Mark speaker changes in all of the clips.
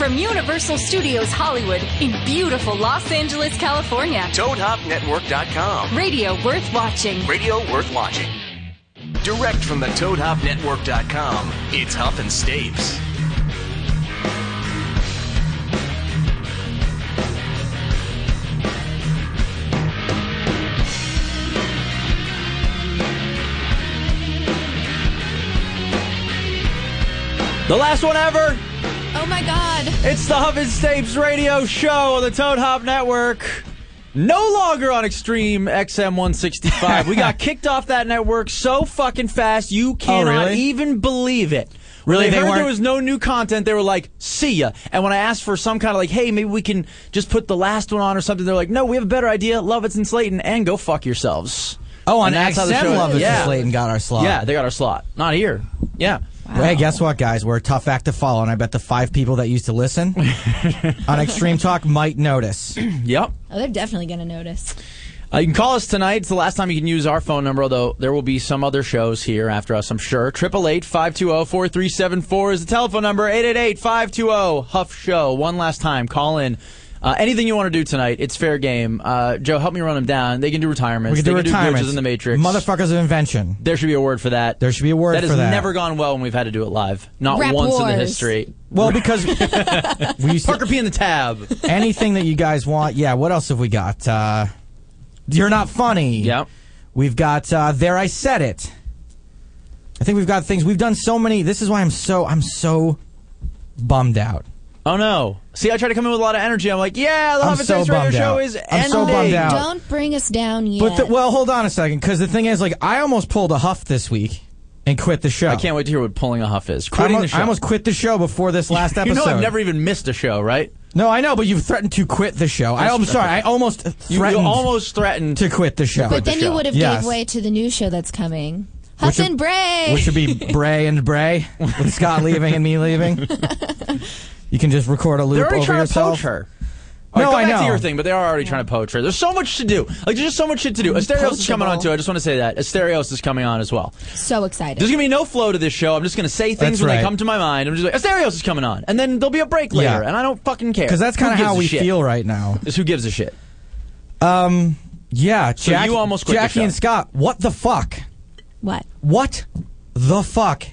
Speaker 1: Universal Studios Hollywood in beautiful Los Angeles, California.
Speaker 2: ToadHopNetwork.com.
Speaker 1: Radio worth watching.
Speaker 2: Radio worth watching. Direct from the ToadHopNetwork.com, it's Huff and Stapes.
Speaker 3: The last one ever.
Speaker 4: Oh my God.
Speaker 3: It's the Huff and Stapes radio show on the Toad Hop Network. No longer on Extreme XM 165. we got kicked off that network so fucking fast you cannot
Speaker 5: Oh, really?
Speaker 3: even believe it.
Speaker 5: Really,
Speaker 3: When They,
Speaker 5: they
Speaker 3: heard there
Speaker 5: weren't-
Speaker 3: was no new content. They were like, "See ya." And when I asked for some kind of like, "Hey, maybe we can just put the last one on or something," they're like, "No, we have a better idea. Love it's in Slayton, and go fuck yourselves."
Speaker 5: Oh, on
Speaker 3: And that's how the show-
Speaker 5: XM Love It's
Speaker 3: yeah.
Speaker 5: in Slayton got our slot.
Speaker 3: Yeah, they got our slot. Not here. Yeah.
Speaker 5: Well, Hey, guess what, guys? We're a tough act to follow, and I bet the five people that used to listen on Extreme Talk might notice.
Speaker 3: Yep.
Speaker 4: Oh, they're definitely going to notice.
Speaker 3: Uh, you can call us tonight. It's the last time you can use our phone number, although there will be some other shows here after us, I'm sure. 888-520-4374 is the telephone number. 888-520-HUFF-SHOW. One last time, call in. Uh, anything you want to do tonight, it's fair game. Uh, Joe, help me run them down. They can do retirements.
Speaker 5: We can do
Speaker 3: they can do
Speaker 5: retirement.
Speaker 3: glitches in the Matrix.
Speaker 5: Motherfuckers of invention.
Speaker 3: there should be a word for that.
Speaker 5: There should be a word
Speaker 3: That has
Speaker 5: for that.
Speaker 3: never gone well when we've had to do it live. Not
Speaker 4: Rap
Speaker 3: once in the
Speaker 4: wars.
Speaker 3: history.
Speaker 5: Well, because we used
Speaker 3: Parker
Speaker 5: to,
Speaker 3: P in the tab.
Speaker 5: anything that you guys want. Yeah. What else have we got? Uh, You're not funny.
Speaker 3: Yep.
Speaker 5: We've got uh, there. I said it. I think we've got things. We've done so many. This is why I'm so I'm so bummed out.
Speaker 3: Oh no. See, I try to come in with a lot of energy. I'm like, yeah, the
Speaker 5: I'm
Speaker 3: Huff and
Speaker 5: so
Speaker 3: Face Radio
Speaker 5: bummed
Speaker 3: Show
Speaker 5: out.
Speaker 3: is ending.
Speaker 5: I'm so bummed out. Out.
Speaker 4: Don't bring us down yet.
Speaker 5: But the, well, hold on a second, because the thing is, like, I almost pulled a huff this week and quit the show.
Speaker 3: I can't wait to hear what pulling a huff is.
Speaker 5: I
Speaker 3: Quitting the
Speaker 5: almost,
Speaker 3: show.
Speaker 5: I almost quit the show before this last episode.
Speaker 3: You know I've never even missed a show, right?
Speaker 5: No, I know, but you've threatened to quit the show. I, am sorry. I almost
Speaker 3: You,
Speaker 5: threatened
Speaker 3: you almost threatened
Speaker 5: to quit the show,
Speaker 4: but
Speaker 3: the
Speaker 4: then you
Speaker 3: show.
Speaker 4: would have
Speaker 5: Yes.
Speaker 4: gave way to the new show that's coming. Huff
Speaker 5: Which-
Speaker 4: and Bray.
Speaker 5: which would be Bray and Bray with Scott leaving and me leaving. You can just record a loop
Speaker 3: They're already
Speaker 5: over
Speaker 3: trying
Speaker 5: yourself.
Speaker 3: to poach her. All
Speaker 5: No,
Speaker 3: go
Speaker 5: I
Speaker 3: back to
Speaker 5: know.
Speaker 3: your thing, but they are already trying to poach her. There's so much to do. Like, there's just so much shit to do. Asterios is coming on, too. I just want to say that. Asterios is coming on as well.
Speaker 4: so excited.
Speaker 3: There's going to be no flow to this show. I'm just going to say things
Speaker 5: That's
Speaker 3: when they
Speaker 5: right.
Speaker 3: come to my mind. I'm just like, Asterios is coming on. And then there'll be a break Oh, later,
Speaker 5: Yeah.
Speaker 3: and I don't fucking care.
Speaker 5: because that's
Speaker 3: Who
Speaker 5: kind of
Speaker 3: gives
Speaker 5: how
Speaker 3: a
Speaker 5: we
Speaker 3: shit?
Speaker 5: feel right now.
Speaker 3: Is who gives a shit.
Speaker 5: Um, yeah, Jack,
Speaker 3: you almost quit the
Speaker 5: Jackie
Speaker 3: show.
Speaker 5: and Scott. What the fuck?
Speaker 4: what?
Speaker 5: What the fuck?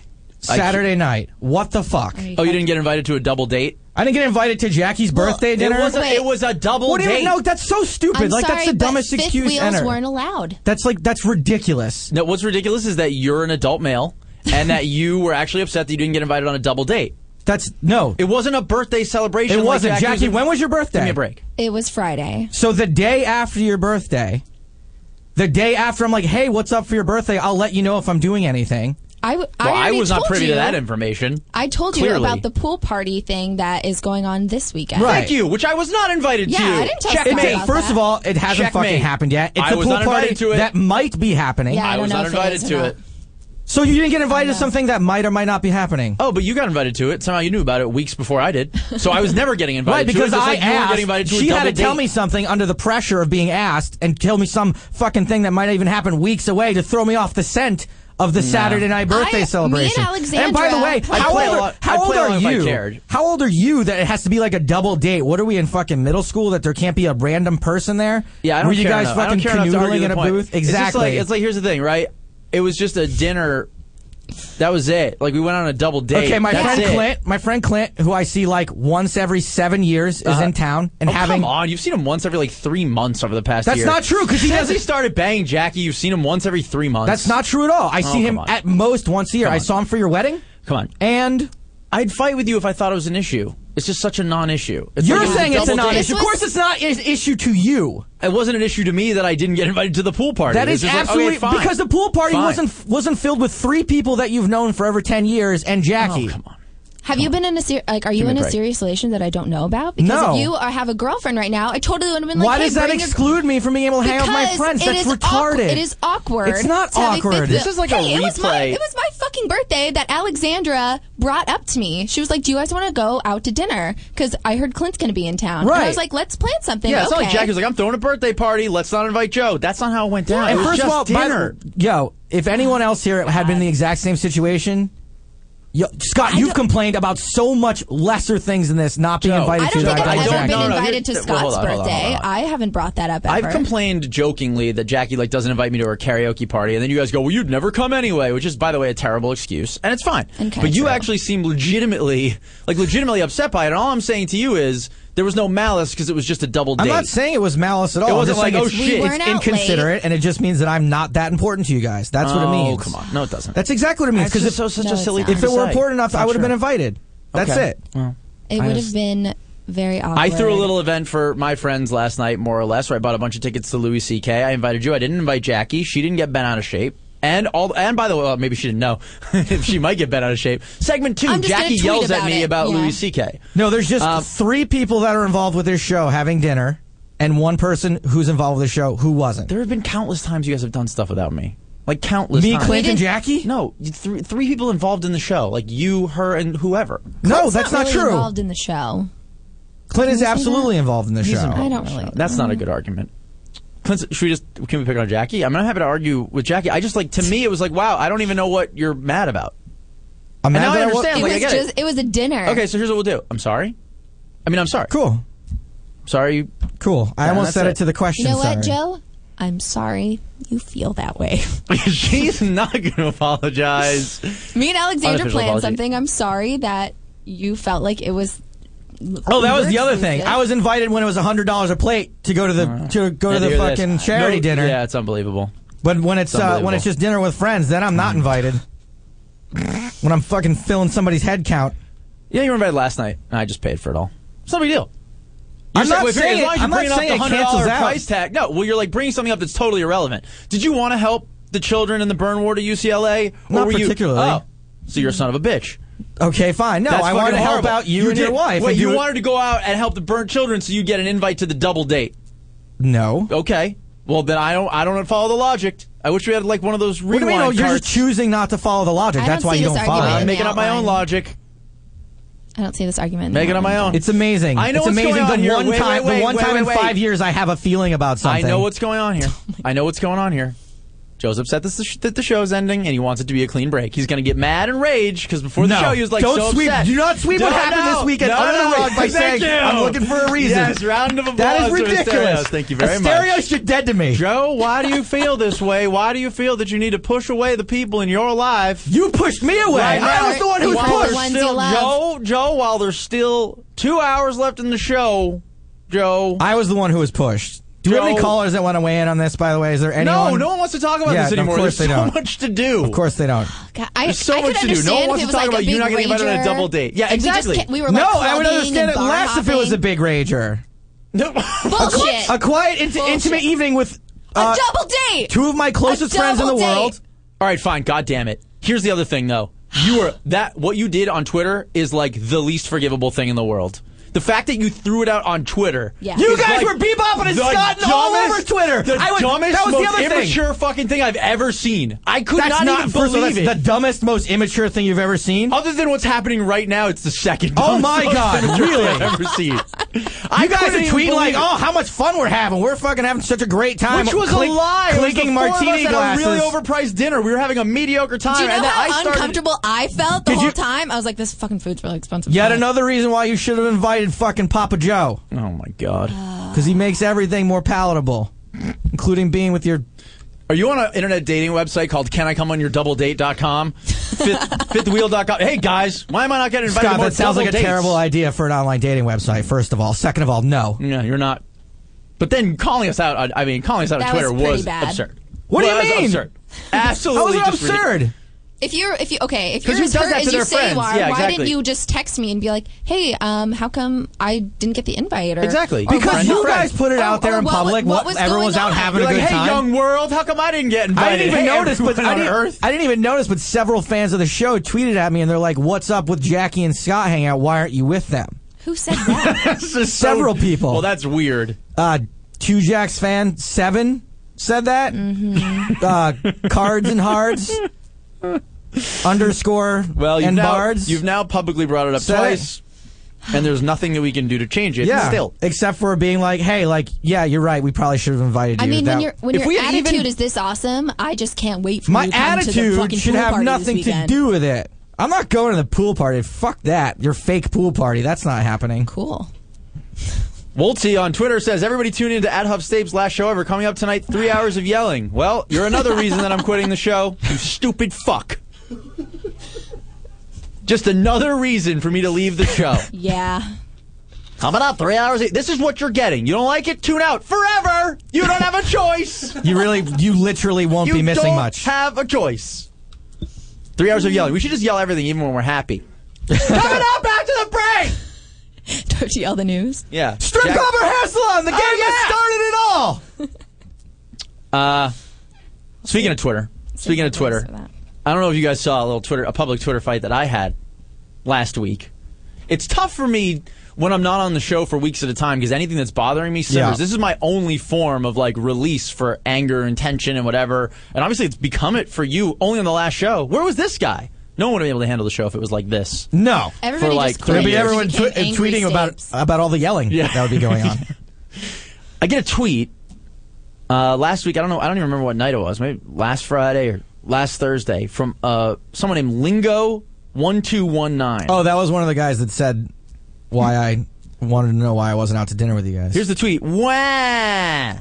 Speaker 3: I
Speaker 5: Saturday night. What the fuck?
Speaker 3: Oh, you didn't get invited to a double date?
Speaker 5: I didn't get invited to Jackie's birthday dinner.
Speaker 3: It was a,
Speaker 4: Wait.
Speaker 3: it was a double
Speaker 5: what do you
Speaker 3: date.
Speaker 5: mean? No, that's so stupid.
Speaker 4: I'm
Speaker 5: like
Speaker 4: sorry,
Speaker 5: that's the
Speaker 4: but
Speaker 5: dumbest
Speaker 4: fifth
Speaker 5: excuse
Speaker 4: wheels
Speaker 5: ever.
Speaker 4: weren't allowed.
Speaker 5: That's like that's ridiculous.
Speaker 3: No, what's ridiculous is that you're an adult male and that you were actually upset that you didn't get invited on a double date.
Speaker 5: That's no.
Speaker 3: It wasn't a birthday celebration.
Speaker 5: It
Speaker 3: like
Speaker 5: wasn't.
Speaker 3: Jack
Speaker 5: Jackie,
Speaker 3: was-
Speaker 5: when was your birthday?
Speaker 3: Give me a break.
Speaker 4: It was Friday.
Speaker 5: So the day after your birthday, the day after I'm like, "Hey, what's up for your birthday? I'll let you know if I'm doing anything."
Speaker 4: I, w-
Speaker 3: Well, I,
Speaker 4: already
Speaker 3: was not
Speaker 4: told
Speaker 3: privy
Speaker 4: you-
Speaker 3: to that information.
Speaker 4: I told you
Speaker 3: Clearly.
Speaker 4: about the pool party thing that is going on this weekend.
Speaker 5: Right.
Speaker 3: Thank you, which I was not invited
Speaker 4: Yeah,
Speaker 3: to.
Speaker 4: I didn't tell
Speaker 3: Check
Speaker 4: Scott
Speaker 3: me.
Speaker 4: about
Speaker 5: Hey, first
Speaker 4: that.
Speaker 5: of all, it hasn't
Speaker 3: Checkmate.
Speaker 5: fucking happened yet. It's
Speaker 3: I
Speaker 5: a
Speaker 3: was
Speaker 5: pool
Speaker 3: not
Speaker 5: party
Speaker 3: invited to it.
Speaker 5: that might be happening.
Speaker 4: Yeah, I
Speaker 3: I,
Speaker 4: don't
Speaker 3: was
Speaker 4: know
Speaker 3: not
Speaker 4: if it
Speaker 3: invited
Speaker 4: is or
Speaker 3: to
Speaker 4: not.
Speaker 3: it.
Speaker 5: So you didn't get invited
Speaker 4: I know.
Speaker 5: to something that might or might not be happening.
Speaker 3: Oh, but you got invited to it. Somehow you knew about it weeks before I did. So I was never getting invited.
Speaker 5: Right,
Speaker 3: to it,
Speaker 5: because
Speaker 3: just
Speaker 5: I
Speaker 3: like you weren't
Speaker 5: asked.
Speaker 3: getting invited to a
Speaker 5: she had
Speaker 3: double
Speaker 5: to tell
Speaker 3: date.
Speaker 5: me something under the pressure of being asked and tell me some fucking thing that might even happen weeks away to throw me off the scent of the Saturday night birthday
Speaker 4: I- me and
Speaker 5: celebration. by the
Speaker 4: Alexandra-
Speaker 5: way,
Speaker 3: I'd
Speaker 5: how
Speaker 3: play
Speaker 5: old,
Speaker 3: a
Speaker 5: are,
Speaker 3: lot- I'd
Speaker 5: how old
Speaker 3: play a
Speaker 5: are
Speaker 3: lot if I
Speaker 5: you?
Speaker 3: cared.
Speaker 5: How old are you that it has to be like a double date? What are we in fucking middle school that there can't be a random person there?
Speaker 3: Yeah, I don't
Speaker 5: Were you
Speaker 3: care
Speaker 5: guys
Speaker 3: enough. I
Speaker 5: fucking
Speaker 3: don't care enough to argue
Speaker 5: canoodling
Speaker 3: the
Speaker 5: in a
Speaker 3: point.
Speaker 5: booth?
Speaker 3: It's just
Speaker 5: Exactly.
Speaker 3: like it's like here's the thing, right? It was just a dinner. That was it. Like we went on a double date.
Speaker 5: Okay, my
Speaker 3: That's
Speaker 5: friend
Speaker 3: it.
Speaker 5: Clint, my friend Clint, who I see like once every seven years, is in town and
Speaker 3: Oh,
Speaker 5: having
Speaker 3: come on, you've seen him once every like three months over the past.
Speaker 5: That's
Speaker 3: year.
Speaker 5: not true, 'cause he
Speaker 3: Since
Speaker 5: doesn't-
Speaker 3: He started banging Jackie. You've seen him once every three months. Oh,
Speaker 5: That's not true at all. I see
Speaker 3: come
Speaker 5: him
Speaker 3: on.
Speaker 5: at most once a year. I saw him for your wedding.
Speaker 3: Come on.
Speaker 5: And
Speaker 3: I'd fight with you if I thought it was an issue. It's just such a non-issue. It's
Speaker 5: you're
Speaker 3: like it was
Speaker 5: saying it's a
Speaker 3: double date.
Speaker 5: non-issue. Of
Speaker 4: This was-
Speaker 5: course, it's not an issue to you.
Speaker 3: It wasn't an issue to me that I didn't get invited to the pool party.
Speaker 5: That
Speaker 3: It was
Speaker 5: is
Speaker 3: just like,
Speaker 5: absolutely
Speaker 3: okay, fine.
Speaker 5: because the pool party
Speaker 3: Fine.
Speaker 5: wasn't wasn't filled with three people that you've known for over ten years and Jackie.
Speaker 3: Oh, come on.
Speaker 4: Have you been in a ser- like? Are you
Speaker 3: me
Speaker 4: in
Speaker 3: a
Speaker 4: a
Speaker 3: break.
Speaker 4: serious relation that I don't know about? Because
Speaker 5: No.
Speaker 4: if you are, have a girlfriend right now, I totally would have been like,
Speaker 5: Why
Speaker 4: hey,
Speaker 5: does that
Speaker 4: bring your-
Speaker 5: exclude me from being able to hang out with my
Speaker 4: Because
Speaker 5: friends?
Speaker 4: it
Speaker 5: That's
Speaker 4: is
Speaker 5: retarded.
Speaker 4: awkward- It is awkward.
Speaker 5: It's not
Speaker 4: to have a
Speaker 5: awkward.
Speaker 4: big-
Speaker 5: This
Speaker 3: is like a
Speaker 4: hey, It was, my,
Speaker 3: replay.
Speaker 4: it was my fucking birthday that Alexandra brought up to me. She was like, "Do you guys want to go out to dinner?" Because I heard Clint's going to be in town. And
Speaker 5: Right.
Speaker 4: I was like, "Let's plan something."
Speaker 3: Yeah, it's not
Speaker 4: okay.
Speaker 3: like Jackie's like I'm throwing a birthday party. Let's not invite Joe. That's not how it went down.
Speaker 5: And
Speaker 3: it was
Speaker 5: first
Speaker 3: just
Speaker 5: of all, by the-
Speaker 3: dinner.
Speaker 5: yo, if anyone else here had been in the exact same situation, Yo, Scott, you've complained about so much lesser things than this not being
Speaker 3: Joe,
Speaker 4: I
Speaker 5: invited to
Speaker 4: don't think
Speaker 5: the
Speaker 4: I've
Speaker 3: I
Speaker 4: ever
Speaker 3: don't-
Speaker 4: been
Speaker 3: no, no,
Speaker 4: invited
Speaker 3: here-
Speaker 4: to
Speaker 3: well,
Speaker 4: Scott's
Speaker 3: hold on, hold on,
Speaker 4: birthday.
Speaker 3: hold on.
Speaker 4: I haven't brought that up ever.
Speaker 3: I've complained jokingly that Jackie like doesn't invite me to her karaoke party, and then you guys go, "Well, you'd never come anyway," which is, by the way, a terrible excuse, and it's fine.
Speaker 4: Okay,
Speaker 3: but you
Speaker 4: true.
Speaker 3: actually seem legitimately, like, legitimately upset by it. And all I'm saying to you is there was no malice because it was just a double date.
Speaker 5: I'm not saying it was malice at all. I'm
Speaker 3: wasn't
Speaker 5: just saying
Speaker 3: like, oh,
Speaker 5: it's,
Speaker 3: shit. We
Speaker 5: it's
Speaker 4: weren't out
Speaker 5: inconsiderate, and it just means that I'm not that important to you guys. That's what it
Speaker 3: Oh,
Speaker 5: means.
Speaker 3: come on. No, it doesn't.
Speaker 5: That's exactly what it means.
Speaker 3: That's
Speaker 5: Because
Speaker 3: just so
Speaker 5: if,
Speaker 3: such
Speaker 4: No,
Speaker 3: a
Speaker 4: it's
Speaker 3: silly.
Speaker 4: not.
Speaker 3: thing
Speaker 5: if
Speaker 3: to
Speaker 5: it were
Speaker 3: say.
Speaker 5: important enough, I
Speaker 3: Not
Speaker 5: would have
Speaker 3: sure.
Speaker 5: been invited. That's
Speaker 3: Okay.
Speaker 5: it.
Speaker 4: It
Speaker 5: I
Speaker 4: would have
Speaker 5: just-
Speaker 4: been very awkward.
Speaker 3: I threw a little event for my friends last night, more or less, where I bought a bunch of tickets to Louis C.K. I invited you. I didn't invite Jackie. She didn't get bent out of shape. And all and by the way, well, maybe she didn't know. she might get bent out of shape. Segment two,
Speaker 4: I'm just gonna
Speaker 3: Jackie
Speaker 4: tweet
Speaker 3: yells at
Speaker 4: about
Speaker 3: me
Speaker 4: it,
Speaker 3: about
Speaker 4: yeah.
Speaker 3: Louis C.K.
Speaker 5: No, there's just
Speaker 3: Um,
Speaker 5: three people that are involved with this show having dinner, and one person who's involved with the show who wasn't.
Speaker 3: There have been countless times you guys have done stuff without me, like countless.
Speaker 5: Me,
Speaker 3: times.
Speaker 5: Clint, and
Speaker 4: didn't-
Speaker 5: Jackie?
Speaker 3: No, you- three three people involved in the show, like you, her, and whoever.
Speaker 5: no that's not,
Speaker 4: really
Speaker 5: true.
Speaker 4: Involved in the show.
Speaker 5: Clint
Speaker 4: Can
Speaker 5: is
Speaker 4: you say
Speaker 5: absolutely
Speaker 4: that?
Speaker 5: involved in the
Speaker 3: He's
Speaker 5: show.
Speaker 3: involved
Speaker 4: I
Speaker 3: in
Speaker 4: don't
Speaker 3: the
Speaker 4: really- Mm.
Speaker 3: show. That's not a good argument. Clint, should we just can we pick on Jackie? I'm not happy to argue with Jackie. I just like to me it was like wow, I don't even know what you're mad about.
Speaker 5: I'm
Speaker 3: And
Speaker 5: mad
Speaker 3: now I
Speaker 5: that wa-
Speaker 3: understand.
Speaker 4: It
Speaker 3: Like, I
Speaker 4: was
Speaker 3: get it.
Speaker 4: just. It was a dinner.
Speaker 3: Okay, so here's what we'll do. I'm sorry. I mean, I'm sorry.
Speaker 5: Cool,
Speaker 3: Sorry. you-
Speaker 5: cool. I
Speaker 3: Yeah,
Speaker 5: almost
Speaker 3: that's
Speaker 5: said it.
Speaker 3: it.
Speaker 5: to the question.
Speaker 4: You know what,
Speaker 5: sorry.
Speaker 4: Joe? I'm sorry you feel that way.
Speaker 3: She's not going to apologize.
Speaker 4: Me and Alexander
Speaker 3: Unofficial
Speaker 4: planned
Speaker 3: apology.
Speaker 4: something. I'm sorry that you felt like it was.
Speaker 5: Oh, that was the other thing. I was invited when it was hundred dollars a plate to go to the to go to
Speaker 3: And
Speaker 5: the
Speaker 3: hear Uh, this.
Speaker 5: fucking charity
Speaker 3: No-
Speaker 5: dinner.
Speaker 3: Yeah, it's unbelievable.
Speaker 5: But when it's
Speaker 3: It's
Speaker 5: uh, when
Speaker 3: unbelievable.
Speaker 5: it's
Speaker 3: Mm.
Speaker 5: just dinner with friends, then I'm not invited. when I'm fucking filling somebody's head count.
Speaker 3: Yeah, you were invited last night, and I just paid for it all. It's no big deal.
Speaker 5: I'm
Speaker 3: You're
Speaker 5: not
Speaker 3: wait,
Speaker 5: saying
Speaker 3: as long as
Speaker 5: it-
Speaker 3: you
Speaker 5: I'm not
Speaker 3: bring up
Speaker 5: saying
Speaker 3: the
Speaker 5: it
Speaker 3: hundred
Speaker 5: cancels
Speaker 3: dollar
Speaker 5: out.
Speaker 3: price tag. No, well, you're like bringing something up that's totally irrelevant. Did you want to help the children in the burn ward at UCLA? Or
Speaker 5: Not
Speaker 3: were you-
Speaker 5: particularly.
Speaker 3: oh, so you're a son of a bitch.
Speaker 5: Okay, fine. No,
Speaker 3: That's
Speaker 5: I
Speaker 3: fucking
Speaker 5: wanted to help
Speaker 3: horrible.
Speaker 5: out you, and
Speaker 3: did-
Speaker 5: your wife.
Speaker 3: Wait,
Speaker 5: and
Speaker 3: you
Speaker 5: do it-
Speaker 3: wanted to go out and help the burnt children, so you get an invite to the double date.
Speaker 5: no.
Speaker 3: Okay. Well, then I don't. I don't follow the logic. I wish we had like one of those rewind
Speaker 5: What do you mean? Oh, you're
Speaker 3: cards.
Speaker 5: just choosing not to follow the logic.
Speaker 4: I
Speaker 5: That's
Speaker 4: don't
Speaker 5: why
Speaker 4: see
Speaker 5: you
Speaker 4: this
Speaker 5: don't follow.
Speaker 4: argument.
Speaker 5: it.
Speaker 3: I'm making up my own
Speaker 4: outline.
Speaker 3: logic.
Speaker 4: I don't see this argument.
Speaker 3: Making up my own.
Speaker 5: It's amazing.
Speaker 3: I know
Speaker 5: it's
Speaker 3: what's
Speaker 5: amazing.
Speaker 3: going on
Speaker 5: the
Speaker 3: here.
Speaker 5: one
Speaker 3: Wait,
Speaker 5: time,
Speaker 3: wait,
Speaker 5: the
Speaker 3: wait,
Speaker 5: one
Speaker 3: wait,
Speaker 5: time in
Speaker 3: wait, wait.
Speaker 5: five years, I have a feeling about something. Oh
Speaker 3: I know what's going on here. I know what's going on here. Joe's upset that the, sh- that the show's ending, and he wants it to be a clean break. He's going to get mad and rage because before the
Speaker 5: No.
Speaker 3: show he was like,
Speaker 5: Don't
Speaker 3: so
Speaker 5: sweep-
Speaker 3: upset.
Speaker 5: do not sweep what
Speaker 3: No,
Speaker 5: happened
Speaker 3: no,
Speaker 5: this weekend
Speaker 3: no,
Speaker 5: under the
Speaker 3: no.
Speaker 5: rug by
Speaker 3: Thank
Speaker 5: saying,
Speaker 3: you.
Speaker 5: "I'm looking for a reason."
Speaker 3: Yes, round of applause.
Speaker 5: That is
Speaker 3: for
Speaker 5: ridiculous.
Speaker 3: Asterios. Thank you very
Speaker 5: Asterios,
Speaker 3: much.
Speaker 5: you're dead to me.
Speaker 3: Joe, why do you feel this way? Why do you feel that you need to push away the people in your life?
Speaker 5: You pushed me away.
Speaker 3: Right now,
Speaker 5: I was the one who was
Speaker 4: Why
Speaker 3: while
Speaker 5: pushed.
Speaker 4: the
Speaker 3: there's
Speaker 4: ones
Speaker 3: still,
Speaker 4: you love.
Speaker 3: Joe, Joe, while there's still two hours left in the show, Joe.
Speaker 5: I was the one who was pushed. Do we have any
Speaker 3: Joe-
Speaker 5: callers that want to weigh in on this? By the way, is there anyone?
Speaker 3: no, no one wants to talk about
Speaker 5: Yeah,
Speaker 3: this
Speaker 5: of
Speaker 3: anymore.
Speaker 5: course
Speaker 3: there's
Speaker 5: they
Speaker 3: so
Speaker 5: don't.
Speaker 3: much to do.
Speaker 5: Of course they don't.
Speaker 4: God, I,
Speaker 3: There's so
Speaker 4: I could
Speaker 3: much to do. No one
Speaker 4: understand
Speaker 3: wants
Speaker 4: if it was
Speaker 3: to talk
Speaker 4: like
Speaker 3: about
Speaker 4: a big
Speaker 3: you not getting invited on a
Speaker 4: rager,
Speaker 3: double date. Yeah,
Speaker 4: and we just
Speaker 3: exactly.
Speaker 4: kept- we were
Speaker 5: no,
Speaker 4: like
Speaker 5: I would
Speaker 4: clubbing
Speaker 5: understand
Speaker 4: and
Speaker 5: it
Speaker 4: bar
Speaker 5: less if it was a
Speaker 4: hopping.
Speaker 5: big rager.
Speaker 3: No.
Speaker 4: bullshit.
Speaker 5: A quiet, int-
Speaker 4: Bullshit.
Speaker 5: intimate evening with uh,
Speaker 4: a double date.
Speaker 5: two of my closest
Speaker 4: A
Speaker 5: friends in the
Speaker 4: double date.
Speaker 5: world.
Speaker 3: All right, fine. God damn it. Here's the other thing, though. You were that what you did on Twitter is like the least forgivable thing in the world. The fact that you threw it out on Twitter.
Speaker 4: Yeah.
Speaker 5: You
Speaker 3: is
Speaker 5: guys
Speaker 3: like
Speaker 5: were bebopping and
Speaker 3: the
Speaker 5: scotting all over
Speaker 3: dumbest-
Speaker 5: Twitter.
Speaker 3: The
Speaker 5: I was,
Speaker 3: dumbest,
Speaker 5: that was the
Speaker 3: most
Speaker 5: other thing.
Speaker 3: immature fucking thing I've ever seen. I could
Speaker 5: That's
Speaker 3: not,
Speaker 5: not,
Speaker 3: even
Speaker 5: first of all,
Speaker 3: believe it.
Speaker 5: that's the dumbest, most immature thing you've ever seen.
Speaker 3: Other than what's happening right now, it's the second.
Speaker 5: Oh
Speaker 3: dumbest
Speaker 5: my
Speaker 3: most
Speaker 5: God,
Speaker 3: immature thing
Speaker 5: really?
Speaker 3: I've ever seen.
Speaker 5: you guys are
Speaker 3: couldn't even
Speaker 5: tweeting like,
Speaker 3: believe it.
Speaker 5: "Oh, how much fun we're having! We're fucking having such a great time."
Speaker 3: Which was
Speaker 5: Clink-
Speaker 3: a lie. It was the
Speaker 5: Clinking
Speaker 3: four of us
Speaker 5: martini
Speaker 3: at
Speaker 5: glasses.
Speaker 3: a really overpriced dinner. We were having a mediocre time.
Speaker 4: Do you know
Speaker 3: and then
Speaker 4: how
Speaker 3: I started-
Speaker 4: uncomfortable I felt the
Speaker 5: Did
Speaker 4: whole
Speaker 5: you-
Speaker 4: time? I was like, this fucking food's really expensive.
Speaker 5: Yet another reason why you should have invited fucking Papa Joe
Speaker 3: Oh my god.
Speaker 5: because he makes everything more palatable, including being with your.
Speaker 3: Are you on an internet dating website called Can I Come On Your Double Date.com? Fifth, fifthwheel.com. Hey guys, why am I not getting invited to
Speaker 5: Scott,
Speaker 3: more
Speaker 5: that sounds
Speaker 3: double
Speaker 5: like a
Speaker 3: dates?
Speaker 5: terrible idea for an online dating website. First of all, second of all, no.
Speaker 3: Yeah, you're not. But then calling us out, on- I mean, calling us out
Speaker 4: That
Speaker 3: on Twitter
Speaker 4: was pretty
Speaker 3: was
Speaker 4: bad.
Speaker 3: absurd.
Speaker 5: What do you
Speaker 3: Well, that was
Speaker 5: mean?
Speaker 3: absurd.
Speaker 5: How is
Speaker 3: Absolutely
Speaker 5: it
Speaker 3: just ridiculous.
Speaker 5: absurd?
Speaker 4: If you're, if you, okay, if
Speaker 3: 'Cause
Speaker 4: you're
Speaker 3: who
Speaker 4: as
Speaker 3: does
Speaker 4: hurt
Speaker 3: that to
Speaker 4: as you
Speaker 3: their
Speaker 4: say you
Speaker 3: friends?
Speaker 4: are,
Speaker 3: Yeah,
Speaker 4: why
Speaker 3: exactly.
Speaker 4: didn't you just text me and be like, hey, um, how come I didn't get the invite? Or,
Speaker 3: Exactly.
Speaker 4: or
Speaker 3: Because
Speaker 4: what-
Speaker 5: Because
Speaker 3: friend,
Speaker 5: you
Speaker 3: friend.
Speaker 5: guys put it
Speaker 4: Or-
Speaker 5: out there
Speaker 4: or Oh,
Speaker 5: in
Speaker 4: what-
Speaker 5: public.
Speaker 4: what was
Speaker 5: everyone
Speaker 4: going
Speaker 5: was out
Speaker 4: on?
Speaker 5: having
Speaker 3: You're
Speaker 5: a
Speaker 3: like,
Speaker 5: good
Speaker 3: hey,
Speaker 5: time.
Speaker 3: young world, how come I didn't get invited?
Speaker 5: I didn't even
Speaker 3: Hey,
Speaker 5: notice, but
Speaker 3: everyone
Speaker 5: I didn't,
Speaker 3: on Earth.
Speaker 5: I didn't even notice. But several fans of the show tweeted at me, and they're like, "What's up with Jackie and Scott hanging out? Why aren't you with them?"
Speaker 4: Who said that?
Speaker 3: This is so-
Speaker 5: Several people.
Speaker 3: Well, that's weird.
Speaker 5: Uh, Two Jacks fan seven said that.
Speaker 4: Mm-hmm.
Speaker 5: Uh, cards and hards underscore
Speaker 3: Well, you've
Speaker 5: and
Speaker 3: now,
Speaker 5: bards.
Speaker 3: you've now publicly brought it up
Speaker 5: Said it.
Speaker 3: twice, and there's nothing that we can do to change it.
Speaker 5: yeah,
Speaker 3: Still,
Speaker 5: except for being like, "Hey, like, yeah, you're right. We probably should have invited you."
Speaker 4: I mean,
Speaker 5: That-
Speaker 4: when, your when
Speaker 3: if we
Speaker 4: your
Speaker 3: had even-
Speaker 4: attitude is this awesome, I just can't wait for
Speaker 5: my
Speaker 4: you to come to the
Speaker 5: attitude
Speaker 4: fucking
Speaker 5: should
Speaker 4: pool
Speaker 5: have
Speaker 4: party this
Speaker 5: nothing to
Speaker 4: weekend.
Speaker 5: do with it. I'm not going to the pool party. Fuck that. Your fake pool party. That's not happening.
Speaker 4: Cool.
Speaker 3: Wolty on Twitter says, Everybody tune in to At Huff Stapes last show ever. Coming up tonight, three hours of yelling. Well, you're another reason that I'm quitting the show, you stupid fuck. Just another reason for me to leave the show.
Speaker 4: Yeah.
Speaker 3: Coming up, three hours. This is what you're getting. You don't like it? Tune out forever. You don't have a choice.
Speaker 5: You really, you literally won't
Speaker 3: you
Speaker 5: be missing
Speaker 3: don't
Speaker 5: much.
Speaker 3: Have a choice. Three hours of yelling. We should just yell everything, even when we're happy. Coming up after the break.
Speaker 4: Don't yell the news.
Speaker 3: Yeah.
Speaker 5: Strip
Speaker 3: Jack-
Speaker 5: club or hair salon? The game
Speaker 3: Oh,
Speaker 5: has
Speaker 3: yeah.
Speaker 5: started it all.
Speaker 3: Uh, Speaking of Twitter. Speaking of Twitter. I don't know if you guys saw a little Twitter, a public Twitter fight that I had last week. It's tough for me when I'm not on the show for weeks at a time because anything that's bothering me simmers.
Speaker 5: Yeah.
Speaker 3: This is my only form of like release for anger and tension and whatever. And obviously, it's become it for you only on the last show. Where was this guy? No one would have been able to handle the show if it was like this.
Speaker 5: No.
Speaker 4: Everybody
Speaker 3: like
Speaker 4: just
Speaker 3: three
Speaker 4: quit.
Speaker 5: There'd be
Speaker 3: years.
Speaker 5: everyone
Speaker 4: Became
Speaker 5: tw-
Speaker 4: angry
Speaker 5: tweeting about
Speaker 4: Stapes.
Speaker 5: about all the yelling that would be going on.
Speaker 3: I get a tweet uh, last week. I don't know. I don't even remember what night it was. Maybe last Friday or last Thursday from uh, someone named Lingo one two one nine.
Speaker 5: oh, that was one of the guys that said why I wanted to know why I wasn't out to dinner with you guys.
Speaker 3: Here's the tweet. Wah!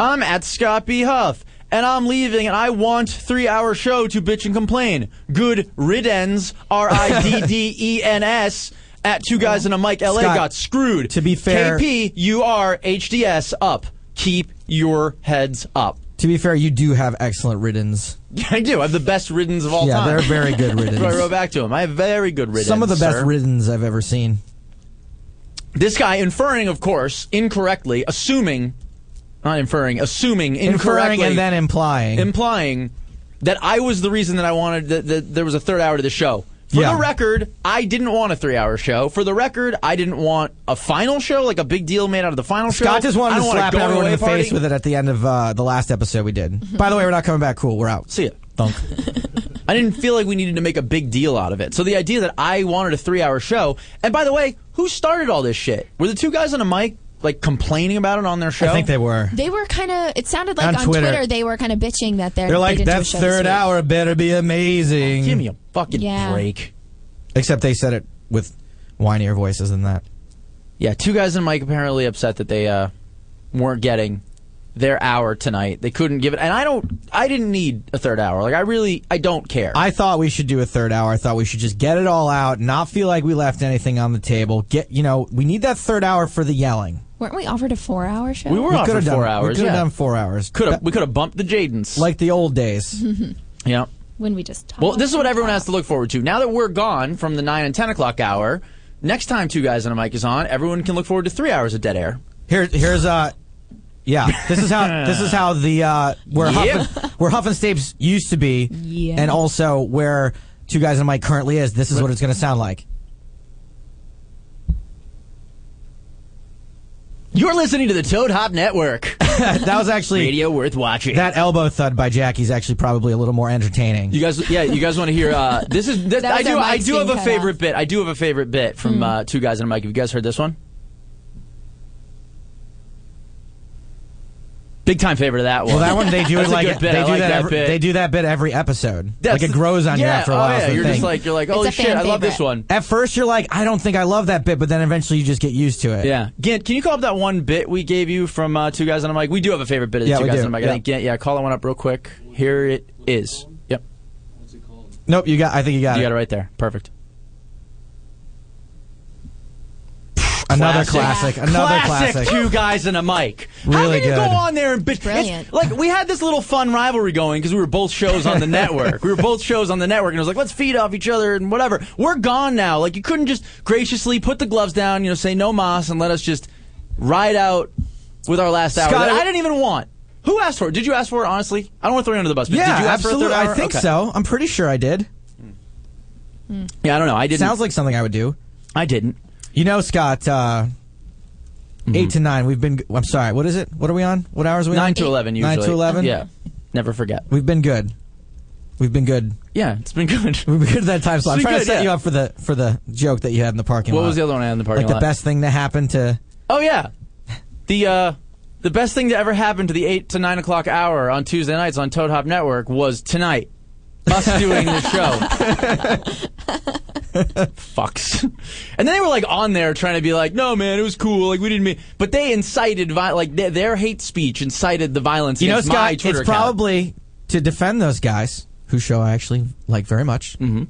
Speaker 3: I'm at Scott B. Huff, and I'm leaving, and I want three-hour show to bitch and complain. Good riddance, R-I-D-D-E-N-S, E at Two Guys and a Mic LA
Speaker 5: Scott,
Speaker 3: got screwed.
Speaker 5: to be fair-
Speaker 3: KP, you are HDS up. Keep your heads up.
Speaker 5: to be fair, you do have excellent riddance.
Speaker 3: I do. I have the best riddance of all
Speaker 5: yeah,
Speaker 3: time.
Speaker 5: they're very good riddance.
Speaker 3: That's what I wrote back to him. I have very good riddance.
Speaker 5: Some of the best
Speaker 3: sir.
Speaker 5: riddance I've ever seen.
Speaker 3: This guy inferring, of course, incorrectly, assuming, not inferring, assuming incorrectly,
Speaker 5: Inferring and then implying.
Speaker 3: implying that I was the reason that I wanted that, that there was a third hour to the show. For
Speaker 5: Yeah.
Speaker 3: the record, I didn't want a three-hour show. For the record, I didn't want a final show, like a big deal made out of the final show.
Speaker 5: Scott just wanted
Speaker 3: I
Speaker 5: to
Speaker 3: don't want a
Speaker 5: slap
Speaker 3: going
Speaker 5: everyone in
Speaker 3: away
Speaker 5: the
Speaker 3: party. Mm-hmm.
Speaker 5: face with it at the end of uh, the last episode we did. By the way, we're not coming back. Cool, we're out.
Speaker 3: See ya.
Speaker 5: Thunk.
Speaker 3: I didn't feel like we needed to make a big deal out of it. So the idea that I wanted a three-hour show, and by the way, who started all this shit? Were the two guys on a mic like complaining about it on their show?
Speaker 5: I think they were.
Speaker 4: They were kind of. It sounded like
Speaker 5: On
Speaker 4: on,
Speaker 5: Twitter.
Speaker 4: Twitter. they were kind of bitching that they're.
Speaker 5: They're like
Speaker 4: they didn't do a
Speaker 5: that
Speaker 4: show this
Speaker 5: third
Speaker 4: week."
Speaker 5: hour better be amazing.
Speaker 3: Give me a fucking
Speaker 4: Yeah.
Speaker 3: break.
Speaker 5: Except they said it with whinier voices than that.
Speaker 3: Yeah, two guys and Mike apparently upset that they uh, weren't getting their hour tonight. They couldn't give it, and I don't. I didn't need a third hour. Like I really, I don't care.
Speaker 5: I thought we should do a third hour. I thought we should just get it all out, not feel like we left anything on the table. Get you know, we need that third hour for the yelling.
Speaker 4: Weren't we offered a four-hour show?
Speaker 3: we were on
Speaker 5: could
Speaker 3: for
Speaker 5: have
Speaker 3: four
Speaker 5: done, We
Speaker 3: hours.
Speaker 5: could have
Speaker 3: yeah.
Speaker 5: done four hours.
Speaker 3: Could have.
Speaker 5: That-
Speaker 3: We could have bumped the Jadens.
Speaker 5: like the old days.
Speaker 3: yeah.
Speaker 4: when we just talked.
Speaker 3: Well, this is what everyone has to look forward to. Now that we're gone from the nine and ten o'clock hour, next time two guys and a mic is on, everyone can look forward to three hours of dead air.
Speaker 5: Here, here's uh, yeah. This is how this is how the uh, where
Speaker 3: Yeah.
Speaker 5: Huff, where Huff and Stapes used to be,
Speaker 4: Yeah.
Speaker 5: and also where Two Guys and Mike currently is. This is what it's going to sound like.
Speaker 3: You're listening to the Toad Hop Network.
Speaker 5: that was actually
Speaker 3: Radio worth watching.
Speaker 5: that elbow thud by Jackie's actually probably a little more entertaining.
Speaker 3: You guys, yeah, you guys want to hear? Uh, this is this,
Speaker 4: That
Speaker 3: I
Speaker 4: was
Speaker 3: do.
Speaker 4: our mics
Speaker 3: I do
Speaker 4: being
Speaker 3: have a
Speaker 4: cut
Speaker 3: favorite
Speaker 4: off.
Speaker 3: bit. I do have a favorite bit from
Speaker 4: Hmm.
Speaker 3: uh, two guys and a mic. Have you guys heard this one? Big time favorite of that one.
Speaker 5: well, that one they do it
Speaker 3: That's a
Speaker 5: like
Speaker 3: good bit.
Speaker 5: they
Speaker 3: I
Speaker 5: do
Speaker 3: like that
Speaker 5: every,
Speaker 3: bit.
Speaker 5: they do that bit every episode.
Speaker 3: That's-
Speaker 5: like it grows on you
Speaker 3: yeah,
Speaker 5: after a
Speaker 3: oh,
Speaker 5: while.
Speaker 3: yeah,
Speaker 5: is the
Speaker 3: you're
Speaker 5: thing.
Speaker 3: just like you're like,
Speaker 4: It's
Speaker 3: holy
Speaker 4: a fan
Speaker 3: shit, I love this
Speaker 4: favorite.
Speaker 3: one.
Speaker 5: At first, you're like, I don't think I love that bit, but then eventually you just get used to it.
Speaker 3: Yeah, Gint, can you call up that one bit we gave you from uh, two guys on a mic? We do have a favorite bit of the
Speaker 5: Yeah,
Speaker 3: two
Speaker 5: we
Speaker 3: guys on
Speaker 5: do.
Speaker 3: a mic.
Speaker 5: Yeah.
Speaker 3: I think Gint, yeah, call that one up real quick. Here it is. Yep,
Speaker 5: Nope. You got. I think you got
Speaker 3: you
Speaker 5: it.
Speaker 3: got it right there. Perfect.
Speaker 5: another
Speaker 3: Classic.
Speaker 5: classic. Another
Speaker 3: classic,
Speaker 5: classic.
Speaker 3: two guys and a mic. How
Speaker 5: Really
Speaker 3: can you
Speaker 5: good.
Speaker 3: go on there and bitch?
Speaker 4: Brilliant.
Speaker 3: It's, like we had this little fun rivalry going because we were both shows on the network. we were both shows on the network, and it was like let's feed off each other and whatever. We're gone now. Like you couldn't just graciously put the gloves down, you know, say no mas, and let us just ride out with our last hour.
Speaker 5: Scott,
Speaker 3: that
Speaker 5: I-
Speaker 3: I didn't even want. Who asked for it? Did you ask for it? Honestly, I don't want to throw you under the bus. But
Speaker 5: Yeah,
Speaker 3: did you ask
Speaker 5: absolutely.
Speaker 3: For a third hour?
Speaker 5: I think
Speaker 3: Okay. Hmm.
Speaker 5: so. I'm pretty sure I did.
Speaker 3: Yeah, I don't know. I didn't.
Speaker 5: Sounds like something I would do.
Speaker 3: I didn't. Hmm.
Speaker 5: You know, Scott. Uh, Eight to nine. We've been. I'm sorry. What is it? What are we on? What hours are we on?
Speaker 3: Nine to eleven usually.
Speaker 5: Nine to eleven.
Speaker 3: Yeah. Never forget.
Speaker 5: We've been good. We've been good.
Speaker 3: Yeah, it's been good.
Speaker 5: We've been good at that time slot. I'm
Speaker 3: It's been
Speaker 5: trying to
Speaker 3: good,
Speaker 5: set
Speaker 3: yeah.
Speaker 5: you up for the for the joke that you had in the parking lot.
Speaker 3: What was the other one I had in the parking
Speaker 5: Like the
Speaker 3: lot?
Speaker 5: best thing that happened to.
Speaker 3: Oh yeah, the uh, the best thing to ever happen to the eight to nine o'clock hour on Tuesday nights on Toad Hop Network was tonight. us doing the show. Fucks. And then they were like on there trying to be like, no, man, it was cool. Like we didn't mean, but they incited vi- like their, their hate speech incited the violence.
Speaker 5: You know,
Speaker 3: against my
Speaker 5: Scott,
Speaker 3: Twitter
Speaker 5: it's
Speaker 3: account.
Speaker 5: probably to defend those guys whose show I actually like very much. Mm-hmm.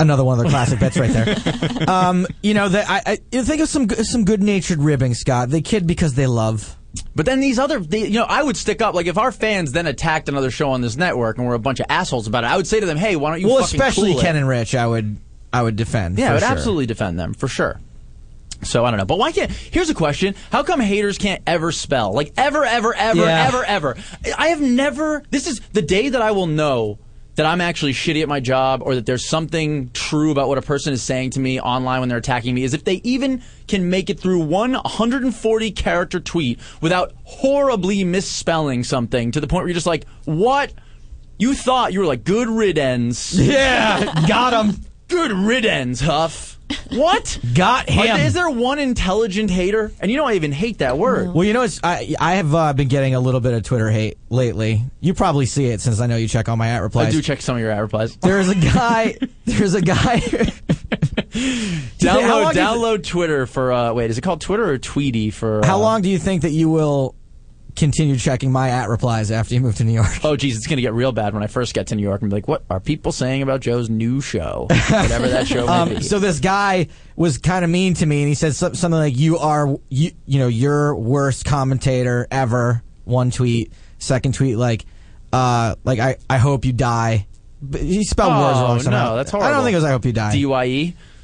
Speaker 5: Another one of their classic bets right there. Um, you know, the, I, I you think of some g- some good natured ribbing, Scott. They kid because they love.
Speaker 3: But then these other, they, you know, I would stick up. Like if our fans then attacked another show on this network and were a bunch of assholes about it, I would say to them, "Hey, why don't you?"
Speaker 5: well,
Speaker 3: fucking
Speaker 5: especially
Speaker 3: cool it?
Speaker 5: Ken and Rich, I would I would defend.
Speaker 3: Yeah, I
Speaker 5: for
Speaker 3: would
Speaker 5: sure.
Speaker 3: absolutely defend them for sure. So I don't know, but why can't? Here's a question: How come haters can't ever spell? Like ever, ever, ever,
Speaker 5: Yeah.
Speaker 3: ever, ever. I have never. This is the day that I will know that I'm actually shitty at my job, or that there's something true about what a person is saying to me online when they're attacking me. Is if they even can make it through one 140 character tweet without horribly misspelling something to the point where you're just like, what? You thought you were like good riddance.
Speaker 5: Yeah, got him.
Speaker 3: Good riddance, Huff. What?
Speaker 5: Got
Speaker 3: Are
Speaker 5: him.
Speaker 3: there- Is there one intelligent hater? And you know I even hate that word.
Speaker 5: Well, you know, it's, I I have uh, been getting a little bit of Twitter hate lately. You probably see it since I know you check all my at replies.
Speaker 3: I do check some of your ad replies.
Speaker 5: There's a guy. there's a guy. How long
Speaker 3: Download,
Speaker 5: is it-
Speaker 3: download Twitter for uh, wait. Is it called Twitter or Tweety for? Uh,
Speaker 5: How long do you think that you will continue checking my at replies after you move to New York?
Speaker 3: Oh geez, it's gonna get real bad when I first get to New York and be like, what are people saying about Joe's new show? Whatever that show may
Speaker 5: Um,
Speaker 3: be.
Speaker 5: so this guy was kind of mean to me, and he said some- something like, "You are, you, you know, your worst commentator ever." One tweet, second tweet, like, uh, like I, I hope you die. But he spelled words
Speaker 3: Oh,
Speaker 5: wrong.
Speaker 3: no,
Speaker 5: somehow.
Speaker 3: that's
Speaker 5: I don't
Speaker 3: horrible. E?
Speaker 5: think it was. I hope you die.
Speaker 3: DYE.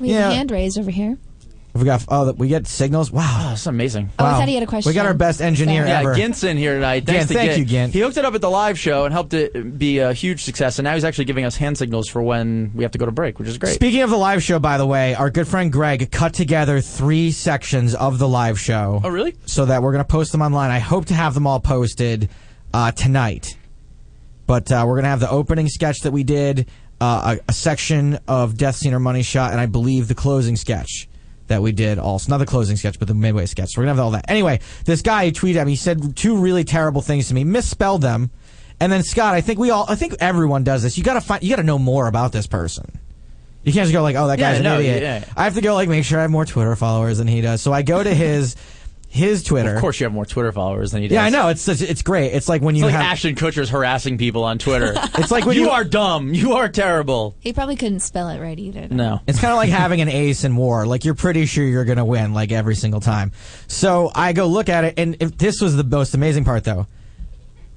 Speaker 4: We have
Speaker 5: Yeah.
Speaker 4: a hand raised over here.
Speaker 5: we got oh, we get signals. Wow.
Speaker 3: Oh, that's amazing.
Speaker 4: Oh, I
Speaker 5: Wow.
Speaker 4: thought he had a question.
Speaker 5: We got our best engineer
Speaker 4: Sorry.
Speaker 3: Yeah,
Speaker 5: ever.
Speaker 3: Gint's in here tonight. Thanks
Speaker 5: Gint,
Speaker 3: to
Speaker 5: thank
Speaker 3: Gint.
Speaker 5: you, Gint.
Speaker 3: He hooked it up at the live show and helped it be a huge success. And now he's actually giving us hand signals for when we have to go to break, which is great.
Speaker 5: Speaking of the live show, by the way, our good friend Greg cut together three sections of the live show.
Speaker 3: Oh, really?
Speaker 5: So that we're going to post them online. I hope to have them all posted uh, tonight. But uh, we're going to have the opening sketch that we did, uh, a, a section of Death Scene or Money Shot, and I believe the closing sketch that we did also. Not the closing sketch, but the midway sketch. So we're going to have all that. Anyway, this guy tweeted at me. He said two really terrible things to me, misspelled them. And then, Scott, I think we all, I think everyone does this. You got to find, you got to know more about this person. You can't just go like, oh, that
Speaker 3: Yeah,
Speaker 5: guy's an
Speaker 3: no,
Speaker 5: idiot.
Speaker 3: yeah.
Speaker 5: I have to go like make sure I have more Twitter followers than he does. So I go to his his Twitter.
Speaker 3: Of course, you have more Twitter followers than he does.
Speaker 5: Yeah, I know. It's such, it's great. It's like when
Speaker 3: It's
Speaker 5: you
Speaker 3: like
Speaker 5: have
Speaker 3: Ashton Kutcher's harassing people on Twitter.
Speaker 5: It's like when
Speaker 3: you
Speaker 5: you-
Speaker 3: are dumb. You are terrible.
Speaker 4: He probably couldn't spell it right either. though.
Speaker 3: No.
Speaker 5: It's kind of like having an ace in war. Like you're pretty sure you're going to win like every single time. So I go look at it, and if, this was the most amazing part though.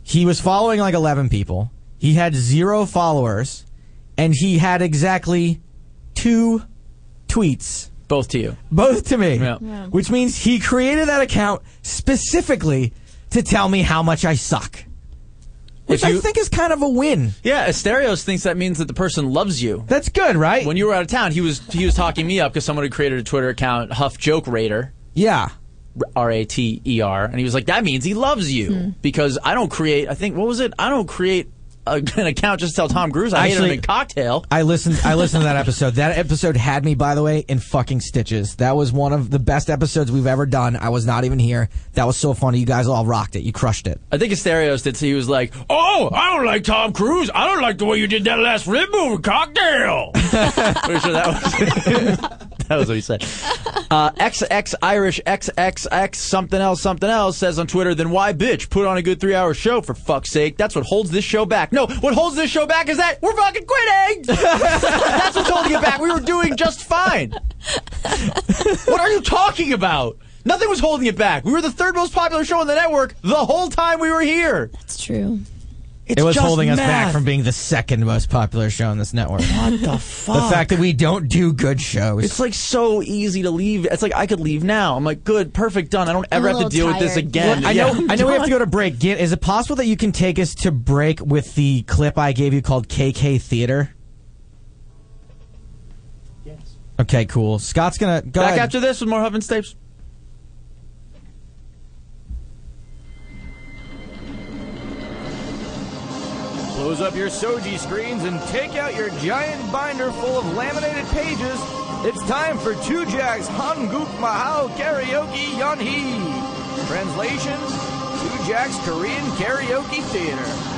Speaker 5: He was following like 11 people. He had zero followers, and he had exactly two tweets,
Speaker 3: Both to you.
Speaker 5: both to me.
Speaker 3: Yeah. Yeah.
Speaker 5: Which means he created that account specifically to tell me how much I suck. Which
Speaker 3: you-
Speaker 5: I think is kind of a win.
Speaker 3: Yeah, Asterios thinks that means that the person loves you.
Speaker 5: That's good, right?
Speaker 3: When you were out of town, he was he was talking me up because someone had created a Twitter account, Huff Joke Raider,
Speaker 5: yeah.
Speaker 3: R A T E R, and he was like, "That means he loves you because I don't create. I think what was it? I don't create a, an account just to tell Tom Cruise I hate
Speaker 5: Actually-
Speaker 3: him in Cocktail.
Speaker 5: I listened. I listened to that episode. That episode had me, by the way, in fucking stitches. That was one of the best episodes we've ever done. I was not even here. That was so funny. You guys all rocked it. You crushed it.
Speaker 3: I think Asterios did. He was like, "Oh, I don't like Tom Cruise. I don't like the way you did that last rib move, cocktail." Pretty sure that was that was what he said. Uh, XX Irish XXX something else something else says on Twitter. Then why, bitch? Put on a good three-hour show for fuck's sake. That's what holds this show back. No, what holds this show back is that we're fucking quitting. That's what's holding it back. We were doing just fine. What are you talking about? Nothing was holding it back. We were the third most popular show on the network the whole time we were here.
Speaker 4: It's true.
Speaker 3: It's
Speaker 5: it was
Speaker 3: just
Speaker 5: holding us back
Speaker 3: math.
Speaker 5: from being the second most popular show on this network. the
Speaker 3: What the fuck?
Speaker 5: fact that we don't do good shows.
Speaker 3: it's like so easy to leave. It's like I could leave now. I'm like, good, perfect, done. I don't ever
Speaker 4: I'm a
Speaker 3: have to deal
Speaker 4: little
Speaker 3: with this
Speaker 4: tired.
Speaker 3: again.
Speaker 5: I
Speaker 3: Yeah.
Speaker 5: know. I know we have to go to break. Git, is it possible that you can take us to break with the clip I gave you called KK Theater? Yes. Okay. Cool. Scott's gonna go
Speaker 3: Back
Speaker 5: ahead.
Speaker 3: after this with more Huff and Stapes.
Speaker 6: Close up your Soji screens and take out your giant binder full of laminated pages. It's time for Two Jacks Hanguk Mahal Karaoke Yeonhee. Translation Two Jacks Korean Karaoke Theater.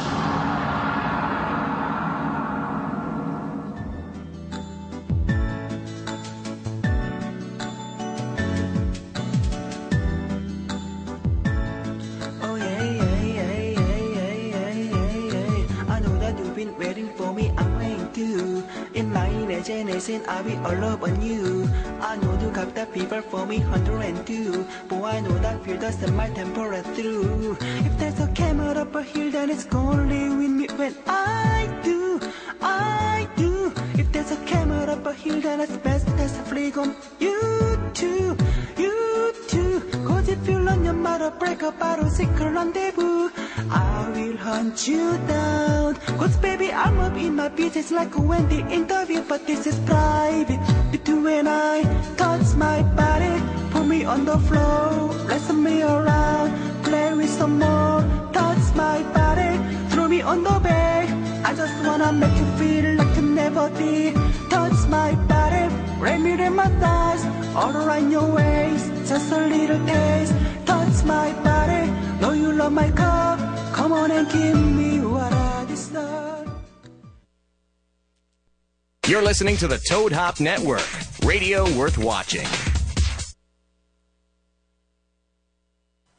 Speaker 7: rising, I will all up on you. I know you got the fever for me, 102. But I know that fear doesn't my temper through. If there's a camera up a hill, then it's gonna live with me when I do. I do. If there's a camera up a hill, then it's best as a flick on you too. You too. Cause if you learn your mother, break up out of secret rendezvous. I will hunt you down. Cause baby, I'm up in my business like a Wendy interview, but this is private. Between when I touch my body, put me on the floor, wrestle me around, play with some more, touch my body, throw me on the bed. I just wanna make you feel like you never did. Touch my body, rain me in my thighs, all around your waist, just a little taste. Touch my body, know you love my cup. Come on and give me what I deserve.
Speaker 2: You're listening to the Toad Hop Network, radio worth watching.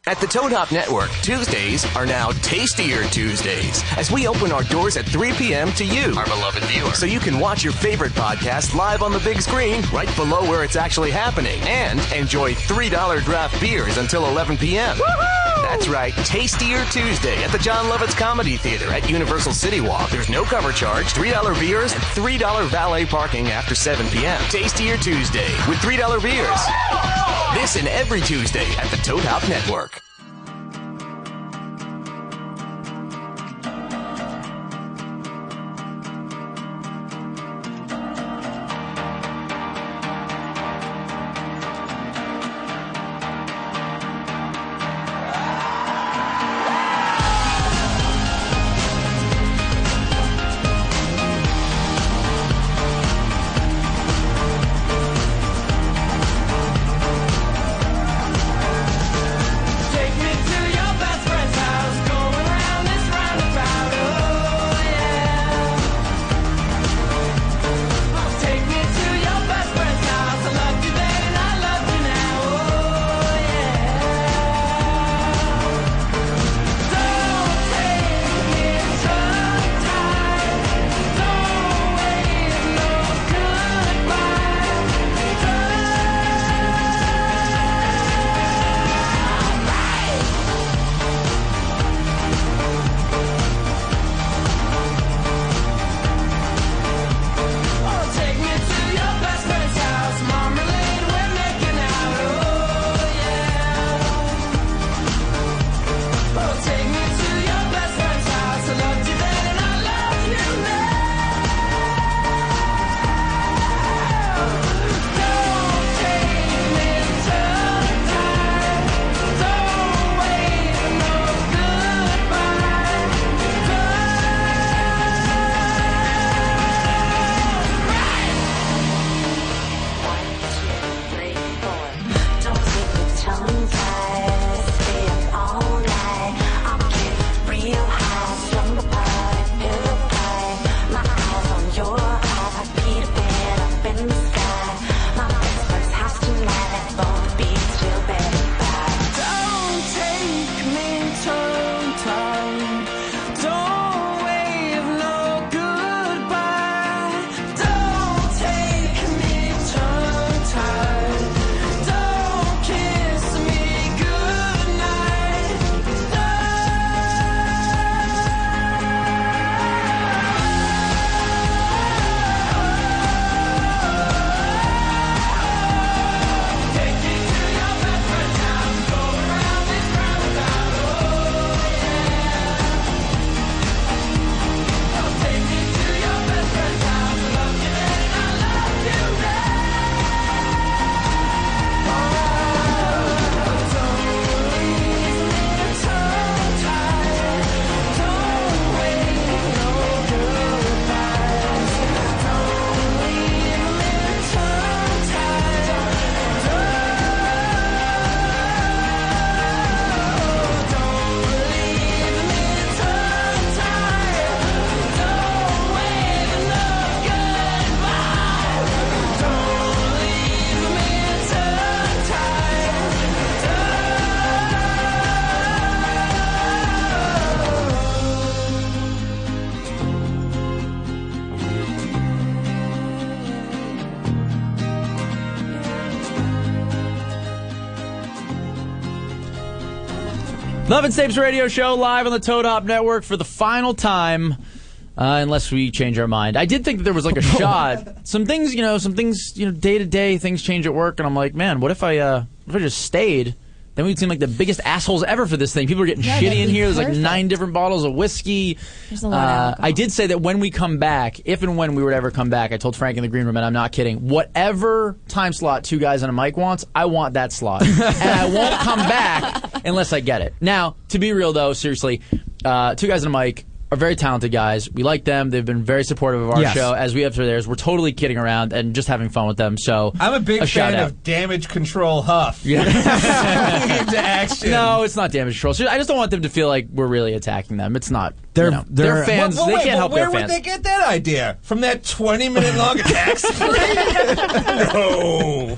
Speaker 2: At the Toad Hop Network, Tuesdays are now Tastier Tuesdays as we open our doors at 3 p.m. to you, our beloved viewer. So you can watch your favorite podcast live on the big screen right below where it's actually happening and enjoy $3 draft beers until 11 p.m. That's right, Tastier Tuesday at the John Lovitz Comedy Theater at Universal City Walk. There's no cover charge, $3 beers, and $3 valet parking after 7 p.m. Tastier Tuesday with $3 beers. This and every Tuesday at the Toad Hop Network.
Speaker 8: Take Oh, Oh, Oh, oh, Oh, Oh,
Speaker 3: Love and Sapes Radio Show live on the Toad Hop Network for the final time, uh, unless we change our mind. I did think that there was like a shot. Some things, you know, some things, you know, day to day things change at work, and I'm like, man, what if I, uh, what if I just stayed? Then we'd seem like the biggest assholes ever for this thing. People are getting
Speaker 4: Yeah, that'd
Speaker 3: shitty in
Speaker 4: be
Speaker 3: here. There's like
Speaker 4: perfect.
Speaker 3: nine different bottles of whiskey.
Speaker 4: There's a lot of alcohol.
Speaker 3: Uh, I did say that when we come back, if and when we would ever come back, I told Frank in the green room, and I'm not kidding. Whatever time slot two guys on a mic wants, I want that slot, and I won't come back unless I get it. Now, to be real though, seriously, uh, two guys on a mic are very talented guys. We like them. They've been very supportive of our
Speaker 5: Yes.
Speaker 3: show as we have for theirs. We're totally kidding around and just having fun with them. So
Speaker 9: I'm a big
Speaker 3: shout
Speaker 9: fan
Speaker 3: out.
Speaker 9: of damage control Huff. Yeah. into action.
Speaker 3: No, it's not damage control. I just don't want them to feel like we're really attacking them. It's not. you
Speaker 5: They're-
Speaker 3: know,
Speaker 5: they're-
Speaker 3: they're fans.
Speaker 9: But- but
Speaker 3: they
Speaker 9: wait,
Speaker 3: can't
Speaker 9: but
Speaker 3: help
Speaker 9: where
Speaker 3: their
Speaker 9: would
Speaker 3: fans.
Speaker 9: they get that idea? From that 20 minute long attack spree? no.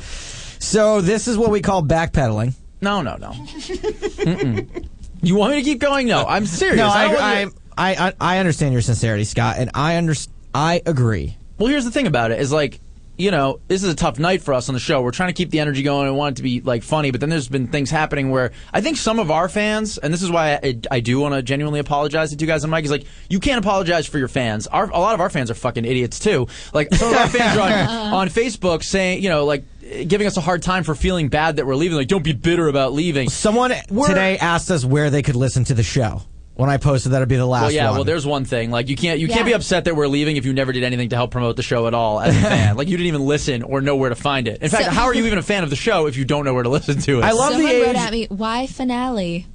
Speaker 5: So this is what we call backpedaling.
Speaker 3: No, no, no. Mm-mm. you want me to keep going? No, I'm serious.
Speaker 5: No,
Speaker 3: don't want
Speaker 5: I,
Speaker 3: you-
Speaker 5: I, I, I understand your sincerity, Scott, and I understand. I agree.
Speaker 3: well, here's the thing about it is like, you know, this is a tough night for us on the show. We're trying to keep the energy going and want it to be like funny, but then there's been things happening where I think some of our fans, and this is why I, I do want to genuinely apologize to two guys on mic, is like, you can't apologize for your fans. Our, a lot of our fans are fucking idiots too. Like, some of our fans are on, on Facebook saying, you know, like, giving us a hard time for feeling bad that we're leaving. Like, don't be bitter about leaving.
Speaker 5: Someone
Speaker 3: We're-
Speaker 5: today asked us where they could listen to the show. When I posted, that'd be the last
Speaker 3: Well, yeah.
Speaker 5: one.
Speaker 3: Well, there's one thing. Like, you can't you
Speaker 4: Yeah.
Speaker 3: can't be upset that we're leaving if you never did anything to help promote the show at all as a fan. Like, you didn't even listen or know where to find it. In fact,
Speaker 4: So-
Speaker 3: how are you even a fan of the show if you don't know where to listen to it?
Speaker 5: I love
Speaker 4: Someone
Speaker 5: the age.
Speaker 4: wrote at me, "Why finale?"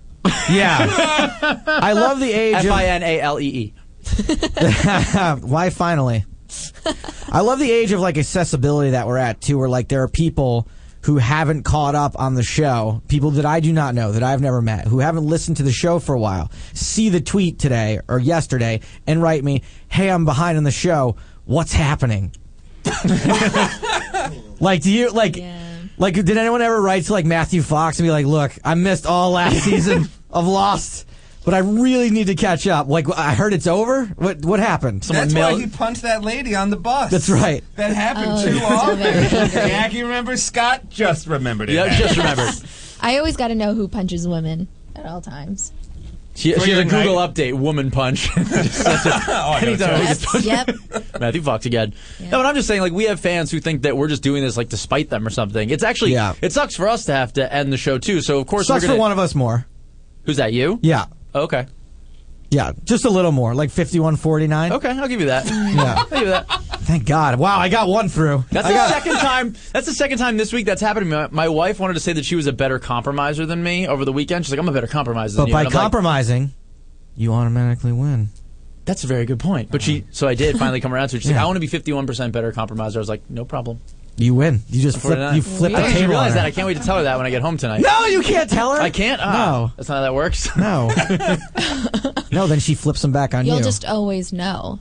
Speaker 5: yeah, I love the age.
Speaker 3: F
Speaker 5: of-
Speaker 3: I N A L E E.
Speaker 5: Why finally? I love the age of like accessibility that we're at too, where like there are people who haven't caught up on the show, people that I do not know, that I've never met, who haven't listened to the show for a while, see the tweet today or yesterday and write me, Hey, I'm behind on the show. What's happening? like do you like
Speaker 4: Yeah.
Speaker 5: like did anyone ever write to like Matthew Fox and be like, Look, I missed all last season of Lost, but I really need to catch up. Like I heard it's over? What what happened?
Speaker 9: That's
Speaker 3: Mel-
Speaker 9: why he punched that lady on the bus.
Speaker 5: That's right.
Speaker 9: That happened
Speaker 4: Oh,
Speaker 9: too
Speaker 4: he's
Speaker 9: often.
Speaker 4: very angry.
Speaker 9: Jackie remembers Scott just remembered it.
Speaker 3: Yeah,
Speaker 9: happened.
Speaker 3: just remember.
Speaker 4: I always got to know who punches women at all times.
Speaker 3: She,
Speaker 9: So
Speaker 3: she has
Speaker 9: you're
Speaker 3: a Google
Speaker 9: right.
Speaker 3: update, woman punch. Just that's it.
Speaker 9: Oh, I know
Speaker 3: Anytime
Speaker 9: too.
Speaker 3: we get
Speaker 4: That's-
Speaker 3: punched-
Speaker 4: yep.
Speaker 3: Matthew Fox again.
Speaker 4: Yeah.
Speaker 3: No, but I'm just saying, like, we have fans who think that we're just doing this, like, to spite them or something. It's actually,
Speaker 5: Yeah.
Speaker 3: it sucks for us to have to end the show, too. So, of course,
Speaker 5: Sucks
Speaker 3: we're going
Speaker 5: for one of us more.
Speaker 3: Who's that, you?
Speaker 5: Yeah.
Speaker 3: Okay.
Speaker 5: Yeah. Just a little more, like 5149.
Speaker 3: Okay, I'll give you that.
Speaker 5: Yeah.
Speaker 3: I'll give you that.
Speaker 5: Thank God. Wow, I got one through.
Speaker 3: That's
Speaker 5: I
Speaker 3: the
Speaker 5: got,
Speaker 3: second time. That's the second time this week that's happened to me. My, my wife wanted to say that she was a better compromiser than me over the weekend. She's like, "I'm a better compromiser."
Speaker 5: But
Speaker 3: than
Speaker 5: by
Speaker 3: you. And I'm like,
Speaker 5: compromising, you automatically win. Uh-huh.
Speaker 3: that's a very good point. But she, so I did finally come around to it. She's like,
Speaker 5: Yeah.
Speaker 3: "I want to be 51 percent better compromiser." I was like, "No problem."
Speaker 5: You win. You just flip,
Speaker 3: 49.
Speaker 5: you flip
Speaker 3: I
Speaker 5: the
Speaker 3: didn't
Speaker 5: table. on
Speaker 3: realize
Speaker 5: her.
Speaker 3: that. I can't wait to tell her that when I get home tonight.
Speaker 5: no, you can't tell her.
Speaker 3: I can't. Ah, that's not how that works.
Speaker 5: No. No. no, then she flips them back on
Speaker 4: You'll
Speaker 5: you.
Speaker 4: just always know.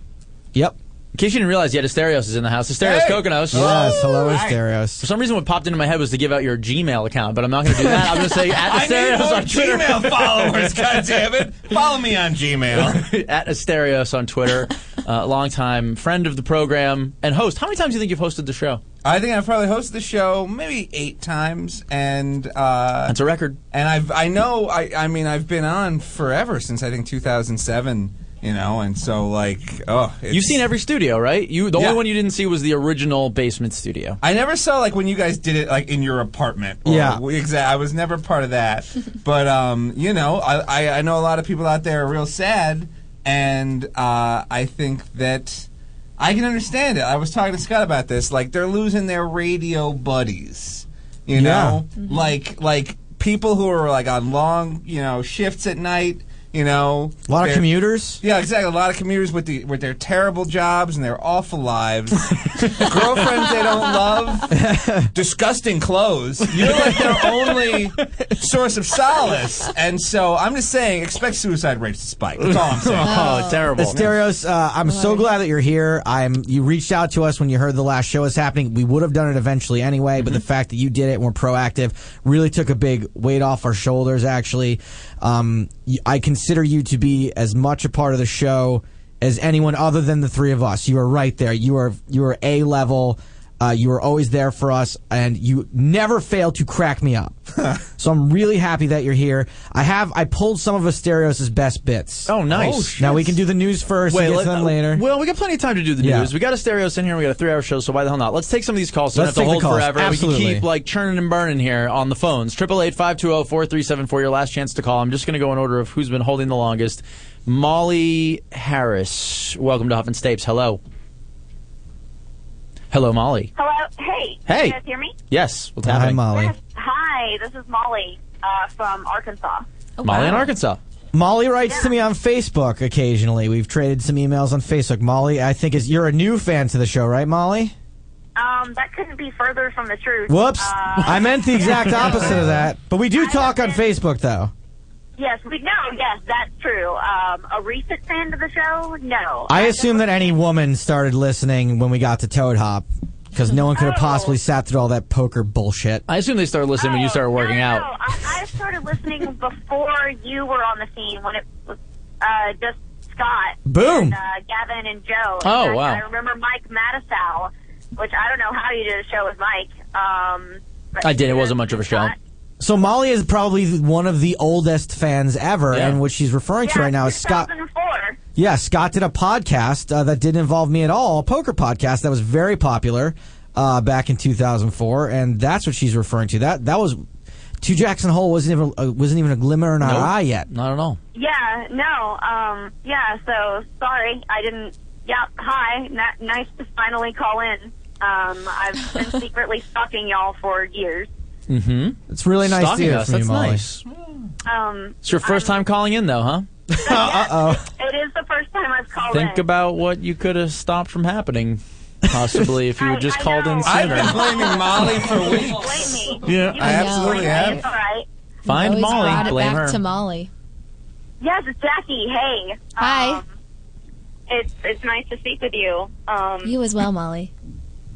Speaker 5: yep.
Speaker 3: In case you didn't realize, yet Asterios is in the house. Asterios
Speaker 9: Hey!
Speaker 3: Kokonos.
Speaker 5: Yes, hello,
Speaker 9: Alright.
Speaker 3: For
Speaker 5: Asterios.
Speaker 3: some reason, what popped into my head was to give out your Gmail account, but I'm not going to do that. I'm going to say
Speaker 9: I
Speaker 3: at
Speaker 9: need
Speaker 3: Asterios
Speaker 9: more
Speaker 3: on Twitter.
Speaker 9: Gmail followers, goddammit. Follow me on Gmail.
Speaker 3: at Asterios on Twitter, uh, longtime friend of the program and host. How many times do you think you've hosted the show?
Speaker 9: I think I've probably hosted the show maybe eight times, and uh,
Speaker 3: That's a record.
Speaker 9: and I've I know I I mean I've been on forever since I think 2007, you know, and so like oh it's-
Speaker 3: You've seen every studio, right? You the
Speaker 9: Yeah.
Speaker 3: only one you didn't see was the original basement studio.
Speaker 9: I never saw like when you guys did it like in your apartment. Or,
Speaker 5: Yeah.
Speaker 9: exactly. I was never part of that. but um, you know, I, I I know a lot of people out there are real sad, and uh, I think that I can understand it. I was talking to Scott about this. Like they're losing their radio buddies. You know,
Speaker 3: Mm-hmm.
Speaker 5: Mm-hmm.
Speaker 9: like like people who are like on long you know shifts at night. You know,
Speaker 5: A lot of
Speaker 9: they're-
Speaker 5: commuters.
Speaker 9: yeah, exactly. A lot of commuters with the with their terrible jobs and their awful lives, girlfriends they don't love, disgusting clothes. You're like their only source of solace, and so I'm just saying, expect suicide rates to spike. That's all I'm saying.
Speaker 3: Oh, terrible.
Speaker 5: Asterios, uh, I'm so glad that you're here. I'm. You reached out to us when you heard the last show was happening. We would have done it eventually anyway, but the
Speaker 3: Mm-hmm.
Speaker 5: fact that you did it and were proactive really took a big weight off our shoulders. Actually, um, y- I consider you to be as much a part of the show as anyone other than the three of us. You are right there. You are you are a level. Uh, you were always there for us, and you never fail to crack me up. so I'm really happy that you're here. I have I pulled some of Asterios' best bits.
Speaker 3: Oh, nice. Oh, shit.
Speaker 5: now we can do the news first. and get to them later.
Speaker 3: Well, we got plenty of time to do the
Speaker 5: Yeah.
Speaker 3: news. We got a stereos in here. We got a three-hour show, so why the hell not? Let's take some of these calls. So we
Speaker 5: Let's
Speaker 3: don't have to
Speaker 5: take the
Speaker 3: hold
Speaker 5: calls.
Speaker 3: forever. We
Speaker 5: Absolutely.
Speaker 3: can keep like churning and burning here on the phones. Triple eight five two zero four three seven four. Your last chance to call. I'm just going to go in order of who's been holding the longest. Molly Harris, welcome to Huff and Stapes. Hello. Hello, Molly.
Speaker 10: Hello. Hey.
Speaker 3: Hey.
Speaker 10: Can you guys hear me?
Speaker 3: Yes, what's
Speaker 5: Hi,
Speaker 3: happening?
Speaker 5: Molly.
Speaker 10: Yes. Hi. This is Molly uh, from Arkansas.
Speaker 5: Oh,
Speaker 3: Molly in Arkansas.
Speaker 5: Molly writes to me on Facebook occasionally. We've traded some emails on Facebook. Molly, I think is you're a new fan to the show, right, Molly?
Speaker 10: Um, that couldn't be further from the truth.
Speaker 5: Whoops.
Speaker 10: Uh,
Speaker 5: I meant the exact opposite of that. But we do talk on Facebook though.
Speaker 10: yes. We, no. Yes. That's true. Um, a recent fan of the show? No.
Speaker 5: I assume that any woman started listening when we got to Toad Hop because no one could have
Speaker 10: Oh.
Speaker 5: possibly sat through all that poker bullshit.
Speaker 3: I assume they started listening when you
Speaker 10: Oh,
Speaker 3: started working
Speaker 10: no,
Speaker 3: out.
Speaker 10: No. I, I started listening before you were on the scene when it was uh, just Scott.
Speaker 5: Boom.
Speaker 10: And, uh, Gavin and Joe.
Speaker 3: Oh,
Speaker 10: And I-
Speaker 3: wow.
Speaker 10: I remember Mike Mattisau, which I don't know how you did a show with Mike. Um, but-
Speaker 3: I did. It wasn't much of a show.
Speaker 5: So Molly is probably one of the oldest fans ever,
Speaker 3: Yeah.
Speaker 5: and what she's referring to
Speaker 10: Yeah,
Speaker 5: right now is Scott.
Speaker 10: 2004.
Speaker 5: Yeah, Scott did a podcast uh, that didn't involve me at all, a poker podcast that was very popular uh, back in 2004, and that's what she's referring to. That that was Two Jackson Hole wasn't even uh, wasn't even a glimmer in our
Speaker 3: Nope.
Speaker 5: eye yet.
Speaker 3: Not at all.
Speaker 10: Yeah, no, um, yeah, so sorry, I didn't, yeah, hi, na nice to finally call in. Um, I've been secretly stalking y'all for years.
Speaker 5: It's really nice
Speaker 3: Mm-hmm. Stalking
Speaker 5: to hear
Speaker 3: us.
Speaker 5: from
Speaker 3: That's
Speaker 5: you, Molly.
Speaker 3: nice.
Speaker 10: Um,
Speaker 3: It's your first time calling in, though, huh?
Speaker 11: Uh,
Speaker 10: it is the first time I've called
Speaker 3: Think
Speaker 10: in.
Speaker 3: about what you could have stopped from happening, possibly, if you
Speaker 10: I-
Speaker 3: had just
Speaker 10: I
Speaker 3: called in
Speaker 10: know.
Speaker 11: I've been
Speaker 3: sooner.
Speaker 11: blaming Molly for weeks.
Speaker 10: Blame me.
Speaker 3: Yeah.
Speaker 10: You
Speaker 11: I
Speaker 10: can
Speaker 11: absolutely
Speaker 10: blame me,
Speaker 11: have.
Speaker 10: It's all right.
Speaker 3: Find
Speaker 4: Always brought
Speaker 3: Molly.
Speaker 4: it
Speaker 3: Blame
Speaker 4: back
Speaker 3: her.
Speaker 4: to Molly.
Speaker 10: Yes, it's Jackie, hey.
Speaker 4: Hi.
Speaker 10: Um, it's, it's nice to speak with you. Um,
Speaker 4: You as well, Molly.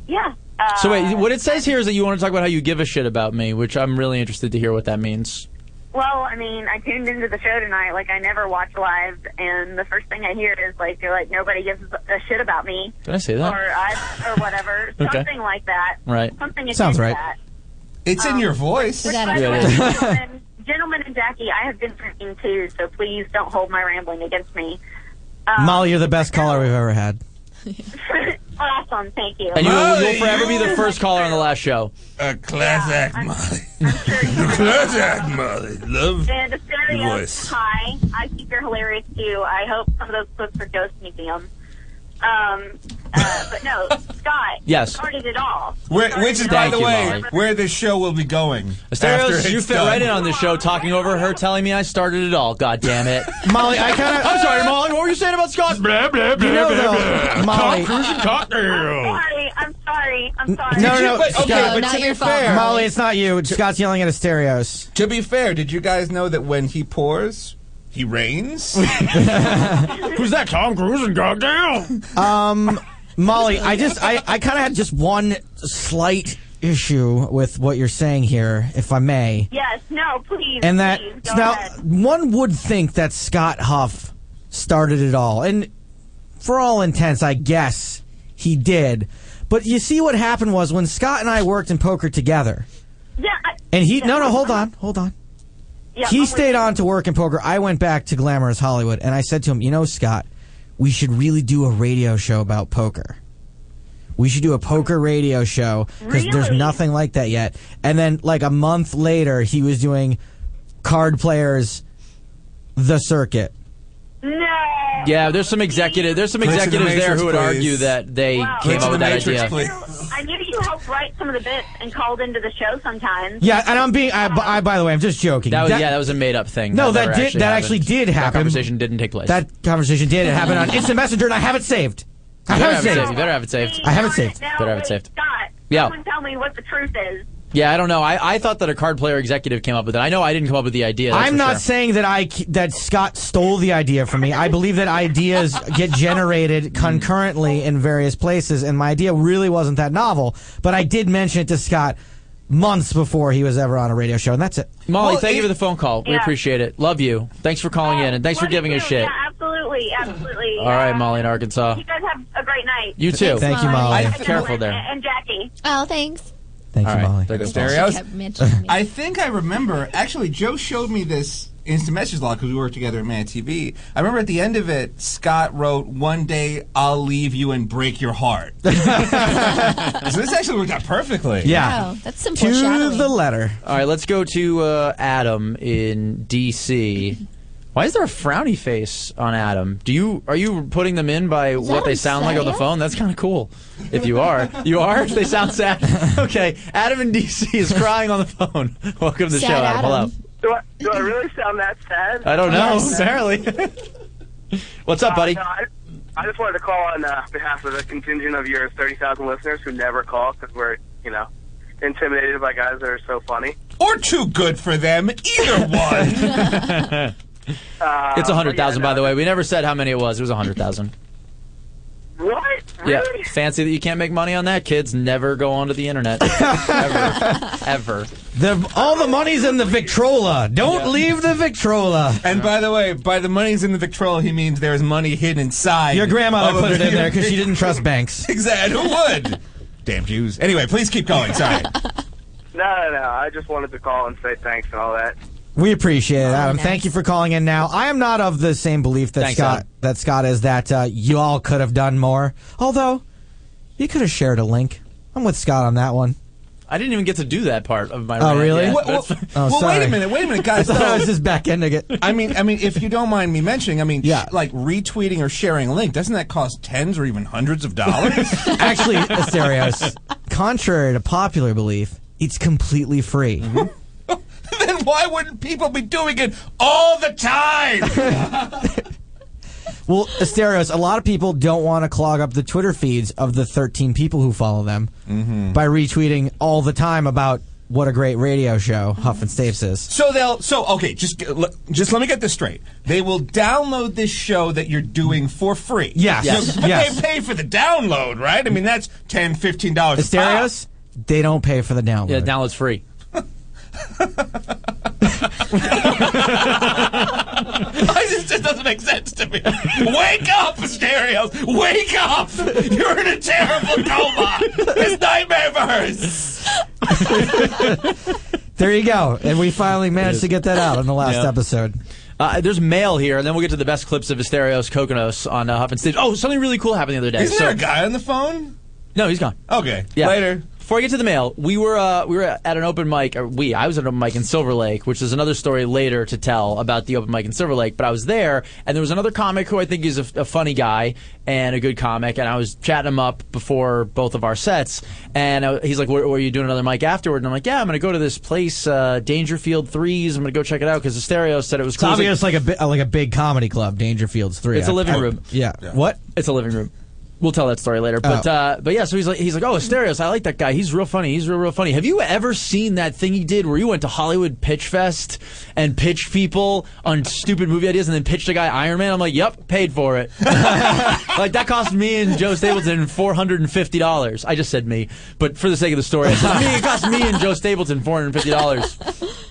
Speaker 10: yeah. Uh,
Speaker 3: So wait, what it says here is that you want to talk about how you give a shit about me, which I'm really interested to hear what that means.
Speaker 10: Well, I mean, I tuned into the show tonight. Like, I never watch live, and the first thing I hear is like, you're like, nobody gives a shit about me,
Speaker 3: Did I say that?
Speaker 10: or I, or whatever,
Speaker 3: Okay.
Speaker 10: something like that.
Speaker 3: Right.
Speaker 10: Something akin
Speaker 5: Sounds
Speaker 10: to
Speaker 5: right.
Speaker 10: That.
Speaker 11: It's in your voice.
Speaker 4: Is that
Speaker 10: By
Speaker 4: it?
Speaker 10: the
Speaker 3: Yeah, it
Speaker 10: way,
Speaker 3: is.
Speaker 10: gentlemen, gentlemen and Jackie, I have been drinking too, so please don't hold my rambling against me. Um,
Speaker 5: Uh, Molly, you're the best caller we've ever had.
Speaker 10: awesome, thank you.
Speaker 3: And you,
Speaker 11: Molly,
Speaker 3: will forever be the
Speaker 11: you-
Speaker 3: first caller on the last show.
Speaker 11: A class act, Molly.
Speaker 10: I'm sure you
Speaker 11: Class act, Molly. Love.
Speaker 10: And Asterios,
Speaker 11: Voice.
Speaker 10: hi. I think you're hilarious too. I hope some of those clips are ghost museum. Um, uh, but no, Scott.
Speaker 3: Yes.
Speaker 10: you started it all. You
Speaker 11: Where,
Speaker 10: started
Speaker 11: which is,
Speaker 10: it
Speaker 11: by
Speaker 3: Thank
Speaker 11: the
Speaker 10: all.
Speaker 3: you,
Speaker 11: way,
Speaker 3: Molly.
Speaker 11: where this show will be going. after
Speaker 3: Asterios,
Speaker 11: it's
Speaker 3: you fit
Speaker 11: done.
Speaker 3: right in on this show, talking over her, telling me I started it all. God damn it!
Speaker 5: Molly, I kind of.
Speaker 3: I'm sorry, Molly. What were you saying about Scott?
Speaker 5: You know, though, Molly,
Speaker 10: Sorry, I'm sorry. I'm sorry.
Speaker 5: No,
Speaker 11: Did
Speaker 5: no,
Speaker 11: you- but,
Speaker 5: Scott.
Speaker 11: okay, but
Speaker 4: not
Speaker 11: to be
Speaker 4: your fault.
Speaker 11: fair,
Speaker 5: Molly, it's not you. Scott's yelling at Asterios.
Speaker 11: to be fair, did you guys know that when he pours, he rains?
Speaker 3: Who's that? Tom Cruise and God damn.
Speaker 5: Um, Molly, I just I, I kind of had just one slight issue with what you're saying here, if I may.
Speaker 10: Yes. No. Please.
Speaker 5: And that
Speaker 10: Please, go
Speaker 5: now
Speaker 10: ahead.
Speaker 5: one would think that Scott Huff started it all. And for all intents, I guess he did. But you see what happened was when Scott and I worked in poker together.
Speaker 10: Yeah. I,
Speaker 5: And he no no hold on, hold on.
Speaker 10: yeah, I'm
Speaker 5: He
Speaker 10: with
Speaker 5: stayed
Speaker 10: you.
Speaker 5: on to work in poker. I went back to Glamorous Hollywood and I said to him, "You know, Scott, we should really do a radio show about poker. We should do a poker radio show because there's
Speaker 10: Really?
Speaker 5: nothing like that yet." And then like a month later, he was doing card players the circuit.
Speaker 10: No.
Speaker 3: Yeah, there's some executive. There's some
Speaker 11: Glitch in the
Speaker 3: executives there
Speaker 11: Matrix,
Speaker 3: who would
Speaker 11: please.
Speaker 3: argue that they
Speaker 10: Wow.
Speaker 3: came
Speaker 11: Glitch in
Speaker 3: up
Speaker 11: the
Speaker 3: with that
Speaker 11: Matrix,
Speaker 3: idea.
Speaker 11: please.
Speaker 10: I knew you helped write some of the bits and called into the show sometimes.
Speaker 5: Yeah, and I'm being I, I by the way, I'm just joking.
Speaker 3: That was yeah, that was a made up thing.
Speaker 5: No, that
Speaker 3: never
Speaker 5: did- that
Speaker 3: happened.
Speaker 5: actually did
Speaker 3: That
Speaker 5: happen.
Speaker 3: conversation didn't take place.
Speaker 5: that conversation did it happen on Instant Messenger and I have it saved. I
Speaker 3: You better
Speaker 5: have it
Speaker 3: have it
Speaker 5: saved.
Speaker 3: saved. better have it saved.
Speaker 5: I have it saved.
Speaker 10: Now,
Speaker 3: Better have it
Speaker 10: wait,
Speaker 3: saved.
Speaker 10: Scott.
Speaker 3: Yeah.
Speaker 10: Someone tell me what the truth is.
Speaker 3: yeah, I don't know. I, I thought that a card player executive came up with it. I know I didn't come up with the idea. that's
Speaker 5: I'm
Speaker 3: for
Speaker 5: not
Speaker 3: sure.
Speaker 5: saying that I that Scott stole the idea from me. I believe that ideas get
Speaker 3: Mm.
Speaker 5: generated concurrently in various places, and my idea really wasn't that novel. But I did mention it to Scott months before he was ever on a radio show, and that's it.
Speaker 3: Molly,
Speaker 11: Well,
Speaker 3: thank you
Speaker 11: it-
Speaker 3: for the phone call. We
Speaker 10: Yeah. Oh,
Speaker 3: appreciate it. Love you. Thanks for calling in and thanks for
Speaker 10: What do
Speaker 3: giving
Speaker 10: you
Speaker 3: a
Speaker 10: do?
Speaker 3: shit.
Speaker 10: Yeah, absolutely, absolutely.
Speaker 3: All right,
Speaker 10: Uh,
Speaker 3: Molly in Arkansas.
Speaker 10: You guys have a great night.
Speaker 3: You too.
Speaker 5: Thank you,
Speaker 4: Molly.
Speaker 5: Molly.
Speaker 3: Careful there.
Speaker 10: And, and Jackie.
Speaker 12: me.
Speaker 10: Oh, thanks.
Speaker 5: Thank
Speaker 9: All
Speaker 5: you,
Speaker 9: right.
Speaker 5: Molly.
Speaker 9: There goes
Speaker 10: She
Speaker 9: Darius.
Speaker 10: kept mentioning me.
Speaker 9: I think I remember. Actually, Joe showed me this instant message log because we worked together at Man TV. I remember at the end of it, Scott wrote, "One day I'll leave you and break your heart." so this actually worked out perfectly.
Speaker 5: Yeah.
Speaker 10: oh, that's some
Speaker 5: To
Speaker 10: foreshadowing.
Speaker 5: the letter.
Speaker 3: All right, let's go to uh, Adam in DC. Why is there a frowny face on Adam? Do you are you putting them in by what they
Speaker 10: I'm
Speaker 3: sound like on the
Speaker 10: sad.
Speaker 3: phone? That's kind of cool. If you are, you are. They sound sad. Okay, Adam in DC is crying on the phone. Welcome to the
Speaker 10: Sad
Speaker 3: show, Adam. Hello.
Speaker 10: Adam.
Speaker 12: Do I, do I really sound that sad?
Speaker 3: I don't know. Apparently. What's up, buddy?
Speaker 12: Uh, no, I, I just wanted to call on uh, behalf of the contingent of your 30,000 listeners who never call because we're, you know, intimidated by guys that are so funny.
Speaker 9: Or too good for them. Either one.
Speaker 12: Uh,
Speaker 3: It's a hundred thousand,
Speaker 12: yeah,
Speaker 3: by
Speaker 12: no.
Speaker 3: the way. We never said how many it was. It was a hundred thousand.
Speaker 12: What?
Speaker 3: Yeah,
Speaker 12: Really?
Speaker 3: fancy that you can't make money on that, kids. Never go onto the internet, ever, ever.
Speaker 5: The, all the money's in the Victrola. Don't leave the Victrola.
Speaker 9: and by the way, by the money's in the Victrola, he means there's money hidden inside.
Speaker 5: Your grandmother
Speaker 9: of
Speaker 5: put
Speaker 9: a
Speaker 5: it in
Speaker 9: video
Speaker 5: there because she
Speaker 9: game.
Speaker 5: didn't trust banks.
Speaker 9: Exactly. Who would? Damn Jews. Anyway, please keep going. Sorry.
Speaker 12: No, no, no. I just wanted to call and say thanks and all that.
Speaker 5: We appreciate it,
Speaker 11: Oh,
Speaker 5: Adam.
Speaker 10: nice.
Speaker 5: Thank you for calling in. Now, I am not of the same belief that
Speaker 3: Thanks,
Speaker 5: Scott
Speaker 3: Adam.
Speaker 5: that Scott is that uh, you all could have done more. Although, you could have shared a link. I'm with Scott on that one.
Speaker 3: I didn't even get to do that part of my.
Speaker 5: Oh,
Speaker 3: rant
Speaker 5: really?
Speaker 3: yet.
Speaker 9: What-
Speaker 3: That's-
Speaker 9: what-
Speaker 5: Oh,
Speaker 9: well, wait
Speaker 5: sorry.
Speaker 9: a minute. Wait a minute,
Speaker 5: I
Speaker 9: guys.
Speaker 5: thought I
Speaker 9: though-
Speaker 5: was just back ending it.
Speaker 9: I mean, I mean, if you don't mind me mentioning, I mean,
Speaker 5: Yeah.
Speaker 9: sh- like retweeting or sharing a link, doesn't that cost tens or even hundreds of dollars?
Speaker 5: Actually, Asterios, contrary to popular belief, it's completely free.
Speaker 9: then why wouldn't people be doing it all the time?
Speaker 5: Well, Asterios, a lot of people don't want to clog up the Twitter feeds of the 13 people who follow them by retweeting all the time about what a great radio show Huff and Stapes is.
Speaker 9: so they'll, so okay, just g- le- just let me get this straight. They will download this show that you're doing for free.
Speaker 5: Yes.
Speaker 9: No,
Speaker 5: Yes.
Speaker 9: but
Speaker 5: Yes.
Speaker 9: they pay for the download, right? I mean, that's ten, fifteen dollars.
Speaker 5: Asterios, they don't pay for the download.
Speaker 3: Yeah, download's free.
Speaker 9: It just doesn't make sense to me. Wake up, Asterios! Wake up! You're in a terrible coma. It's nightmare verse.
Speaker 5: There you go. And we finally managed to get that out on the last
Speaker 3: Yeah.
Speaker 5: episode.
Speaker 3: Uh, there's mail here, and then we'll get to the best clips of Asterios Kokonos on uh, Huff and Stitch. Oh, something really cool happened the other day.
Speaker 9: Isn't
Speaker 3: so,
Speaker 9: there a guy on the phone?
Speaker 3: No, he's gone.
Speaker 9: Okay.
Speaker 3: Yeah.
Speaker 9: Later.
Speaker 3: Before I get to the mail, we were uh, we were at an open mic. Or we I was at an open mic in Silver Lake, which is another story later to tell about the open mic in Silver Lake. But I was there, and there was another comic who I think is a, a funny guy and a good comic, and I was chatting him up before both of our sets. And I, he's like, "Where where are you doing another mic afterward?" And I'm like, "Yeah, I'm going to go to this place, uh, Dangerfield Threes. I'm going to go check it out because the stereo said it was
Speaker 5: It's
Speaker 3: cool." I was like,
Speaker 5: obvious like a bi- like a big comedy club, Dangerfields Three.
Speaker 3: It's a living room.
Speaker 5: Yeah. What?
Speaker 3: It's a living room. We'll tell that story later. But
Speaker 5: Oh.
Speaker 3: uh, but yeah, so he's like he's like, Oh, Asterios, I like that guy. He's real funny. He's real real funny. Have you ever seen that thing he did where you went to Hollywood Pitch Fest and pitched people on stupid movie ideas and then pitched a guy Iron Man? I'm like, Yep, paid for it. like that cost me and Joe Stapleton four hundred and fifty dollars. I just said me, but for the sake of the story, I said me. It cost me and Joe Stapleton four hundred and fifty dollars.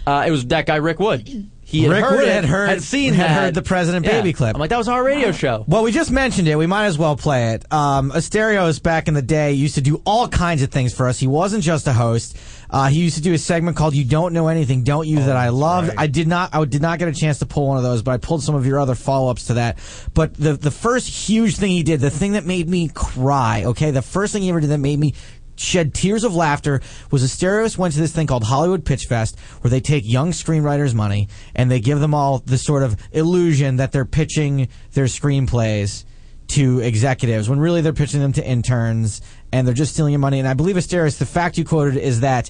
Speaker 3: Uh, it was that guy Rick Wood. He had
Speaker 5: Rick
Speaker 3: heard
Speaker 5: Wood
Speaker 3: it,
Speaker 5: had heard-
Speaker 3: had seen
Speaker 5: had
Speaker 3: that.
Speaker 5: heard the President Baby clip.
Speaker 3: I'm like, that was our radio show.
Speaker 5: Well, we just mentioned it. We might as well play it. Um, Asterios back in the day used to do all kinds of things for us. He wasn't just a host. Uh, he used to do a segment called "You Don't Know Anything, Don't You?"
Speaker 3: Oh,
Speaker 5: that I loved. I did not. I did not get a chance to pull one of those, but I pulled some of your other follow-ups to that. But the the first huge thing he did, the thing that made me cry. Okay, the first thing he ever did that made me shed tears of laughter was Asterios went to this thing called Hollywood Pitch Fest, where they take young screenwriters' money and they give them all the sort of illusion that they're pitching their screenplays to executives, when really they're pitching them to interns and they're just stealing your money. And I believe Asterios, the fact you quoted is that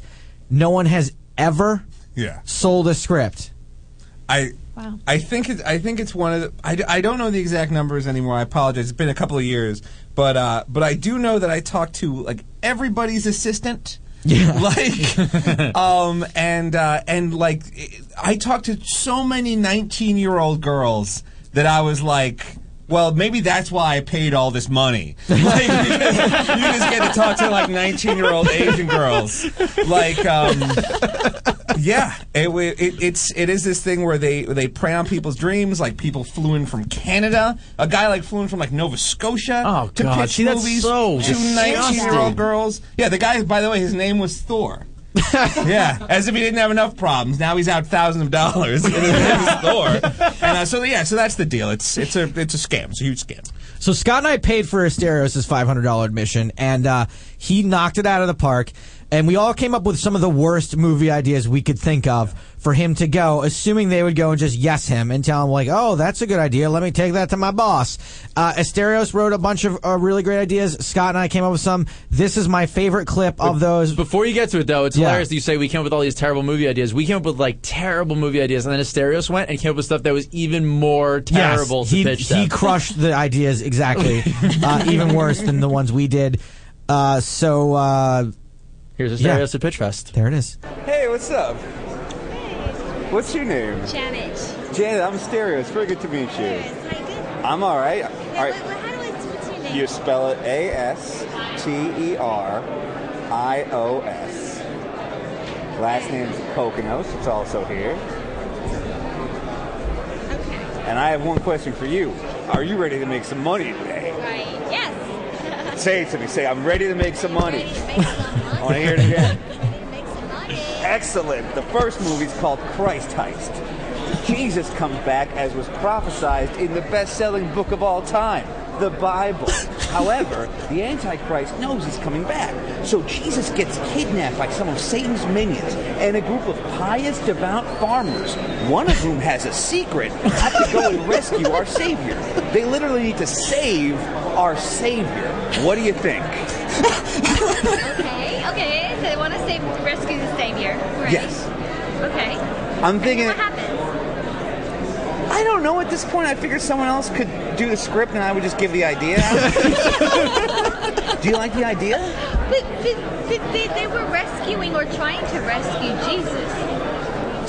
Speaker 5: no one has ever
Speaker 9: Yeah.
Speaker 5: sold a script.
Speaker 9: I
Speaker 10: Wow.
Speaker 9: I think it's, I think it's one of the I, d- I don't know the exact numbers anymore. I apologize. It's been a couple of years, but uh, but I do know that I talked to like everybody's assistant. Yeah. Like um and uh and like I talked to so many 19-year-old girls that I was like
Speaker 11: well, maybe that's why I paid all this money. Like, because you just get to talk to like 19 year old Asian girls. Like, um, yeah, it, wa- it, it's it is this thing where they they prey on people's dreams. Like people flew in from Canada. A guy like flew in from like Nova Scotia
Speaker 3: Oh,
Speaker 11: to
Speaker 3: God.
Speaker 11: pitch
Speaker 3: See, that's
Speaker 11: movies
Speaker 3: so
Speaker 11: to 19 year
Speaker 3: disgusting.
Speaker 11: old girls. Yeah, the guy. By the way, his name was Thor. yeah, as if he didn't have enough problems. Now he's out thousands of dollars in his store. And uh, so yeah, so that's the deal. It's it's a it's a scam. It's a huge scam.
Speaker 5: So Scott and I paid for Asterios' $500 admission, and uh, he knocked it out of the park. And we all came up with some of the worst movie ideas we could think of for him to go, assuming they would go and just yes him and tell him like, "Oh, that's a good idea. Let me take that to my boss." Uh, Asterios wrote a bunch of uh, really great ideas. Scott and I came up with some. This is my favorite clip of those.
Speaker 3: Before you get to it, though, it's
Speaker 5: Yeah.
Speaker 3: hilarious that you say we came up with all these terrible movie ideas. We came up with like terrible movie ideas, and then Asterios went and came up with stuff that was even more terrible
Speaker 5: Yes,
Speaker 3: to
Speaker 5: he,
Speaker 3: pitch
Speaker 5: he
Speaker 3: them.
Speaker 5: crushed the ideas exactly, uh, even worse than the ones we did. Uh, so uh,
Speaker 3: Here's Asterios
Speaker 5: Yeah.
Speaker 3: at Pitch Fest.
Speaker 5: there it is.
Speaker 6: Hey, what's up? What's your name?
Speaker 13: Janet.
Speaker 6: Janet, I'm Stereo. It's very good to meet you. I'm all right. All right. You spell it A S T E R I O S. Last name's Poconos. It's also here. And I have one question for you. Are you ready to make some money today? Say it to me. Say, I'm ready to make some money. I want to hear it again. Excellent. The first movie's called Christ Heist. Jesus comes back as was prophesied in the best selling book of all time, the Bible. However, the Antichrist knows he's coming back. So Jesus gets kidnapped by some of Satan's minions and a group of pious, devout farmers, one of whom has a secret, have to go and rescue our Savior. They literally need to save our Savior. What do you think?
Speaker 13: Okay, okay. So they want to save, rescue the savior, right?
Speaker 6: Yes.
Speaker 13: Okay.
Speaker 6: I'm thinking.
Speaker 13: What happens?
Speaker 6: I don't know. At this point, I figured someone else could do the script, and I would just give the idea. do you like the idea?
Speaker 13: But, but, but they, they were rescuing or trying to rescue Jesus,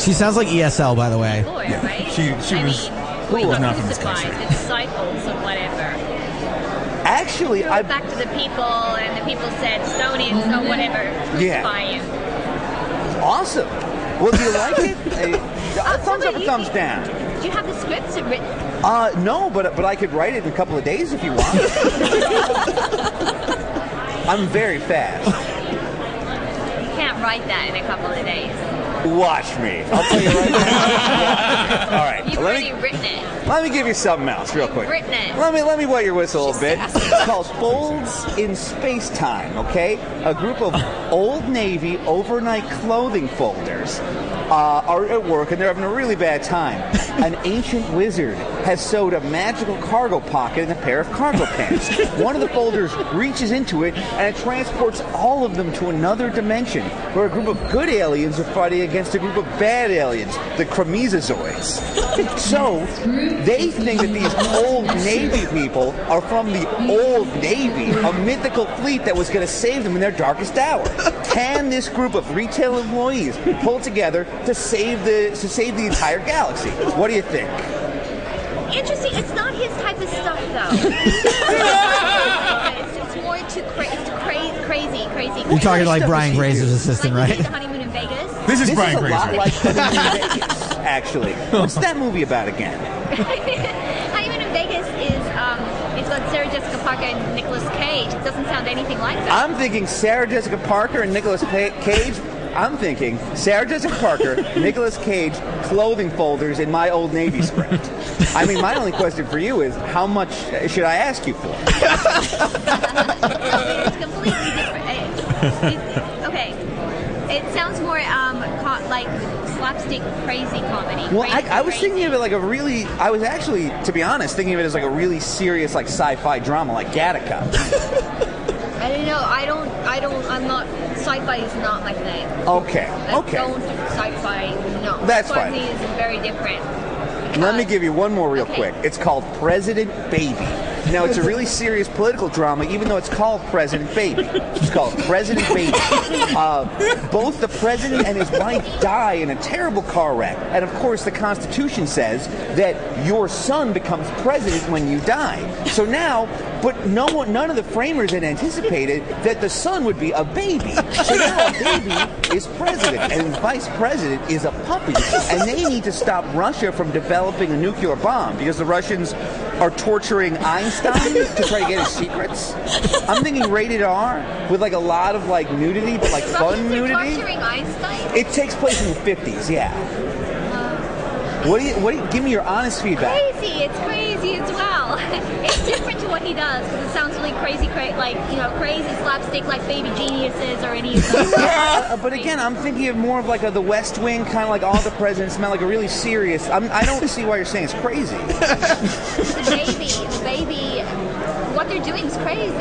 Speaker 5: She sounds like ESL, by the way.
Speaker 13: Lord, right?
Speaker 11: She- she
Speaker 13: I
Speaker 11: was-
Speaker 13: mean,
Speaker 11: Lord
Speaker 13: we
Speaker 11: was
Speaker 13: got
Speaker 11: not from this
Speaker 13: crucified,
Speaker 11: country.
Speaker 13: the disciples or whatever.
Speaker 6: Actually,
Speaker 13: Throw
Speaker 6: I
Speaker 13: it back to the people, and the people said, stone him, stone whatever,
Speaker 6: Yeah.
Speaker 13: crucify him.
Speaker 6: awesome. Well, do you like it? Hey, a
Speaker 13: Uh,
Speaker 6: thumbs up,
Speaker 13: somebody,
Speaker 6: a
Speaker 13: you
Speaker 6: thumbs
Speaker 13: think-
Speaker 6: down.
Speaker 13: Oh, Do you have the scripts written?
Speaker 6: Uh, no, but but I could write it in a couple of days if you want. I'm very fast.
Speaker 13: You can't write that in a couple of days.
Speaker 6: Watch me. I'll tell you right now. All right,
Speaker 13: You've
Speaker 6: let
Speaker 13: already
Speaker 6: me
Speaker 13: written it.
Speaker 6: let me give you something else real quick.
Speaker 13: Written it.
Speaker 6: Let me let me wet your whistle a little bit. It's called Folds in Space Time, okay? A group of old Navy overnight clothing folders uh, are at work and they're having a really bad time. An ancient wizard has sewed a magical cargo pocket in a pair of cargo pants. One of the folders reaches into it and it transports all of them to another dimension where a group of good aliens are fighting against a group of bad aliens, the Chromesozoids. So they think that these old Navy people are from the old Navy, a mythical fleet that was going to save them in their darkest hour. Can this group of retail employees pull together to save the to save the entire galaxy? What do you think?
Speaker 13: Interesting. It's not his type of stuff, though. it's, it's more too cra- it's cra- crazy, crazy, crazy.
Speaker 5: You're talking like Brian Grazer's
Speaker 13: Like
Speaker 5: assistant,
Speaker 13: we did
Speaker 5: right?
Speaker 13: The honeymoon in Vegas.
Speaker 11: This is
Speaker 6: This
Speaker 11: Brian
Speaker 6: is a lot
Speaker 11: Grazer.
Speaker 6: like actually. What's that movie about again?
Speaker 13: honeymoon in Vegas is um, it's got Sarah Jessica Parker and Nicolas Cage. It doesn't sound anything like that.
Speaker 6: I'm thinking Sarah Jessica Parker and Nicolas Pa- Cage. I'm thinking Sarah Jessica Parker, Nicolas Cage, clothing folders in my old Navy script. I mean, my only question for you is how much uh, should I ask you for? Ah.
Speaker 13: it's completely different. It's, it's, okay. It sounds more um, co- like slapstick crazy comedy.
Speaker 6: Well, I,
Speaker 13: Crazy,
Speaker 6: I was
Speaker 13: crazy.
Speaker 6: thinking of it like a really. I was actually, to be honest, thinking of it as like a really serious, like sci-fi drama, like Gattaca.
Speaker 13: I don't know. I don't. I don't. I'm not. Sci-fi is not my thing.
Speaker 6: Okay,
Speaker 13: I Don't
Speaker 6: okay.
Speaker 13: do sci-fi. No.
Speaker 6: That's fine.
Speaker 13: Swazi is very different.
Speaker 6: Let me give you one more real
Speaker 13: Okay.
Speaker 6: quick. It's called President Baby. Now, it's a really serious political drama, even though it's called President Baby. It's called President Baby. Uh, both the president and his wife die in a terrible car wreck. And of course, the Constitution says that your son becomes president when you die. So now, but no one, none of the framers had anticipated that the son would be a baby. So now a baby is president, and his vice president is a puppy. And they need to stop Russia from developing a nuclear bomb because the Russians are torturing Einstein to try to get his secrets. I'm thinking rated R with like a lot of like nudity, but like fun
Speaker 13: Russians are
Speaker 6: nudity.
Speaker 13: torturing Einstein?
Speaker 6: It takes place in the 50s, yeah. What do you, what do you, give me your honest feedback.
Speaker 13: Crazy, it's crazy as well. it's different to what he does because it sounds really crazy, cra- like you know, crazy slapstick, like Baby Geniuses or any of those.
Speaker 6: Uh, but again, I'm thinking of more of like a The West Wing, kind of like all the presidents men, like a really serious. I'm, I don't see why you're saying it's crazy.
Speaker 13: the baby, the baby, what they're doing is crazy.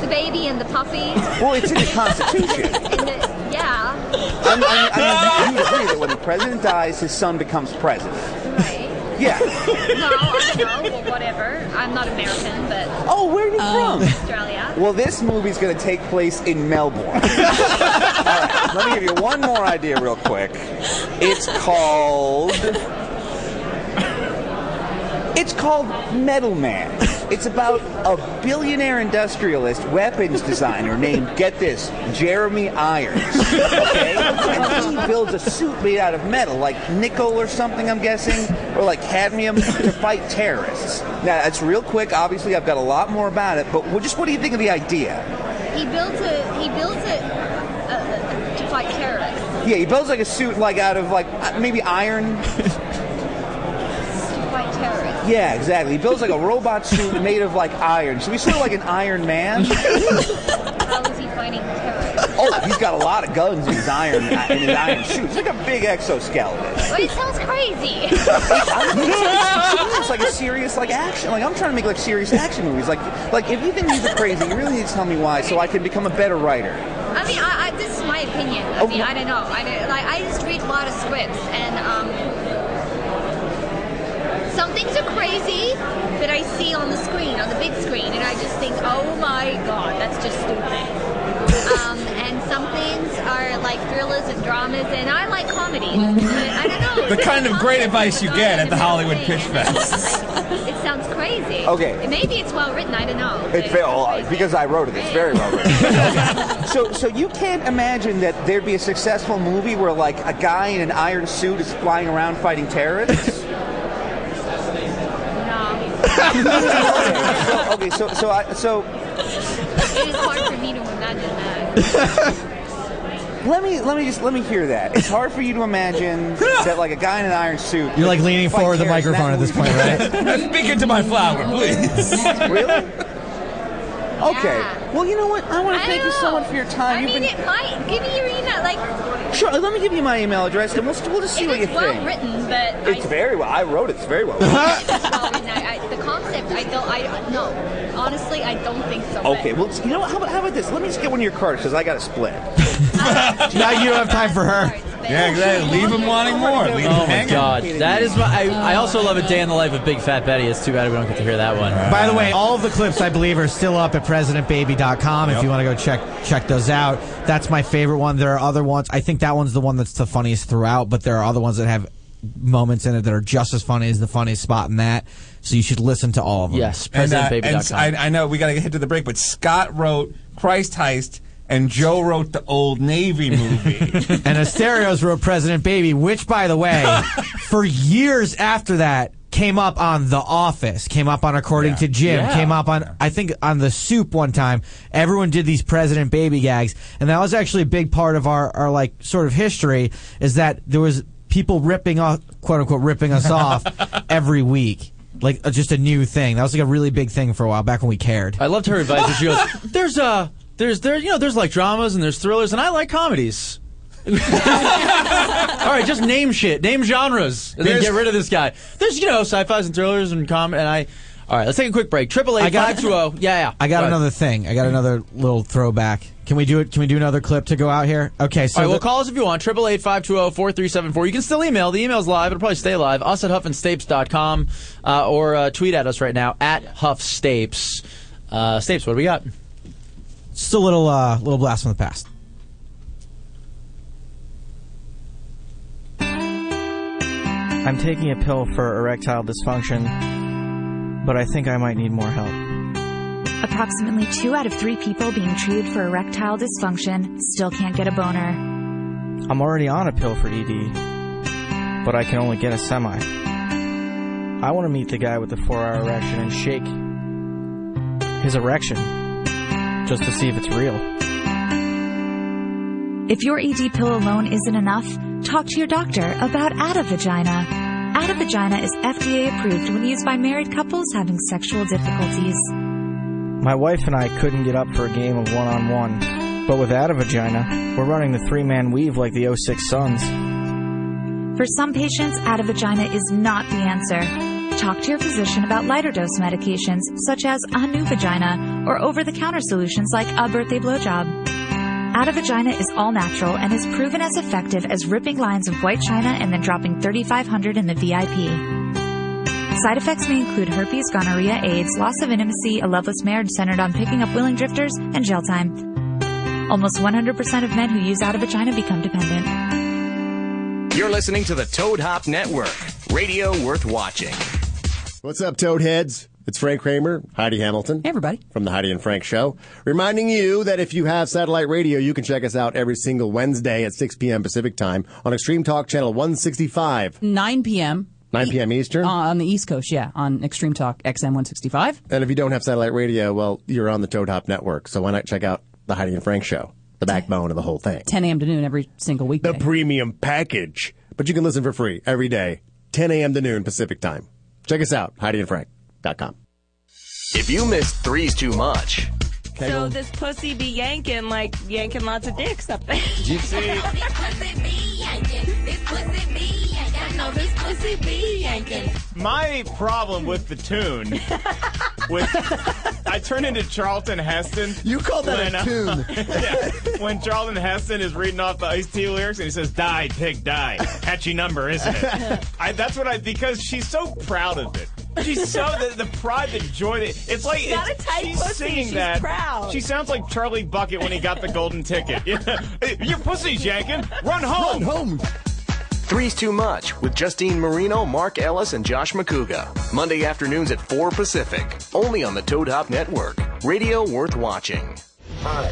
Speaker 13: The baby and the puppy.
Speaker 6: Well, it's in the Constitution.
Speaker 13: And the, yeah,
Speaker 6: I'm, I'm, I mean, you, you agree that when the president dies, his son becomes president.
Speaker 13: right.
Speaker 6: Yeah.
Speaker 13: No, I don't know. Well, whatever. I'm not American, but
Speaker 6: Oh, where are you from?
Speaker 13: Australia.
Speaker 6: Well, this movie's going to take place in Melbourne. All right, let me give you one more idea, real quick. It's called. It's called Metal Man. It's about a billionaire industrialist weapons designer named, get this, Jeremy Irons. Okay? And he builds a suit made out of metal, like nickel or something, I'm guessing, or like cadmium, to fight terrorists. Now, that's real quick. Obviously, I've got a lot more about it, but what- just what do you think of the idea?
Speaker 13: He builds a. He builds a. a, a to fight terrorists.
Speaker 6: Yeah, he builds like a suit like out of like uh, maybe iron.
Speaker 13: To fight terrorists.
Speaker 6: Yeah, exactly. He builds like a robot suit made of like iron. So he's sort of like an Iron Man.
Speaker 13: How is he fighting terrorists?
Speaker 6: Oh, he's got a lot of guns in his iron uh, in his iron suit. It's like a big exoskeleton.
Speaker 13: But it sounds crazy.
Speaker 6: It's like a serious like action. Like I'm trying to make like serious action movies. Like like if you think these are crazy, you really need to tell me why so I can become a better writer.
Speaker 13: I mean, I, I, this is my opinion. I mean, I don't know. I don't, like I just read a lot of scripts, and um, some things are crazy that I see on the screen, on the big screen, and I just think, oh my god, that's just stupid. um, and some things are like thrillers and dramas, and I like comedy. but I don't know.
Speaker 11: The
Speaker 13: it's
Speaker 11: kind
Speaker 13: like
Speaker 11: of great
Speaker 13: comedy,
Speaker 11: advice
Speaker 13: but
Speaker 11: you
Speaker 13: not
Speaker 11: get at the
Speaker 13: in a
Speaker 11: Hollywood
Speaker 13: way,
Speaker 11: Pitch
Speaker 13: and it's
Speaker 11: Fest.
Speaker 13: just, like, It sounds crazy.
Speaker 6: Okay.
Speaker 13: Maybe it's well written. I don't know. but
Speaker 6: It fell
Speaker 13: crazy.
Speaker 6: because I wrote it. It's very well written. so, so you can't imagine that there'd be a successful movie where like a guy in an iron suit is flying around fighting terrorists.
Speaker 13: No.
Speaker 6: so, okay, so so I, so
Speaker 13: It is hard for me to imagine that.
Speaker 6: let me let me just let me hear that. It's hard for you to imagine that like a guy in an iron suit.
Speaker 5: You're like leaning
Speaker 6: fight
Speaker 5: forward the
Speaker 6: terrorists in that
Speaker 5: microphone at this
Speaker 6: movie.
Speaker 5: point, right?
Speaker 11: Speak into my flower, please.
Speaker 6: really? Okay.
Speaker 13: Yeah.
Speaker 6: Well, you know what? I want
Speaker 13: I
Speaker 6: to thank
Speaker 13: don't
Speaker 6: you so
Speaker 13: know.
Speaker 6: much for your time.
Speaker 13: I
Speaker 6: You've
Speaker 13: mean,
Speaker 6: been
Speaker 13: it might give me your email. Like,
Speaker 6: sure. Let me give you my email address, and we'll, we'll just see
Speaker 13: it
Speaker 6: what you
Speaker 13: is well
Speaker 6: think.
Speaker 13: written, but
Speaker 6: It's
Speaker 13: I,
Speaker 6: very well. I wrote it. It's very well. written.
Speaker 13: it's well written. I, I, the concept, I don't. I no. Honestly, I don't think so. but-
Speaker 6: Okay, well, you know what? How about, how about this? Let me just get one of your cards because I got a split.
Speaker 5: now you don't have time for her.
Speaker 11: Yeah, exactly. Leave him wanting more. Leave him
Speaker 3: Oh my
Speaker 11: hanging.
Speaker 3: god, that is my. I, I also love a day in the life of Big Fat Betty. It's too bad we don't get to hear that one.
Speaker 5: By the way, all of the clips I believe are still up at presidentbaby.com if you want to go check check those out. That's my favorite one. There are other ones. I think that one's the one that's the funniest throughout, but there are other ones that have moments in it that are just as funny as the funniest spot in that. So you should listen to all of them.
Speaker 3: Yes,
Speaker 11: And, uh, and s-
Speaker 3: presidentbaby.com.
Speaker 11: I, I know we got to hit to the break, but Scott wrote Christ Heist, and Joe wrote the Old Navy movie.
Speaker 5: And Asterios wrote President Baby, which by the way, for years after that came up on The Office, came up on According to Jim,
Speaker 3: Yeah.
Speaker 5: came up on I think on The Soup one time. Everyone did these President Baby gags, and that was actually a big part of our our like sort of history is that there was people ripping off quote unquote ripping us off every week. Like uh, just a new thing. That was like a really big thing for a while back when we cared.
Speaker 3: I loved her advice. when She goes, "There's uh, there's there, you know, there's like dramas and there's thrillers, and I like comedies." All right, just name shit, name genres, and then
Speaker 11: There's-
Speaker 3: get rid of this guy. There's you know sci-fi's and thrillers and com, and I. All right, let's take a quick break. Triple eight
Speaker 5: got-
Speaker 3: five two zero. Yeah, yeah.
Speaker 5: I
Speaker 3: Go
Speaker 5: got
Speaker 3: ahead.
Speaker 5: another thing. I got another little throwback. Can we do it? Can we do another clip to go out here? Okay, so
Speaker 3: All right, well,
Speaker 5: the-
Speaker 3: call us if you want. 888-520-4374. You can still email. The email's live. It'll probably stay live. Us at huffandstapes.com uh, or uh, tweet at us right now at huffstapes. Uh, Stapes, what do we got?
Speaker 5: just a little uh, little blast from the past.
Speaker 14: I'm taking a pill for erectile dysfunction, but I think I might need more help.
Speaker 15: Approximately two out of three people being treated for erectile dysfunction still can't get a boner.
Speaker 14: I'm already on a pill for ED, but I can only get a semi. I want to meet the guy with the four hour erection and shake his erection just to see if it's real.
Speaker 15: If your ED pill alone isn't enough, talk to your doctor about Ada Vagina. Ada Vagina is FDA approved when used by married couples having sexual difficulties.
Speaker 14: My wife and I couldn't get up for a game of one on one, but without a vagina, we're running the three man weave like the 06 Suns.
Speaker 15: For some patients, Ada Vagina is not the answer. Talk to your physician about lighter dose medications such as a new vagina or over the counter solutions like a birthday blowjob. Ada Vagina is all natural and is proven as effective as ripping lines of white china and then dropping 3500 in the VIP. Side effects may include herpes, gonorrhea, AIDS, loss of intimacy, a loveless marriage centered on picking up willing drifters, and jail time. Almost 100% of men who use Ada Vagina become dependent.
Speaker 2: You're listening to the Toad Hop Network, radio worth watching.
Speaker 16: What's up, Toadheads? It's Frank Kramer, Heidi Hamilton. Hey, everybody. From the Heidi and Frank Show. Reminding you that if you have satellite radio, you can check us out every single Wednesday at 6 p.m. Pacific Time on Extreme Talk Channel 165,
Speaker 17: 9 p.m.
Speaker 16: 9 p.m. Eastern.
Speaker 17: uh, on the East Coast, yeah, on Extreme Talk XM 165.
Speaker 16: And if you don't have satellite radio, well, you're on the Toad Hop Network, so why not check out the Heidi and Frank Show, the backbone of the whole thing?
Speaker 17: 10 a.m. to noon every single weekday.
Speaker 16: The premium package. But you can listen for free every day, 10 a.m. to noon Pacific Time. Check us out, HeidiandFrank.com.
Speaker 2: If you missed threes too much,
Speaker 18: So this pussy be yanking like yanking lots of dicks up there.
Speaker 2: Do you see-
Speaker 19: My problem with the tune, with I turn into Charlton Heston. uh,
Speaker 16: You call
Speaker 2: that a tune.
Speaker 19: yeah, when Charlton Heston is reading off the Ice T lyrics and he says "Die, pig, die," catchy number, isn't it? I, that's what I because she's so proud of it. She's so the, the pride, the joy. That, it's like
Speaker 18: She's not
Speaker 19: it's-
Speaker 18: a tight
Speaker 19: she's
Speaker 18: pussy,
Speaker 19: singing
Speaker 18: she's
Speaker 19: that.
Speaker 18: proud.
Speaker 19: She sounds like Charlie Bucket when he got the golden ticket. Your pussy's yanking. Run home.
Speaker 16: Run home.
Speaker 2: Three's Too Much with Justine Marino, Mark Ellis, and Josh McCouga. Monday afternoons at 4 Pacific, only on the Toad Hop Network. Radio worth watching.
Speaker 20: Hi,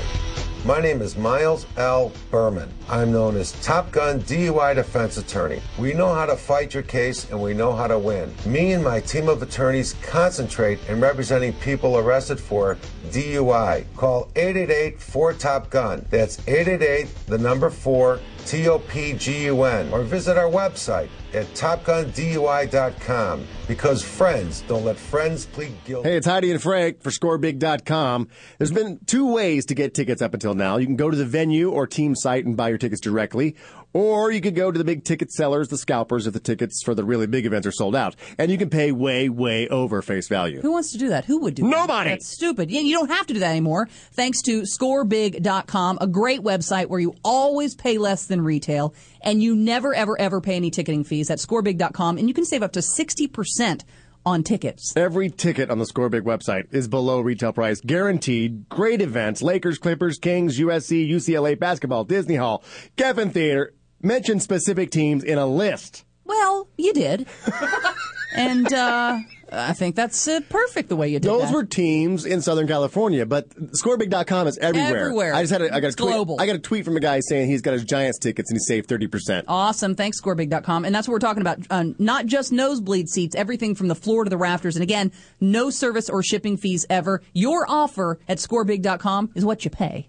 Speaker 20: my name is Miles L. Berman. I'm known as Top Gun DUI defense attorney. We know how to fight your case and we know how to win. Me and my team of attorneys concentrate in representing people arrested for DUI. Call 888-4TOP-GUN. That's 888, the number 4, T-O-P-G-U-N. Or visit our website at topgundui.com because friends don't let friends plead guilty.
Speaker 16: Hey, it's Heidi and Frank for scorebig.com. There's been two ways to get tickets up until now. You can go to the venue or team site and buy your tickets directly, or you could go to the big ticket sellers, the scalpers, if the tickets for the really big events are sold out. And you can pay way, way over face value.
Speaker 17: Who wants to do that? Who would do that?
Speaker 16: Nobody.
Speaker 17: That's stupid. Yeah, you don't have to do that anymore. Thanks to scorebig.com, a great website where you always pay less than retail and you never, ever, ever pay any ticketing fees at scorebig.com. And you can save up to 60% on tickets.
Speaker 16: Every ticket on the Scorebig website is below retail price, guaranteed. Great events: Lakers, Clippers, Kings, USC, UCLA basketball, Disney Hall, Geffen Theater. Mention specific teams in a list.
Speaker 17: Well, you did. and uh, I think that's uh, perfect the way you did
Speaker 16: Those
Speaker 17: that.
Speaker 16: were teams in Southern California, but scorebig.com is everywhere.
Speaker 17: Everywhere.
Speaker 16: I just had a, I got a
Speaker 17: It's
Speaker 16: tweet,
Speaker 17: global.
Speaker 16: I got a tweet from a guy saying he's got his Giants tickets and he saved 30%.
Speaker 17: Awesome. Thanks, scorebig.com. And that's what we're talking about. Uh, not just nosebleed seats, everything from the floor to the rafters. And again, no service or shipping fees ever. Your offer at scorebig.com is what you pay.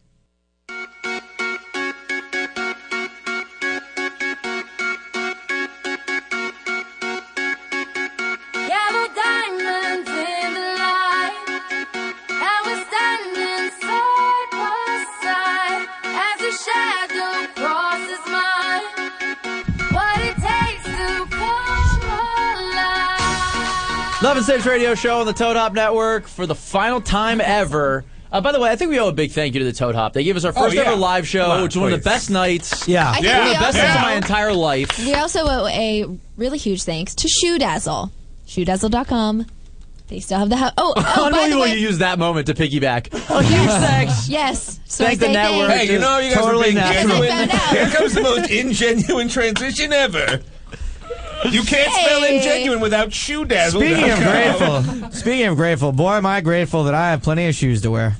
Speaker 3: Eleven Six Radio Show on the Toad Hop Network for the final time ever. Uh, by the way, I think we owe a big thank you to the Toad Hop. They gave us our
Speaker 4: Oh,
Speaker 3: first
Speaker 4: yeah.
Speaker 3: ever live show,
Speaker 4: Come on,
Speaker 3: which was one of the
Speaker 4: please.
Speaker 3: best nights.
Speaker 5: Yeah,
Speaker 4: I think
Speaker 3: one of
Speaker 4: we
Speaker 3: the best
Speaker 4: all-
Speaker 3: nights of
Speaker 4: Yeah.
Speaker 3: my entire life.
Speaker 4: We also owe a really huge thanks to Shoe Dazzle. ShoeDazzle.com. They still have the house. Oh, oh,
Speaker 3: I
Speaker 4: by
Speaker 3: don't
Speaker 4: the
Speaker 3: know
Speaker 4: way.
Speaker 3: you use that moment to piggyback. A
Speaker 4: huge
Speaker 3: thanks.
Speaker 4: Yes. So
Speaker 3: Thank the
Speaker 4: say
Speaker 3: network.
Speaker 4: thanks.
Speaker 3: Hey, you know, you guys Totally
Speaker 19: being
Speaker 3: natural.
Speaker 19: genuine.
Speaker 3: Because I found out.
Speaker 19: Here comes the most ingenuine transition ever. You can't spell
Speaker 4: Hey.
Speaker 19: ingenuine without shoe dazzle.
Speaker 5: Speaking of grateful, speaking of grateful, boy, am I grateful that I have plenty of shoes to wear.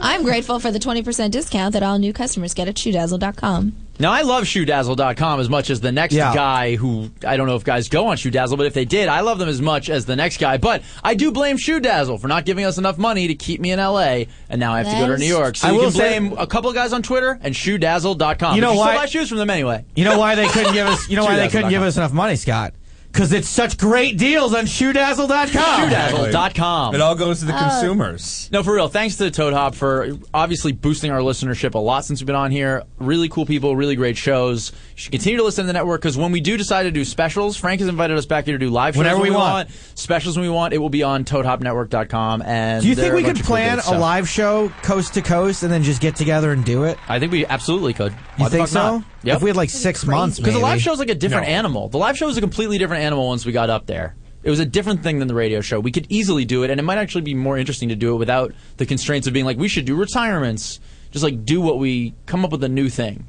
Speaker 4: I'm grateful for the 20% discount that all new customers get at ShoeDazzle.com.
Speaker 3: Now I love shoedazzle.com as much as the next guy who I don't know if guys go on shoedazzle, but if they did, I love them as much as the next guy. But I do blame shoedazzle for not giving us enough money to keep me in LA, and now I have to go to
Speaker 5: That's-
Speaker 3: New York. So
Speaker 5: I
Speaker 3: you
Speaker 5: will
Speaker 3: can
Speaker 5: say-
Speaker 3: blame a couple of guys on Twitter and shoedazzle.com.
Speaker 5: You know
Speaker 3: But
Speaker 5: why-
Speaker 3: Still buy shoes from them anyway.
Speaker 5: You know why they couldn't give us? You know why they couldn't give us enough money, Scott? Because it's such great deals on ShoeDazzle.com.
Speaker 3: Shoedazzle.com.
Speaker 5: It all goes
Speaker 19: to the
Speaker 5: Oh.
Speaker 19: consumers.
Speaker 3: No, for real. Thanks to Toad Hop for obviously boosting our listenership a lot since we've been on here. Really cool people, really great shows. You should continue to listen to the network because when we do decide to do specials, Frank has invited us back here to do live shows
Speaker 5: Whenever
Speaker 3: when
Speaker 5: we want.
Speaker 3: Specials when we want. It will be on ToadHopNetwork.com. And
Speaker 5: Do you
Speaker 3: there
Speaker 5: think
Speaker 3: are
Speaker 5: we
Speaker 3: bunch
Speaker 5: could
Speaker 3: of cool
Speaker 5: plan
Speaker 3: good stuff.
Speaker 5: a live show coast to coast and then just get together and do it?
Speaker 3: I think we absolutely could.
Speaker 5: You
Speaker 3: Why the
Speaker 5: think
Speaker 3: fuck not?
Speaker 5: so? If we had like six months,
Speaker 3: Because the
Speaker 5: maybe.
Speaker 3: live show's like a different
Speaker 5: No.
Speaker 3: animal. The live show was a completely different animal once we got up there. It was a different thing than the radio show. We could easily do it, and it might actually be more interesting to do it without the constraints of being like, we should do retirements. Just like do what we come up with a new thing.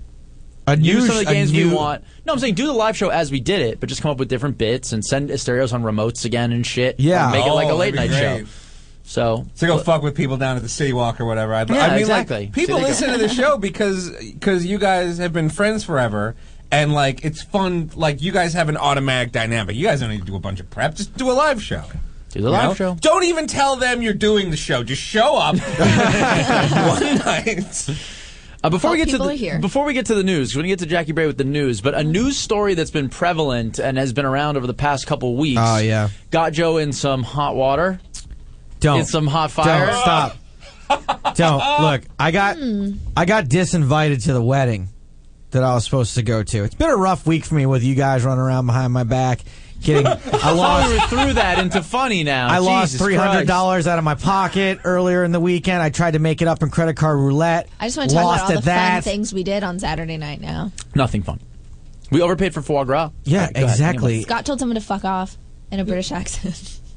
Speaker 5: A
Speaker 3: do
Speaker 5: new
Speaker 3: some of the
Speaker 5: sh- a
Speaker 3: games we
Speaker 5: new-
Speaker 3: want. No, I'm saying do the live show as we did it, but just come up with different bits and send stereos on remotes again and shit.
Speaker 5: Yeah.
Speaker 3: Or make it like a
Speaker 19: Oh,
Speaker 3: late night
Speaker 19: that'd be
Speaker 3: show.
Speaker 19: great.
Speaker 3: So
Speaker 19: to go fuck with people down at the City Walk or whatever. I,
Speaker 3: Yeah,
Speaker 19: I mean,
Speaker 3: exactly.
Speaker 19: like, people
Speaker 3: See, they
Speaker 19: listen
Speaker 3: go-
Speaker 19: to the show because because you guys have been friends forever, and like it's fun. Like you guys have an automatic dynamic. You guys don't need to do a bunch of prep. Just do a live show.
Speaker 3: Do
Speaker 19: the
Speaker 3: live show.
Speaker 19: Don't even tell them you're doing the show. Just show up one night.
Speaker 3: Uh, before
Speaker 19: Oh,
Speaker 3: we get to
Speaker 19: people
Speaker 3: the,
Speaker 19: are here.
Speaker 3: before we get to the news, 'cause we're gonna get to Jackie Bray with the news, but a news story that's been prevalent and has been around over the past couple weeks.
Speaker 5: Oh, yeah.
Speaker 3: got Joe in some hot water.
Speaker 5: Don't.
Speaker 3: in some hot fire.
Speaker 5: Don't stop. Don't look. I got
Speaker 4: Hmm.
Speaker 5: I got disinvited to the wedding that I was supposed to go to. It's been a rough week for me with you guys running around behind my back, getting. I
Speaker 3: thought
Speaker 5: lost.
Speaker 3: we were through that into funny now.
Speaker 5: I lost
Speaker 3: Jesus
Speaker 5: three hundred
Speaker 3: Christ.
Speaker 5: dollars out of my pocket earlier in the weekend. I tried to make it up in credit card roulette.
Speaker 4: I just want to talk
Speaker 5: lost
Speaker 4: about all the
Speaker 5: at that.
Speaker 4: fun things we did on Saturday night now.
Speaker 3: Nothing fun. We overpaid for foie gras.
Speaker 5: Yeah,
Speaker 3: All go ahead.
Speaker 5: exactly.
Speaker 3: Anyway.
Speaker 4: Scott told someone to fuck off in a British accent.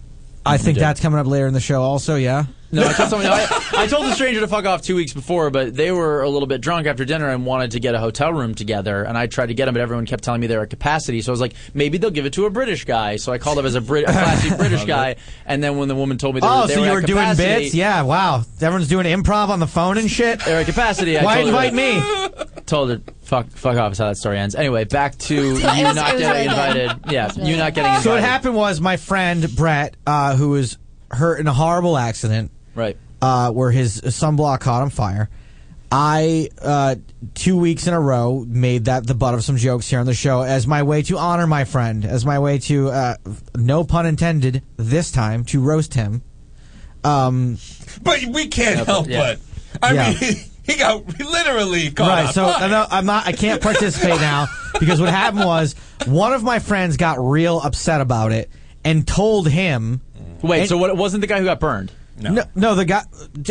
Speaker 5: I think that's coming up later in the show. Also, yeah.
Speaker 3: No, I told someone. I, I told the stranger to fuck off two weeks before, but they were a little bit drunk after dinner and wanted to get a hotel room together. And I tried to get them, but everyone kept telling me they were at capacity. So I was like, maybe they'll give it to a British guy. So I called up as a, Brit- a classy British guy. And then when the woman told me, they
Speaker 5: Oh,
Speaker 3: were, they
Speaker 5: so
Speaker 3: were
Speaker 5: you
Speaker 3: at
Speaker 5: were doing
Speaker 3: capacity-
Speaker 5: bits? Yeah. Wow. Everyone's doing improv on the phone and shit.
Speaker 3: They're at capacity. I
Speaker 5: Why
Speaker 3: told
Speaker 5: invite me?
Speaker 3: me? Told her fuck fuck off is how that story ends. Anyway, back to you
Speaker 5: was- it was
Speaker 3: not getting
Speaker 5: really bad.
Speaker 3: invited. Yeah, you not getting invited.
Speaker 5: So what happened was my friend Brett, uh, who was hurt in a horrible accident,
Speaker 3: Right.
Speaker 5: uh, where his sunblock caught on fire. I uh, two weeks in a row made that the butt of some jokes here on the show as my way to honor my friend, as my way to uh, no pun intended this time to roast him. Um,
Speaker 19: But we can't
Speaker 5: Yeah, but-
Speaker 19: help
Speaker 5: yeah.
Speaker 19: but. I
Speaker 5: Yeah.
Speaker 19: mean, he got literally caught
Speaker 5: right.
Speaker 19: up.
Speaker 5: So uh, no, I'm not. I can't participate now because what happened was one of my friends got real upset about it and told him.
Speaker 3: Wait,
Speaker 5: and-
Speaker 3: so what? It wasn't the guy who got burned.
Speaker 5: No. no, the guy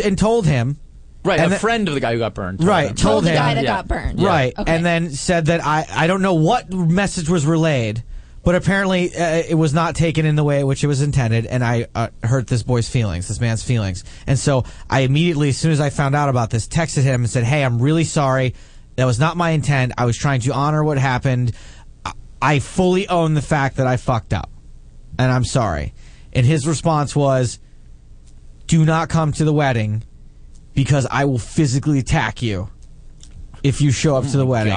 Speaker 5: and told him.
Speaker 3: Right,
Speaker 5: and
Speaker 3: a
Speaker 5: then-
Speaker 3: friend of the guy who got burned.
Speaker 5: Right,
Speaker 3: him.
Speaker 5: told him.
Speaker 3: Yeah.
Speaker 5: Right, and then said that I I don't know what message was relayed, but apparently uh, it was not taken in the way which it was intended, and I uh, hurt this boy's feelings, this man's feelings, and so I immediately, as soon as I found out about this, texted him and said, "Hey, I'm really sorry. That was not my intent. I was trying to honor what happened. I, I fully own the fact that I fucked up, and I'm sorry." And his response was, "Do not come to the wedding." Because I will physically attack you if you show up
Speaker 3: Oh
Speaker 5: to the wedding.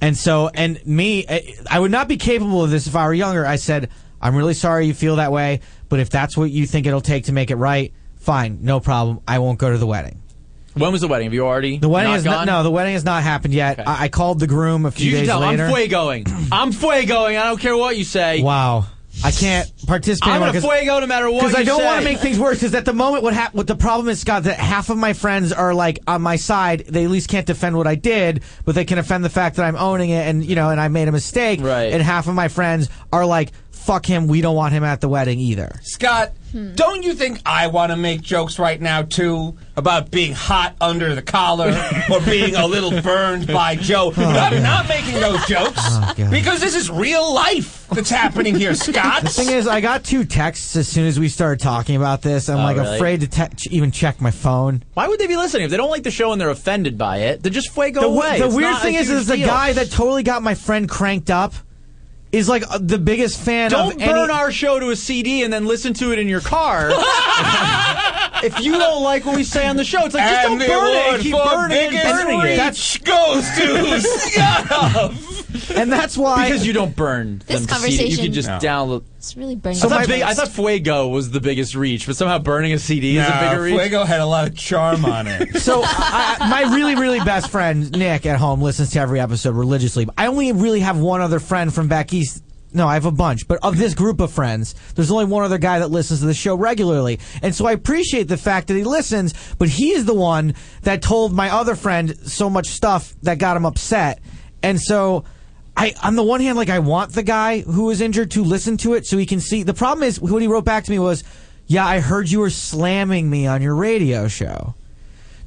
Speaker 5: And so, and me, I- I would not be capable of this if I were younger. I said, I'm really sorry you feel that way, but if that's what you think it'll take to make it right, fine, no problem. I won't go to the wedding.
Speaker 3: When was the wedding? Have you already?
Speaker 5: The wedding
Speaker 3: not
Speaker 5: is
Speaker 3: gone?
Speaker 5: not, no, the wedding has not happened yet. I, I called the groom a few
Speaker 3: You can
Speaker 5: days
Speaker 3: tell
Speaker 5: later.
Speaker 3: I'm fuegoing. I'm fuegoing. I don't care what you say.
Speaker 5: Wow. I can't participate.
Speaker 3: I'm
Speaker 5: anymore
Speaker 3: gonna fuego no matter what
Speaker 5: Because I
Speaker 3: you
Speaker 5: don't
Speaker 3: say.
Speaker 5: want to make things worse. Because at the moment, what hap- what the problem is, Scott, that half of my friends are like on my side. They at least can't defend what I did, but they can offend the fact that I'm owning it, and you know, and I made a mistake. Right. And half of my friends are like, "Fuck him. We don't want him at the wedding either."
Speaker 9: Scott,
Speaker 5: Hmm.
Speaker 9: don't you think I want to make jokes right now too about being hot under the collar or being a little burned by
Speaker 5: Oh,
Speaker 9: Joe? But I'm not making those jokes because this is real life that's happening here, Scott.
Speaker 5: The thing is, I got two texts as soon as we started talking about this. I'm
Speaker 3: Oh,
Speaker 5: like
Speaker 3: really?
Speaker 5: afraid to te- even check my phone.
Speaker 3: Why would they be listening if they don't like the show and they're offended by it? Then just fuego
Speaker 5: the,
Speaker 3: away.
Speaker 5: the
Speaker 3: It's
Speaker 5: weird
Speaker 3: not
Speaker 5: thing
Speaker 3: a
Speaker 5: is,
Speaker 3: huge
Speaker 5: is the
Speaker 3: deal.
Speaker 5: guy that totally got my friend cranked up is like uh, the biggest fan.
Speaker 3: Don't
Speaker 5: of
Speaker 3: burn
Speaker 5: any-
Speaker 3: our show to a CD and then listen to it in your car. if you don't like what we say on the show, it's like just
Speaker 9: And
Speaker 3: don't
Speaker 9: the
Speaker 3: burn it.
Speaker 9: award
Speaker 3: and Keep
Speaker 9: for
Speaker 3: burning it.
Speaker 9: biggest
Speaker 3: and burning it.
Speaker 9: reach goes to Scott.
Speaker 5: And that's why
Speaker 3: because you don't burn
Speaker 4: This
Speaker 3: them to CD. You
Speaker 4: conversation-
Speaker 3: can just
Speaker 4: No.
Speaker 3: download.
Speaker 4: It's really burning.
Speaker 3: I,
Speaker 4: my
Speaker 3: thought big, I
Speaker 4: toast.
Speaker 3: thought Fuego was the biggest reach, but somehow burning a CD is a
Speaker 11: Nah,
Speaker 3: bigger reach.
Speaker 11: Fuego had a lot of charm on it.
Speaker 5: So I, I- my really, really best friend Nick at home listens to every episode religiously. I only really have one other friend from back east. No, I have a bunch, but of this group of friends, there's only one other guy that listens to the show regularly, and so I appreciate the fact that he listens. But he is the one that told my other friend so much stuff that got him upset, and so. I, on the one hand, like I want the guy who was injured to listen to it so he can see. The problem is what he wrote back to me was, "Yeah, I heard you were slamming me on your radio show."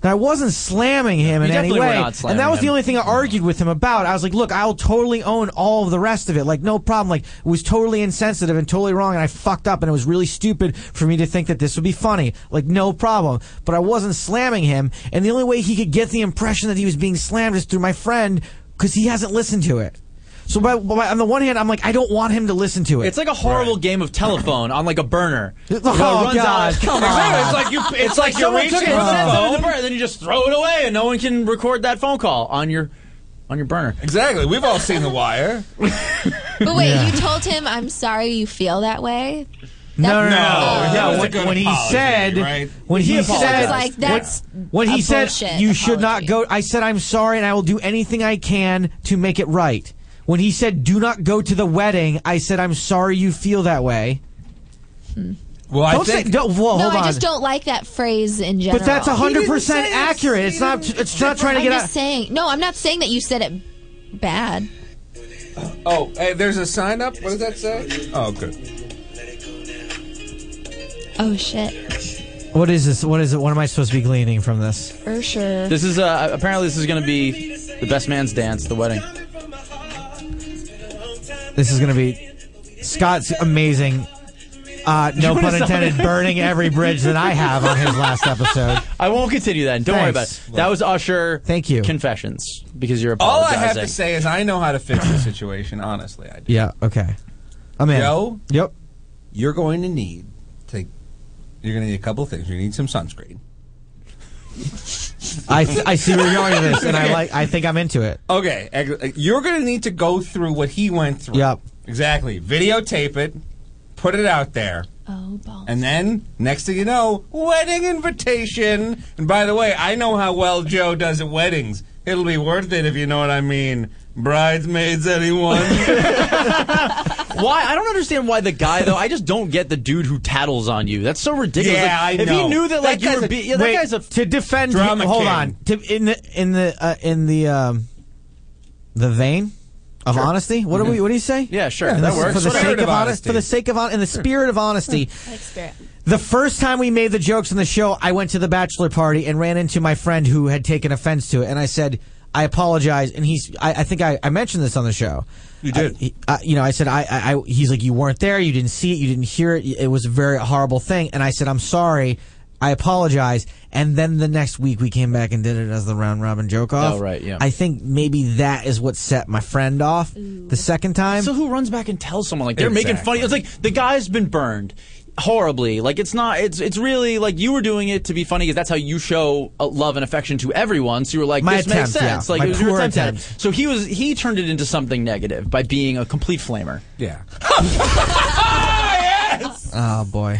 Speaker 5: Now I wasn't slamming him
Speaker 3: You
Speaker 5: in any
Speaker 3: definitely were
Speaker 5: way,
Speaker 3: not slamming
Speaker 5: and that was the
Speaker 3: him.
Speaker 5: only thing I argued with him about. I was like, "Look, I'll totally own all of the rest of it. Like, no problem. Like, it was totally insensitive and totally wrong, and I fucked up, and it was really stupid for me to think that this would be funny. Like, no problem. But I wasn't slamming him, and the only way he could get the impression that he was being slammed is through my friend because he hasn't listened to it. So, by, by, on the one hand, I'm like, I don't want him to listen to it.
Speaker 3: It's like a horrible game of telephone on like a burner. You know, it
Speaker 5: Oh,
Speaker 3: runs
Speaker 5: God,
Speaker 3: out.
Speaker 5: come
Speaker 3: Exactly.
Speaker 5: on.
Speaker 3: It's like you. It's,
Speaker 5: It's
Speaker 3: like,
Speaker 5: like
Speaker 3: you're
Speaker 5: someone
Speaker 3: reaching
Speaker 5: took it
Speaker 3: for
Speaker 5: and sent it to
Speaker 3: the
Speaker 5: the
Speaker 3: burner, then you just throw it away, and no one can record that phone call on your on your burner.
Speaker 11: Exactly. We've all seen The Wire.
Speaker 4: But wait,
Speaker 3: Yeah.
Speaker 4: you told him I'm sorry you feel that way.
Speaker 5: No,
Speaker 11: No,
Speaker 5: no, no.
Speaker 11: that was a
Speaker 5: when,
Speaker 11: good
Speaker 5: when he
Speaker 11: apology,
Speaker 5: said,
Speaker 11: right?
Speaker 5: when
Speaker 11: He
Speaker 5: he,
Speaker 11: apologized.
Speaker 5: said,
Speaker 4: Like,
Speaker 5: when-
Speaker 4: that's
Speaker 5: when,
Speaker 4: a
Speaker 5: he said,
Speaker 4: bullshit
Speaker 5: you should not go. I said, I'm sorry, and I will do anything I can to make it right. When he said, do not go to the wedding, I said, I'm sorry you feel that way.
Speaker 11: Well,
Speaker 5: don't say, don't, whoa,
Speaker 4: no,
Speaker 5: hold on.
Speaker 4: I just don't like that phrase in general.
Speaker 5: but that's 100 percent accurate. It's not. It's not trying to
Speaker 4: I'm
Speaker 5: get
Speaker 4: just
Speaker 5: out.
Speaker 4: saying. No, I'm not saying that you said it bad.
Speaker 11: Oh, hey, there's a sign up. What does that say? Oh, good.
Speaker 4: Oh shit,
Speaker 5: What is this? What is it? What am I supposed to be gleaning from this?
Speaker 4: for sure.
Speaker 3: This is uh, apparently this is going to be the best man's dance, the wedding.
Speaker 5: This is going to be Scott's amazing. Uh,
Speaker 3: You
Speaker 5: no
Speaker 3: wanna
Speaker 5: pun
Speaker 3: stop
Speaker 5: intended.
Speaker 3: it?
Speaker 5: burning every bridge that I have on his last episode.
Speaker 3: I won't continue that. Don't worry about
Speaker 5: Thanks.
Speaker 3: it. That was Usher.
Speaker 5: Thank you.
Speaker 3: Confessions because you're
Speaker 11: All I
Speaker 3: apologizing.
Speaker 11: have to say is I know how to fix the situation. Honestly, I do.
Speaker 5: Yeah. Okay. I'm in.
Speaker 11: Joe?
Speaker 5: Yep.
Speaker 11: You're going to need to. You're going to need a couple of things. You need some sunscreen.
Speaker 5: I, I see where you're going with this, and I like. I think I'm into it.
Speaker 11: Okay, ex- you're going to need to go through what he went through.
Speaker 5: Yep.
Speaker 11: Exactly. Videotape it, put it out there.
Speaker 4: Oh, balls.
Speaker 11: And then, next thing you know, wedding invitation. And by the way, I know how well Joe does at weddings. It'll be worth it if you know what I mean. Bridesmaids, anyone?
Speaker 3: Why? I don't understand why the guy though. I just don't get the dude who tattles on you. That's so ridiculous.
Speaker 11: Yeah,
Speaker 3: Like,
Speaker 11: I
Speaker 3: If
Speaker 11: know.
Speaker 3: he knew that,
Speaker 11: That
Speaker 3: like you
Speaker 11: guy's
Speaker 3: were,
Speaker 11: a-
Speaker 3: be- yeah, that
Speaker 5: Wait,
Speaker 3: guy's a
Speaker 5: to defend. him- hold on. To, in the in the uh, in the um, the vein of honesty. What do we? What do you say?
Speaker 3: Mm-hmm. Yeah, sure,
Speaker 5: And
Speaker 3: that
Speaker 5: this is
Speaker 3: works.
Speaker 5: For the
Speaker 3: Spirit
Speaker 5: sake
Speaker 3: of
Speaker 5: of honest,
Speaker 3: honesty.
Speaker 5: for the sake of hon- in the spirit of honesty.
Speaker 4: spirit.
Speaker 5: The first time we made the jokes on the show, I went to the bachelor party and ran into my friend who had taken offense to it, and I said, "I apologize." And he's, I, I think I, I mentioned this on the show. You did. I, he- I- you know, I said, I, I, I, he's like, you weren't there, you didn't see it, you didn't hear it. It was a very horrible thing, and I said, I'm sorry. I apologize. And then the next week we came back and did it as the round robin joke off.
Speaker 3: Oh, right, yeah.
Speaker 5: I think maybe that is what set my friend off the second time.
Speaker 3: So who runs back and tells someone like they're making
Speaker 5: Exactly.
Speaker 3: funny? It's like the guy's been burned horribly. Like it's not. It's it's really like you were doing it to be funny because that's how you show uh, love and affection to everyone. So you were like,
Speaker 5: My
Speaker 3: this
Speaker 5: attempt,
Speaker 3: makes sense.
Speaker 5: yeah.
Speaker 3: Like
Speaker 5: My
Speaker 3: it was your
Speaker 5: poor
Speaker 3: attempt. at it.
Speaker 5: attempt.
Speaker 3: So he was he turned it into something negative by being a complete flamer.
Speaker 11: Yeah.
Speaker 5: Oh boy.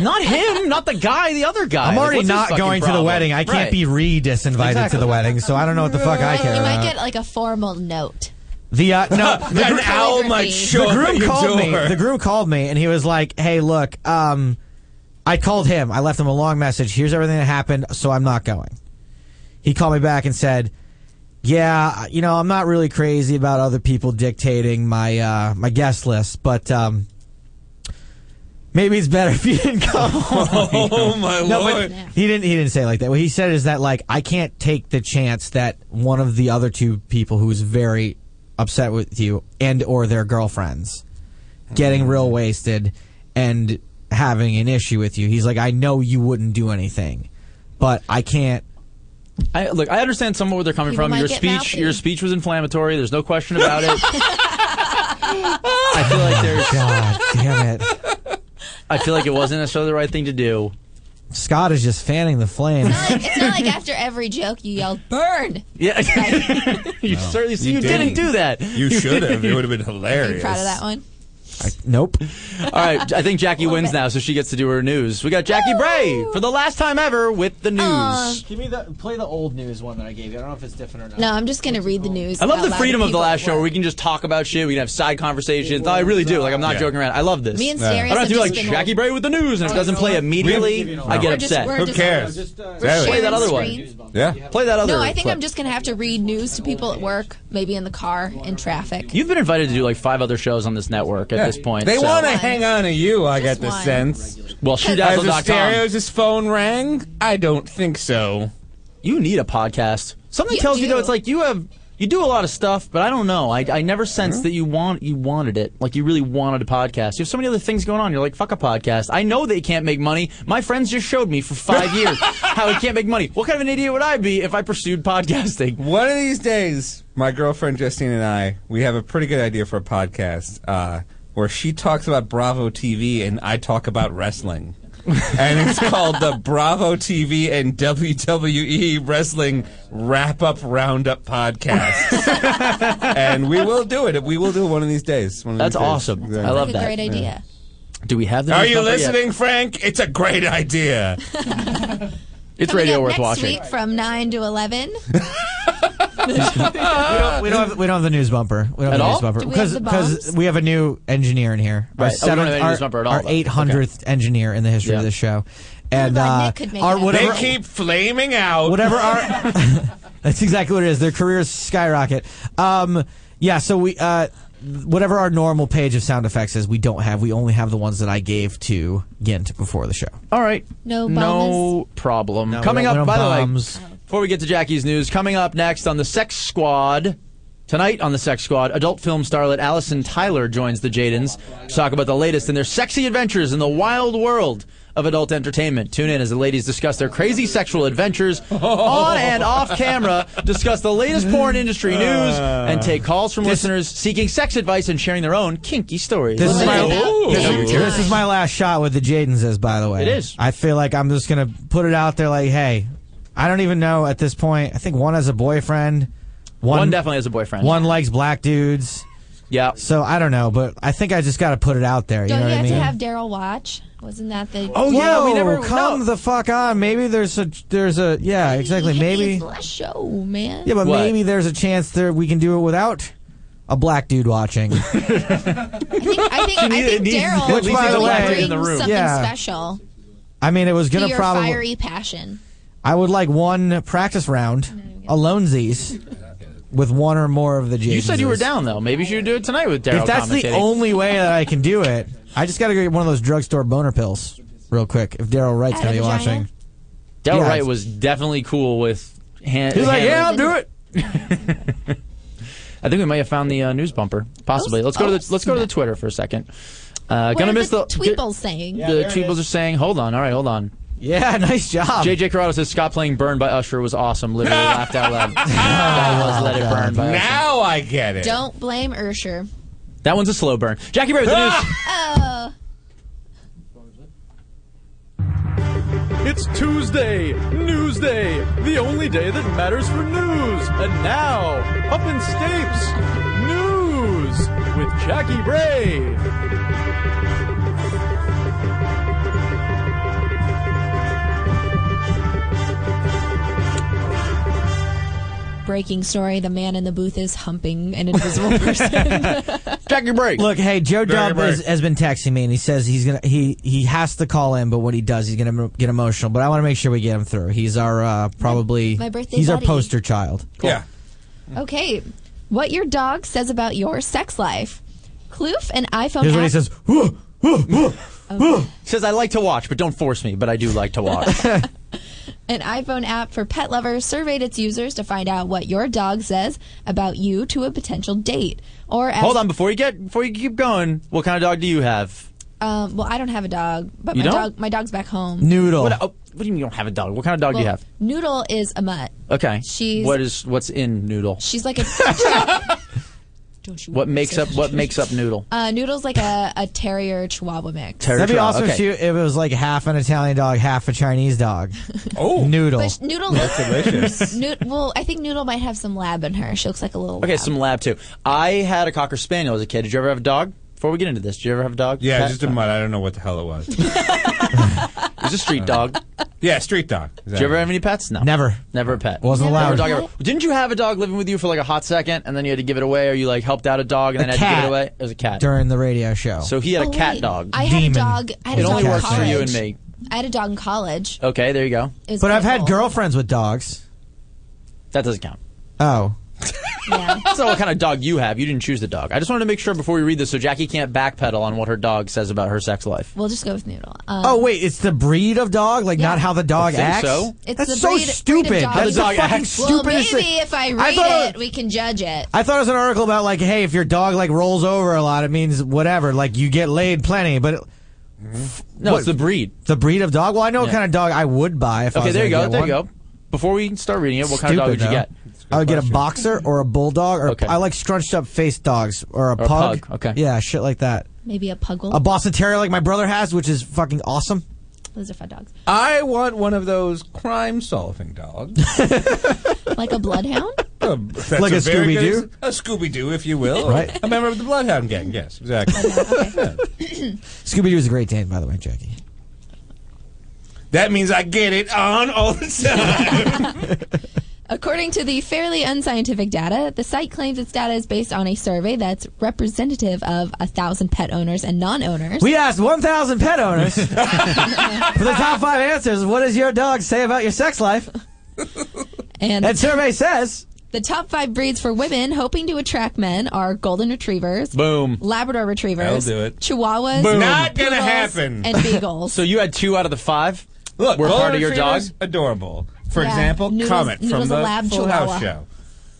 Speaker 3: Not him, not the guy, the other guy.
Speaker 5: I'm
Speaker 3: Like,
Speaker 5: already
Speaker 3: what's his
Speaker 5: not
Speaker 3: fucking
Speaker 5: going to the
Speaker 3: problem?
Speaker 5: wedding. I can't
Speaker 3: Right.
Speaker 5: be re disinvited to
Speaker 3: Exactly.
Speaker 5: the wedding, so I don't know what the fuck I
Speaker 4: Like,
Speaker 5: care
Speaker 4: you might
Speaker 5: about.
Speaker 4: get like a formal note.
Speaker 5: The uh, no, the
Speaker 9: An
Speaker 5: groom,
Speaker 9: owl might show up
Speaker 5: the
Speaker 9: at
Speaker 5: groom
Speaker 9: your
Speaker 5: called me.
Speaker 9: door.
Speaker 5: The groom called me, and he was like, "Hey, look, um, I called him. I left him a long message. Here's everything that happened. So I'm not going." He called me back and said, "Yeah, you know, I'm not really crazy about other people dictating my uh, my guest list, but um, maybe it's better if you didn't come."
Speaker 9: Oh, my
Speaker 5: No, but
Speaker 9: lord.
Speaker 5: he didn't. He didn't say it like that. What he said is that like I can't take the chance that one of the other two people who is very upset with you and or their girlfriends getting real wasted and having an issue with you. He's like, I know you wouldn't do anything, but I can't.
Speaker 3: I, look, I understand somewhat where they're coming
Speaker 5: People
Speaker 3: from.
Speaker 5: might
Speaker 3: Your
Speaker 5: get
Speaker 3: speech,
Speaker 5: mouthy.
Speaker 3: your speech was inflammatory. There's no question about it. I feel like there's.
Speaker 5: God damn it!
Speaker 3: I feel like it wasn't necessarily the right thing to do.
Speaker 5: Scott is just fanning the flames.
Speaker 4: It's not like after every joke you yell "burn."
Speaker 3: Yeah, you certainly you, didn't. do that.
Speaker 19: You should have. It would have been hilarious.
Speaker 4: Proud of that one.
Speaker 5: nope.
Speaker 3: All right, I think Jackie wins now, so she gets to do her news. We got Jackie Bray for the last time ever with the news.
Speaker 5: Give me the play the old news one that I gave you. I don't know if it's different or not.
Speaker 4: No, I'm just gonna read the news.
Speaker 3: I love
Speaker 4: out
Speaker 3: the
Speaker 4: loud
Speaker 3: freedom
Speaker 4: to
Speaker 3: of the
Speaker 4: people.
Speaker 3: last show where we can just talk about shit. We can have side conversations. I really do. Like I'm not
Speaker 19: Yeah.
Speaker 3: joking around. I love this.
Speaker 4: Me and Sirius
Speaker 3: I don't have to
Speaker 4: have
Speaker 3: be like
Speaker 4: just been
Speaker 3: Jackie Bray with the news, and if it doesn't play immediately, I get
Speaker 4: We're just-
Speaker 3: upset.
Speaker 4: we're Who just- uh, cares?
Speaker 19: Anyway.
Speaker 3: Play that other
Speaker 4: screens.
Speaker 3: one. Yeah. Play that other.
Speaker 4: No, I think
Speaker 3: clip.
Speaker 4: I'm just gonna have to read news to people at work, maybe in the car, in traffic.
Speaker 3: You've been invited to do like five other shows on this network at
Speaker 19: Yeah.
Speaker 3: this point.
Speaker 19: They
Speaker 3: so.
Speaker 19: want to hang on to you. I get the
Speaker 4: one.
Speaker 19: sense.
Speaker 3: Well,
Speaker 19: As
Speaker 3: shoedazzle.com.
Speaker 19: Asterios' phone rang. I don't think so.
Speaker 3: You need a podcast. Something
Speaker 19: You
Speaker 3: tells you though,
Speaker 19: do.
Speaker 3: it's like you have you do a lot of stuff, but I don't know. I, I
Speaker 19: Mm-hmm.
Speaker 3: never sensed that you want you wanted it. Like you really wanted a podcast. You have so many other things going on. You're like, fuck a podcast. I know they can't make money. My friends just showed me for five years how it can't make money. What kind of an idiot would I be if I pursued podcasting?
Speaker 19: One of these days, my girlfriend Justine and I, we have a pretty good idea for a podcast uh, where she talks about Bravo TV and I talk about wrestling. and it's called the Bravo TV and WWE Wrestling Wrap Up Roundup Podcast. and we will do it. We will do it one of these days. One of
Speaker 3: That's
Speaker 19: these days.
Speaker 3: awesome.
Speaker 19: Exactly.
Speaker 3: I love
Speaker 4: That's
Speaker 3: that.
Speaker 4: a great idea.
Speaker 3: Do we have the
Speaker 19: Are
Speaker 3: news
Speaker 19: you
Speaker 3: number yet?
Speaker 19: listening, Frank? It's a great idea.
Speaker 3: It's
Speaker 4: Coming
Speaker 3: radio
Speaker 4: up
Speaker 3: worth
Speaker 4: next
Speaker 3: watching.
Speaker 4: week from nine to eleven.
Speaker 5: we, don't, we don't have we don't have the news bumper. We don't
Speaker 3: At
Speaker 5: have the
Speaker 3: all?
Speaker 5: news bumper
Speaker 3: Do we
Speaker 5: because
Speaker 3: have the
Speaker 5: because
Speaker 3: bombs?
Speaker 5: we have a new engineer in here. Our
Speaker 3: Right. Oh, we don't have any
Speaker 5: our-
Speaker 3: news bumper at all,
Speaker 5: Our
Speaker 3: though.
Speaker 5: eight hundredth engineer in the history of
Speaker 3: Yeah.
Speaker 5: the show, and uh, our whatever
Speaker 19: they keep flaming out.
Speaker 5: Whatever our That's exactly what it is. Their careers skyrocket. Um, yeah, so we uh, whatever our normal page of sound effects is, we don't have. We only have the ones that I gave to Gint before the show.
Speaker 3: All right.
Speaker 4: No
Speaker 3: No problem.
Speaker 5: No, we
Speaker 3: coming
Speaker 5: don't- we
Speaker 3: up,
Speaker 5: don't
Speaker 3: by
Speaker 5: bombs.
Speaker 3: the way, before we get to Jackie's news, coming up next on the Sex Squad. Tonight on the Sex Squad, adult film starlet Allison Tyler joins the Jadens to talk about the latest in their sexy adventures in the wild world of adult entertainment. Tune in as the ladies discuss their crazy sexual adventures on and off camera, discuss the latest porn industry news, and take calls from listeners seeking sex advice and sharing their own kinky stories.
Speaker 5: This is my
Speaker 3: Ooh.
Speaker 5: this, is- this is my last shot with the Jadens is by the way.
Speaker 3: It is.
Speaker 5: I feel like I'm just gonna put it out there like, hey, I don't even know at this point. I think one has a boyfriend. One,
Speaker 3: One definitely has a boyfriend.
Speaker 5: One likes black dudes.
Speaker 3: Yeah.
Speaker 5: So I don't know, but I think I just got to put it out there. You
Speaker 4: Don't
Speaker 5: know
Speaker 4: you
Speaker 5: what I
Speaker 4: have
Speaker 5: mean?
Speaker 4: to have Daryl watch? Wasn't that the?
Speaker 5: Oh yeah, we never come the fuck on. Maybe there's a there's a yeah exactly. Maybe
Speaker 4: It's last show, man.
Speaker 5: yeah, but maybe there's a chance there we can do it without a black dude watching.
Speaker 4: I think I think, I think Daryl
Speaker 5: Which, by the way,
Speaker 4: brings something
Speaker 5: yeah.
Speaker 4: special
Speaker 5: I mean, it was
Speaker 4: to
Speaker 5: gonna
Speaker 4: your
Speaker 5: probably.
Speaker 4: fiery passion.
Speaker 5: I would like one practice round, alonesies, with one or more of the.
Speaker 3: You said you were
Speaker 5: Jadenses.
Speaker 3: down though. Maybe you should do it tonight with Daryl.
Speaker 5: If that's the
Speaker 3: commentating.
Speaker 5: only way that I can do it, I just got to go get one of those drugstore boner pills real quick. If Daryl Wright's gonna be watching,
Speaker 3: Daryl
Speaker 5: Yeah,
Speaker 3: Wright
Speaker 5: it's-
Speaker 3: was definitely cool with. Hand,
Speaker 5: He's like, "Yeah, I'll do
Speaker 3: it." I think we might have found the uh, news bumper. Possibly. Let's go to the let's go to the Twitter for a second. Uh,
Speaker 4: What
Speaker 3: gonna
Speaker 4: are
Speaker 3: miss
Speaker 4: the
Speaker 3: the
Speaker 4: Tweebles saying.
Speaker 3: the Tweebles are saying, "Hold on, all right, hold on."
Speaker 5: Yeah, nice job.
Speaker 3: JJ Corrado says Scott playing "Burn" by Usher was awesome. Literally laughed out loud. that was "Let It Burn" by Usher.
Speaker 19: Now I get it.
Speaker 4: Don't blame Ursher.
Speaker 3: That one's a slow burn. Jackie Bear with the news.
Speaker 4: Oh,
Speaker 21: It's Tuesday, Newsday, the only day that matters for news. And now, up in Stapes, news with Jackie Bray.
Speaker 4: breaking story: the man in the booth is humping an invisible person.
Speaker 3: Check your break.
Speaker 5: Look, hey, Joe
Speaker 3: Take a
Speaker 5: Dub
Speaker 3: break.
Speaker 5: has, has been texting me, and he says he's gonna he he has to call in, but what he does, he's gonna mo- get emotional. But I want to make sure we get him through. He's our uh, probably
Speaker 4: My- my birthday
Speaker 5: He's our
Speaker 4: buddy.
Speaker 5: poster child.
Speaker 9: Yeah.
Speaker 4: okay, what your dog says about your sex life? Kloof and iPhone.
Speaker 3: Here's what he
Speaker 4: app-
Speaker 3: says.
Speaker 4: Oh.
Speaker 3: Says I like to watch, but don't force me. But I do like to watch.
Speaker 4: An iPhone app for pet lovers surveyed its users to find out what your dog says about you to a potential date. Or as,
Speaker 3: Hold on, before you get before you keep going, what kind of dog do you have?
Speaker 4: Um, well, I don't have a dog, but my
Speaker 3: You don't?
Speaker 4: dog my dog's back home.
Speaker 3: What, oh, what do you mean you don't have a dog? What kind of dog do you
Speaker 4: Well,
Speaker 3: have?
Speaker 4: Noodle is a mutt.
Speaker 3: Okay.
Speaker 4: She's-
Speaker 3: what is what's in noodle?
Speaker 4: She's like a
Speaker 3: What makes up what makes up noodle?
Speaker 4: uh, noodle's like a, a terrier chihuahua mix.
Speaker 5: That'd be awesome if, you, if it was like half an Italian dog, half a Chinese dog. Oh, noodle.
Speaker 4: But Noodle looks Nood- well, I think Noodle might have some lab in her. She looks like a little.
Speaker 3: Okay, some lab too. I had a cocker spaniel as a kid. Did you ever have a dog? Before we get into this, did you ever have a dog?
Speaker 19: Yeah,
Speaker 3: Pat?
Speaker 19: just a mutt. I don't know what the hell it was.
Speaker 3: It was a street dog.
Speaker 19: yeah, street dog.
Speaker 3: Did you ever have any pets? No.
Speaker 5: Never.
Speaker 3: Never a pet.
Speaker 5: Wasn't
Speaker 3: Never a
Speaker 5: allowed.
Speaker 3: dog ever- Didn't you have a dog living with you for like a hot second and then you had to give it away or you like helped out a dog and
Speaker 5: A
Speaker 3: then had to give
Speaker 5: cat.
Speaker 3: it away? It was a cat.
Speaker 5: during the radio show.
Speaker 3: So he had
Speaker 4: Oh,
Speaker 3: a cat
Speaker 4: wait.
Speaker 3: dog.
Speaker 4: I had a dog. I had
Speaker 3: it
Speaker 4: a dog
Speaker 3: only
Speaker 4: in
Speaker 3: works for you
Speaker 4: college.
Speaker 3: and me.
Speaker 4: I had a dog in college.
Speaker 3: Okay, there you go.
Speaker 4: It was
Speaker 5: But I've had
Speaker 4: purple.
Speaker 5: girlfriends with dogs.
Speaker 3: That doesn't count.
Speaker 5: Oh,
Speaker 3: so what kind of dog you have? You didn't choose the dog. I just wanted to make sure before we read this, so Jackie can't backpedal on what her dog says about her sex life.
Speaker 4: We'll just go with Noodle. Um,
Speaker 5: oh wait, it's the breed of dog, like not how the dog
Speaker 3: I think
Speaker 5: acts.
Speaker 3: so.
Speaker 4: It's
Speaker 5: That's
Speaker 4: the
Speaker 5: so
Speaker 4: breed,
Speaker 5: stupid.
Speaker 4: Breed of dog.
Speaker 5: That's the fucking
Speaker 4: Well, maybe
Speaker 5: stupidest thing.
Speaker 4: if I
Speaker 5: I
Speaker 4: read
Speaker 5: thought
Speaker 4: it, we can judge it.
Speaker 5: I thought it was an article about like, hey, if your dog like rolls over a lot, it means whatever. Like you get laid plenty, but. It,
Speaker 3: Mm-hmm. No, it's the breed.
Speaker 5: The breed of dog. Well, I know what
Speaker 3: Yeah.
Speaker 5: kind of dog I would buy if I
Speaker 3: okay,
Speaker 5: was
Speaker 3: there you
Speaker 5: gonna
Speaker 3: go.
Speaker 5: get
Speaker 3: There
Speaker 5: one.
Speaker 3: you go. Before we start reading it, what kind of dog would
Speaker 5: Stupid,
Speaker 3: you
Speaker 5: though.
Speaker 3: get?
Speaker 5: I would get a boxer or a bulldog, or I like scrunched up face dogs or a
Speaker 3: Or a
Speaker 5: pug.
Speaker 3: pug, okay.
Speaker 5: yeah, shit like that.
Speaker 4: Maybe a puggle.
Speaker 5: A Boston Terrier like my brother has, which is fucking awesome.
Speaker 4: Those are fun dogs.
Speaker 9: I want one of those crime solving dogs.
Speaker 4: Like a bloodhound.
Speaker 9: Oh, That's
Speaker 5: Like a
Speaker 9: very good
Speaker 5: Scooby-Doo?
Speaker 9: ex- A Scooby Doo, if you will.
Speaker 5: Right.
Speaker 9: A member of the Bloodhound Gang. Yes, exactly.
Speaker 5: Scooby Doo is a great Dane, by the way, Jackie.
Speaker 9: That means I get it on all the time.
Speaker 4: According to the fairly unscientific data, the site claims its data is based on a survey that's representative of a thousand pet owners and non-owners.
Speaker 5: We asked 1,000 pet owners for the top five answers. What does your dog say about your sex life?
Speaker 4: And
Speaker 5: that survey says
Speaker 4: The top five breeds for women hoping to attract men are golden retrievers,
Speaker 3: Boom.
Speaker 4: Labrador retrievers,
Speaker 3: I'll do it.
Speaker 4: Chihuawas,
Speaker 3: Not
Speaker 4: Poodles,
Speaker 3: gonna happen.
Speaker 4: and beagles.
Speaker 3: So you had two out of the five.
Speaker 9: Look,
Speaker 3: were
Speaker 9: golden
Speaker 3: part of your dog.
Speaker 9: retrievers, Adorable. For
Speaker 4: Yeah,
Speaker 9: example,
Speaker 4: Noodles-
Speaker 9: Comet from
Speaker 4: Noodles a
Speaker 9: the
Speaker 4: lab
Speaker 9: Full House
Speaker 4: chihuahua.
Speaker 9: show.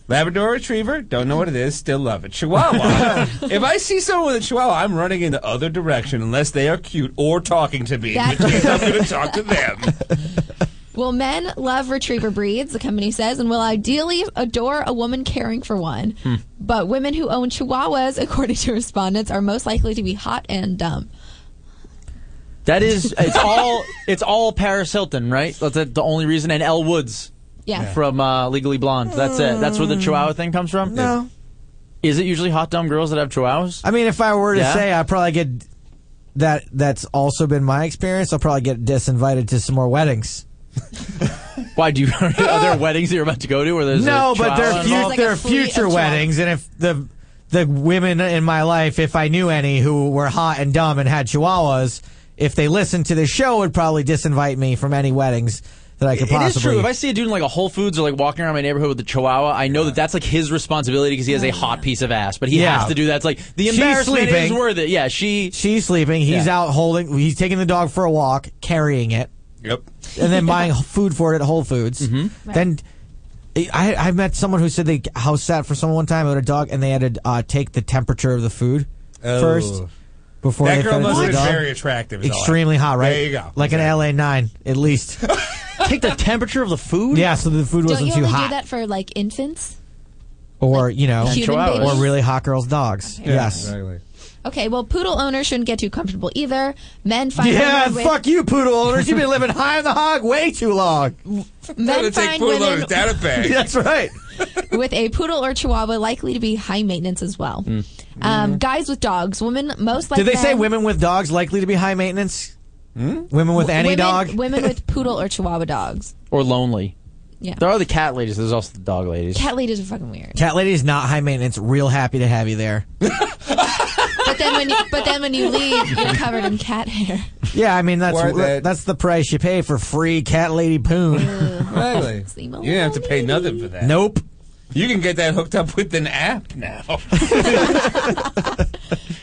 Speaker 9: Labrador Retriever, don't know what it is, still love it. Chihuahua. if I see someone with a Chihuahua, I'm running in the other direction unless they are cute or talking to me.
Speaker 4: That-
Speaker 9: which means I'm going to talk to them.
Speaker 4: Well, men love retriever breeds, the company says, and will ideally adore a woman caring for one.
Speaker 22: Hmm.
Speaker 4: But women who own Chihuahuas, according to respondents, are most likely to be hot and dumb.
Speaker 3: That is, it's all, it's all Paris Hilton, right? That's it, the only reason. And Elle Woods,
Speaker 4: Yeah. Yeah.
Speaker 3: from uh, Legally Blonde. That's it. That's where the Chihuahua thing comes from.
Speaker 5: No.
Speaker 3: Is it usually hot dumb girls that have Chihuahuas?
Speaker 5: I mean, if I were to
Speaker 3: Yeah.
Speaker 5: say, I probably get that. That's also been my experience. I'll probably get disinvited to some more weddings.
Speaker 3: Why do you? Are there weddings that you're about to go to where there's
Speaker 5: no,
Speaker 3: a
Speaker 5: but they're
Speaker 3: Chihuahua
Speaker 5: fu-
Speaker 3: involved?
Speaker 5: they're future weddings, and if the the women in my life, if I knew any who were hot and dumb and had chihuahuas, if they listened to the show, would probably disinvite me from any weddings that I could
Speaker 3: It is
Speaker 5: possibly.
Speaker 3: true. If I see a dude in like a Whole Foods or like walking around my neighborhood with a Chihuahua, I know that that's like his responsibility because he has a hot piece of ass. But he
Speaker 5: Yeah.
Speaker 3: has to do that. It's like the
Speaker 5: She's
Speaker 3: embarrassment is
Speaker 5: sleeping.
Speaker 3: worth it. Yeah, she
Speaker 5: she's sleeping. He's
Speaker 3: Yeah.
Speaker 5: out holding. He's taking the dog for a walk, carrying it.
Speaker 9: Yep. Mm-hmm.
Speaker 5: and then buying food for it at Whole Foods. Then I, I met someone who said they house sat for someone one time who had a dog, and they had to uh, take the temperature of the food
Speaker 9: Oh.
Speaker 5: first before
Speaker 9: That
Speaker 5: they
Speaker 9: girl
Speaker 5: fed it to
Speaker 9: must
Speaker 5: the
Speaker 9: have been
Speaker 5: dog.
Speaker 9: very attractive is all I-
Speaker 5: extremely hot, right?
Speaker 9: There you go.
Speaker 5: like an LA nine at least.
Speaker 3: take the temperature of the food.
Speaker 5: Yeah, so the food
Speaker 4: Don't
Speaker 5: wasn't
Speaker 4: you
Speaker 5: too
Speaker 4: only
Speaker 5: hot,
Speaker 4: do that for like infants?
Speaker 5: or you know,
Speaker 4: human Chihuahuas. babies?
Speaker 5: or really hot girls' dogs.
Speaker 4: Okay. Yeah,
Speaker 5: yes.
Speaker 4: Okay, well, poodle owners shouldn't get too comfortable either. Men find
Speaker 5: Yeah,
Speaker 4: women with-
Speaker 5: fuck you, poodle owners. You've been living high on the hog way too long.
Speaker 4: Men find women
Speaker 5: That's right.
Speaker 4: with a poodle or chihuahua likely to be high maintenance as well.
Speaker 3: Mm.
Speaker 4: Um, guys with dogs, women most likely.
Speaker 5: Hmm. Did they say women with dogs likely to be high
Speaker 3: Hmm?
Speaker 5: maintenance? Women with any
Speaker 4: women,
Speaker 5: dog?
Speaker 4: Women with poodle or chihuahua dogs.
Speaker 3: or lonely.
Speaker 4: Yeah.
Speaker 3: There are the cat ladies. There's also the dog ladies.
Speaker 4: Cat ladies are fucking weird.
Speaker 5: Cat lady is not high maintenance. Real happy to have you there.
Speaker 4: But then when you, but then when you leave, you're covered in cat hair.
Speaker 5: Yeah, I mean that's
Speaker 4: Worth it.
Speaker 5: that's the price you pay for free cat lady poon.
Speaker 9: Really? You don't have to pay nothing for that.
Speaker 5: Nope.
Speaker 9: You can get that hooked up with an app now.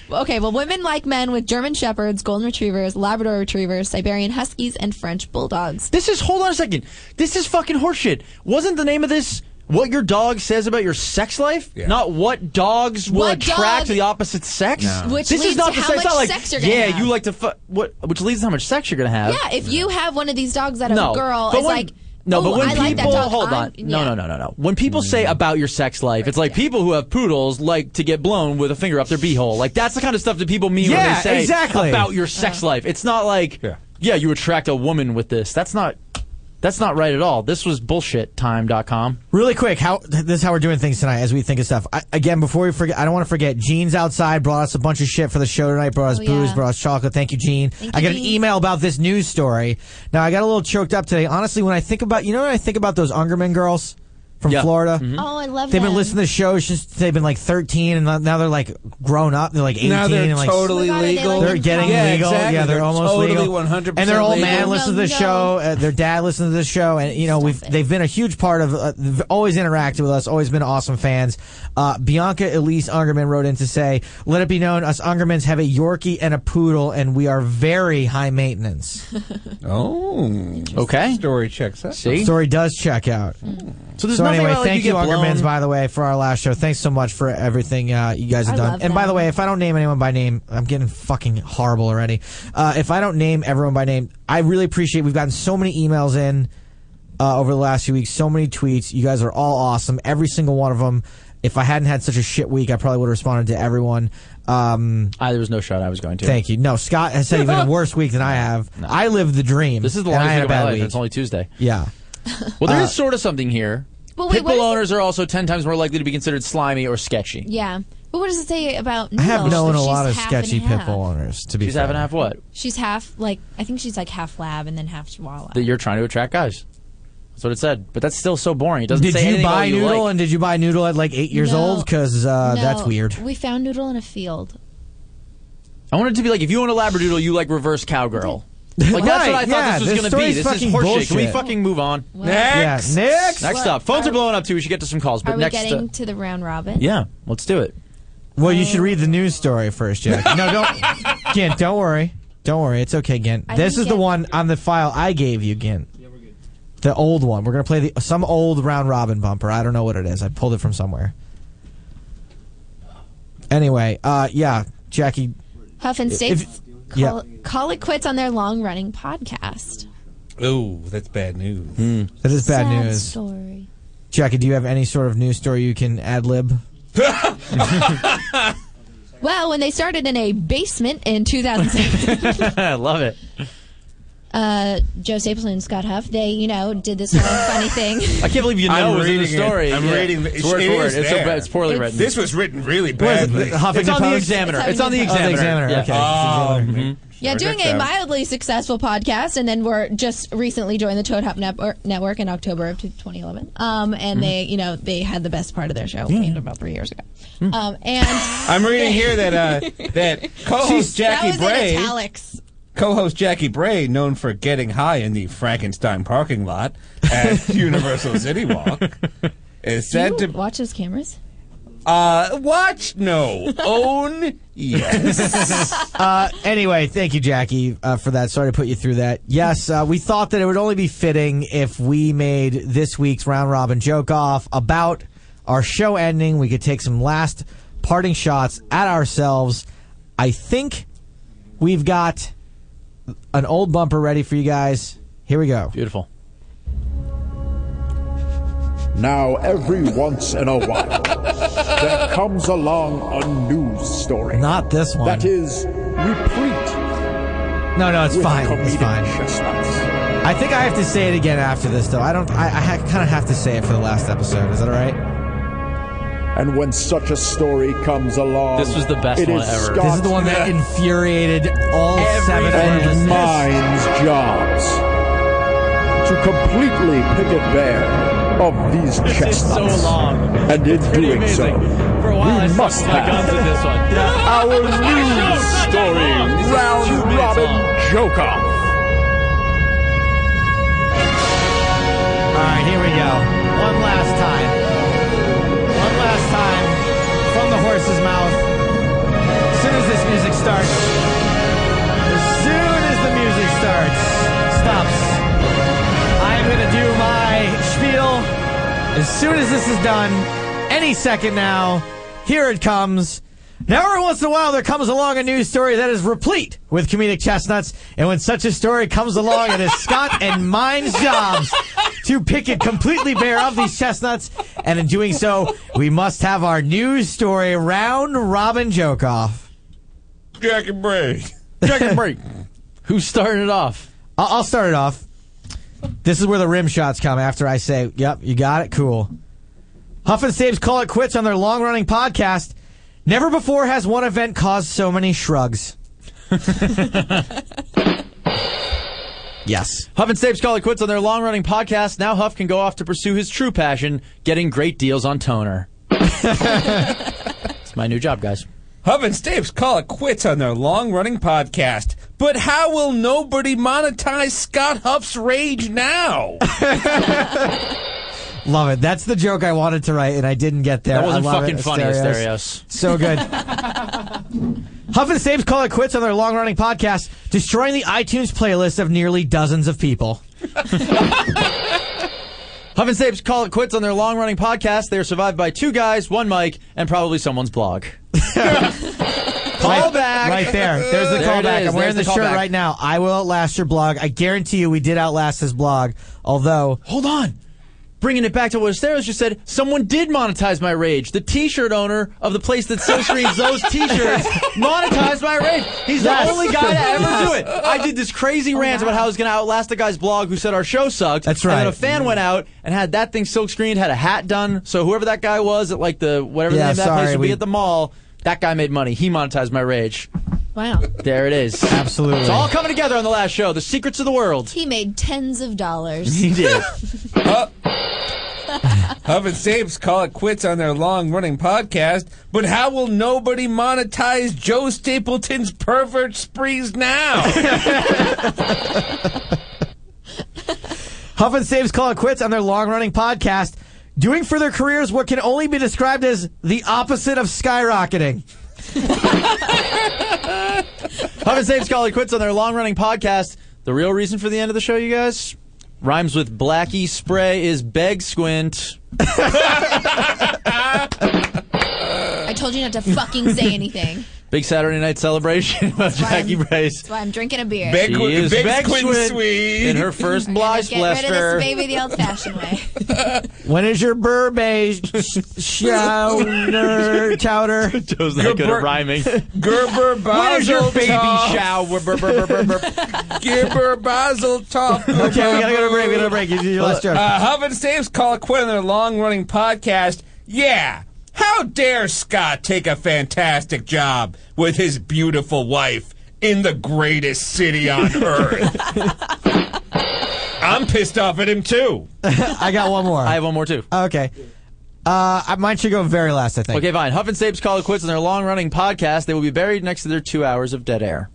Speaker 4: Okay, well, women like men with German shepherds, golden retrievers, Labrador retrievers, Siberian huskies, and French bulldogs.
Speaker 3: This is hold on a second. This is fucking horseshit. Wasn't the name of this what your dog says about your sex life? Not what dogs will
Speaker 4: What
Speaker 3: attract
Speaker 4: dog-
Speaker 3: to the opposite sex.
Speaker 4: No. Which
Speaker 3: this
Speaker 4: leads
Speaker 3: is not
Speaker 4: to
Speaker 3: the
Speaker 4: how
Speaker 3: same. It's
Speaker 4: much
Speaker 3: not like
Speaker 4: sex you're gonna
Speaker 3: yeah,
Speaker 4: have.
Speaker 3: you like to fuck. What which leads to how much sex you're gonna have.
Speaker 4: Yeah, if you have one of these dogs that
Speaker 3: no,
Speaker 4: a girl
Speaker 3: but
Speaker 4: is
Speaker 3: when-
Speaker 4: like,
Speaker 3: no, but
Speaker 4: "Ooh,
Speaker 3: when
Speaker 4: I
Speaker 3: people
Speaker 4: like that dog.
Speaker 3: hold
Speaker 4: I'm- Mm.
Speaker 3: on, no, no, no, no, no. When people say about your sex life, it's like people who have poodles like to get blown with a finger up their beehole. Like that's the kind of stuff that people mean when
Speaker 5: Yeah,
Speaker 3: they say
Speaker 5: exactly.
Speaker 3: about your sex life. It's not like yeah. you attract a woman with this. That's not that's not right at all. This was bullshittime.com.
Speaker 5: Really quick, how this is how we're doing things tonight as we think of stuff. I, again, before we forget, I don't want to forget. Jean's outside brought us a bunch of shit for the show tonight. Brought us
Speaker 22: Oh,
Speaker 5: booze,
Speaker 22: yeah.
Speaker 5: brought us chocolate. Thank you, Jean. I got an email about this news story. Now I got a little choked up today. Honestly, when I think about you know when I think about those Ungerman girls from Florida.
Speaker 9: Mm-hmm.
Speaker 4: Oh, I love
Speaker 5: They've been
Speaker 4: them.
Speaker 5: listening to the show since they've been like 13, and now they're like grown up. They're like 18.
Speaker 9: Now they're
Speaker 5: and like,
Speaker 9: totally Oh my God, are they, legal. like,
Speaker 5: They're
Speaker 9: in
Speaker 5: getting
Speaker 9: college? Yeah,
Speaker 5: legal.
Speaker 9: exactly.
Speaker 5: Yeah, they're,
Speaker 9: They're
Speaker 5: almost
Speaker 9: totally
Speaker 5: legal.
Speaker 9: 100%
Speaker 5: And their old
Speaker 9: legal.
Speaker 5: man
Speaker 9: No,
Speaker 5: listens to the
Speaker 9: no.
Speaker 5: show. Uh, their dad listens to the show, and you know we've they've been a huge part of. Uh, they've always interacted with us. Always been awesome fans. Uh, Bianca Elise Ungerman wrote in to say, "Let it be known, us Ungermans have a Yorkie and a poodle, and we are very high maintenance."
Speaker 9: oh.
Speaker 3: Okay.
Speaker 9: Story checks out.
Speaker 5: story does check out.
Speaker 9: Hmm. So
Speaker 5: So,
Speaker 9: there's nothing
Speaker 5: anyway,
Speaker 9: about, like,
Speaker 5: thank
Speaker 9: you
Speaker 5: you,
Speaker 9: get
Speaker 5: Ungermans,
Speaker 9: blown.
Speaker 5: by the way, for our last show. Thanks so much for everything uh, you guys have
Speaker 9: I
Speaker 5: done.
Speaker 9: love
Speaker 5: And by the way, if I don't name anyone by name, I'm getting fucking horrible already. Uh, if I don't name everyone by name, I really appreciate. We've gotten so many emails in uh, over the last few weeks, so many tweets. You guys are all awesome. Every single one of them. If I hadn't had such a shit week, I probably would have responded to everyone. Um,
Speaker 3: I, there was no shot I was going to.
Speaker 5: Thank you. No, Scott has had even a worse week than I have. I lived the dream.
Speaker 3: This is the
Speaker 5: and
Speaker 3: longest
Speaker 5: I had
Speaker 3: week
Speaker 5: a
Speaker 3: of my
Speaker 5: bad
Speaker 3: life.
Speaker 5: week.
Speaker 3: and It's only Tuesday.
Speaker 5: Yeah.
Speaker 3: Well, there is
Speaker 5: Uh,
Speaker 3: sort of something here.
Speaker 4: Well, wait,
Speaker 3: Pit
Speaker 4: what
Speaker 3: bull
Speaker 4: is
Speaker 3: owners are also ten times more likely to be considered slimy or sketchy.
Speaker 4: Yeah. But what does it say about
Speaker 5: I have
Speaker 4: Nilo?
Speaker 5: known
Speaker 4: That
Speaker 5: a lot of
Speaker 4: she's half and
Speaker 5: sketchy pit
Speaker 4: half.
Speaker 5: bull owners. To be
Speaker 3: She's
Speaker 5: fair.
Speaker 3: half and half what?
Speaker 4: She's half, like, I think she's like half lab and then half chihuahua.
Speaker 3: That you're trying to attract guys. That's what it said. But that's still so boring. It doesn't
Speaker 5: Did
Speaker 3: say
Speaker 5: you
Speaker 3: anything about
Speaker 5: buy
Speaker 3: what you
Speaker 5: noodle
Speaker 3: like.
Speaker 5: and did you buy noodle at like eight years
Speaker 4: No.
Speaker 5: old? Because uh,
Speaker 4: No,
Speaker 5: that's weird.
Speaker 4: We found Noodle in a field.
Speaker 3: I want it to be like if you own a labradoodle, you like reverse cowgirl. Like that's what I thought
Speaker 5: Right, yeah,
Speaker 3: this was
Speaker 5: this
Speaker 3: going to be.
Speaker 5: story's
Speaker 3: This is
Speaker 5: fucking
Speaker 3: horseshit. Can we
Speaker 5: bullshit.
Speaker 3: fucking move on?
Speaker 4: Well-
Speaker 5: Yeah,
Speaker 3: next,
Speaker 5: next.
Speaker 3: next
Speaker 4: Well,
Speaker 3: up. Phones are, blowing up too. We should get to some calls. But
Speaker 4: Are we
Speaker 3: next,
Speaker 4: getting
Speaker 3: uh,
Speaker 4: to the round robin?
Speaker 3: yeah, let's do it.
Speaker 5: Well, you should read the news story first, Jack. No, don't, Gint. Don't worry. Don't worry. It's okay, Gint.
Speaker 4: I
Speaker 5: This
Speaker 4: think
Speaker 5: is the
Speaker 4: Gint-
Speaker 5: one on the file I gave you, Gint. The old one. We're gonna play the some old round robin bumper. I don't know what it is. I pulled it from somewhere. Anyway, uh, yeah, Jackie.
Speaker 4: Huff and
Speaker 5: If-
Speaker 4: States
Speaker 5: yeah.
Speaker 4: call, call it quits on their long running podcast.
Speaker 9: Ooh, that's bad news.
Speaker 3: Hmm.
Speaker 5: That is bad
Speaker 4: Sad
Speaker 5: news.
Speaker 4: Story.
Speaker 5: Jackie, do you have any sort of news story you can ad lib?
Speaker 4: Well, when they started in a basement in 2007,
Speaker 3: I love it.
Speaker 4: uh, Joe Stapleton and Scott Huff, they, you know, did this really funny thing.
Speaker 3: I can't believe you know
Speaker 9: I'm
Speaker 3: it was in the
Speaker 9: reading it.
Speaker 3: story.
Speaker 9: I'm
Speaker 3: Yeah.
Speaker 9: reading the-
Speaker 3: it's word
Speaker 9: it
Speaker 3: for word.
Speaker 9: is
Speaker 3: It's, so
Speaker 9: there.
Speaker 3: bad- it's poorly
Speaker 9: It's-
Speaker 3: written.
Speaker 9: This was written really
Speaker 3: Where is it?
Speaker 9: badly.
Speaker 3: The Huffington It's on the Post? Examiner. It's on the
Speaker 5: Oh, the Examiner.
Speaker 3: Yeah.
Speaker 5: Okay.
Speaker 9: Oh,
Speaker 5: It's the
Speaker 9: man.
Speaker 4: Mm-hmm. Yeah, doing a mildly successful podcast, and then we're just recently joined the Toad Hop Network- Network in October of 2011. Um,
Speaker 3: Mm-hmm.
Speaker 4: and they, you know, they had the best part of their show about three years ago.
Speaker 3: Hmm.
Speaker 4: Um, and
Speaker 9: I'm reading here that uh, that co-host Jackie
Speaker 4: that was
Speaker 9: Bray,
Speaker 4: in italics.
Speaker 9: co-host Jackie Bray, known for getting high in the Frankenstein parking lot at Universal City Walk, is
Speaker 4: Do
Speaker 9: said to
Speaker 4: you watch those cameras?
Speaker 9: uh, watch no own yes.
Speaker 5: uh, anyway, thank you, Jackie, uh, for that. Sorry to put you through that. Yes, uh, we thought that it would only be fitting if we made this week's round robin joke off about our show ending. We could take some last parting shots at ourselves. I think we've got an old bumper ready for you guys. Here we go.
Speaker 3: Beautiful.
Speaker 8: Now, every once in a while, there comes along a news story.
Speaker 5: Not this one.
Speaker 8: That is replete.
Speaker 5: No, no, it's
Speaker 8: with
Speaker 5: fine.
Speaker 8: comedic
Speaker 5: It's fine.
Speaker 8: Chestnuts.
Speaker 5: I think I have to say it again after this, though. I don't. I, I ha- kind of have to say it for the last episode. Is that all right?
Speaker 8: And when such a story comes along,
Speaker 5: This was the best
Speaker 8: it
Speaker 5: one
Speaker 8: is
Speaker 5: ever.
Speaker 8: Scott
Speaker 5: This is the one that infuriated all seven of our
Speaker 8: and
Speaker 5: listeners.
Speaker 8: mine's jobs. to completely pick it bare of these
Speaker 21: This is so
Speaker 8: chestnuts.
Speaker 21: long.
Speaker 8: And in
Speaker 21: pretty
Speaker 8: doing so,
Speaker 21: amazing. For a while, I
Speaker 8: we
Speaker 21: stuck
Speaker 8: must
Speaker 21: to my guns
Speaker 8: have
Speaker 21: with this one.
Speaker 8: our news story round robin joke off.
Speaker 5: All right, here we go. One last time. One last time from the horse's mouth. As soon as this music starts, as soon as the music starts, stops, I am going to do my spiel. As soon as this is done, any second now, here it comes. Now, every once in a while, there comes along a news story that is replete with comedic chestnuts. And when such a story comes along, it is Scott and mine's jobs to pick it completely bare of these chestnuts. And in doing so, we must have our news story round robin joke off.
Speaker 3: Jack and Break. Jack and Break. Who's starting it off?
Speaker 5: I'll, I'll start it off. This is where the rim shots come after I say, yep, you got it, cool. Huff and Staves call it quits on their long running podcast. Never before has one event caused so many shrugs. Yes.
Speaker 3: Huff and Stapes call it quits on their long running podcast. Now Huff can go off to pursue his true passion, getting great deals on toner. it's my new job, guys.
Speaker 9: Hub and Stapes call it quits on their long running podcast. But how will nobody monetize Scott Huff's rage now?
Speaker 5: Love it. That's the joke I wanted to write, and I didn't get there.
Speaker 3: That wasn't
Speaker 5: I love
Speaker 3: fucking
Speaker 5: it.
Speaker 3: funny, Asterios.
Speaker 5: So good. Huff and Staves call it quits on their long-running podcast, destroying the iTunes playlist of nearly dozens of people.
Speaker 3: Huff and Stapes call it quits on their long running podcast. They are survived by two guys, one mic, and probably someone's blog.
Speaker 5: Right-
Speaker 3: Callback.
Speaker 5: Right there. There's the
Speaker 3: There it
Speaker 5: callback.
Speaker 3: is.
Speaker 5: I'm wearing
Speaker 3: There's the
Speaker 5: the, shirt
Speaker 3: callback.
Speaker 5: right now. I will outlast your blog. I guarantee you we did outlast his blog, although...
Speaker 3: Hold on. Bringing it back to what Asterios just said, someone did monetize my rage. The T-shirt owner of the place that sells streams those T-shirts monetized my rage. He's
Speaker 5: Yes.
Speaker 3: the only guy to ever do it.
Speaker 5: Yes. Oh,
Speaker 3: I did this crazy rant about how I was going to outlast the guy's blog who said our show sucked.
Speaker 5: That's
Speaker 3: And
Speaker 5: right.
Speaker 3: then a fan went out and had that thing silk screened, had a hat done. So whoever that guy was at like the whatever the
Speaker 5: Yeah,
Speaker 3: name of that
Speaker 5: sorry,
Speaker 3: place would
Speaker 5: we-
Speaker 3: be at the mall, that guy made money. He monetized my rage.
Speaker 4: Wow.
Speaker 3: There it is.
Speaker 5: Absolutely.
Speaker 3: It's all coming together on the last show. The secrets of the world.
Speaker 4: He made tens of dollars.
Speaker 3: He did.
Speaker 9: Hub and Stapes call it quits on their long running podcast. But how will nobody monetize Joe Stapleton's pervert sprees now?
Speaker 5: Huff and Staves call it quits on their long-running podcast, doing for their careers what can only be described as the opposite of skyrocketing.
Speaker 3: Huff and Saves Collie quits on their long running podcast. The real reason for the end of the show, you guys, rhymes with Blackie Spray is Beg Squint.
Speaker 4: I told you not to fucking say anything.
Speaker 3: Big Saturday night celebration about Jackie Brace.
Speaker 4: That's why I'm drinking a beer.
Speaker 3: She is Beg Squint in her first blog
Speaker 4: Get rid of this
Speaker 3: blaster.
Speaker 4: baby the old-fashioned way.
Speaker 5: When is your Burbank shower chowder?
Speaker 3: Joe's not good at rhyming.
Speaker 9: Gerber
Speaker 5: When is your baby
Speaker 3: shower?
Speaker 9: Gerber Basel Top.
Speaker 5: Okay, we gotta go to break. We gotta go to break. You do your last joke.
Speaker 3: uh-huh.
Speaker 9: Uh, Huff and Staves call it quit on their long-running podcast. Yeah, how dare Scott take a fantastic job with his beautiful wife in the greatest city on earth? I'm pissed off at him too.
Speaker 5: I got one more. I have
Speaker 3: one more too.
Speaker 5: Okay. Uh, I- mine should go very last, I think.
Speaker 3: Okay, fine. Huff and Saves Collie quits on their long running podcast. They will be buried next to their two hours of dead air.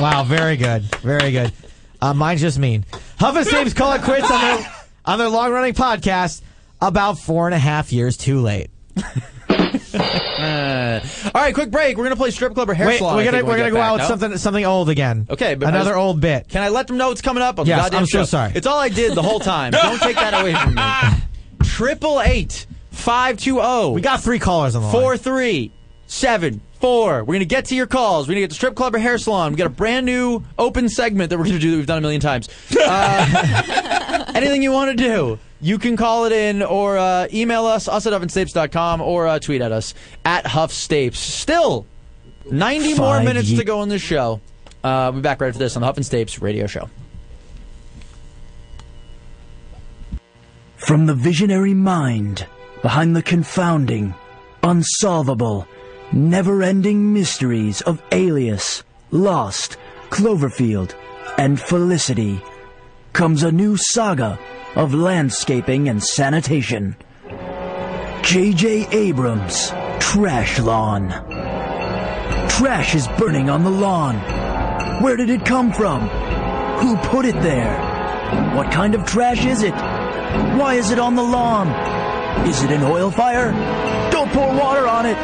Speaker 5: Wow, very good, very good. Uh, mine's just mean. Huff and Staves call it quits on their on their long running podcast about four and a half years too late.
Speaker 3: Uh, all right, quick break. We're gonna play strip club or hair
Speaker 5: Wait,
Speaker 3: salon.
Speaker 5: we're
Speaker 3: I
Speaker 5: gonna
Speaker 3: think, when
Speaker 5: we're
Speaker 3: we get
Speaker 5: gonna go
Speaker 3: back,
Speaker 5: out with
Speaker 3: no?
Speaker 5: something something old again.
Speaker 3: Okay, but I
Speaker 5: another
Speaker 3: was-
Speaker 5: old bit.
Speaker 3: Can I let them know it's coming up on
Speaker 5: Yes,
Speaker 3: the goddamn
Speaker 5: I'm so
Speaker 3: show?
Speaker 5: sorry.
Speaker 3: It's all I did the whole time. Don't take that away from me. Triple eight five two zero. We
Speaker 5: got three callers on the
Speaker 3: four three seven four. We're gonna get to your calls. We're gonna get to strip club or hair salon. We got a brand new open segment that we're gonna do that we've done a million times. Uh, anything you want to do. You can call it in or uh, email us, us at huffandstapes.com, or uh, tweet at us, at huffstapes. Still, 90 more
Speaker 5: Five
Speaker 3: minutes
Speaker 5: ye-
Speaker 3: to go on this show. Uh, we'll be back right after this on the Huff and Stapes radio show.
Speaker 22: From the visionary mind behind the confounding, unsolvable, never ending mysteries of Alias, Lost, Cloverfield, and Felicity comes a new saga of landscaping and sanitation. J.J. Abrams' Trash Lawn. Trash is burning on the lawn. Where did it come from? Who put it there? What kind of trash is it? Why is it on the lawn? Is it an oil fire? Don't pour water on it!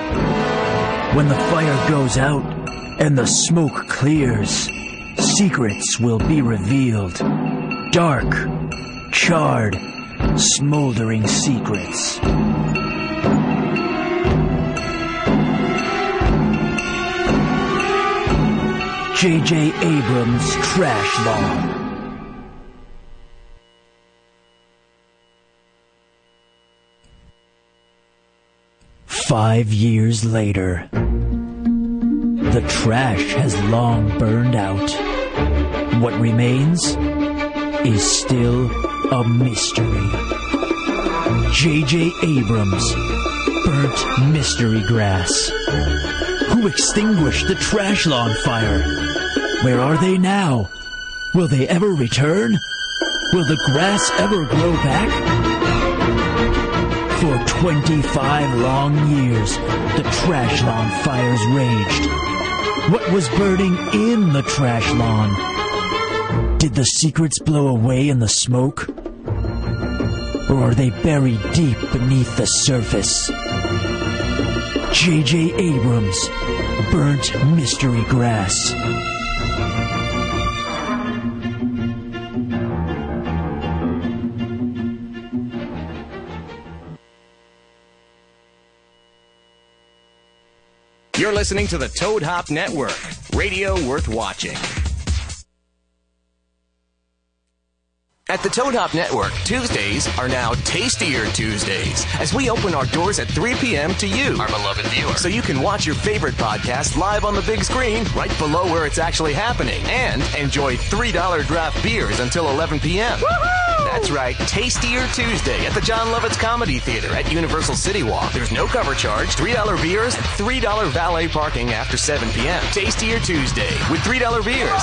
Speaker 22: When the fire goes out and the smoke clears, secrets will be revealed. Dark, charred, smoldering secrets. J.J. Abrams' Trash Lawn. Five years later, the trash has long burned out. What remains is still a mystery. J.J. Abrams, burnt mystery grass. Who extinguished the trash lawn fire? Where are they now? Will they ever return? Will the grass ever grow back? For 25 long years, the trash lawn fires raged. What was burning in the trash lawn? Did the secrets blow away in the smoke? Or are they buried deep beneath the surface? J.J. Abrams, Burnt Mystery Grass.
Speaker 2: You're listening to the Toad Hop Network, radio worth watching. At the Toad Hop Network, Tuesdays are now Tastier Tuesdays as we open our doors at 3 p.m. to you, our beloved viewer. So you can watch your favorite podcast live on the big screen right below where it's actually happening and enjoy $3 draft beers until 11 p.m. That's right, Tastier Tuesday at the John Lovitz Comedy Theater at Universal City Walk. There's no cover charge, $3 beers, and $3 valet parking after 7 p.m. Tastier Tuesday with $3 beers.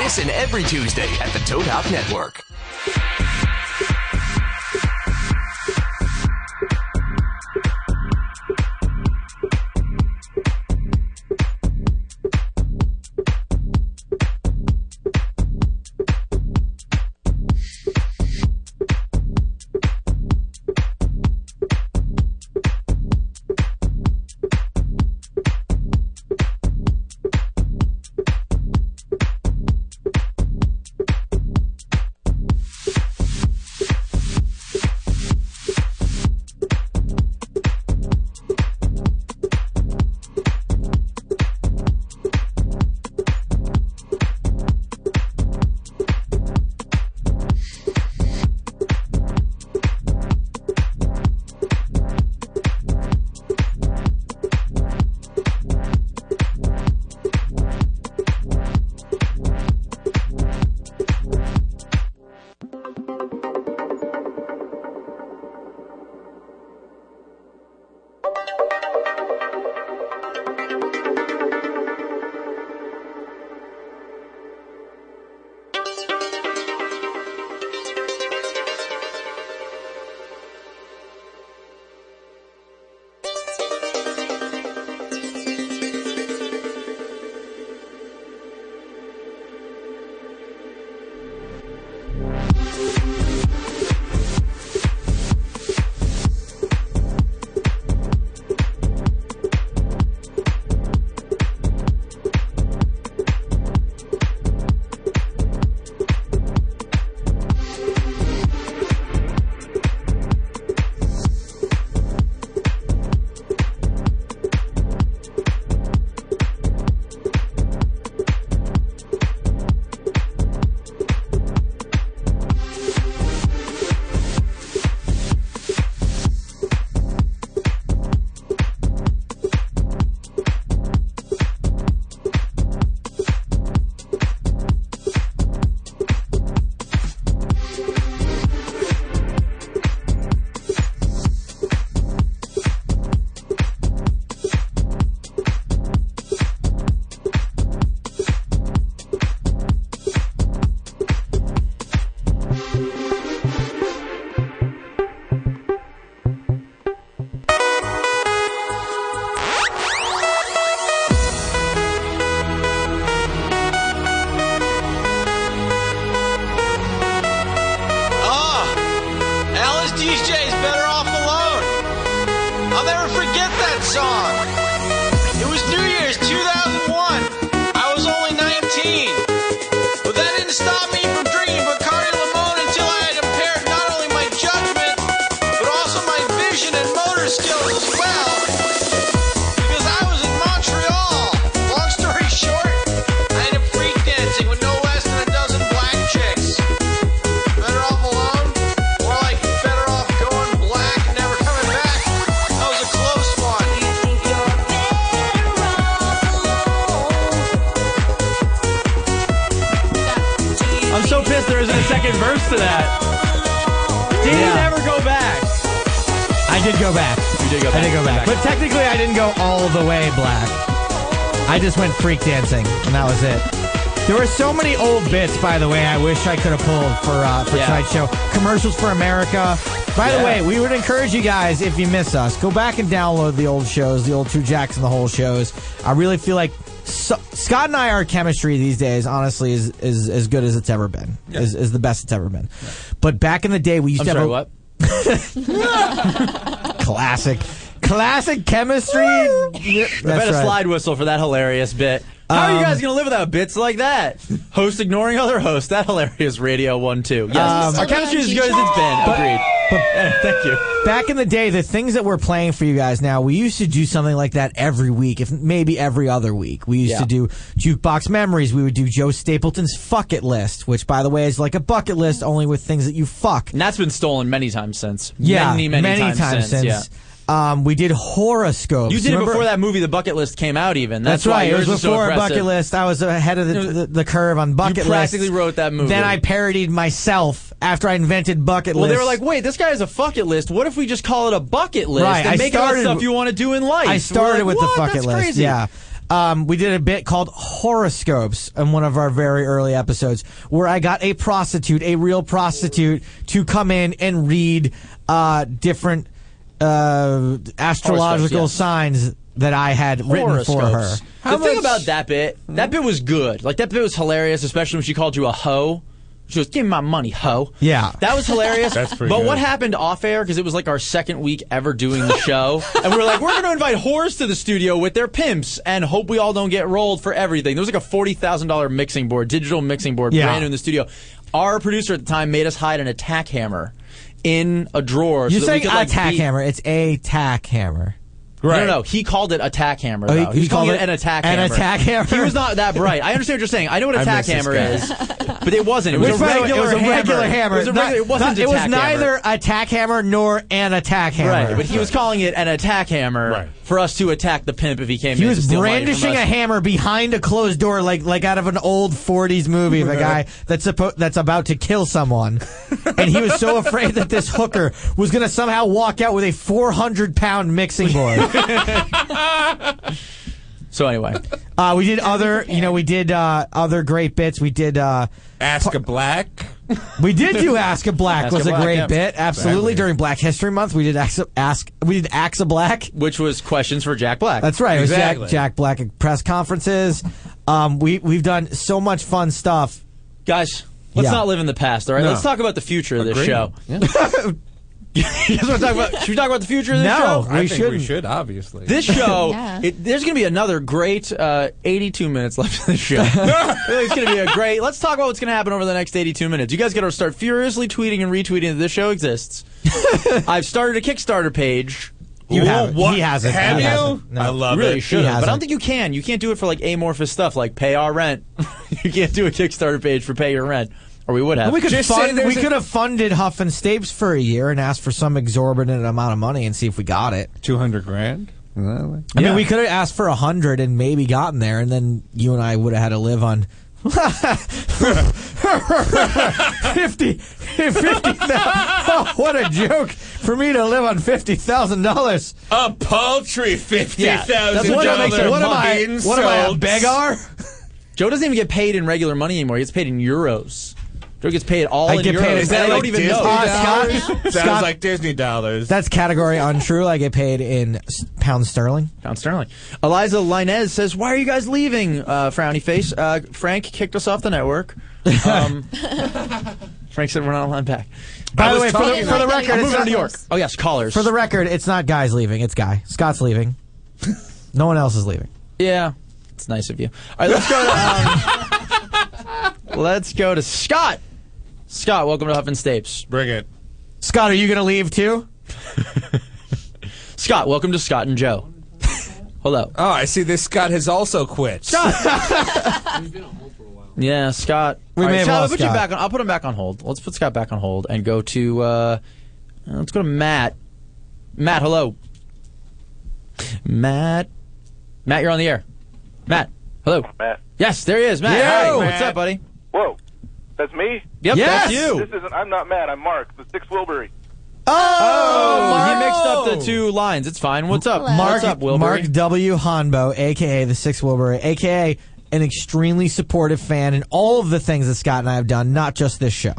Speaker 2: This and every Tuesday at the Toad Hop Network.
Speaker 1: Ah, that song. It was New Year's 2001. I was only 19. But that didn't stop me from drinking Bacardi Limon until I had impaired not only my judgment, but also my vision and motor skills as well. Because I was in Montreal. Long story short, I ended up freak dancing with no less than a dozen black chicks. Better off alone, or like better off going black and never coming back. That was a close one. You think you're better
Speaker 23: I'm so pissed there isn't a second verse to that. Did
Speaker 5: Yeah.
Speaker 23: he never go back?
Speaker 5: I did go back.
Speaker 23: You did go back.
Speaker 5: I did go back.
Speaker 23: Exactly.
Speaker 5: But technically, I didn't go all the way black. I just went freak dancing, and that was it. There were so many old bits, by the way. I wish I could have pulled for uh, for
Speaker 23: Yeah.
Speaker 5: tonight's show. Commercials for America. By the
Speaker 23: Yeah.
Speaker 5: way, we would encourage you guys if you miss us, go back and download the old shows, the old Two Jacks and the Whole shows. I really feel like so, Scott and I, our chemistry these days, honestly, is is as good as it's ever been. Is, is the best it's ever been. But back in the day, we used
Speaker 3: I'm
Speaker 5: to have
Speaker 3: sorry,
Speaker 5: a-
Speaker 3: what?
Speaker 5: classic, classic chemistry.
Speaker 3: I
Speaker 5: Yep,
Speaker 3: bet
Speaker 5: that's
Speaker 3: a
Speaker 5: right.
Speaker 3: slide whistle for that hilarious bit. How are you
Speaker 5: Um,
Speaker 3: guys going to live without bits like that? Host ignoring other hosts. That hilarious radio one too. Yes,
Speaker 5: Um,
Speaker 3: our chemistry is as good as it's been. Agreed. Eh, thank you.
Speaker 5: Back in the day, the things that we're playing for you guys now, we used to do something like that every week, if maybe every other week. We used
Speaker 3: Yeah.
Speaker 5: to do jukebox memories. We would do Joe Stapleton's fuck it list, which by the way is like a bucket list only with things that you fuck.
Speaker 3: And that's been stolen many times since.
Speaker 5: Yeah,
Speaker 3: many many, times, since. Yeah.
Speaker 5: Um, we did horoscopes.
Speaker 3: You did
Speaker 5: Remember-
Speaker 3: it before that movie, The Bucket List, came out. Even
Speaker 5: That's,
Speaker 3: that's,
Speaker 5: right.
Speaker 3: Why
Speaker 5: It was
Speaker 3: yours is so
Speaker 5: before
Speaker 3: impressive.
Speaker 5: bucket list. I was ahead of the, the, the curve on bucket list.
Speaker 3: practically wrote that movie.
Speaker 5: Then I parodied myself after I invented bucket
Speaker 3: Well,
Speaker 5: list.
Speaker 3: they were like, "Wait, this guy has a bucket list. What if we just call it a bucket list
Speaker 5: Right,
Speaker 3: and
Speaker 5: I
Speaker 3: make
Speaker 5: started-
Speaker 3: it all stuff you want to do in life?"
Speaker 5: I
Speaker 3: We're
Speaker 5: started
Speaker 3: like,
Speaker 5: with
Speaker 3: "What?
Speaker 5: the bucket
Speaker 3: That's
Speaker 5: list.
Speaker 3: Crazy.
Speaker 5: Yeah. Um, we did a bit called horoscopes in one of our very early episodes, where I got a prostitute, a real prostitute, to come in and read uh, different uh, astrological
Speaker 3: yeah.
Speaker 5: signs that I had written for her.
Speaker 3: Horoscopes. the thing about that bit, that bit was good. Like that bit was hilarious, especially when she called you a hoe. She goes, "Give me my money, hoe."
Speaker 5: Yeah.
Speaker 3: That was hilarious.
Speaker 5: That's pretty
Speaker 3: but
Speaker 5: good.
Speaker 3: what happened off air, because it was like our second week ever doing the show, and we were like, we're going to invite whores to the studio with their pimps and hope we all don't get rolled for everything. There was like a $40,000 mixing board, digital mixing board,
Speaker 5: Yeah.
Speaker 3: brand new in the studio. Our producer at the time made us hide an attack hammer in a drawer.
Speaker 5: You're
Speaker 3: so that we
Speaker 5: saying
Speaker 3: could, like,
Speaker 5: attack
Speaker 3: beat-
Speaker 5: hammer. It's a tack hammer.
Speaker 3: No, no, no. He called it attack hammer.
Speaker 5: Oh,
Speaker 3: Though.
Speaker 5: he-
Speaker 3: he, was
Speaker 5: he
Speaker 3: calling
Speaker 5: called
Speaker 3: it an
Speaker 5: it
Speaker 3: attack
Speaker 5: an
Speaker 3: hammer.
Speaker 5: attack hammer?
Speaker 3: He was not that bright. I understand what you're saying. I know what
Speaker 5: I
Speaker 3: attack
Speaker 5: miss this
Speaker 3: hammer
Speaker 5: guy.
Speaker 3: is, but it wasn't. It was,
Speaker 5: Which,
Speaker 3: a
Speaker 5: by the way,
Speaker 3: regular,
Speaker 5: it was a regular hammer.
Speaker 3: It was, a
Speaker 5: Not-
Speaker 3: regular, it wasn't
Speaker 5: not- it was
Speaker 3: attack hammer.
Speaker 5: neither attack hammer nor an attack hammer.
Speaker 3: Right, but he was calling it an attack hammer for us to attack the pimp if he came
Speaker 5: He
Speaker 3: in. to
Speaker 5: was
Speaker 3: steal money from
Speaker 5: brandishing
Speaker 3: us.
Speaker 5: a hammer behind a closed door, like like out of an old '40s movie of a guy that's suppo- that's about to kill someone, and he was so afraid that this hooker was going to somehow walk out with a 400 pound mixing board.
Speaker 3: So anyway,
Speaker 5: uh, we did other, you know, we did uh, other great bits. We did uh,
Speaker 11: Ask a black.
Speaker 5: We did do Ask a Black
Speaker 3: Ask
Speaker 5: was
Speaker 3: a
Speaker 5: a
Speaker 3: Black,
Speaker 5: great
Speaker 3: yeah.
Speaker 5: bit, absolutely.
Speaker 3: Exactly.
Speaker 5: During Black History Month, we did ask, ask we did Axe a Black.
Speaker 3: which was questions for Jack Black.
Speaker 5: That's right. It was Jack, Jack Black at press conferences. Um, we we've done so much fun stuff.
Speaker 3: Guys, let's
Speaker 5: Yeah.
Speaker 3: not live in the past. All right,
Speaker 5: No.
Speaker 3: let's talk about the future of this
Speaker 5: Agreed.
Speaker 3: show. You guys want to talk about? Should we talk about the future of this show?
Speaker 11: I think we should obviously.
Speaker 3: This show, it, there's going to be another great uh, 82 minutes left of the show. it's going to be a great. Let's talk about what's going to happen over the next 82 minutes. You guys got to start furiously tweeting and retweeting that this show exists. I've started a Kickstarter page.
Speaker 5: You Ooh, haven't. what? He hasn't.
Speaker 11: Have He you? hasn't.
Speaker 5: No. I love
Speaker 3: really
Speaker 5: it.
Speaker 3: Should,
Speaker 5: He
Speaker 3: but I
Speaker 5: hasn't.
Speaker 3: don't think you can. You can't do it for like amorphous stuff like pay our rent. you can't do a Kickstarter page for pay your rent, or we would have.
Speaker 5: We could fund, we could have funded Huff and Stapes for a year and asked for some exorbitant amount of money and see if we got it.
Speaker 11: Two hundred grand.
Speaker 5: I mean, we could have asked for a hundred and maybe gotten there, and then you and I would have had to live on. 50, 50 oh, what a joke for me to live on fifty thousand dollars.
Speaker 9: A paltry fifty
Speaker 3: Yeah, that's
Speaker 9: thousand
Speaker 3: what Joe makes
Speaker 9: dollars.
Speaker 3: it- what am I- what am I, a beggar?
Speaker 9: Insults.
Speaker 3: Joe doesn't even get paid in regular money anymore. He gets paid in euros. Joe gets paid all
Speaker 5: I
Speaker 3: in
Speaker 5: get
Speaker 3: euros.
Speaker 5: paid in- Is that
Speaker 3: I don't
Speaker 5: like
Speaker 3: even
Speaker 5: Disney
Speaker 3: know.
Speaker 5: dollars? Uh, Scott-
Speaker 11: Sounds
Speaker 5: Scott-
Speaker 11: like Disney dollars.
Speaker 5: That's category untrue. I get paid in s- pounds sterling.
Speaker 3: Pound Sterling. Eliza Linez says, "Why are you guys leaving?" Uh, frowny face. Uh, Frank kicked us off the network. Um, Frank said, "We're not allowed back."
Speaker 5: By
Speaker 3: I
Speaker 5: the
Speaker 3: was
Speaker 5: way, for the-
Speaker 3: talking
Speaker 5: for the
Speaker 3: about-
Speaker 5: record,
Speaker 3: I'm moving
Speaker 5: it's
Speaker 3: to
Speaker 5: not-
Speaker 3: New York. Oh yes, callers.
Speaker 5: For the record, it's not guys leaving; it's guy. Scott's leaving. No one else is leaving.
Speaker 3: Yeah, it's nice of you. All right, let's go. To, um, let's go to Scott. Scott, welcome to Huff and Stapes.
Speaker 11: Bring it.
Speaker 5: Scott, are you going to leave too?
Speaker 3: Scott, welcome to Scott and Joe. Hello.
Speaker 11: Oh, I see. This Scott has also quit.
Speaker 3: Yeah, Scott.
Speaker 5: We
Speaker 3: All
Speaker 5: may have
Speaker 3: Scott, I'll
Speaker 5: lost
Speaker 3: put
Speaker 5: Scott.
Speaker 3: You back on, I'll put him back on hold. Let's put Scott back on hold and go to uh, let's go to Matt. Matt, hello. Matt. Matt, you're on the air. Matt, hello.
Speaker 24: Matt.
Speaker 3: Yes, there he is. Matt,
Speaker 24: Yo!
Speaker 3: hi.
Speaker 24: Matt.
Speaker 3: what's up, buddy?
Speaker 24: Whoa, that's me.
Speaker 3: Yep, Yes! that's you.
Speaker 24: This isn't. I'm not Matt. I'm Mark, the sixth Wilbury.
Speaker 3: Oh, he mixed up the two lines. It's fine. What's up,
Speaker 5: Mark,
Speaker 3: What's up, Wilbury?
Speaker 5: Mark W. Honbo, aka the Six Wilbury, aka an extremely supportive fan in all of the things that Scott and I have done, not just this show.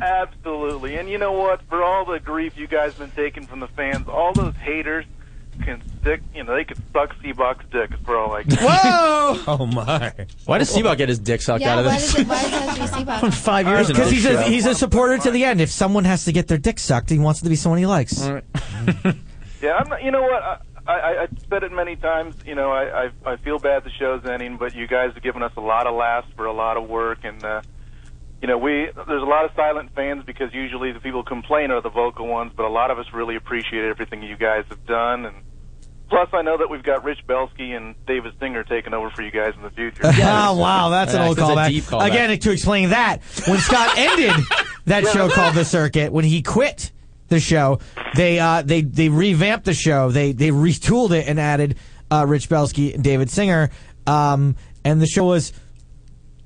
Speaker 24: Absolutely. And you know what? For all the grief you guys been taking from the fans, all those haters can stick. You know, they could suck Seabox dick for all I care.
Speaker 3: Whoa!
Speaker 11: oh my!
Speaker 3: Why does Seabot get his dick sucked
Speaker 24: Yeah,
Speaker 3: out of
Speaker 24: why
Speaker 3: this?
Speaker 24: does it-
Speaker 4: Why does it have to be Seabox?
Speaker 3: From five years into
Speaker 5: Because
Speaker 3: this
Speaker 5: he's a,
Speaker 3: show.
Speaker 5: he's a supporter to the end. If someone has to get their dick sucked, he wants it to be someone he likes.
Speaker 24: Yeah, I'm not, you know what? I, I, I said it many times. You know, I, I I feel bad the show's ending, but you guys have given us a lot of laughs for a lot of work, and uh, you know, we there's a lot of silent fans because usually the people who complain are the vocal ones, but a lot of us really appreciate everything you guys have done, and plus I know that we've got Rich Belsky and David Singer taking over for you guys in the future.
Speaker 5: oh, wow, that's an
Speaker 24: Yeah,
Speaker 5: old
Speaker 24: that's a
Speaker 5: callback.
Speaker 24: deep callback.
Speaker 5: Again, to explain that, when Scott ended that show called The Circuit, when he quit the show, they uh, they they revamped the show. They they retooled it and added uh, Rich Belsky and David Singer, um, and the show was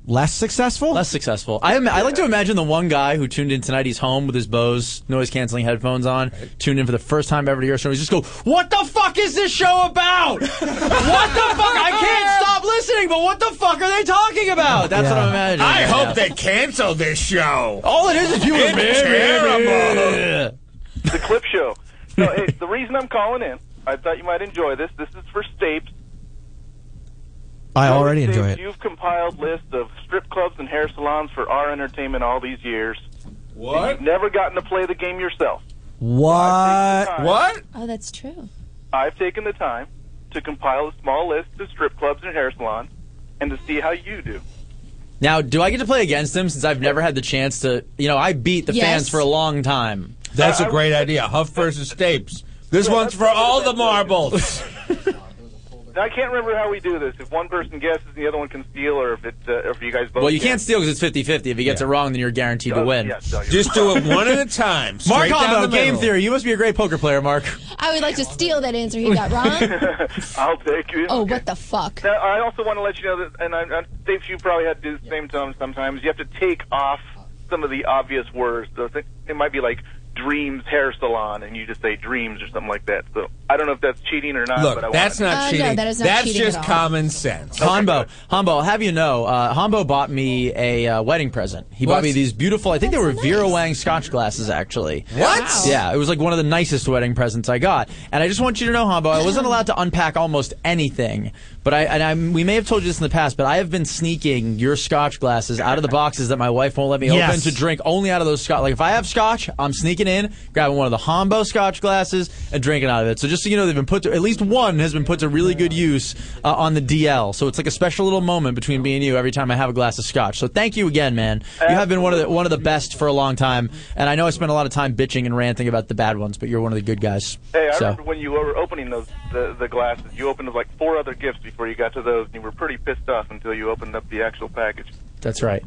Speaker 5: less successful.
Speaker 3: Less successful. I, ima- I like to imagine the one guy who tuned in tonight. He's home with his Bose noise canceling headphones on. Tuned in for the first time ever to your show. He's just go, "What the fuck is this show about? what the fuck? I can't stop listening. But what the fuck are they talking about?" That's what I'm imagining.
Speaker 9: I
Speaker 3: right now.
Speaker 9: hope they cancel this show.
Speaker 3: All it is is you
Speaker 9: it's
Speaker 3: and me,
Speaker 9: terrible.
Speaker 24: the clip show. So, hey, the reason I'm calling in, I thought you might enjoy this. This is for Stapes.
Speaker 5: I already
Speaker 24: Stapes,
Speaker 5: enjoy it.
Speaker 24: You've compiled list of strip clubs and hair salons for our entertainment all these years. What? You've never gotten to play the game yourself.
Speaker 5: What?
Speaker 24: What?
Speaker 4: Oh, that's true.
Speaker 24: I've taken the time to compile a small list of strip clubs and hair salons and to see how you do.
Speaker 3: Now, do I get to play against him since I've never had the chance to? You know, I beat the
Speaker 24: Yes.
Speaker 3: fans for a long time.
Speaker 24: That's a great
Speaker 11: idea. Huff versus Stapes. This one's for all the marbles.
Speaker 24: Now, I can't remember how we do this. If one person guesses and the other one can steal, or if it, uh, if you guys both.
Speaker 3: Well, you
Speaker 24: guess.
Speaker 3: can't steal because it's 50 50. If he gets it wrong, then you're guaranteed to
Speaker 24: Doug,
Speaker 3: win.
Speaker 24: yes, Doug,
Speaker 11: Just do it one at a time,
Speaker 3: Mark
Speaker 11: straight down
Speaker 3: Hondo,
Speaker 11: the middle.
Speaker 3: game theory. You must be a great poker player, Mark.
Speaker 4: I would like to steal that answer he got wrong.
Speaker 24: I'll take it.
Speaker 4: Oh, what the fuck?
Speaker 24: Now, I also want to let you know that, and I, I think you probably had to do the same time sometimes. You have to take off some of the obvious words. So I think it might be like dreams hair salon, and you just say dreams or something like that. So I don't know if that's cheating or not. but I
Speaker 11: Look, that's
Speaker 24: wanted to-
Speaker 11: not
Speaker 3: Uh,
Speaker 11: cheating. that's just common sense.
Speaker 3: Hombo, Hombo, I'll have you know, uh, Hombo bought me a uh, wedding present. He bought
Speaker 11: What?
Speaker 3: me these beautiful, I think they were Vera Wang scotch glasses, actually.
Speaker 11: What? Wow.
Speaker 3: Yeah, it was like one of the nicest wedding presents I got. And I just want you to know, Hombo, I wasn't allowed to unpack almost anything. But I, and I, we may have told you this in the past, but I have been sneaking your scotch glasses out of the boxes that my wife won't let me
Speaker 5: Yes.
Speaker 3: open to drink only out of those scotch. Like if I have scotch, I'm sneaking in, grabbing one of the Hombo scotch glasses and drinking out of it. So just so you know, they've been put to at least one has been put to really good use uh, on the DL. So it's like a special little moment between me and you every time I have a glass of scotch. So thank you again, man. You have been one of the one of the best for a long time, and I know I spent a lot of time bitching and ranting about the bad ones, but you're one of the good guys.
Speaker 24: Hey, I
Speaker 3: so.
Speaker 24: remember when you were opening those the, the glasses. You opened up like four other gifts before you got to those, and you were pretty pissed off until you opened up the actual package.
Speaker 3: That's right.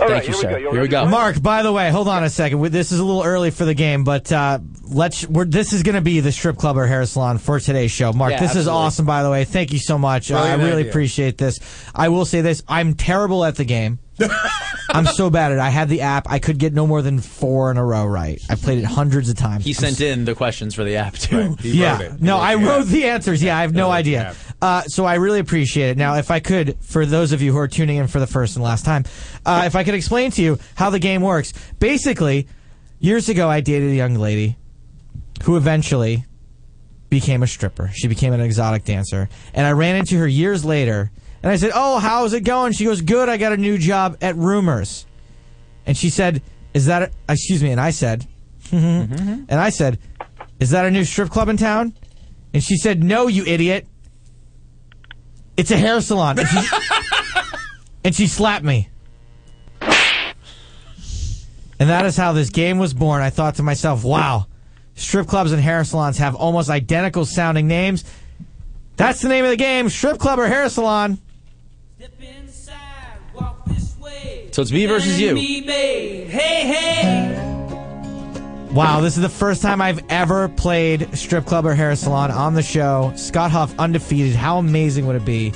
Speaker 24: All
Speaker 3: Thank
Speaker 24: right,
Speaker 3: you,
Speaker 24: here we
Speaker 3: sir.
Speaker 24: go. You
Speaker 3: Here we go.
Speaker 5: Mark, by the way, hold on a second. We- This is a little early for the game, but uh, let's. We're, this is going to be the strip club or hair salon for today's show. Mark,
Speaker 10: Yeah,
Speaker 5: this is
Speaker 10: absolutely.
Speaker 5: awesome. By the way, thank you so much. Uh, I
Speaker 10: Brilliant
Speaker 5: really
Speaker 10: idea.
Speaker 5: appreciate this. I will say this: I'm terrible at the game. I'm so bad at. it. I had the app. I could get no more than four in a row right. I played it hundreds of times.
Speaker 3: He
Speaker 5: I'm
Speaker 3: sent in the questions for the app too.
Speaker 5: yeah. No, I wrote the answers. Yeah, I have no idea. Uh, so I really appreciate it. Now, if I could, for those of you who are tuning in for the first and last time, uh, if I could explain to you how the game works. Basically, years ago, I dated a young lady who eventually became a stripper. She became an exotic dancer. And I ran into her years later and I said, Oh, how's it going? She goes, Good. I got a new job at Rumors. And she said, Is that, a, uh, excuse me. And I said, And I said, Is that a new strip club in town? And she said, No, you idiot. It's a hair salon. And she, and she slapped me. And that is how this game was born. I thought to myself, wow, strip clubs and hair salons have almost identical sounding names. That's the name of the game strip club or hair salon.
Speaker 3: So it's me versus you.
Speaker 1: Hey, hey.
Speaker 5: Wow, this is the first time I've ever played strip club or hair salon on the show. Scott Huff undefeated. How amazing would it be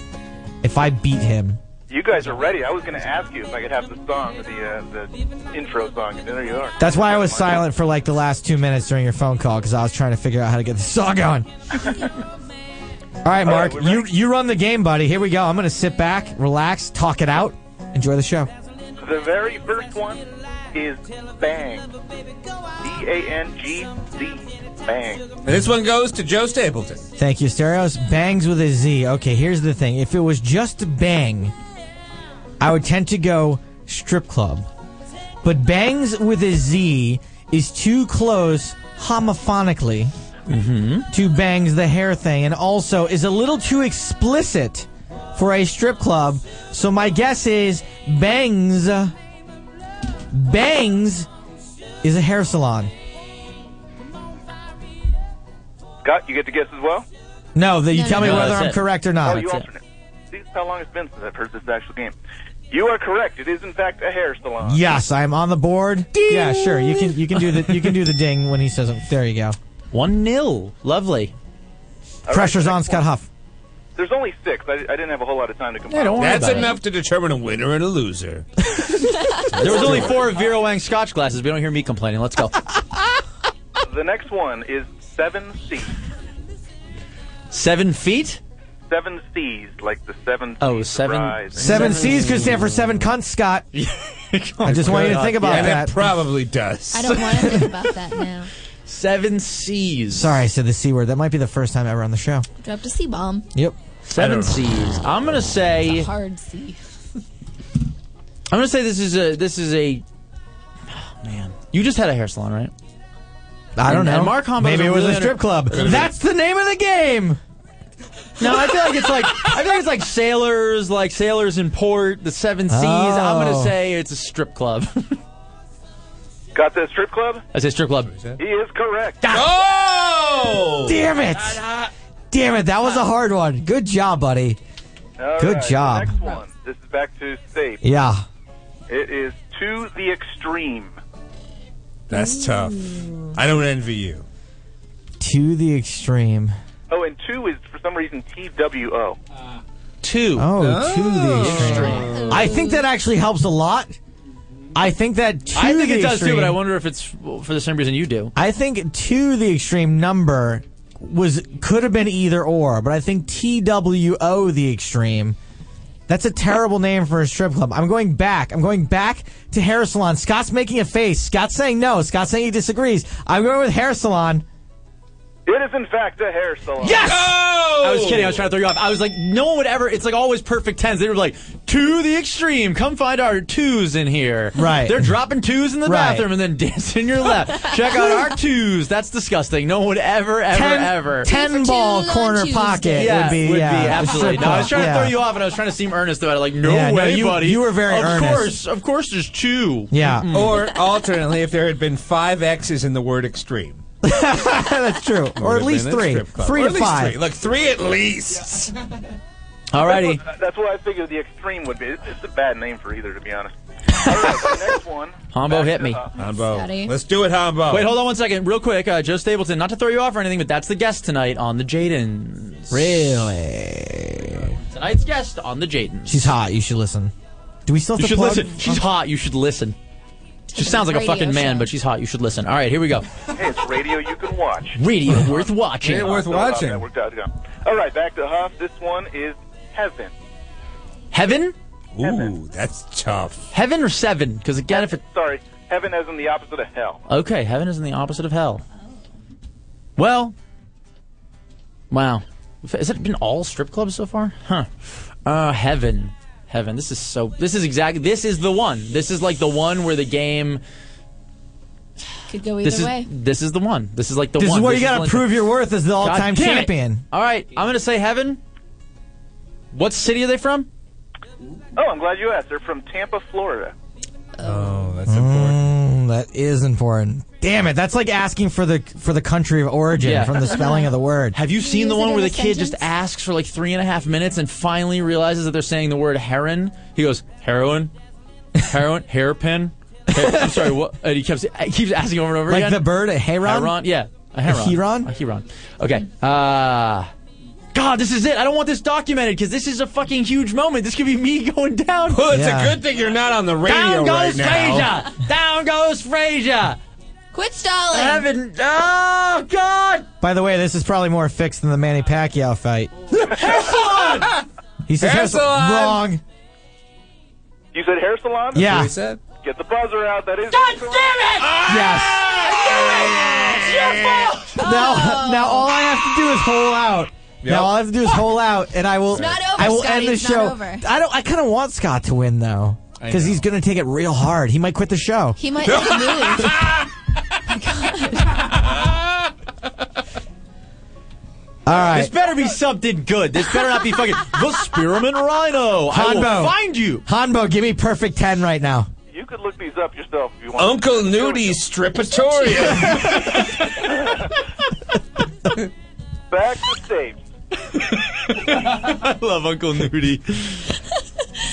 Speaker 5: if I beat him?
Speaker 24: You guys are ready. I was going to ask you if I could have the song, the uh, the intro song, and there you are.
Speaker 5: That's why I was silent for like the last two minutes during your phone call because I was trying to figure out how to get the song going. All right, Mark, you you run the game, buddy. Here we go. I'm going to sit back, relax, talk it out, enjoy the show.
Speaker 24: The very first one is Bang. B A N G Z. Bang.
Speaker 5: And this one goes to Joe Stapleton. Thank you, Stereos. Bangs with a Z. Okay, here's the thing. If it was just bang, I would tend to go strip club. But bangs with a Z is too close homophonically to bangs the hair thing, and also is a little too explicit for a strip club. So my guess is bangs. Bangs is a hair salon.
Speaker 24: Scott, you get to guess as well?
Speaker 5: No, that you
Speaker 24: No,
Speaker 5: tell
Speaker 24: no,
Speaker 5: me
Speaker 24: no.
Speaker 5: whether
Speaker 24: That's
Speaker 5: I'm
Speaker 24: it.
Speaker 5: correct or not.
Speaker 24: Oh, you alternate. See this is how long it's been since I've heard this actual game. You are correct. It is, in fact, a hair salon.
Speaker 5: Yes, I am on the board. Yeah, sure. You can you can do the you can do the ding when he says it. There you go.
Speaker 3: One 0 Lovely.
Speaker 5: Pressure's on Scott Huff.
Speaker 24: There's only six. I, I didn't have a whole lot of time to compile.
Speaker 9: That's enough to determine a winner and a loser.
Speaker 3: There was only four Vera Wang Scotch glasses. We don't hear me complaining. Let's go.
Speaker 24: The next one is seven C.
Speaker 3: Seven feet.
Speaker 24: Seven C's, like the seven.
Speaker 3: Oh, seven.
Speaker 5: Seven C's could stand for seven cunts, Scott. I just want you to think about
Speaker 9: and
Speaker 5: that.
Speaker 9: it probably does.
Speaker 4: I don't want to think about that now.
Speaker 3: Seven C's.
Speaker 5: Sorry, I said the C word. That might be the first time ever on the show.
Speaker 4: Drop to C bomb.
Speaker 5: Yep.
Speaker 3: Seven C's. I'm gonna say.
Speaker 4: It's a hard C.
Speaker 3: I'm gonna say this is a this is a oh, man. You just had a hair salon, right?
Speaker 5: I don't
Speaker 3: And-
Speaker 5: know.
Speaker 3: and Mark Hombach
Speaker 5: Maybe it was
Speaker 3: really
Speaker 5: a strip
Speaker 3: under-
Speaker 5: club. That's the name of the game.
Speaker 3: No, I feel like it's like I feel like it's like sailors, like sailors in port, the seven seas. I'm
Speaker 24: Oh.
Speaker 3: gonna say it's a strip club.
Speaker 24: Got the strip club?
Speaker 3: I say strip club.
Speaker 24: He is correct.
Speaker 5: Oh! Damn it! Damn it, that was a hard one. Good job, buddy.
Speaker 24: All
Speaker 5: Good
Speaker 24: right, the
Speaker 5: job.
Speaker 24: next one. This is back to safe.
Speaker 5: Yeah.
Speaker 24: It is to the extreme.
Speaker 9: That's tough. I don't envy you.
Speaker 5: To the extreme.
Speaker 24: Oh, and two is for some reason T W O.
Speaker 3: Two.
Speaker 5: Oh, to the extreme. I think that actually helps a lot. I think that to
Speaker 3: I think
Speaker 5: the
Speaker 3: it does
Speaker 5: extreme,
Speaker 3: too, but I wonder if it's for the same reason you do.
Speaker 5: I think to the extreme number was could have been either or, but I think TWO the extreme. That's a terrible name for a strip club. I'm going back. I'm going back to hair salon. Scott's making a face. Scott's saying no. Scott's saying he disagrees. I'm going with hair salon.
Speaker 24: It is in fact a hair salon.
Speaker 3: Yes! I was kidding. I was trying to throw you off. I was like, no one would ever. It's like always perfect tense. They were like, to the extreme. Come find our twos in here.
Speaker 5: Right.
Speaker 3: They're dropping twos in the
Speaker 5: Right.
Speaker 3: bathroom and then dancing your lap. Check out our twos. That's disgusting. No one would ever, ever,
Speaker 5: Ten-
Speaker 3: ever.
Speaker 5: ten ball corner pocket
Speaker 3: Yeah,
Speaker 5: would be, yeah, a
Speaker 3: absolutely.
Speaker 5: strip
Speaker 3: No, I was
Speaker 5: club,
Speaker 3: trying to
Speaker 5: yeah.
Speaker 3: throw you off, and I was trying to seem earnest about it. Like, no
Speaker 5: Yeah, no,
Speaker 3: way,
Speaker 5: you-
Speaker 3: buddy.
Speaker 5: you were very
Speaker 3: of
Speaker 5: earnest.
Speaker 3: course, of course, there's two.
Speaker 5: Yeah.
Speaker 3: Mm-mm.
Speaker 9: Mm-hmm. Or alternately, if there had been five X's in the word extreme.
Speaker 5: That's true. Or at least three. Three to five.
Speaker 9: Look, three at least.
Speaker 3: Alrighty.
Speaker 24: That's what, that's what I figured the extreme would be. It's, it's a bad name for either, to be honest. All right, the next one.
Speaker 3: Hombo hit me.
Speaker 24: Scotty.
Speaker 9: Hombo. Let's do it, Hombo.
Speaker 3: Wait, hold on one second, real quick. Uh, Joe Stapleton, not to throw you off or anything, but that's the guest tonight on the Jadens.
Speaker 5: Really?
Speaker 3: Tonight's guest on the Jadens.
Speaker 5: She's hot. You should listen. Do we still have
Speaker 3: You
Speaker 5: to
Speaker 3: should
Speaker 5: plug?
Speaker 3: listen. She's hot. You should listen. She sounds like a
Speaker 24: Radio
Speaker 3: fucking man,
Speaker 24: show.
Speaker 3: but she's hot. You should listen. All right, here we go.
Speaker 24: Hey, it's radio you can watch.
Speaker 3: Radio worth watching.
Speaker 24: Uh, so about that worked out, yeah. All right, back to Huff. This one is Heaven.
Speaker 3: Heaven?
Speaker 9: Ooh, that's tough.
Speaker 3: Heaven or seven? Because again, if it
Speaker 24: Sorry, Heaven as in the opposite of hell.
Speaker 3: okay, heaven isn't the opposite of hell. Well, wow. Has it been all strip clubs so far? Huh. Uh, heaven, heaven. This is so. This is exactly. This is the one. This is like the one where the game.
Speaker 4: Could go
Speaker 3: this
Speaker 4: either way.
Speaker 3: is this is the one. This is like the
Speaker 5: this
Speaker 3: one.
Speaker 5: is where you got to
Speaker 3: one-
Speaker 5: prove your worth as the all-time
Speaker 3: God damn it.
Speaker 5: champion.
Speaker 3: All right, I'm gonna say heaven. What city are they from?
Speaker 24: Oh, I'm glad you asked. They're from Tampa, Florida.
Speaker 5: Oh, that's important. Mm, that is important. Damn it! That's like asking for the for the country of origin
Speaker 3: Yeah.
Speaker 5: from the spelling of the word.
Speaker 3: Have you seen the one where the kid just asks for like three and a half minutes and finally realizes that they're saying the word heron? He goes, heroin, heroin, hairpin. Hair- I'm sorry, what? And he keeps, he keeps asking over and over
Speaker 5: Like
Speaker 3: again.
Speaker 5: the bird, a heron?
Speaker 3: Heron, yeah. A heron.
Speaker 5: A heron?
Speaker 3: A heron. Okay. Uh, God, this is it. I don't want this documented because this is a fucking huge moment. This could be me going down.
Speaker 9: Well, it's a good thing you're not on the radio
Speaker 3: Down
Speaker 9: right
Speaker 3: goes
Speaker 9: now.
Speaker 3: Frasier. Down goes Frasier.
Speaker 4: Quit stalling.
Speaker 3: Heaven. Oh, God.
Speaker 5: By the way, this is probably more fixed than the Manny Pacquiao fight. He says
Speaker 24: Hair
Speaker 5: hair sal-
Speaker 24: salon!
Speaker 5: wrong.
Speaker 24: You said hair salon?
Speaker 5: That's Yeah. what he said. Ah!
Speaker 24: Get the buzzer out. That is. God damn it!
Speaker 5: Yes.
Speaker 24: It's your fault.
Speaker 4: Oh,
Speaker 5: Now, now all I have to do is hole out. Now all I have to do is hole out, and I will.
Speaker 4: It's not over,
Speaker 5: I will
Speaker 4: Scotty,
Speaker 5: end the
Speaker 4: it's not
Speaker 5: show.
Speaker 4: over.
Speaker 5: I don't. I kind of want Scott to win though,
Speaker 4: I
Speaker 5: because he's going to take it real hard. He might quit the show.
Speaker 4: He might make a move.
Speaker 5: All right.
Speaker 3: This better be something good. This better not be fucking the Spearman Rhino. I will
Speaker 5: Hanbo,
Speaker 3: find you.
Speaker 5: Hanbo, give me perfect ten right now.
Speaker 24: You could look these up yourself if you want.
Speaker 9: Uncle Nudie's
Speaker 3: Oh,
Speaker 9: Stripatoria.
Speaker 24: Back to safe.
Speaker 3: I love Uncle Nudie.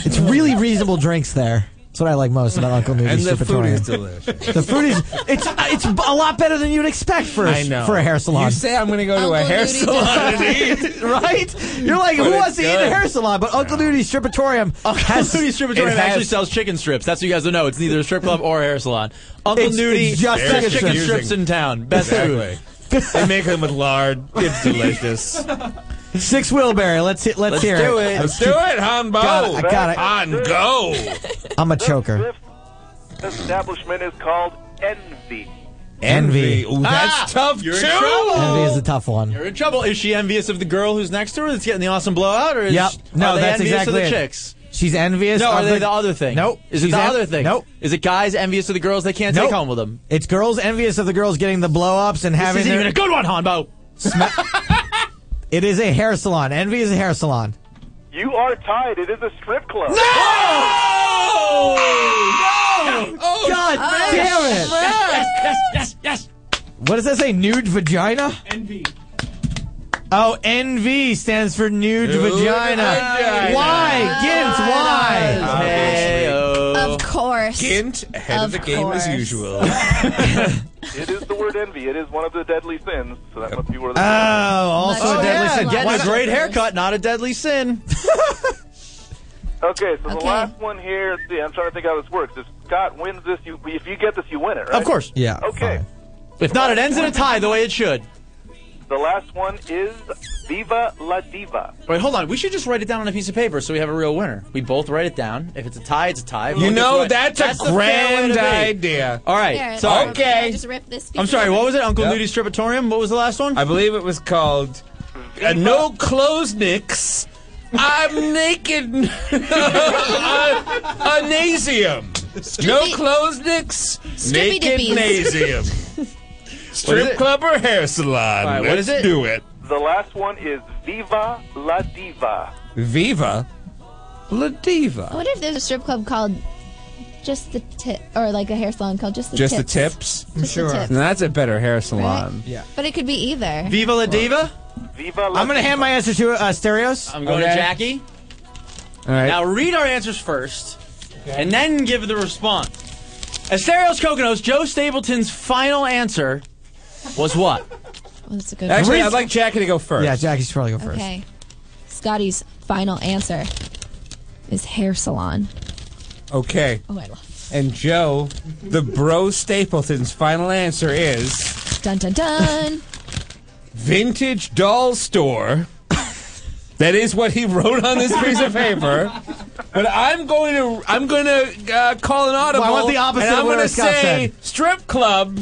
Speaker 5: It's really reasonable drinks there. That's what I like most about Uncle Nudie's
Speaker 9: And the food
Speaker 5: Striptorium.
Speaker 9: is delicious.
Speaker 5: The food is it's it's a lot better than you'd expect for a,
Speaker 9: I know.
Speaker 5: for a hair salon.
Speaker 9: You say I'm going to go to a hair salon and Oh, eat.
Speaker 5: right? You're like,
Speaker 9: But
Speaker 5: who
Speaker 9: it's
Speaker 5: wants to eat
Speaker 9: good.
Speaker 5: at a hair salon? But Uncle Nudie's Strippatorium has
Speaker 3: Nudie Strippatorium
Speaker 5: it has-
Speaker 3: actually sells chicken strips. That's what you guys don't know. It's neither a strip club or a hair salon. Uncle
Speaker 5: It's-
Speaker 3: Nudie
Speaker 5: it's just
Speaker 3: best
Speaker 5: chicken
Speaker 3: chicken
Speaker 5: strips.
Speaker 3: strips in town. Best
Speaker 9: Exactly.
Speaker 5: food.
Speaker 9: They make them with lard. It's delicious.
Speaker 5: Six Willberry. Let's hit. Let's,
Speaker 9: Let's
Speaker 5: hear
Speaker 9: do
Speaker 5: it.
Speaker 9: it. Let's do it, Humbo.
Speaker 5: Got it, I got it.
Speaker 9: On go.
Speaker 5: I'm a choker.
Speaker 24: This establishment is called Envy.
Speaker 5: Envy.
Speaker 9: Ooh, that's
Speaker 3: Ah,
Speaker 9: tough
Speaker 3: you're in
Speaker 9: too.
Speaker 3: trouble.
Speaker 5: Envy is a tough one.
Speaker 3: You're in trouble. Is she envious of the girl who's next to her that's getting the awesome blowout? Or is
Speaker 5: Yep. No,
Speaker 3: are they
Speaker 5: that's
Speaker 3: envious of
Speaker 5: exactly it.
Speaker 3: the chicks?
Speaker 5: She's envious.
Speaker 3: No, are
Speaker 5: of
Speaker 3: they the other thing?
Speaker 5: Nope.
Speaker 3: Is it
Speaker 5: She's
Speaker 3: the
Speaker 5: en-
Speaker 3: other thing?
Speaker 5: Nope.
Speaker 3: Is it guys envious of the girls they can't
Speaker 5: Nope.
Speaker 3: take home with them?
Speaker 5: It's girls envious of the girls getting the blow ups and having
Speaker 3: this isn't
Speaker 5: their-
Speaker 3: even a good one, Hanbo.
Speaker 5: It is a hair salon. Envy is a hair salon.
Speaker 24: You are tied. It is a strip club.
Speaker 9: No!
Speaker 5: Oh, God damn it.
Speaker 9: Yes, yes,
Speaker 3: yes, yes.
Speaker 5: What does that say? Nude vagina?
Speaker 9: Envy.
Speaker 5: Oh, NV stands for nude,
Speaker 9: Nude
Speaker 5: vagina.
Speaker 9: vagina.
Speaker 5: Why? Gint, why?
Speaker 3: oh.
Speaker 4: Of course.
Speaker 9: Gint ahead of,
Speaker 4: Of
Speaker 9: the game as
Speaker 4: course.
Speaker 9: usual.
Speaker 24: It is the word envy. It is one of the deadly sins. So that must be where the.
Speaker 5: Oh,
Speaker 3: Uh,
Speaker 5: also
Speaker 3: oh,
Speaker 5: a deadly
Speaker 3: yeah.
Speaker 5: sin.
Speaker 3: Getting
Speaker 5: Why
Speaker 3: a
Speaker 5: not?
Speaker 3: great haircut, not a deadly sin.
Speaker 24: Okay, so the
Speaker 3: Okay.
Speaker 24: last one here. Let's see, I'm trying to think how this works. If Scott wins this, you if you get this, you win it, right?
Speaker 3: Of course.
Speaker 5: Yeah.
Speaker 24: Okay.
Speaker 3: If not, it ends in a tie the way it should.
Speaker 24: The last one is Viva La Diva.
Speaker 3: Wait, hold on. We should just write it down on a piece of paper so we have a real winner. We both write it down. If it's a tie, it's a tie. If
Speaker 9: You
Speaker 3: one gets
Speaker 9: know,
Speaker 3: right-
Speaker 9: that's a
Speaker 3: the fair way
Speaker 9: grand
Speaker 3: to be.
Speaker 9: idea.
Speaker 3: All right.
Speaker 4: Here,
Speaker 3: So,
Speaker 4: I'll- I'll Just rip this
Speaker 3: I'm sorry. What was it? Uncle
Speaker 9: Yep.
Speaker 3: Nudie's Stripatorium? What was the last one?
Speaker 9: I believe it was called uh, No Clothes Nicks. I'm naked. uh, anasium. No Clothes Nicks.
Speaker 4: Strippy
Speaker 9: Naked
Speaker 4: dippies.
Speaker 9: Nasium. Strip
Speaker 24: it?
Speaker 9: club or hair salon.
Speaker 24: All right,
Speaker 9: Let's
Speaker 24: what is it?
Speaker 9: do it.
Speaker 24: The last one is Viva La Diva.
Speaker 9: Viva La
Speaker 4: I
Speaker 9: Diva.
Speaker 4: wonder if there's a strip club called just the tip, or like a hair salon called just the
Speaker 9: Just
Speaker 4: tips.
Speaker 9: the tips?
Speaker 4: Just the Sure. tips.
Speaker 9: Now that's a better hair salon.
Speaker 5: Yeah.
Speaker 4: But it could be either.
Speaker 3: Viva la Diva?
Speaker 24: Viva
Speaker 5: I'm going to hand my answer to uh, Stereos.
Speaker 3: I'm going to Jackie.
Speaker 9: All right.
Speaker 3: Now read our answers first, and then give the response. Asterios Kokonos, Joe Stapleton's final answer was what?
Speaker 4: Well, that's a good
Speaker 9: Actually,
Speaker 4: one.
Speaker 9: I'd like Jackie to go first.
Speaker 5: Yeah, Jackie should probably go first.
Speaker 4: Okay. Scotty's final answer is hair salon.
Speaker 9: Okay.
Speaker 4: Oh, I love.
Speaker 9: And Joe, the bro Stapleton's final answer is
Speaker 4: Dun dun dun.
Speaker 9: vintage doll store. that is what he wrote on this piece of paper. But I'm going to I'm going to uh, call an audible.
Speaker 5: Well, I want the opposite
Speaker 9: And
Speaker 5: of
Speaker 9: I'm
Speaker 5: what
Speaker 9: going to
Speaker 5: Scott
Speaker 9: say
Speaker 5: said.
Speaker 9: strip club.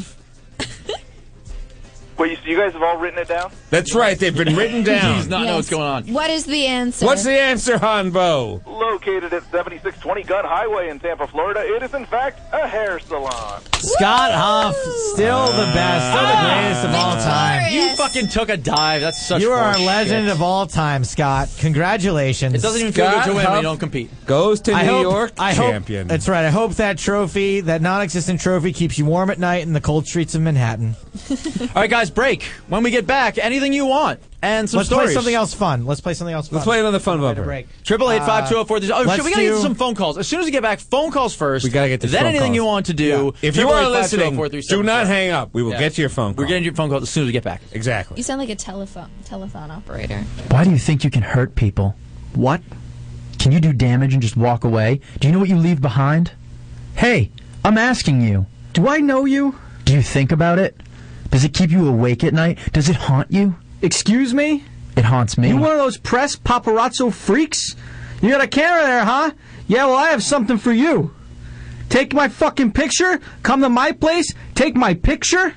Speaker 24: Wait, so you guys have all written it down?
Speaker 9: That's right. They've been written down.
Speaker 3: He does not know what's going on.
Speaker 4: What is the answer?
Speaker 9: What's the answer, Hanbo?
Speaker 24: Located at 7620 Gun Highway in Tampa, Florida, it is in fact a hair salon.
Speaker 5: Scott Hoff, still the best, still the greatest of all time.
Speaker 3: You fucking took a dive. That's such.
Speaker 5: You are a
Speaker 3: horseshit.
Speaker 5: legend of all time, Scott. Congratulations.
Speaker 3: It doesn't even feel good to win when you don't compete.
Speaker 9: Goes to
Speaker 5: I
Speaker 9: New
Speaker 5: hope-
Speaker 9: York
Speaker 5: I hope-
Speaker 9: champion.
Speaker 5: that's right. I hope that trophy, that non-existent trophy, keeps you warm at night in the cold streets of Manhattan.
Speaker 3: All right, guys, break. When we get back, anything you want and some
Speaker 5: Let's
Speaker 3: stories.
Speaker 5: play something else fun. Let's play something else fun.
Speaker 3: Let's play
Speaker 9: another fun
Speaker 5: bumper.
Speaker 3: Triple eight five two zero four.
Speaker 5: Uh,
Speaker 3: Oh, shit,
Speaker 5: let's
Speaker 3: we gotta get
Speaker 5: do-
Speaker 3: some phone calls. As soon as we get back, phone calls first.
Speaker 9: We gotta get to
Speaker 3: Then
Speaker 9: phone
Speaker 3: anything
Speaker 9: calls.
Speaker 3: you want to do.
Speaker 9: If you are
Speaker 3: oh
Speaker 9: listening, do not hang up. We will
Speaker 3: Yeah.
Speaker 9: get to your phone. Call.
Speaker 3: We're getting your phone calls as soon as we get back.
Speaker 9: Exactly.
Speaker 4: You sound like a telephone telethon operator.
Speaker 22: Why do you think you can hurt people? What? Can you do damage and just walk away? Do you know what you leave behind? Hey, I'm asking you. Do I know you? Do you think about it? Does it keep you awake at night? Does it haunt you? Excuse me? It haunts me.
Speaker 10: You one of those press paparazzo freaks? You got a camera there, huh? Yeah, well, I have something for you. Take my fucking picture? Come to my place? Take my picture?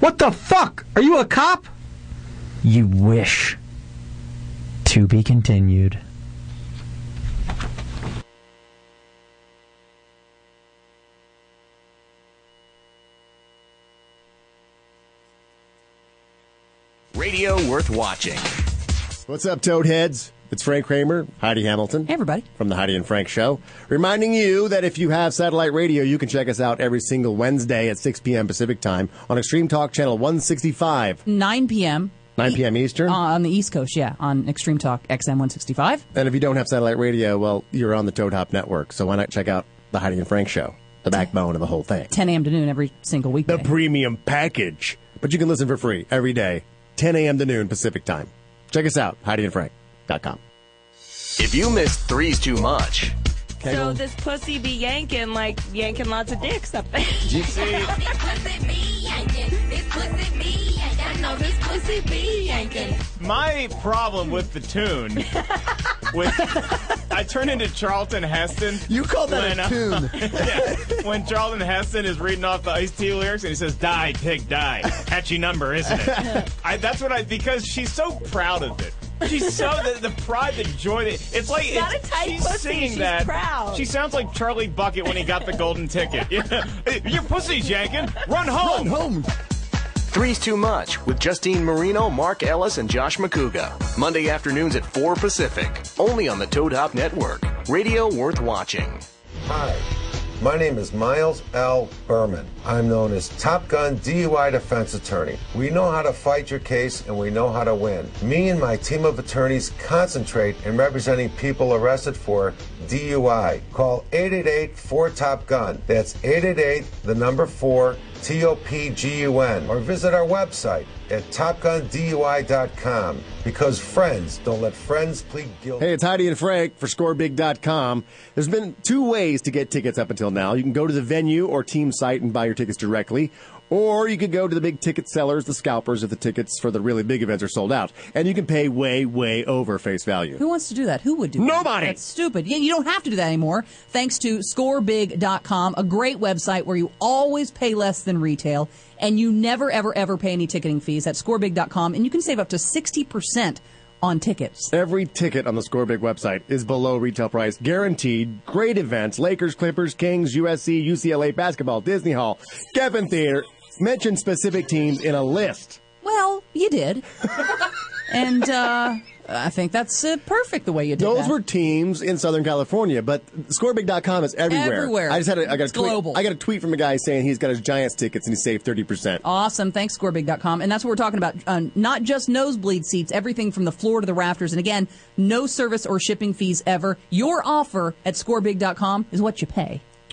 Speaker 10: What the fuck? Are you a cop?
Speaker 22: You wish. To be continued.
Speaker 2: Radio worth watching.
Speaker 16: What's up, Toadheads? It's Frank Kramer, Heidi Hamilton. Hey,
Speaker 17: everybody.
Speaker 16: From the Heidi and Frank Show. Reminding you that if you have satellite radio, you can check us out every single Wednesday at 6 p.m. Pacific Time on Extreme Talk Channel 165,
Speaker 17: 9 p.m.
Speaker 16: 9 p.m. Eastern.
Speaker 17: Uh, on the East Coast, yeah, on Extreme Talk XM 165.
Speaker 16: And if you don't have satellite radio, well, you're on the Toad Hop Network, so why not check out the Heidi and Frank Show, the backbone of the whole thing?
Speaker 17: 10 a.m. to noon every single weekday.
Speaker 16: The premium package. But you can listen for free every day, 10 a.m. to noon Pacific Time. Check us out, HeidiandFrank.com.
Speaker 2: If you missed threes too much,
Speaker 18: So this pussy be yanking, like yanking lots of dicks up there.
Speaker 19: My problem with the tune, with I turn into Charlton Heston.
Speaker 13: You call that
Speaker 19: when,
Speaker 13: a
Speaker 19: uh,
Speaker 13: tune.
Speaker 19: yeah, when Charlton Heston is reading off the Ice T lyrics and he says "Die pig die," catchy number, isn't it? I, that's what I because she's so proud of it. She's so the, the pride, the joy. That, it's like
Speaker 18: She's not
Speaker 19: it's-
Speaker 18: a tight
Speaker 19: she's
Speaker 18: pussy,
Speaker 19: singing
Speaker 18: she's
Speaker 19: that.
Speaker 18: proud.
Speaker 19: She sounds like Charlie Bucket when he got the golden ticket. Your pussy's yanking. Run home. Run home.
Speaker 2: threes too much with Justine Marino, Mark Ellis, and Josh McCouga. Monday afternoons at 4 Pacific, only on the Toad Hop Network. Radio worth watching.
Speaker 20: Hi, my name is Miles L. Berman. I'm known as Top Gun DUI Defense Attorney. We know how to fight your case and we know how to win. Me and my team of attorneys concentrate in representing people arrested for DUI. Call 888 4 Top Gun. That's 888 the number 4 T O P G U N. Or visit our website at topgundui.com because friends don't let friends plead guilty.
Speaker 16: Hey, it's Heidi and Frank for scorebig.com. There's been two ways to get tickets up until now. You can go to the venue or team site and buy your tickets directly, or you could go to the big ticket sellers, the scalpers, if the tickets for the really big events are sold out. And you can pay way, way over face value.
Speaker 17: Who wants to do that? Who would do Nobody. that? Nobody. That's stupid. Yeah, you don't have to do that anymore. Thanks to scorebig.com, a great website where you always pay less than retail and you never ever ever pay any ticketing fees at scorebig.com and you can save up to 60% on tickets.
Speaker 16: Every ticket on the Scorebig website is below retail price, guaranteed. Great events: Lakers, Clippers, Kings, USC, UCLA basketball, Disney Hall, Geffen Theater. Mention specific teams in a list.
Speaker 17: Well, you did. and uh, I think that's uh, perfect the way you did
Speaker 16: Those
Speaker 17: that.
Speaker 16: were teams in Southern California, but scorebig.com is everywhere.
Speaker 17: Everywhere.
Speaker 16: I just had a, I got a
Speaker 17: It's
Speaker 16: tweet,
Speaker 17: global.
Speaker 16: I got a tweet from a guy saying he's got his Giants tickets and he saved 30%.
Speaker 17: Awesome. Thanks, scorebig.com. And that's what we're talking about. Uh, not just nosebleed seats, everything from the floor to the rafters. And again, no service or shipping fees ever. Your offer at scorebig.com is what you pay.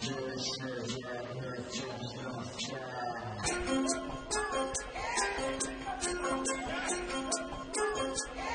Speaker 1: Thank you.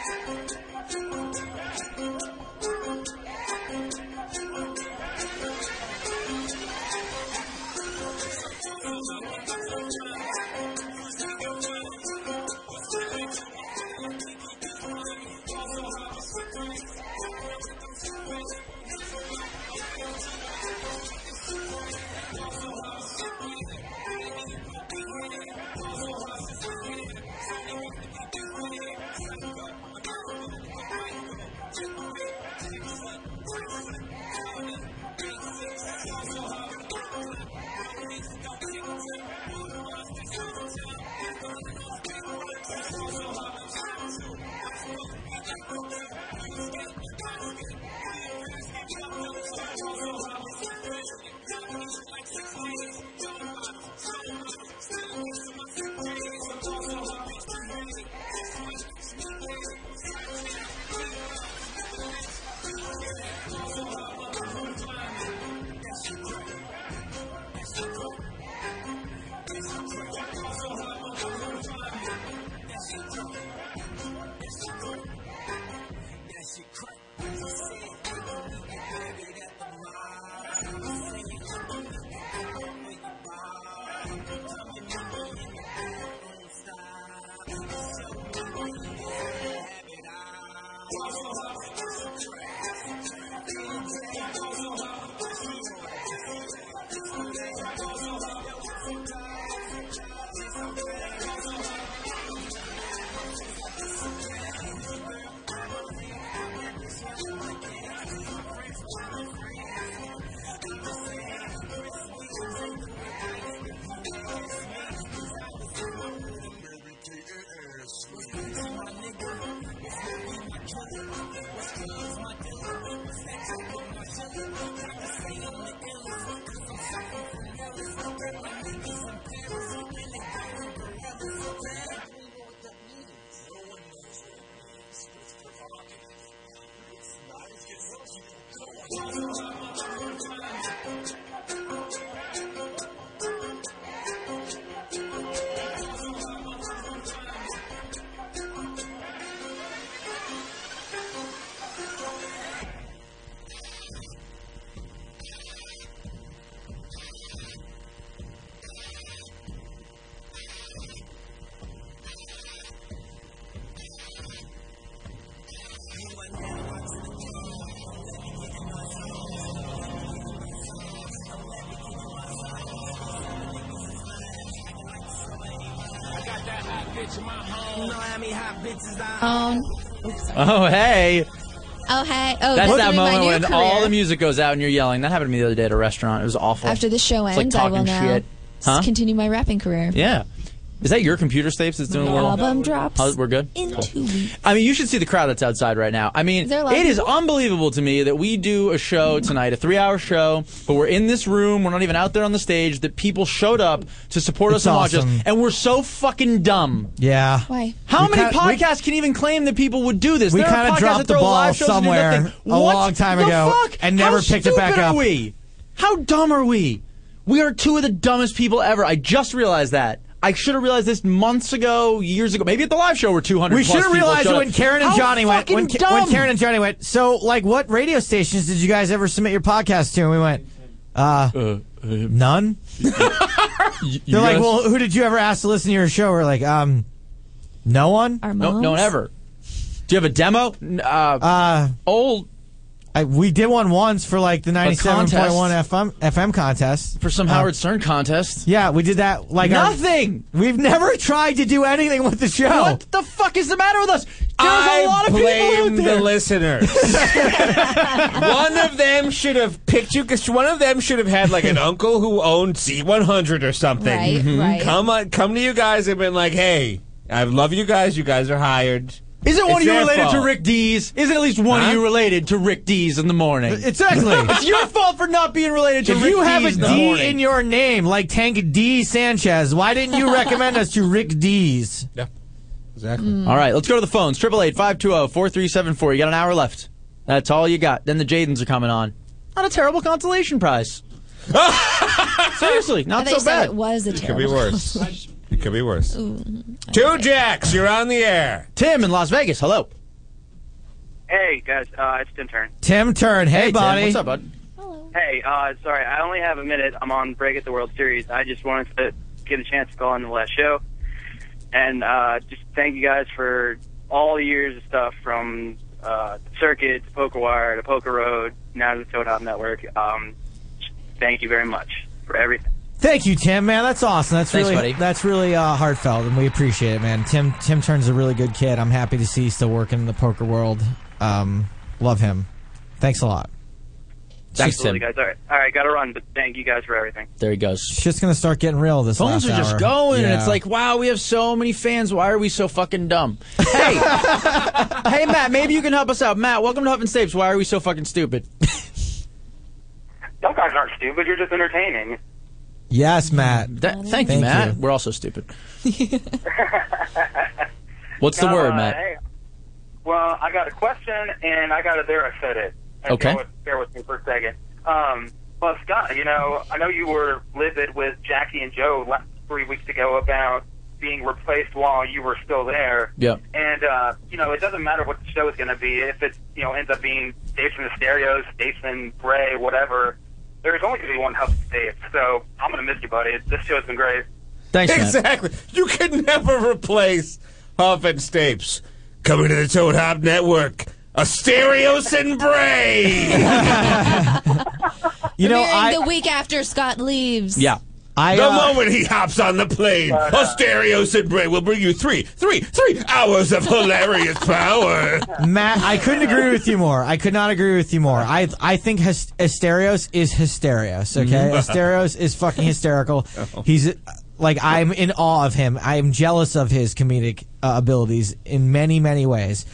Speaker 8: Um,
Speaker 3: Oh, hey.
Speaker 8: oh, hey. Oh,
Speaker 3: That's
Speaker 8: this will be
Speaker 3: that
Speaker 8: my
Speaker 3: moment
Speaker 8: new
Speaker 3: when
Speaker 8: career.
Speaker 3: all the music goes out and you're yelling. That happened to me the other day at a restaurant. It was awful.
Speaker 8: After the show
Speaker 3: It's like
Speaker 8: ends, I
Speaker 3: talking
Speaker 8: will now
Speaker 3: shit. Huh?
Speaker 8: s- continue my rapping career.
Speaker 3: Yeah. Is that your computer, Stapes, that's doing
Speaker 8: My
Speaker 3: well?
Speaker 8: album drops
Speaker 3: Oh, we're good?
Speaker 8: in
Speaker 3: Cool.
Speaker 8: two weeks.
Speaker 3: I mean, you should see the crowd that's outside right now. I mean,
Speaker 8: Is there a lot of
Speaker 3: it is
Speaker 8: people? Mm-hmm.
Speaker 3: unbelievable to me that we do a show tonight, a three-hour show, but we're in this room. We're not even out there on the stage. That people showed up to support
Speaker 5: It's
Speaker 3: us and watch us,
Speaker 5: awesome.
Speaker 3: and we're so fucking dumb.
Speaker 5: Yeah.
Speaker 8: Why?
Speaker 3: How
Speaker 5: We
Speaker 3: many
Speaker 5: kinda- we-
Speaker 3: podcasts can even claim that people would do this?
Speaker 5: We
Speaker 3: There are
Speaker 5: kinda
Speaker 3: podcasts
Speaker 5: dropped
Speaker 3: that
Speaker 5: the
Speaker 3: throw
Speaker 5: ball
Speaker 3: live shows and do
Speaker 5: somewhere
Speaker 3: nothing.
Speaker 5: a
Speaker 3: What
Speaker 5: long time
Speaker 3: the
Speaker 5: ago
Speaker 3: fuck?
Speaker 5: and
Speaker 3: How
Speaker 5: never picked it back
Speaker 3: stupid
Speaker 5: up.
Speaker 3: Are we? How dumb are we? We are two of the dumbest people ever. I just realized that. I should have realized this months ago, years ago. Maybe at the live show we're 200
Speaker 5: We
Speaker 3: plus
Speaker 5: should have
Speaker 3: people
Speaker 5: realized
Speaker 3: showed
Speaker 5: it
Speaker 3: up.
Speaker 5: when Karen and
Speaker 3: How
Speaker 5: Johnny went.
Speaker 3: fucking
Speaker 5: When, Ka-
Speaker 3: dumb.
Speaker 5: when Karen and Johnny went. So, like, what radio stations did you guys ever submit your podcast to? And we went, uh, none. They're like,
Speaker 3: guys-
Speaker 5: well, who did you ever ask to listen to your show? We're like, um, no one.
Speaker 3: No, no one ever. Do you have a demo? N- Uh, uh old.
Speaker 5: I, we did one once for like the ninety-seven point one Uh,
Speaker 3: contest.
Speaker 5: FM FM contest
Speaker 3: for some Howard Stern contest.
Speaker 5: Yeah, we did that like our-
Speaker 3: Nothing.
Speaker 5: we've never tried to do anything with the show.
Speaker 3: What the fuck is the matter with us? There's
Speaker 9: I
Speaker 3: a lot of people out
Speaker 9: blame
Speaker 3: there.
Speaker 9: the listeners. one of them should have picked you because one of them should have had like an uncle who owned C100 or something.
Speaker 8: Right,
Speaker 3: Mm-hmm.
Speaker 8: Mhm. right.
Speaker 9: Come on, come to you guys and been like, hey, I love you guys. You guys are hired.
Speaker 3: Is it
Speaker 9: It's
Speaker 3: one of you
Speaker 9: their
Speaker 3: related to
Speaker 9: fault.
Speaker 3: Rick Dees? Is it at least one
Speaker 9: Huh?
Speaker 3: of you related to Rick Dees in the morning?
Speaker 5: Exactly.
Speaker 3: it's your fault for not being related to
Speaker 5: If
Speaker 3: Rick
Speaker 5: you have a
Speaker 3: Dees in the
Speaker 5: D
Speaker 3: morning.
Speaker 5: in your name, like Tank D Sanchez, why didn't you recommend us to Rick D's?
Speaker 9: Exactly.
Speaker 3: All right, let's go to the phones. oh, 888-520-4374. You got an hour left. That's all you got. Then the Jadens are coming on. Not a terrible consolation prize. Seriously,
Speaker 8: I
Speaker 3: not
Speaker 8: thought
Speaker 3: so
Speaker 8: you said
Speaker 3: bad.
Speaker 8: It was a
Speaker 9: It could be
Speaker 8: terrible.
Speaker 9: worse. It could be worse. Two Jacks, you're on the air.
Speaker 3: Tim in Las Vegas, hello.
Speaker 12: Hey guys, uh, it's Tim Turn.
Speaker 5: Tim Turn,
Speaker 12: Hey,
Speaker 5: hey,
Speaker 12: Tim,
Speaker 5: buddy.
Speaker 12: what's
Speaker 3: up, bud?
Speaker 12: Hey, uh, sorry, I only have a minute. I'm on break at the World Series. I just wanted to get a chance to call on the last show, and uh, just thank you guys for all the years of stuff from uh, Circuit to Poker Wire to Poker Road, now to the Toad Hop Network. Um, thank you very much for everything.
Speaker 5: Thank you, Tim. Man, that's awesome. That's
Speaker 12: Thanks,
Speaker 5: really
Speaker 12: buddy.
Speaker 5: that's really uh, heartfelt, and we appreciate it, man. Tim Tim Turn's a really good kid. I'm happy to see he's still working in the poker world. Um, love him. Thanks a lot.
Speaker 12: Absolutely, guys. All right, all right, gotta run, but thank you guys for everything.
Speaker 3: There he goes.
Speaker 5: Shit's gonna start getting real this.
Speaker 3: Phones are
Speaker 5: last
Speaker 3: just
Speaker 5: hour.
Speaker 3: going, and it's
Speaker 5: Yeah.
Speaker 3: like, wow, we have so many fans. Why are we so fucking dumb? Hey, hey, Matt, maybe you can help us out. Matt, welcome to Huff and Stapes. Why are we so fucking stupid?
Speaker 12: Y'all guys aren't stupid. You're just entertaining.
Speaker 5: yes, Matt.
Speaker 3: That, thank, you, Matt. We're also stupid. What's the
Speaker 12: No,
Speaker 3: word,
Speaker 12: uh,
Speaker 3: Matt?
Speaker 12: hey. Well, I got a question, and I got to there. I said it. And
Speaker 3: Okay.
Speaker 12: Bear with, bear with me for a second. Um, well, Scott, you know, I know you were livid with Jackie and Joe last, three weeks ago about being replaced while you were still there.
Speaker 3: Yeah.
Speaker 12: And uh, you know, it doesn't matter what the show is going to be. If it you know ends up being Dates from the Stereos, Dates from Bray, whatever, there's only going to be one Huff Dave. So I'm going to miss you, buddy. This show's been great.
Speaker 3: Thanks,
Speaker 9: Exactly. You can never replace Huff and Stapes. Coming to the Toad Hop Network, Asterios and Bray.
Speaker 5: You
Speaker 4: Premiering
Speaker 5: know, I
Speaker 4: the week after Scott leaves.
Speaker 5: I,
Speaker 9: the
Speaker 5: uh,
Speaker 9: moment he hops on the plane, Asterios and Bray will bring you three, three, three hours of hilarious power.
Speaker 5: Matt, I couldn't agree with you more. I could not agree with you more. I I think hys- Asterios is Hysterios, okay?
Speaker 9: Mm-hmm.
Speaker 25: Mhm.
Speaker 5: Asterios is fucking hysterical. He's uh, like I'm in awe of him. I am jealous of his comedic uh, abilities in many many ways.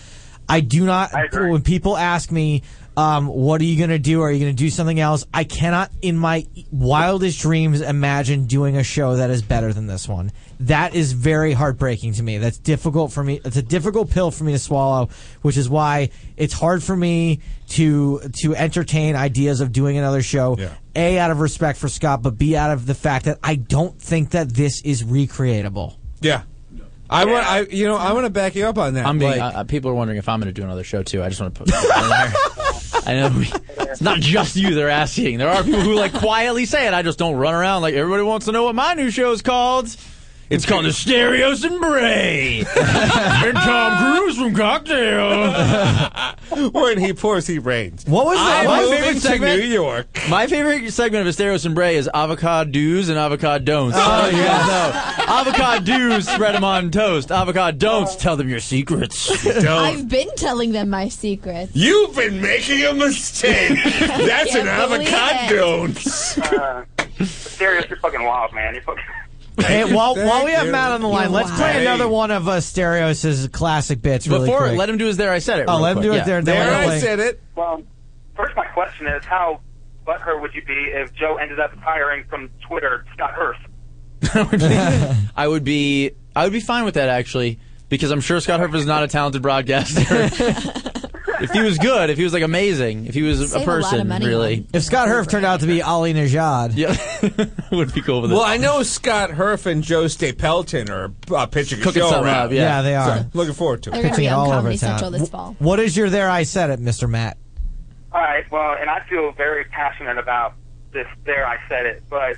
Speaker 5: I do not when people ask me um, what are you going to do? Are you going to do something else? I cannot in my wildest dreams imagine doing a show that is better than this one. That is very heartbreaking to me. That's difficult for me. It's a difficult pill for me to swallow, which is why it's hard for me to to entertain ideas of doing another show. A out of respect for Scott, but B out of the fact that I don't think that this is recreatable.
Speaker 26: Yeah. I want. I you know I want to back you up on that.
Speaker 3: I'm being,
Speaker 26: Like,
Speaker 3: uh, uh, people are wondering if I'm going to do another show too. I just want to put. I know we, it's not just you they're asking. There are people who like quietly say it. I just don't run around like everybody wants to know what my new show is called. It's called Asterios and Bray. and Tom Cruise from Cocktail.
Speaker 9: when he pours, he rains.
Speaker 5: What was
Speaker 9: that? I'm moving to New York.
Speaker 3: My favorite segment of Asterios and Bray is avocado do's and avocado don'ts. Oh, you guys know. avocado do's, spread them on toast. Avocado don'ts, tell them your secrets.
Speaker 4: I've been telling them my secrets.
Speaker 9: You've been making a mistake. That's an
Speaker 4: Can't believe it.
Speaker 9: avocado.
Speaker 12: uh, Asterios, you're fucking wild, man. You're fucking.
Speaker 5: Hey,
Speaker 12: you.
Speaker 5: while, while
Speaker 12: Thank
Speaker 5: we have
Speaker 12: you.
Speaker 5: Matt on the line,
Speaker 12: You're
Speaker 5: let's
Speaker 12: wild.
Speaker 5: play
Speaker 12: Hey.
Speaker 5: another one of Asterios' classic bits. Really
Speaker 3: Before,
Speaker 5: quick.
Speaker 3: let him do his there, I said it.
Speaker 5: Oh,
Speaker 3: real
Speaker 5: let him
Speaker 3: quick.
Speaker 5: do it there, then There, we'll I play. said
Speaker 9: it.
Speaker 12: Well, first, my question is how butthurt would you be if Joe ended up hiring from Twitter Scott Hurst?
Speaker 3: I would be I would be fine with that actually because I'm sure Scott Herford is not a talented broadcaster. if he was good, if he was like amazing, if he was a
Speaker 5: Save a lot of
Speaker 3: person
Speaker 5: money
Speaker 3: really,
Speaker 5: If Scott Herf turned out to be Ali Najad,
Speaker 3: yeah, would be cool with it.
Speaker 9: Well, I know Scott Herf and Joe Stapleton are uh, pitching a
Speaker 3: Cooking
Speaker 9: show
Speaker 3: something
Speaker 9: around.
Speaker 3: up, yeah. Yeah,
Speaker 5: they are.
Speaker 9: So, looking forward to it.
Speaker 4: They're going to be on Comedy Central this fall.
Speaker 5: What is your there? I said it, Mister Matt.
Speaker 12: All right. Well, and I feel very passionate about this. There, I said it. But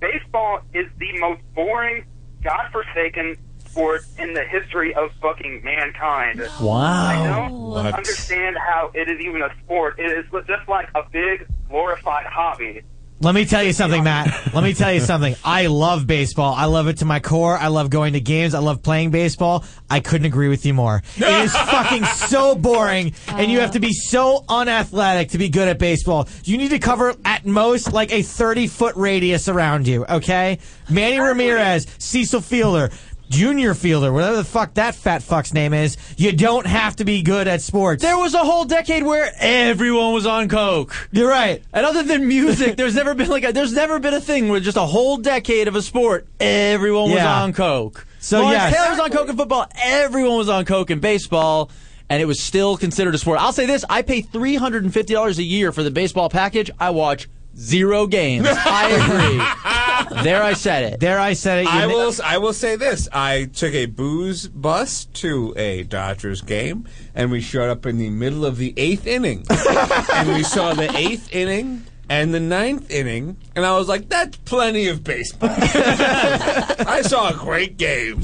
Speaker 12: baseball is the most boring, godforsaken sport in the history of fucking mankind.
Speaker 8: Wow.
Speaker 12: I don't
Speaker 8: What?
Speaker 12: understand how it is even a sport. It is just like a big glorified hobby.
Speaker 5: Let me tell you something, Matt. Let me tell you something. I love baseball. I love it to my core. I love going to games. I love playing baseball. I couldn't agree with you more. It is fucking so boring, and you have to be so unathletic to be good at baseball. You need to cover at most like a 30 foot radius around you, okay? Manny Ramirez, Cecil Fielder. Junior Fielder, whatever the fuck that fat fuck's name is, you don't have to be good at sports.
Speaker 3: There was a whole decade where everyone was on coke.
Speaker 5: You're right.
Speaker 3: And other than music, there's never been like a, there's never been a thing where just a whole decade of a sport everyone was
Speaker 5: Yeah.
Speaker 3: on coke.
Speaker 5: So,
Speaker 3: Lawrence
Speaker 5: yes.
Speaker 3: Taylor was on coke in football. Everyone was on coke in baseball. And it was still considered a sport. I'll say this: I pay three hundred and fifty dollars a year for the baseball package. I watch zero games. I agree. there, I said it.
Speaker 5: There, I said
Speaker 9: I will. I will say this. I took a booze bus to a Dodgers game, and we showed up in the middle of the eighth inning, and we saw the eighth inning and the ninth inning, and I was like, "That's plenty of baseball." I saw a great game.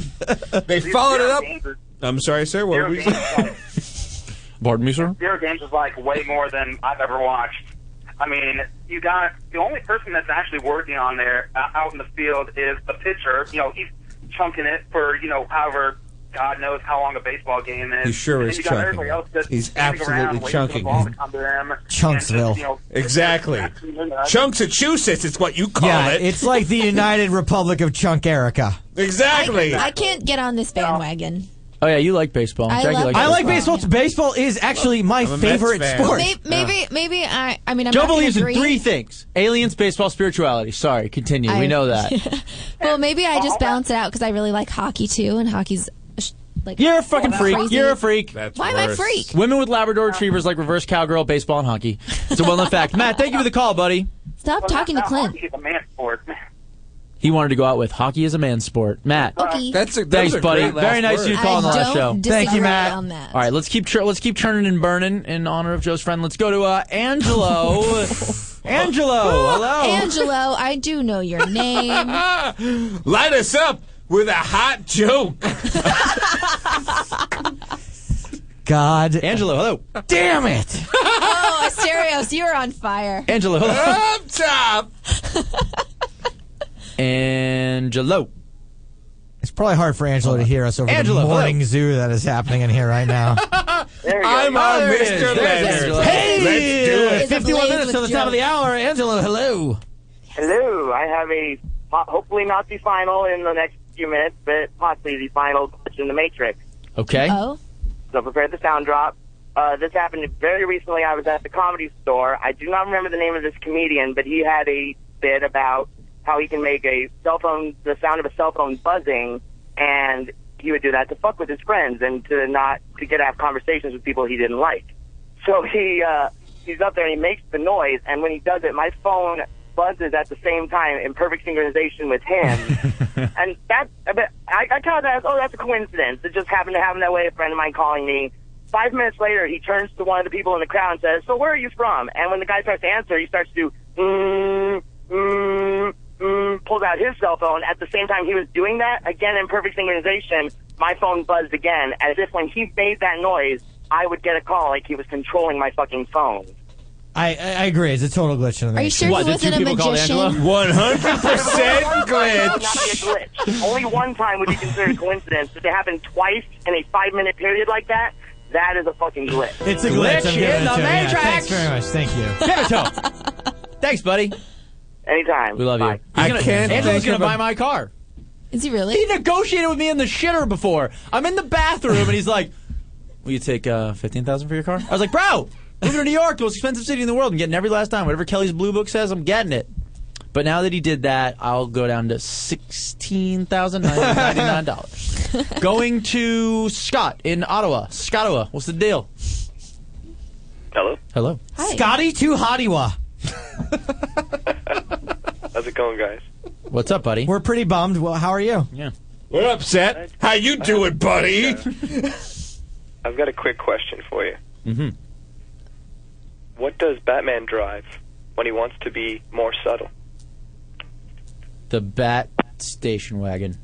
Speaker 9: They followed it up. I'm sorry, sir. What were you saying?
Speaker 3: Pardon me, sir.
Speaker 12: Zero Games is like way more than I've ever watched. I mean, you got the only person that's actually working on there uh, out in the field is the pitcher. You know, he's chunking it for you know however God knows how long a baseball game is.
Speaker 9: He sure
Speaker 12: and
Speaker 9: is
Speaker 12: you got
Speaker 9: chunking
Speaker 12: everybody
Speaker 9: it.
Speaker 12: else just
Speaker 9: He's
Speaker 12: standing
Speaker 9: absolutely
Speaker 12: around waiting for the
Speaker 9: chunking
Speaker 12: ball
Speaker 9: it.
Speaker 12: to come to them.
Speaker 5: Chunksville.
Speaker 9: Exactly. Chunkachusetts is what you call
Speaker 5: yeah,
Speaker 9: it.
Speaker 5: it's like the United Republic of Chunk Erica.
Speaker 9: Exactly.
Speaker 4: I can't get on this bandwagon.
Speaker 3: Oh yeah, you like baseball.
Speaker 4: I
Speaker 3: Jackie
Speaker 4: love
Speaker 3: likes
Speaker 5: I like baseball. Baseball is actually my
Speaker 3: I'm a Mets
Speaker 5: favorite
Speaker 3: fan.
Speaker 5: sport.
Speaker 4: Maybe, maybe, maybe I. I mean, I'm
Speaker 3: Joe
Speaker 4: not gonna
Speaker 3: believes in
Speaker 4: agree.
Speaker 3: three things: aliens, baseball, spirituality. Sorry, continue.
Speaker 4: I-
Speaker 3: we know that.
Speaker 4: Well, maybe I just balance it out because I really like hockey too, and hockey's sh- like
Speaker 3: You're a fucking freak.
Speaker 4: crazy.
Speaker 3: You're a freak.
Speaker 4: Why am I worse. freak?
Speaker 3: Women with Labrador retrievers like reverse cowgirl, baseball, and hockey. It's a well-known fact. Matt, thank you for the call, buddy.
Speaker 4: Stop talking to Clint.
Speaker 12: He's a man sport.
Speaker 3: He wanted to go out with hockey is a man's sport. Matt,
Speaker 4: Okay. That's a- those
Speaker 3: thanks,
Speaker 4: are
Speaker 3: buddy.
Speaker 4: great last
Speaker 3: Very nice of you
Speaker 4: words.
Speaker 3: calling
Speaker 4: I
Speaker 3: the last
Speaker 4: don't
Speaker 3: show.
Speaker 4: disagree Thank you, Matt. on that.
Speaker 3: All right, let's keep chur- let's keep churning and burning in honor of Joe's friend. Let's go to uh, Angelo. Angelo, hello.
Speaker 4: Angelo, I do know your name. Oh,
Speaker 8: Light us up with a hot joke.
Speaker 5: God.
Speaker 3: Angelo, hello.
Speaker 5: Damn it.
Speaker 4: oh, Asterios, you're on fire.
Speaker 3: Angelo, hello.
Speaker 8: Up top.
Speaker 3: Angelo.
Speaker 5: It's probably hard for Angelo to hear us over
Speaker 3: Angelo,
Speaker 5: the
Speaker 3: hello.
Speaker 5: morning zoo that is happening in here right now.
Speaker 8: I'm
Speaker 9: Oh,
Speaker 8: on
Speaker 3: there it is.
Speaker 8: Mr.
Speaker 3: There's
Speaker 8: Leonard.
Speaker 3: Angelo. Hey!
Speaker 8: Let's do it.
Speaker 5: 51 minutes till the top of the hour. Angelo, hello.
Speaker 27: Hello. I have a po- hopefully not the final in the next few minutes, but possibly the final glitch in the Matrix.
Speaker 3: Okay.
Speaker 4: Oh.
Speaker 27: So prepare the sound drop. Uh, this happened very recently. I was at the comedy store. I do not remember the name of this comedian, but he had a bit about how he can make a cell phone, the sound of a cell phone buzzing, and he would do that to fuck with his friends and to not to get to have conversations with people he didn't like. So he uh, he's up there and he makes the noise, and when he does it, my phone buzzes at the same time in perfect synchronization with him. and that, but I, I kind of that, as, oh, that's a coincidence. It just happened to happen that way. A friend of mine calling me. Five minutes later, he turns to one of the people in the crowd and says, "So where are you from?" And when the guy starts to answer, he starts to do mm, mm, mm, pulls out his cell phone. At the same time, he was doing that again in perfect synchronization. My phone buzzed again, as if when he made that noise, I would get a call like he was controlling my fucking phone.
Speaker 5: I, I I agree. It's a total glitch in the
Speaker 27: Are you
Speaker 5: matrix.
Speaker 27: sure he What, did wasn't two a people call magician? Angelo?
Speaker 8: One hundred percent
Speaker 27: Not be a glitch. Only one time would be considered a coincidence. If it happened twice in a five minute period like that, that is a fucking glitch.
Speaker 5: It's a glitch. I'm giving it to you. Yeah, thanks very much. Thank you.
Speaker 3: Give it to him. Thanks, buddy.
Speaker 27: Anytime.
Speaker 3: We love you. He's
Speaker 8: I
Speaker 3: gonna,
Speaker 8: can't
Speaker 3: Angelo's
Speaker 8: think
Speaker 3: gonna
Speaker 8: of a-
Speaker 3: buy my car.
Speaker 4: Is he really?
Speaker 3: He negotiated with me in the shitter before. I'm in the bathroom and he's like, "Will you take uh, fifteen thousand for your car?" I was like, "Bro, moving to New York, the most expensive city in the world, and getting every last dime. Whatever Kelly's Blue Book says, I'm getting it." But now that he did that, I'll go down to sixteen thousand nine hundred ninety-nine dollars. Going to Scott in Ottawa. Scottowa, what's the deal?
Speaker 14: Hello.
Speaker 3: Hello,
Speaker 5: Scotty to Hottywa.
Speaker 14: How's it going, guys?
Speaker 3: What's up, buddy?
Speaker 5: We're pretty bummed. Well, how are you?
Speaker 3: Yeah.
Speaker 8: We're upset. How you doing, buddy?
Speaker 14: I've got a quick question for you.
Speaker 3: Mm-hmm.
Speaker 14: What does Batman drive when he wants to be more subtle?
Speaker 3: The Bat Station Wagon.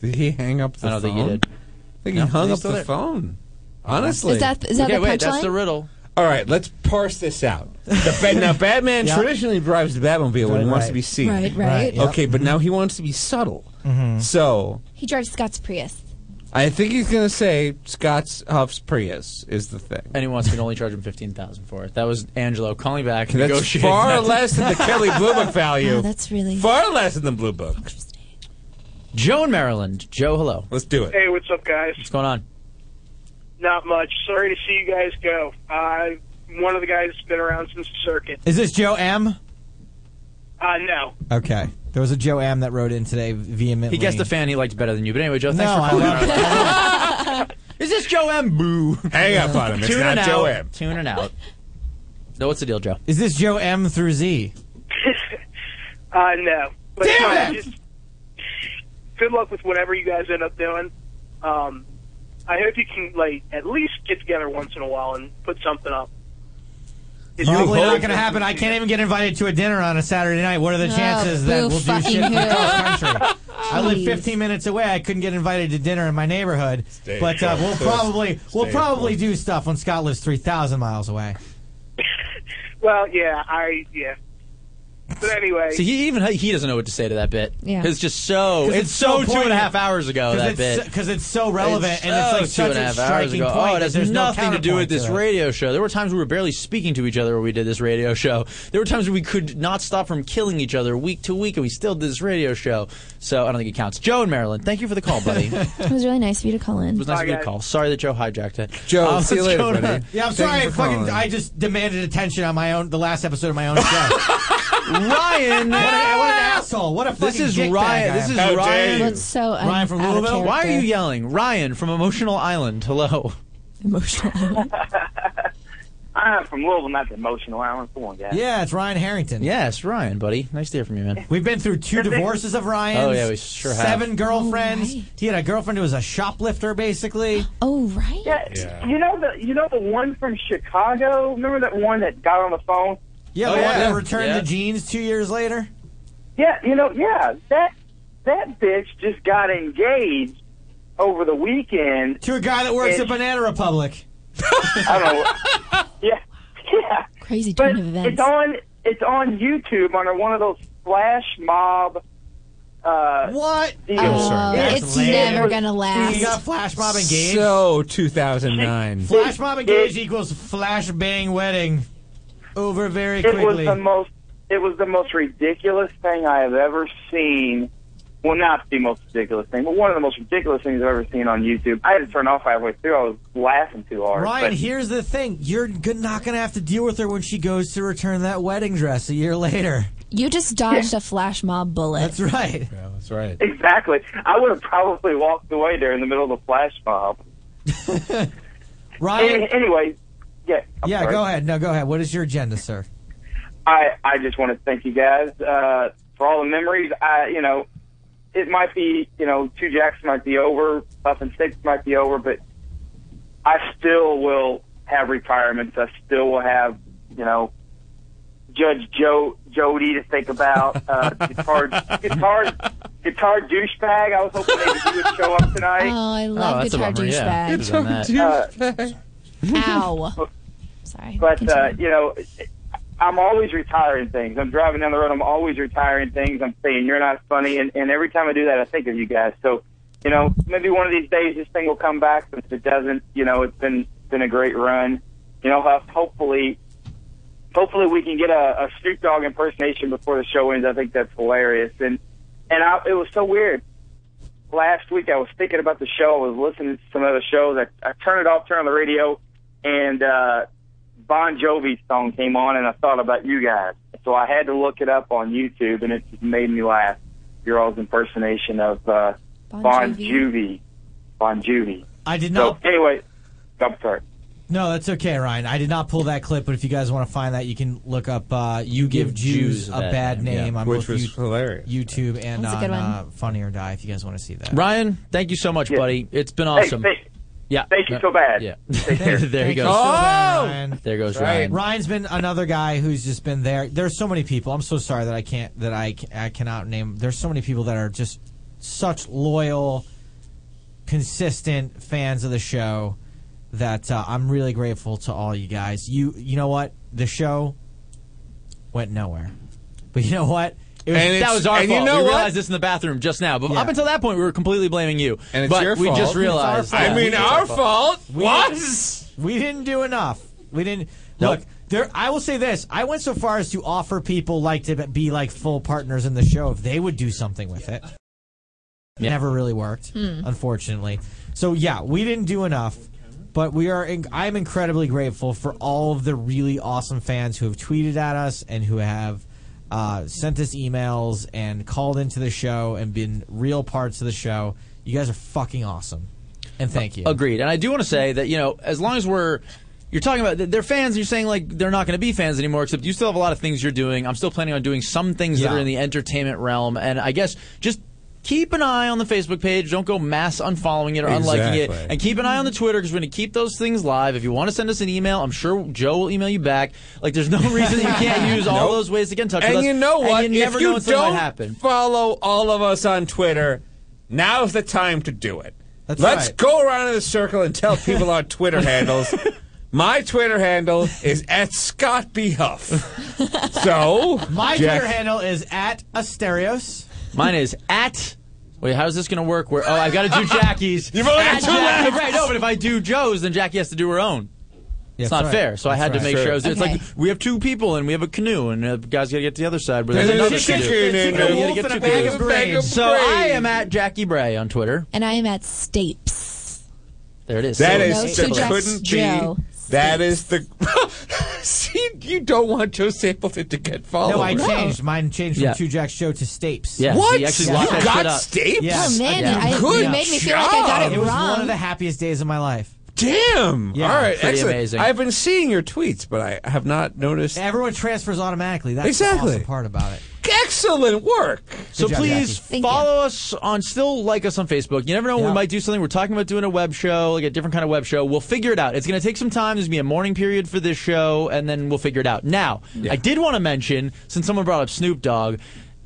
Speaker 9: Did he hang up the
Speaker 3: I don't
Speaker 9: phone?
Speaker 3: think he did.
Speaker 9: I think
Speaker 3: No,
Speaker 9: he hung
Speaker 3: he's
Speaker 9: up
Speaker 3: still
Speaker 9: the
Speaker 3: there.
Speaker 9: phone. Honestly.
Speaker 4: Is that- is that
Speaker 9: okay,
Speaker 4: the
Speaker 9: wait,
Speaker 4: punchline?
Speaker 9: that's the
Speaker 3: riddle.
Speaker 9: All right, let's parse this out. The Bat- now, Batman
Speaker 8: Yeah.
Speaker 9: traditionally drives the Batmobile when he
Speaker 8: Right,
Speaker 9: wants
Speaker 8: right.
Speaker 9: to be seen.
Speaker 4: Right, right. Right, yep.
Speaker 9: Okay, but now he wants to be subtle. So
Speaker 4: He drives Scott's Prius.
Speaker 9: I think he's going to say Scott's Huff's Prius is the thing.
Speaker 3: And he wants me to only charge him fifteen thousand for it. That was Angelo. Call me back.
Speaker 9: That's
Speaker 3: negotiating
Speaker 9: far
Speaker 3: that.
Speaker 9: less than the Kelly Blue Book value.
Speaker 4: Oh, that's really
Speaker 9: far less than the Blue Book.
Speaker 3: Joan, Maryland. Joe, hello.
Speaker 9: Let's do
Speaker 12: Hey, what's up, guys?
Speaker 3: What's going on?
Speaker 12: Not much. Sorry to see you guys go. I'm one of the guys that's been around since the circuit.
Speaker 5: Is this Joe M?
Speaker 12: Uh, no.
Speaker 5: Okay. There was a Joe M that wrote in today vehemently.
Speaker 3: He guessed the fan he liked better than you. But anyway, Joe, thanks
Speaker 5: No,
Speaker 3: for
Speaker 5: I
Speaker 3: calling.
Speaker 5: love
Speaker 3: in. Is this Joe M? Boo.
Speaker 5: Hang up on him. It's
Speaker 3: Tuning
Speaker 5: not
Speaker 3: out.
Speaker 5: Joe M.
Speaker 3: Tuning out. No, what's the deal, Joe?
Speaker 5: Is this Joe M through Z?
Speaker 12: Uh, no. But Damn it! Just, good luck with whatever you guys end up doing. Um, I hope you can, like, at least get together once in a while and put something up. If you
Speaker 5: Probably
Speaker 12: hold-
Speaker 5: not going to happen. I can't even get invited to a dinner on a Saturday night. What are the
Speaker 12: Oh,
Speaker 5: chances that
Speaker 12: boo
Speaker 5: we'll do shit
Speaker 12: fucking
Speaker 5: in
Speaker 12: who.
Speaker 5: cross country? I live
Speaker 12: Jeez.
Speaker 5: 15 minutes away. I couldn't get invited to dinner in my neighborhood. but uh, we'll
Speaker 12: close.
Speaker 5: probably we'll
Speaker 12: Stay
Speaker 5: probably do stuff when Scott lives 3,000 miles away.
Speaker 12: Well, yeah, I, yeah. But anyway.
Speaker 3: See, he even he doesn't know what to say to that bit.
Speaker 12: Yeah.
Speaker 3: it's just so.
Speaker 5: 'Cause
Speaker 3: It's,
Speaker 5: it's so
Speaker 3: so, two and a
Speaker 5: poignant.
Speaker 3: half hours ago Oh, that
Speaker 5: it's
Speaker 3: bit.
Speaker 5: because it's so relevant and it's
Speaker 3: so
Speaker 5: like
Speaker 3: two
Speaker 5: such
Speaker 3: and a
Speaker 5: a
Speaker 3: half hours
Speaker 5: striking
Speaker 3: ago.
Speaker 5: point.
Speaker 3: Oh, it
Speaker 5: that
Speaker 3: has
Speaker 5: there's no
Speaker 3: nothing to do with
Speaker 5: counterpoint
Speaker 3: this
Speaker 5: it.
Speaker 3: radio show. There were times we were barely speaking to each other when we did this radio show. There were times we could not stop from killing each other week to week, and we still did this radio show. So I don't think it counts. Joe in Maryland, thank you for the call, buddy. it
Speaker 4: It was really nice of you to call in.
Speaker 3: was nice of you to call. Sorry that Joe hijacked it.
Speaker 9: Joe,
Speaker 3: Um,
Speaker 9: see you later,
Speaker 3: let's go to-
Speaker 9: buddy.
Speaker 5: Yeah, I'm
Speaker 9: Thank
Speaker 5: sorry.
Speaker 9: you
Speaker 5: I
Speaker 9: for
Speaker 5: fucking
Speaker 9: calling.
Speaker 5: I just demanded attention on my own. The last episode of my own show.
Speaker 3: Ryan,
Speaker 5: what, a, what an asshole! What a fucking
Speaker 3: This is
Speaker 5: dickbag
Speaker 3: Ryan.
Speaker 5: I
Speaker 3: This
Speaker 5: am.
Speaker 3: is Ryan. Ryan from
Speaker 5: out of
Speaker 3: Louisville. Why are you
Speaker 5: character.
Speaker 3: yelling? Ryan from Emotional Island. Hello.
Speaker 4: Emotional.
Speaker 12: I
Speaker 6: I'm from Louisville, not the emotional Alan. Come on, guys.
Speaker 5: Yeah, it's Ryan Harrington.
Speaker 3: Yes, Ryan, buddy. Nice to hear from you, man.
Speaker 5: We've been through two divorces of Ryan's.
Speaker 3: Oh, yeah, we sure have.
Speaker 5: Seven girlfriends. He had a girlfriend who was a shoplifter, basically.
Speaker 4: Oh, right.
Speaker 5: Yeah.
Speaker 12: You know the you know the one from Chicago. Remember that one that got on the phone?
Speaker 5: Yeah, the one that returned the jeans two years later.
Speaker 12: Yeah, you know, yeah, that that bitch just got engaged over the weekend
Speaker 5: to a guy that works
Speaker 12: and
Speaker 5: at Banana Republic.
Speaker 12: I don't know. yeah, yeah.
Speaker 4: Crazy
Speaker 12: turn of events. It's on. It's on YouTube under one of those flash mob. Uh,
Speaker 5: what?
Speaker 12: Deals.
Speaker 4: Oh,
Speaker 12: Yeah.
Speaker 4: it's never gonna last.
Speaker 5: You got flash mob engaged.
Speaker 9: So 2009.
Speaker 5: flash mob engaged equals flash bang wedding. Over very
Speaker 12: It was
Speaker 5: quickly.
Speaker 12: the most. It was the most ridiculous thing I have ever seen. Well, not the most ridiculous thing, but one of the most ridiculous things I've ever seen on YouTube. I had to turn off halfway through. I was laughing too hard.
Speaker 5: Ryan,
Speaker 12: but-
Speaker 5: here's the thing: you're g- not gonna have to deal with her when she goes to return that wedding dress a year later.
Speaker 4: You just dodged a flash mob bullet.
Speaker 5: That's right.
Speaker 9: That's right.
Speaker 12: Exactly. I would have probably walked away there in the middle of the flash mob.
Speaker 5: Ryan.
Speaker 12: Any- anyway, yeah. I'm
Speaker 5: yeah,
Speaker 12: sorry.
Speaker 5: go ahead. No, go ahead. What is your agenda, sir?
Speaker 12: I I just want to thank you guys uh, for all the memories. I you know, it might be you know two jacks might be over, up and six might be over, but I still will have retirements. I still will have you know Judge Joe Jody to think about. Uh, guitar guitar guitar douchebag. I was hoping maybe you would show up tonight.
Speaker 4: Oh, I love
Speaker 12: that's a
Speaker 4: guitar
Speaker 12: bummer,
Speaker 4: douchebag.
Speaker 12: yeah. Guitar
Speaker 4: Uh,
Speaker 12: douchebag.
Speaker 4: Ow. Sorry.
Speaker 12: Uh, But uh, you know, I'm always retiring things. I'm driving down the road. I'm always retiring things. I'm saying you're not funny, and, and every time I do that, I think of you guys. So, you know, maybe one of these days this thing will come back. But if it doesn't, you know, it's been been a great run. You know, ho- hopefully, hopefully we can get a, a Snoop Dogg impersonation before the show ends. I think that's hilarious. And and I, it was so weird. Last week I was thinking about the show. I was listening to some other shows. I, I turned it off, turned on the radio, and uh, Bon Jovi song came on, and I thought about you guys. So I had to look it up on YouTube, and it just made me laugh. Your all's impersonation of uh,
Speaker 5: Bon
Speaker 12: Bon,
Speaker 5: Jovi.
Speaker 12: Jovi. Bon Jovi.
Speaker 5: I did
Speaker 12: So
Speaker 5: not.
Speaker 12: anyway, I'm sorry.
Speaker 5: No, that's okay, Ryan. I did not pull that clip, but if you guys want to find that, you can look up uh, "You Give, Jews a Bad, Name"
Speaker 11: yeah.
Speaker 5: on
Speaker 11: which
Speaker 5: both
Speaker 11: was
Speaker 5: you-
Speaker 11: hilarious.
Speaker 5: YouTube and
Speaker 11: That's a
Speaker 5: on
Speaker 11: good one.
Speaker 5: uh, Funny or Die. If you guys want to see that,
Speaker 3: Ryan, thank you so much, buddy. It's been
Speaker 5: Hey,
Speaker 3: awesome.
Speaker 5: thank-
Speaker 3: yeah.
Speaker 5: thank you
Speaker 3: No,
Speaker 5: so bad.
Speaker 3: Yeah.
Speaker 5: care.
Speaker 3: there he
Speaker 5: Thank you
Speaker 3: goes.
Speaker 5: so bad, Oh! Ryan.
Speaker 3: There goes Ryan.
Speaker 5: Ryan's been another guy who's just been there. There's so many people. I'm so sorry that I can't that I ca- I cannot name. There's so many people that are just such loyal, consistent fans of the show that uh, I'm really grateful to all you guys. You you know what? The show went nowhere, but you know what? It was,
Speaker 3: that was our
Speaker 5: and
Speaker 3: fault.
Speaker 5: You know
Speaker 3: we
Speaker 5: what?
Speaker 3: realized this in the bathroom just now, but
Speaker 5: Yeah.
Speaker 3: up until that point, we were completely blaming you.
Speaker 5: And it's
Speaker 3: but
Speaker 5: your
Speaker 3: we
Speaker 5: fault.
Speaker 3: just
Speaker 5: It's our
Speaker 3: realized.
Speaker 5: fault.
Speaker 3: that-
Speaker 5: I mean,
Speaker 3: It's
Speaker 5: our fault?
Speaker 3: We
Speaker 5: What?
Speaker 3: didn't-
Speaker 5: We didn't do enough. We didn't look. There, I will say this: I went so far as to offer people like to be like full partners in the show if they would do something with it. Never really worked,
Speaker 21: Hmm.
Speaker 5: unfortunately. So yeah, we didn't do enough, but we are. In, I'm incredibly grateful for all of the really awesome fans who have tweeted at us and who have uh, sent us emails and called into the show and been real parts of the show. You guys are fucking awesome, and thank you.
Speaker 3: Agreed. And I do want to say that you know, as long as we're you're talking about they're fans, and you're saying like they're not going to be fans anymore. Except you still have a lot of things you're doing. I'm still planning on doing some things that
Speaker 5: Yeah.
Speaker 3: are in the entertainment realm, and I guess just. Keep an eye on the Facebook page. Don't go mass unfollowing it or unliking it.
Speaker 9: Exactly.
Speaker 3: And keep an eye on the Twitter because we're going to keep those things live. If you want to send us an email, I'm sure Joe will email you back. Like, there's no reason you can't use all
Speaker 9: Nope.
Speaker 3: those ways to get in touch
Speaker 9: and
Speaker 3: with us.
Speaker 9: you know what?
Speaker 3: And you never
Speaker 9: if you
Speaker 3: know what's
Speaker 9: don't
Speaker 3: going to happen.
Speaker 9: follow all of us on Twitter, now's the time to do it.
Speaker 5: That's
Speaker 9: Let's
Speaker 5: right.
Speaker 9: go around in a circle and tell people our Twitter handles. My Twitter handle is at Scott B. Huff. So
Speaker 5: My
Speaker 9: Jack-
Speaker 5: Twitter handle is at Asterios.
Speaker 3: Mine is at. Wait, how's this going to work? Where oh, I've got to do Jackie's.
Speaker 5: You've only got
Speaker 3: At
Speaker 5: two
Speaker 3: Jack-
Speaker 5: left.
Speaker 3: Right, no, but if I do Joe's, then Jackie has to do her own.
Speaker 5: Yeah,
Speaker 3: it's
Speaker 5: that's
Speaker 3: not
Speaker 5: right.
Speaker 3: fair, so I had
Speaker 5: That's
Speaker 3: to
Speaker 5: right.
Speaker 3: make sure. I was,
Speaker 5: Sure.
Speaker 3: It's like we have two people and we have a canoe, and the guy's got to get to the other side. Where
Speaker 9: There's a
Speaker 3: another
Speaker 9: chicken
Speaker 3: canoe.
Speaker 9: and a
Speaker 3: You gotta
Speaker 9: wolf
Speaker 3: get
Speaker 9: and
Speaker 3: two
Speaker 9: a bag
Speaker 3: canoes.
Speaker 9: of brains.
Speaker 3: So I am at Jackie Bray on Twitter.
Speaker 4: and I am at Stapes.
Speaker 3: There it is.
Speaker 9: That
Speaker 4: So
Speaker 9: is
Speaker 4: no
Speaker 9: the-
Speaker 4: two Jacks,
Speaker 9: couldn't be.
Speaker 4: Joe.
Speaker 9: That is the. See, you don't want Joe Stapleton to get followers.
Speaker 5: No, I changed. Mine changed from
Speaker 9: Oh, Yeah.
Speaker 5: Two Jack Show to Stapes.
Speaker 9: Yeah, What? he actually locked that
Speaker 5: Yeah.
Speaker 9: You shit got up. Stapes?
Speaker 5: Yes.
Speaker 9: Oh, man, I- you Good made me feel like I got it job. wrong.
Speaker 5: It was one of the happiest days of my life.
Speaker 9: Damn.
Speaker 5: Yeah,
Speaker 9: All right.
Speaker 5: pretty
Speaker 9: Excellent.
Speaker 5: amazing.
Speaker 9: I've been seeing your tweets, but I have not noticed.
Speaker 5: Everyone transfers automatically. That's
Speaker 9: Exactly.
Speaker 5: the awesome part about it.
Speaker 9: Excellent work.
Speaker 3: So
Speaker 5: job,
Speaker 3: please
Speaker 5: Jackie. Thank
Speaker 3: follow us on. Still like us on Facebook. You never know when we might do something. We're talking about doing a web show, like a different kind of web show. We'll figure it out. It's going to take some time. There's going to be a morning period for this show, and then we'll figure it out. Now, I did want to mention since someone brought up Snoop Dogg.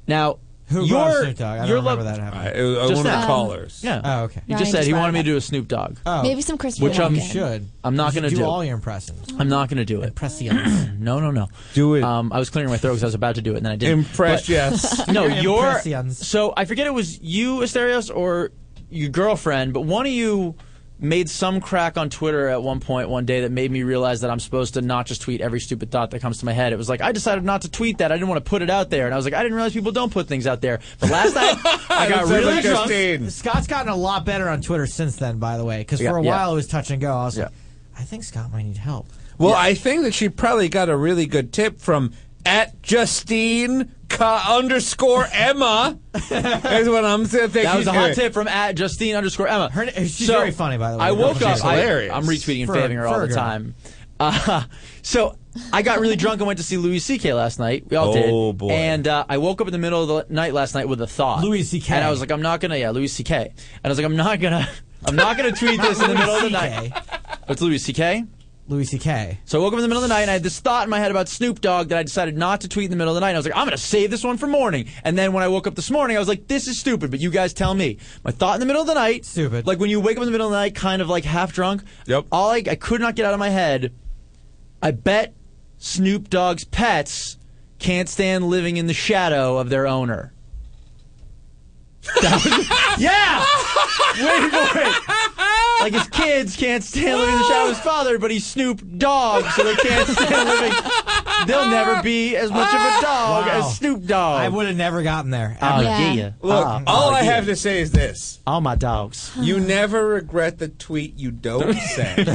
Speaker 3: Now,
Speaker 5: Who
Speaker 3: your,
Speaker 5: brought up Snoop Dogg? I don't
Speaker 3: your
Speaker 5: remember
Speaker 3: love-
Speaker 5: that happening.
Speaker 9: Uh, it was, uh,
Speaker 3: Just
Speaker 9: one of the
Speaker 3: now.
Speaker 9: callers.
Speaker 3: Yeah.
Speaker 5: Oh, okay.
Speaker 3: He
Speaker 4: Ryan
Speaker 3: just said
Speaker 4: just
Speaker 3: he
Speaker 4: brought
Speaker 3: wanted
Speaker 4: it
Speaker 3: me to do a Snoop Dogg.
Speaker 4: Oh. Maybe some Christopher
Speaker 3: Which
Speaker 4: Walken.
Speaker 3: I'm
Speaker 4: You should.
Speaker 3: I'm not
Speaker 5: You
Speaker 3: going to
Speaker 5: should
Speaker 3: do.
Speaker 5: do all your impressions.
Speaker 3: I'm not going to do it.
Speaker 5: Impressions.
Speaker 3: no, no, no.
Speaker 9: Do it.
Speaker 3: Um, I was clearing my throat because I was about to do it, and then I didn't.
Speaker 9: Impress-
Speaker 3: But-
Speaker 9: yes.
Speaker 3: no, your.
Speaker 5: Impressions.
Speaker 3: So I forget it was you, Asterios, or your girlfriend, but one of you made some crack on Twitter at one point one day that made me realize that I'm supposed to not just tweet every stupid thought that comes to my head. It was like I decided not to tweet that. I didn't want to put it out there, and I was like, I didn't realize people don't put things out there. But last night I got really drunk.
Speaker 5: Scott's gotten a lot better on Twitter since then, by the way, because
Speaker 9: Yeah.
Speaker 5: for a
Speaker 9: Yeah.
Speaker 5: while it was touch and go. I was like, I think Scott might need help.
Speaker 9: Well, I think that she probably got a really good tip from at Justine ca- underscore Emma. That's what I'm saying.
Speaker 3: That was a hot tip from at Justine underscore Emma. Her,
Speaker 5: she's very funny, by the way.
Speaker 3: I woke
Speaker 5: She's
Speaker 3: up. I,
Speaker 5: hilarious.
Speaker 3: I'm retweeting and
Speaker 5: For a-
Speaker 3: faving her all
Speaker 5: for a
Speaker 3: the
Speaker 5: girl.
Speaker 3: time. Uh, so I got really drunk and went to see Louis C.K. last night. We all did.
Speaker 9: Oh, boy.
Speaker 3: And uh, I woke up in the middle of the night last night with a thought.
Speaker 5: Louis C.K..
Speaker 3: And I was like, I'm not gonna. Yeah, Louis C.K. And I was like, I'm not gonna. I'm not gonna tweet this in the
Speaker 5: Louis
Speaker 3: middle of the
Speaker 5: CK.
Speaker 3: night. It's Louis C.K.
Speaker 5: Louis C.K.
Speaker 3: So I woke up in the middle of the night and I had this thought in my head about Snoop Dogg that I decided not to tweet in the middle of the night. I was like, I'm going to save this one for morning. And then when I woke up this morning, I was like, this is stupid, but you guys tell me. My thought in the middle of the night. Stupid. Like when you wake up in the middle of the night, kind of like half drunk. Yep. All I, I could not get out of my head. I bet Snoop Dogg's pets can't stand living in the shadow of their owner. Yeah! Wait for it! Like his kids can't stand living in the shadow of his father, but he's Snoop Dogg, so they can't stand living. They'll never be as much of a dog
Speaker 5: Wow.
Speaker 3: as Snoop Dogg.
Speaker 5: I would have never gotten there.
Speaker 3: Oh,
Speaker 5: ever.
Speaker 3: yeah. Yeah.
Speaker 9: Look,
Speaker 3: Um,
Speaker 9: all I
Speaker 3: yeah.
Speaker 9: have to say is this.
Speaker 3: All my dogs.
Speaker 9: You never regret the tweet you don't send.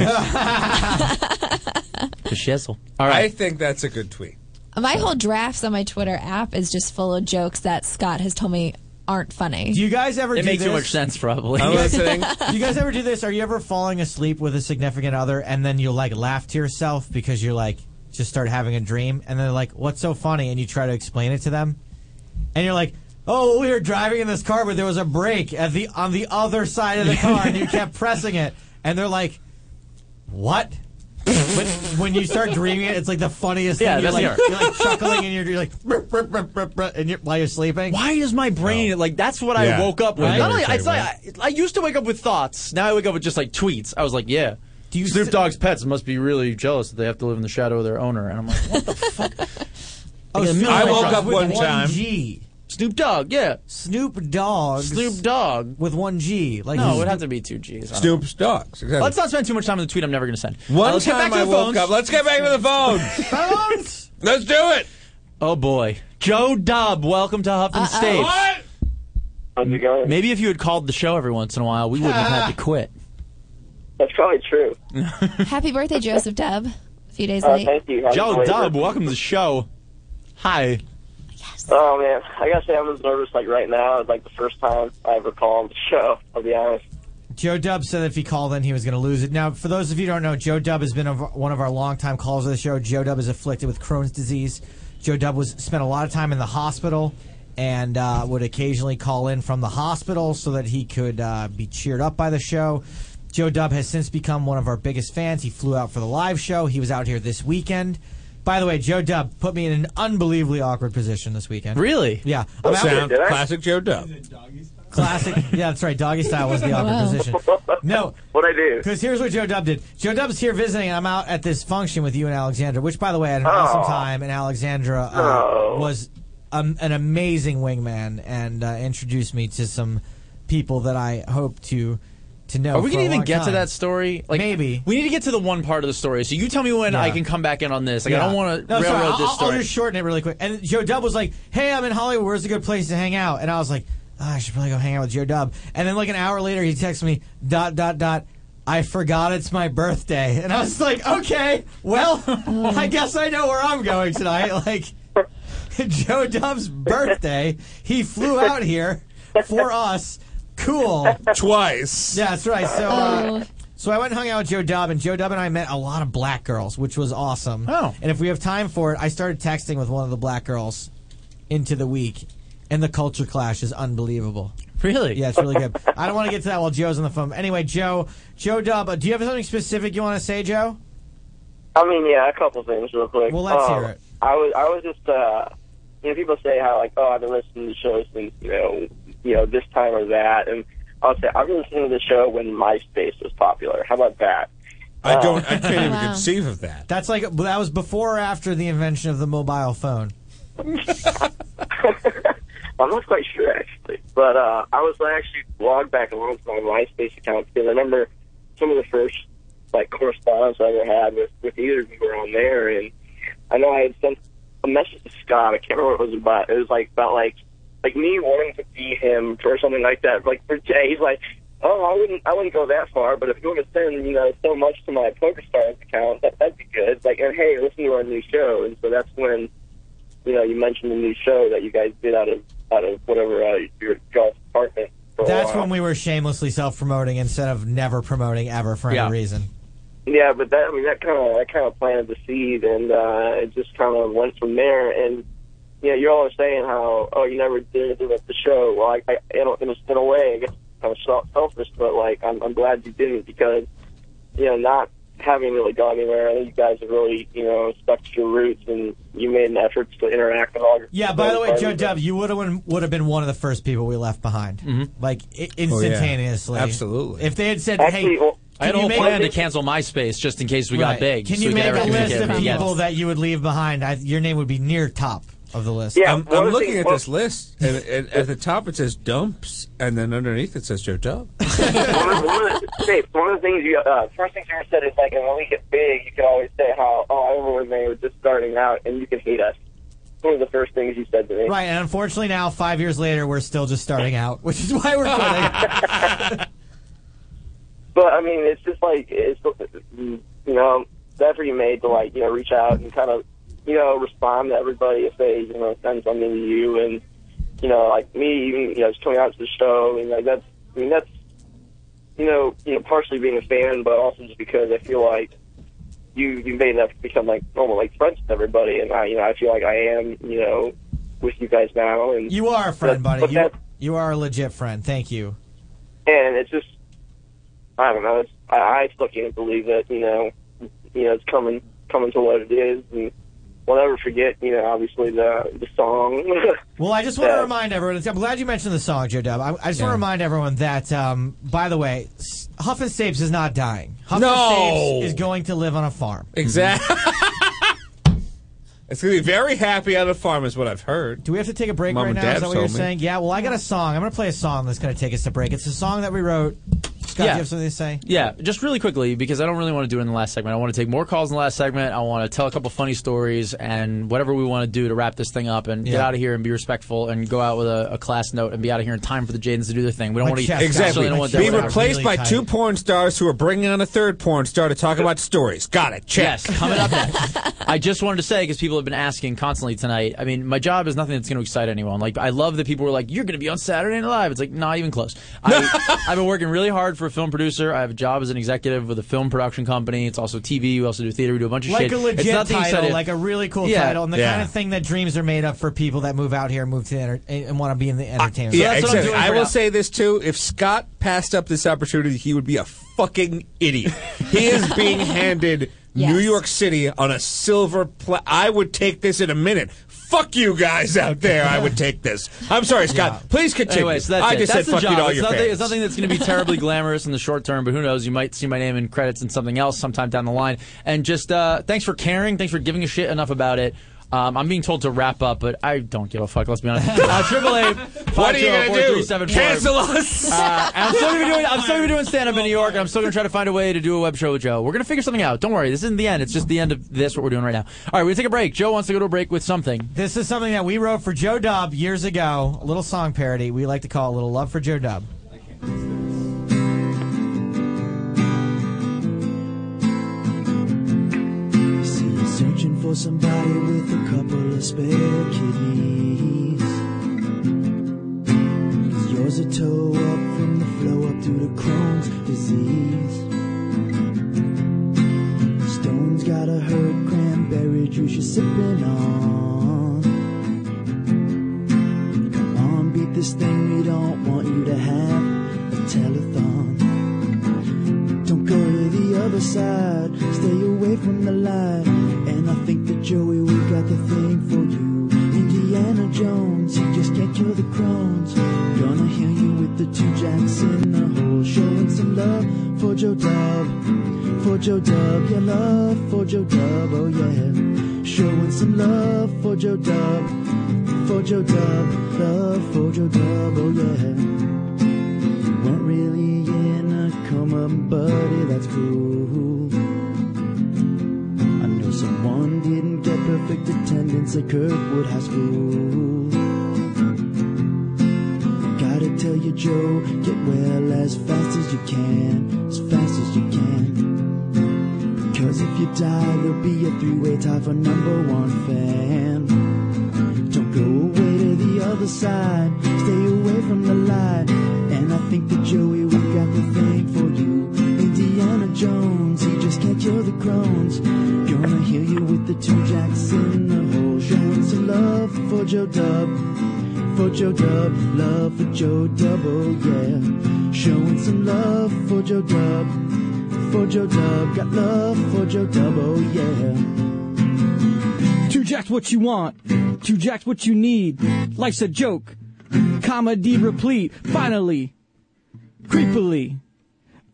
Speaker 3: The shizzle.
Speaker 9: All right. I think that's a good tweet.
Speaker 4: My whole drafts on my Twitter app is just full of jokes that Scott has told me aren't funny.
Speaker 5: Do you guys ever?
Speaker 3: It
Speaker 5: do
Speaker 3: makes too
Speaker 5: this?
Speaker 3: much sense, probably.
Speaker 5: Do you guys- do you guys ever do this? Are you ever falling asleep with a significant other and then you'll like laugh to yourself because you're like just start having a dream and they're like, "What's so funny?" and you try to explain it to them, and you're like. Oh, we were driving in this car, but there was a brake at the on the other side of the car, and you kept pressing it. And they're like, "What?" when, when you start dreaming it, it's like the funniest
Speaker 3: Yeah,
Speaker 5: thing. You're
Speaker 3: that's
Speaker 5: like,
Speaker 3: the-
Speaker 5: you're like chuckling, and you're, you're like, "Bruh, bruh, bruh, bruh, bruh," and you're, while you're sleeping.
Speaker 3: Why does my brain like? That's what I
Speaker 5: Yeah.
Speaker 3: woke up with.
Speaker 5: Right?
Speaker 3: Not only,
Speaker 5: Right,
Speaker 3: it's like, I, I used to wake up with thoughts. Now I wake up with just like tweets. I was like, yeah. Do you Snoop Dogg's pets must be really jealous that they have to live in the shadow of their owner. And I'm like, what the fuck?
Speaker 5: Oh,
Speaker 3: Like, in the
Speaker 5: Snoop
Speaker 3: middle of
Speaker 5: Dogg
Speaker 3: my drunk-
Speaker 5: with G.
Speaker 3: Snoop Dogg, yeah.
Speaker 5: Snoop Dogg.
Speaker 3: Snoop Dogg
Speaker 5: with one G. Like
Speaker 3: no, it would have to be two G's. I don't know.
Speaker 9: Snoop's dogs. Exactly.
Speaker 3: Let's not spend too much time on the tweet. I'm never going to send.
Speaker 9: One
Speaker 3: Uh, let's
Speaker 9: time
Speaker 3: get back to
Speaker 9: I
Speaker 3: the
Speaker 9: woke
Speaker 3: phones.
Speaker 9: up. Let's get back to the phones.
Speaker 5: phones.
Speaker 9: Let's do it.
Speaker 3: Oh boy, Joe Dubb, welcome to Huff and Stapes.
Speaker 9: What?
Speaker 3: How's it going? Maybe if you had called the show every once in a while, we wouldn't have had to quit.
Speaker 14: That's probably true.
Speaker 4: Happy birthday, Joseph Dub. A few days
Speaker 14: Uh,
Speaker 4: late.
Speaker 14: thank you. Happy
Speaker 3: Joe
Speaker 14: birthday.
Speaker 3: Dubb, welcome to the show. Hi.
Speaker 14: Oh man, I gotta say I'm as nervous like right now as like the first time I ever called the show. I'll be honest.
Speaker 5: Joe Dub said if he called in, he was going to lose it. Now, for those of you who don't know, Joe Dub has been of- one of our longtime calls of the show. Joe Dub is afflicted with Crohn's disease. Joe Dub was spent a lot of time in the hospital and uh, would occasionally call in from the hospital so that he could uh, be cheered up by the show. Joe Dub has since become one of our biggest fans. He flew out for the live show. He was out here this weekend. By the way, Joe Dub put me in an unbelievably awkward position this weekend.
Speaker 3: Really?
Speaker 5: Yeah. I'm out-
Speaker 9: Sound, classic Joe Dub.
Speaker 5: Classic. Yeah, that's right. Doggy style was the awkward
Speaker 9: Wow.
Speaker 5: position. No.
Speaker 14: What I do?
Speaker 5: Because here's what Joe Dub did. Joe Dub's here visiting, and I'm out at this function with you and Alexandra, which, by the way, I had an
Speaker 14: Oh.
Speaker 5: awesome time. And Alexandra uh, was um, an amazing wingman and uh, introduced me to some people that I hope to to know.
Speaker 3: Are we
Speaker 5: going
Speaker 3: gonna even get to that story? Like, Maybe we need to get to the one part of the story. So you tell me when
Speaker 5: Yeah.
Speaker 3: I can come back in on this. Like I don't
Speaker 5: Yeah.
Speaker 3: want to
Speaker 5: No, sorry,
Speaker 3: railroad
Speaker 5: I'll,
Speaker 3: this
Speaker 5: I'll-
Speaker 3: story.
Speaker 5: I'll just shorten it really quick. And Joe Dub was like, "Hey, I'm in Hollywood. Where's a good place to hang out?" And I was like, oh, "I should probably go hang out with Joe Dub." And then like an hour later, he texts me, "Dot dot dot." I forgot it's my birthday, and I was like, "Okay, well, I guess I know where I'm going tonight." Like Joe Dub's birthday, he flew out here for us. Cool.
Speaker 9: Twice.
Speaker 5: Yeah, that's right. So uh, So I went and hung out with Joe Dub, and Joe Dub and I met a lot of black girls, which was awesome. Oh. And if we have time for it, I started texting with one of the black girls into the week, and the culture clash is unbelievable.
Speaker 3: Really?
Speaker 5: Yeah, it's really good. I don't want to get to that while Joe's on the phone. Anyway, Joe, Joe Dub, uh, do you have something specific you want to say, Joe?
Speaker 14: I mean, yeah, a couple things real quick.
Speaker 5: Well, let's
Speaker 14: Um,
Speaker 5: hear it.
Speaker 14: I was, I was just, uh, you know, people say how like, oh, I've been listening to the show since you know, you know, this time or that, and I'll say I've been listening to the show when MySpace was popular. How about that? Um,
Speaker 5: I don't-
Speaker 14: I
Speaker 5: can't even Wow.
Speaker 14: conceive of that.
Speaker 5: That's like that was before or after the invention of the mobile phone.
Speaker 14: I'm not quite sure actually, but uh, I was actually logged back along to my MySpace account because I remember some of the first like correspondence I ever had with with either of you were on there, and I know I had sent a message to Scott. I can't remember what it was about. It was like about like like me wanting to be him or something like that. Like for Jay, he's like, oh, I wouldn't I wouldn't go that far, but if you want to send you know so much to my PokerStars account, that that'd be good. Like and hey, listen to our new show, and so that's when you know, you mentioned the new show that you guys did out of out of whatever uh, your golf apartment. For
Speaker 5: That's
Speaker 14: a while.
Speaker 5: when we were shamelessly self-promoting instead of never promoting ever for
Speaker 14: Yeah.
Speaker 5: any reason.
Speaker 14: Yeah, but that I mean that kind of that kind of planted the seed, and uh, it just kind of went from there. And you know, you're always saying how oh you never did anything with the show. Well, I, I in, a, in, a, in a way, I guess I was self- selfish, but like I'm, I'm glad you didn't because you know not having really gone anywhere. I think you guys have really you know stuck to your roots, and you made an effort to interact with all your.
Speaker 5: Yeah. By the way,
Speaker 14: friends.
Speaker 5: Joe Dub, you would have would have been one of the first people we left behind, like i- instantaneously.
Speaker 3: Absolutely.
Speaker 5: If they had said, "Hey,
Speaker 3: I had a
Speaker 5: can you
Speaker 3: whole
Speaker 5: make-
Speaker 3: plan to cancel MySpace just in case we
Speaker 5: Right.
Speaker 3: got big.
Speaker 5: Can
Speaker 3: so
Speaker 5: you
Speaker 3: we could
Speaker 5: make
Speaker 3: ever
Speaker 5: a list
Speaker 3: communicate
Speaker 5: of
Speaker 3: with them.
Speaker 5: people that you would leave behind? I, your name would be near top of the list.
Speaker 9: I'm, I'm looking at this list, and, and at the top it says dumps, and then underneath it says Joe Dub.
Speaker 14: one, of, one, of the, Dave, one of the things you uh, first things you ever said is like, and when we get big, you can always say how oh I remember when they were just starting out and you can hate us. One of the first things you said to me.
Speaker 5: Right, and unfortunately now, five years later, we're still just starting out, which is why we're quitting.
Speaker 14: But I mean, it's just like it's you know the effort you made to like you know reach out and kind of you know respond to everybody if they you know send something to you and you know like me even you know just coming out to the show and like that's I mean that's you know you know partially being a fan but also just because I feel like you you made enough to become like normal like friends with everybody and I you know I feel like I am you know with you guys now and
Speaker 5: you are a friend,
Speaker 14: but-
Speaker 5: buddy.
Speaker 14: but
Speaker 5: You,
Speaker 14: that's-
Speaker 5: you are a legit friend. Thank you.
Speaker 14: and it's just I don't know. It's, I, I still can't believe that you know, you know, it's coming coming to what it is, and we'll never forget. You know, obviously the the song.
Speaker 5: Well, I just want to
Speaker 14: Yeah.
Speaker 5: remind everyone. I'm glad you mentioned the song, Joe Dub. I, I just want to remind everyone that, um, by the way, S- Huff and Stapes is not dying. Huff
Speaker 9: No!
Speaker 5: and Stapes is going to live on a farm.
Speaker 9: Exactly. Mm-hmm. it's going to be very happy on the farm, is what I've heard.
Speaker 5: Do we have to take a break
Speaker 9: Mom
Speaker 5: right
Speaker 9: and
Speaker 5: now?
Speaker 9: Dad
Speaker 5: Is that what you're
Speaker 9: told me.
Speaker 5: saying? Yeah. Well, I got a song. I'm going to play a song that's going to take us to break. It's a song that we wrote. Scott, do
Speaker 3: Yeah.
Speaker 5: you have something to say?
Speaker 3: Yeah, just really quickly because I don't really want to do it in the last segment. I want to take more calls in the last segment. I want to tell a couple funny stories and whatever we want to do to wrap this thing up and get
Speaker 5: Yeah.
Speaker 3: out of here and be respectful and go out with a, a class note and be out of here in time for the Jadens to do their thing. We don't
Speaker 9: My
Speaker 3: want to
Speaker 9: chest exactly.
Speaker 3: Don't want
Speaker 9: Be
Speaker 3: that-
Speaker 9: replaced by two porn stars who are bringing on a third porn star to talk about stories. Got it. Check.
Speaker 3: Yes, coming up next. I just wanted to say because people have been asking constantly tonight. I mean, my job is nothing that's going to excite anyone. Like, I love that people were like, "You're going to be on Saturday Night Live." It's like not even close. I, I've been working really hard for a film producer. I have a job as an executive with a film production company. It's also TV. We also do theater. We do a bunch of
Speaker 5: Like
Speaker 3: shit.
Speaker 5: a legit
Speaker 3: it's not the
Speaker 5: title,
Speaker 3: exciting-
Speaker 5: like a really cool
Speaker 3: Yeah.
Speaker 5: title, and the
Speaker 3: Yeah.
Speaker 5: kind of thing that dreams are made of for people that move out here and move to the enter- and want to be in the entertainment.
Speaker 9: yeah,
Speaker 5: So that's what I'm
Speaker 9: exactly.
Speaker 5: doing
Speaker 9: I
Speaker 5: right
Speaker 9: will
Speaker 5: now.
Speaker 9: say this too: if Scott passed up this opportunity, he would be a fucking idiot. he is being handed New York City on a silver. Pla- I would take this in a minute. Fuck you guys out there. I would take this. I'm sorry, Scott. Please continue.
Speaker 3: Anyway, so that's
Speaker 9: I
Speaker 3: it.
Speaker 9: just
Speaker 3: that's
Speaker 9: said
Speaker 3: the
Speaker 9: fuck
Speaker 3: job.
Speaker 9: you to all
Speaker 3: it's,
Speaker 9: your
Speaker 3: nothing,
Speaker 9: fans.
Speaker 3: it's nothing that's going to be terribly glamorous in the short term, but who knows? You might see my name in credits and something else sometime down the line. And just uh, thanks for caring. Thanks for giving a shit enough about it. Um, I'm being told to wrap up, but I don't give a fuck. Let's be honest. oh Uh, Triple A.
Speaker 9: What are you gonna do?
Speaker 3: 520-4374.
Speaker 9: Cancel us?
Speaker 3: Uh, and I'm still gonna be doing. I'm still gonna be doing stand up in New York, and I'm still gonna try to find a way to do a web show with Joe. We're gonna figure something out. Don't worry. This isn't the end. It's just the end of this. What we're doing right now. All right, we're gonna take a break. Joe wants to go to a break with something.
Speaker 5: This is something that we wrote for Joe Dub years ago, a little song parody we like to call a little love for Joe Dub.
Speaker 21: See you searching for somebody with a couple of spare kidneys. 'Cause yours a toe up from the flow up through the Crohn's disease. got a hurt cranberry juice you're sipping on. Come on, beat this thing we don't want you to have a telethon. Don't go to the other side, stay away from the light. And I think that Joey, we got the thing for you. Indiana Jones, you just can't cure the Crohn's. Gonna hear you with the two jacks in the hole, showing some love for Joe Dub, for Joe Dub, yeah, love for Joe Dub, oh yeah. Showing some love for Joe Dub, for Joe Dub, love for Joe Dub, oh yeah. Weren't really in a coma, buddy, that's cool. I know someone didn't get perfect attendance at Kirkwood High School. Gotta tell you, Joe, get well as fast as you can, as fast as you can. Because if you die, there'll be a three-way tie for number one fan. Don't go away to the other side. Stay away from the light. And I think that Joey, we got the thing for you. Indiana Jones, he just can't cure the Crohn's. Gonna heal you with the two jacks in the hole. Showing some love for Joe Dub. For Joe Dub, love for Joe Dub, oh yeah. Showing some love for Joe Dub. For Joe Dub, got love for Joe Dub, oh yeah.
Speaker 5: Two jacks what you want, two jacks what you need. Life's a joke, comedy replete. Finally, creepily,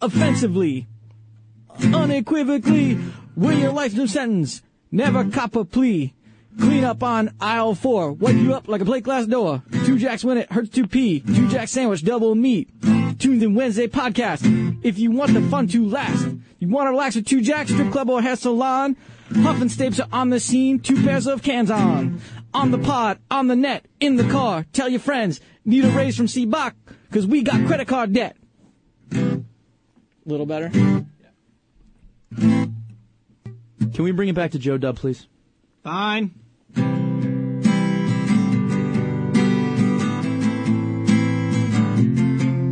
Speaker 5: offensively, unequivocally, will your life no sentence. Never cop a plea. Clean up on aisle four. Wipe you up like a plate glass door. Two jacks when it hurts to pee. Two jack sandwich, double meat. Tuned in Wednesday podcast. If you want the fun to last, you want to relax with two jacks, strip club or hair salon. Huff and Stapes are on the scene. Two pairs of cans on. On the pod, on the net, in the car. Tell your friends. Need a raise from Cboc, cause we got credit card debt. Little better.
Speaker 3: Can we bring it back to Joe Dub, please?
Speaker 5: Fine.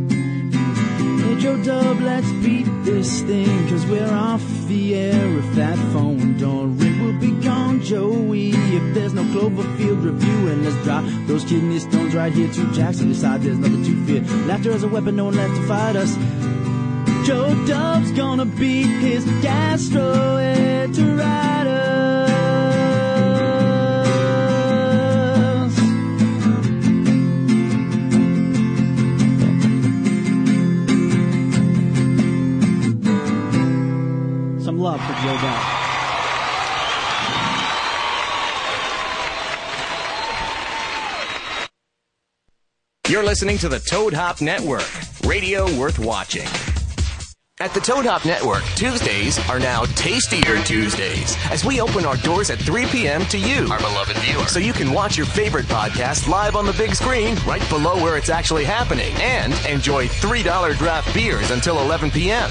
Speaker 21: Hey Joe Dub, let's beat this thing, cause we're off the air if that phone don't ring. We'll be gone, Joey, if there's no Cloverfield review, and let's drop those kidney stones right here to Jackson. Decide there's nothing to fear. Laughter is a weapon, no one left to fight us. Joe Dub's gonna beat his gastroenteritis.
Speaker 5: Some love for Joe Dub.
Speaker 2: You're listening to the Toad Hop Network, radio worth watching. At the Toad Hop Network, Tuesdays are now Tastier Tuesdays as we open our doors at 3 p.m. to you, our beloved viewer. So you can watch your favorite podcast live on the big screen right below where it's actually happening and enjoy $3 draft beers until 11 p.m.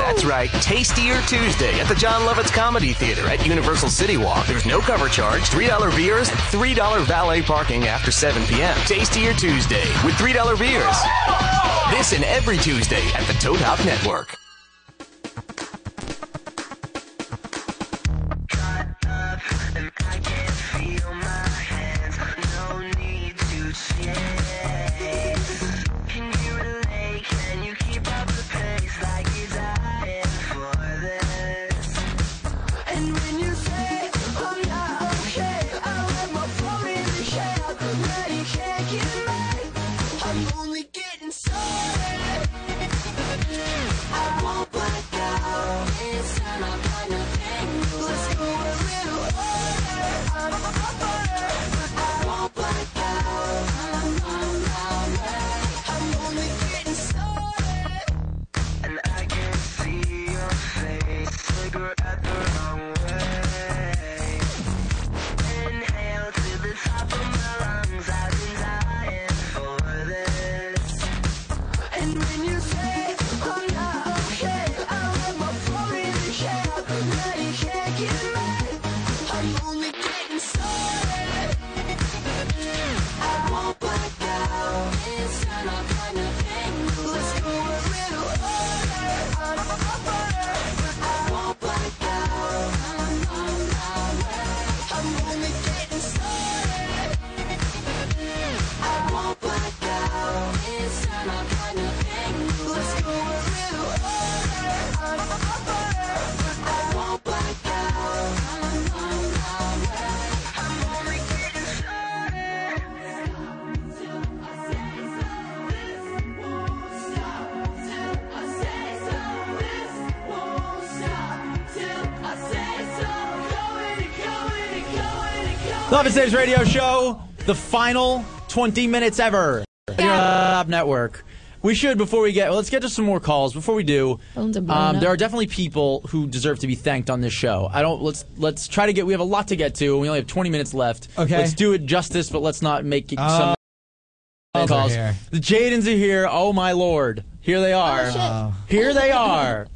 Speaker 2: That's right, Tastier Tuesday at the John Lovitz Comedy Theater at Universal City Walk. There's no cover charge, $3 beers, and $3 valet parking after 7 p.m. Tastier Tuesday with $3 beers. This and every Tuesday at the Toad Hop Network.
Speaker 8: I won't black out.
Speaker 3: Love and Saves Radio Show, the final 20 minutes ever. Here on the Top Network. We should, before we get, well, let's get to some more calls. Before we do,
Speaker 4: Phones are blowing
Speaker 3: um,
Speaker 4: up.
Speaker 3: there are definitely people who deserve to be thanked on this show. I don't, let's, let's try to get, we have a lot to get to, and we only have 20 minutes left.
Speaker 5: Okay.
Speaker 3: Let's do it justice, but let's not make it some
Speaker 5: Oh,
Speaker 3: calls.
Speaker 5: they're here.
Speaker 3: The Jadens are here. Oh, my Lord. Here they are. Here they are.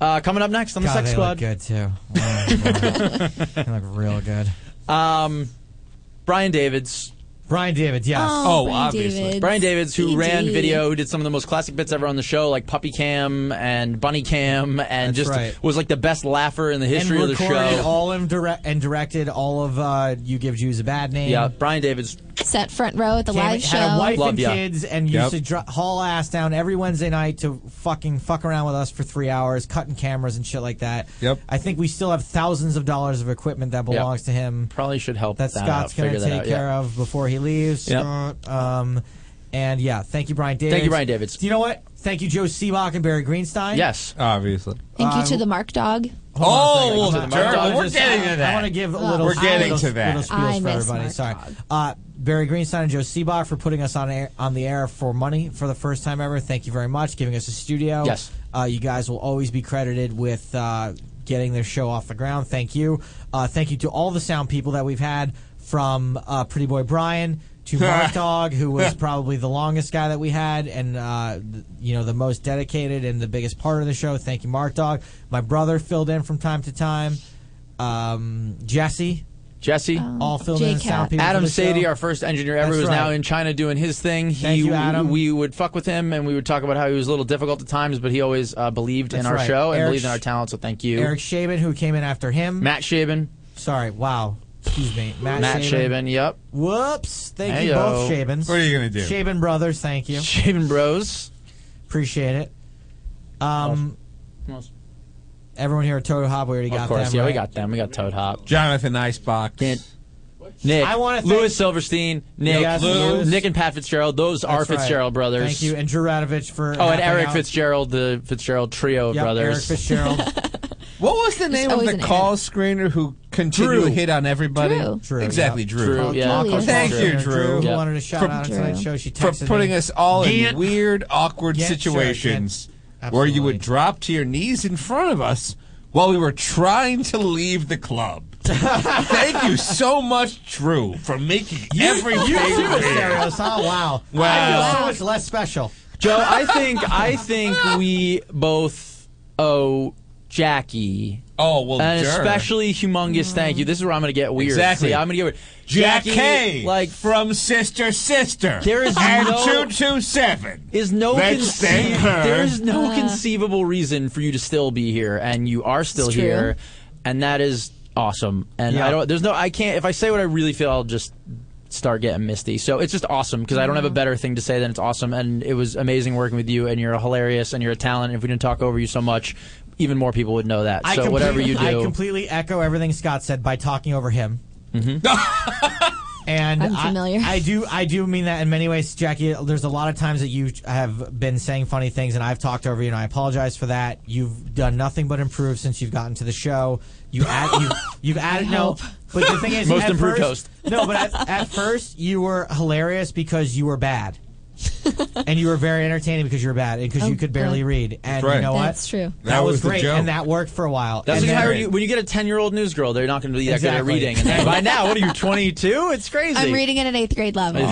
Speaker 3: Uh, coming up next on the
Speaker 5: Oh. God,
Speaker 3: Sex
Speaker 5: they
Speaker 3: Squad.
Speaker 5: look good too. Oh, they look real good.
Speaker 3: Um, Brian Davids.
Speaker 5: Brian Davids, yes.
Speaker 4: Oh, Oh, Brian obviously. Davids.
Speaker 3: Brian Davids, who
Speaker 4: BD.
Speaker 3: ran video, who did some of the most classic bits ever on the show, like Puppy Cam and Bunny Cam, and
Speaker 5: That's
Speaker 3: just
Speaker 5: right.
Speaker 3: was like the best laugher in the history
Speaker 5: and
Speaker 3: of the
Speaker 5: recorded
Speaker 3: show.
Speaker 5: all of direct and directed all of uh, you give Jews a bad name.
Speaker 3: yeah, Brian Davids.
Speaker 4: Sat front row at the
Speaker 5: Came-
Speaker 4: live show.
Speaker 5: Had a wife
Speaker 3: Love
Speaker 5: and
Speaker 3: ya.
Speaker 5: kids, and
Speaker 3: Yep.
Speaker 5: used to dr- haul ass down every Wednesday night to fucking fuck around with us for three hours, cutting cameras and shit like that.
Speaker 3: Yep.
Speaker 5: I think we still have thousands of dollars of equipment that belongs to him.
Speaker 3: Probably should help
Speaker 5: that
Speaker 3: that
Speaker 5: Scott's
Speaker 3: out,
Speaker 5: going
Speaker 3: figure
Speaker 5: to
Speaker 3: that
Speaker 5: take
Speaker 3: out, yeah.
Speaker 5: care of before he leaves.
Speaker 3: Yep.
Speaker 5: Scott. Um, and yeah, thank you, Brian Davids.
Speaker 3: Thank you, Brian Davids.
Speaker 5: Do you know what? Thank you, Joe Seabach and Barry Greenstein.
Speaker 3: Yes,
Speaker 11: obviously.
Speaker 4: Thank you
Speaker 5: Uh,
Speaker 4: to the Mark Dog.
Speaker 5: Hold on
Speaker 11: um, Oh, well,
Speaker 5: a second. I'm sorry.
Speaker 11: Dirk,
Speaker 5: I
Speaker 11: we're
Speaker 5: just-
Speaker 11: getting to that.
Speaker 5: I want to give a
Speaker 11: Oh,
Speaker 5: little.
Speaker 11: we're getting
Speaker 5: little-
Speaker 11: to that.
Speaker 5: Little
Speaker 4: I
Speaker 5: spiels for
Speaker 4: miss
Speaker 5: everybody.
Speaker 4: Mark
Speaker 5: Sorry, uh, Barry Greenstein and Joe Seabach for putting us on air, on the air for money for the first time ever. Thank you very much, giving us a studio.
Speaker 3: Yes.
Speaker 5: uh, you guys will always be credited with uh, getting their show off the ground. Thank you. Uh, thank you to all the sound people that we've had from uh, Pretty Boy Brian. To Mark Dog, who was probably the longest guy that we had, and uh, th- you know the most dedicated and the biggest part of the show. Thank you, Mark Dog. My brother filled in from time to time. Um, Jesse,
Speaker 3: Jesse,
Speaker 5: all filled in and sound people. for
Speaker 3: Adam
Speaker 5: the show.
Speaker 3: Sadie, our first engineer ever,
Speaker 5: That's
Speaker 3: who's now
Speaker 5: right.
Speaker 3: in China doing his thing. He,
Speaker 5: Thank you, Adam.
Speaker 3: We would fuck with him, and we would talk about how he was a little difficult at times, but he always uh, believed in
Speaker 5: That's
Speaker 3: our
Speaker 5: right.
Speaker 3: show and
Speaker 5: Eric
Speaker 3: believed in
Speaker 5: Sh-
Speaker 3: our talent. So thank you,
Speaker 5: Eric Shaban, who came in after him.
Speaker 3: Matt Shaban.
Speaker 5: Sorry, wow. Excuse me, Matt,
Speaker 3: Matt Shaban. Yep.
Speaker 5: Whoops. Thank you
Speaker 3: Heyo.
Speaker 5: both, Shabans.
Speaker 3: What are you gonna do?
Speaker 5: Shaban brothers? Thank you,
Speaker 3: Shaban Bros.
Speaker 5: Appreciate it. Um, everyone here at Toto Hop, we already
Speaker 3: Of
Speaker 5: got
Speaker 3: course,
Speaker 5: them.
Speaker 3: yeah, we
Speaker 5: right?
Speaker 3: got them. We got Toad Hop,
Speaker 11: Jonathan Icebox,
Speaker 3: Nick,
Speaker 5: I wanna thank-
Speaker 3: Louis Silverstein, Nick,
Speaker 5: Yeah, Lou.
Speaker 3: Nick and Pat Fitzgerald. Those are
Speaker 5: That's right.
Speaker 3: Fitzgerald brothers.
Speaker 5: Thank you, and Drew Radovich for.
Speaker 3: Oh, and
Speaker 5: helping
Speaker 3: Eric
Speaker 5: out.
Speaker 3: Fitzgerald, the Fitzgerald trio of
Speaker 5: Yep,
Speaker 3: brothers.
Speaker 5: Eric Fitzgerald.
Speaker 11: What was the
Speaker 5: It's
Speaker 11: name of
Speaker 5: always
Speaker 11: the
Speaker 5: an
Speaker 11: call screener who continued
Speaker 5: Drew.
Speaker 11: to hit on everybody?
Speaker 5: Drew. Oh, Drew,
Speaker 11: exactly,
Speaker 5: yeah.
Speaker 11: Drew.
Speaker 5: Drew, yeah. I'll call
Speaker 11: Thank
Speaker 5: Drew.
Speaker 11: you, Drew.
Speaker 5: Drew, who wanted to shout out on tonight's show. She
Speaker 11: for
Speaker 5: texted
Speaker 11: putting
Speaker 5: me.
Speaker 11: us all
Speaker 5: Gant.
Speaker 11: in weird, awkward
Speaker 5: Gant, sure,
Speaker 11: situations
Speaker 5: Gant.
Speaker 11: where you would drop to your knees in front of us while we were trying to leave the club. Thank you so much, Drew, for making everything
Speaker 5: you too,
Speaker 11: weird.
Speaker 5: Asterios. Oh, wow.
Speaker 11: Wow.
Speaker 5: I feel so much less special.
Speaker 3: Joe, I think I think we both owe Jackie.
Speaker 11: Oh well,
Speaker 3: and
Speaker 11: Dirk.
Speaker 3: especially humongous thank you. This is where I'm going to get weird.
Speaker 11: Exactly.
Speaker 3: See, I'm going to get weird.
Speaker 11: Jack
Speaker 3: Jackie,
Speaker 11: K,
Speaker 3: like
Speaker 11: from Sister Sister.
Speaker 3: There is
Speaker 11: and two
Speaker 3: no-
Speaker 11: two seven.
Speaker 3: is no
Speaker 11: Let's
Speaker 3: conce-
Speaker 11: thank her.
Speaker 3: there is no conceivable reason for you to still be here, and you are still
Speaker 11: It's true.
Speaker 3: here, and that is awesome. And
Speaker 11: Yeah.
Speaker 3: I don't. There's no. I can't. If I say what I really feel, I'll just start getting misty. So it's just awesome because I don't have a
Speaker 11: Mm-hmm.
Speaker 3: better thing to say than it's awesome. And it was amazing working with you, and you're hilarious, and you're a talent. And if we didn't talk over you so much, even more people would know that.
Speaker 5: I
Speaker 3: so whatever you
Speaker 5: completely-
Speaker 3: do,
Speaker 5: I completely echo everything Scott said by talking over him.
Speaker 3: Mm-hmm.
Speaker 5: and
Speaker 4: I'm
Speaker 5: I-
Speaker 4: familiar.
Speaker 5: I, do, I do mean that in many ways, Jackie. There's a lot of times that you have been saying funny things, and I've talked over you, and I apologize for that. You've done nothing but improve since you've gotten to the show. You add, you, you've added no,
Speaker 3: hope.
Speaker 5: but the thing is,
Speaker 3: Most
Speaker 5: at
Speaker 3: improved
Speaker 5: first- No, but at, at first you were hilarious because you were bad. and you were very entertaining because you were bad and because you
Speaker 3: Oh,
Speaker 5: could barely
Speaker 3: God.
Speaker 5: read. And
Speaker 3: That's right.
Speaker 5: you know what?
Speaker 3: That's true.
Speaker 5: That,
Speaker 3: That
Speaker 5: was,
Speaker 3: was the
Speaker 5: great,
Speaker 3: joke.
Speaker 5: and that worked for a while.
Speaker 3: That's
Speaker 5: and
Speaker 3: like
Speaker 5: then-
Speaker 3: how you, when you get a ten year old news girl, they're not going to be that good at
Speaker 5: Exactly.
Speaker 3: reading. And then by now, what are you twenty two? It's crazy.
Speaker 4: I'm reading it at eighth grade level.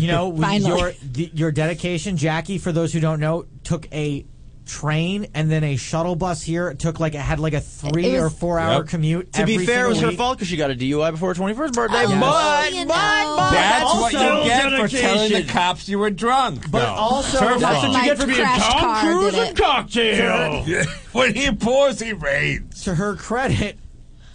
Speaker 5: you know, we,
Speaker 4: Finally.
Speaker 5: your the, your dedication, Jackie. For those who don't know, took a train and then a shuttle bus here. It took like it had like a three
Speaker 3: It was-
Speaker 5: or four hour
Speaker 3: Yep.
Speaker 5: commute.
Speaker 3: To be
Speaker 5: every
Speaker 3: fair, it was
Speaker 5: single
Speaker 3: her
Speaker 5: week.
Speaker 3: fault because she got a DUI before her 21st birthday. but,
Speaker 5: you
Speaker 3: but,
Speaker 5: know.
Speaker 3: but,
Speaker 11: That's what
Speaker 3: also-
Speaker 11: you get for telling the
Speaker 3: dedication.
Speaker 11: cops you were drunk.
Speaker 5: But
Speaker 11: though.
Speaker 5: also-
Speaker 11: It's her
Speaker 5: That's
Speaker 11: fault.
Speaker 5: what you get for My being crashed Tom car Cruise did it. and cocktail.
Speaker 11: Yeah. when he pours, he rains.
Speaker 5: To her credit,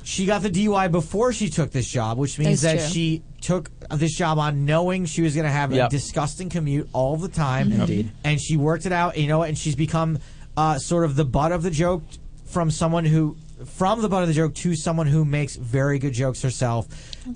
Speaker 5: she got the DUI before she took this job, which means
Speaker 11: That's
Speaker 5: that
Speaker 11: true.
Speaker 5: she took this job on knowing she was going to have a
Speaker 3: Yep.
Speaker 5: disgusting commute all the time.
Speaker 3: Mhm. Indeed.
Speaker 5: and she worked it out. You know, and she's become uh, sort of the butt of the joke from someone who. From the butt of the joke to someone who makes very good jokes herself.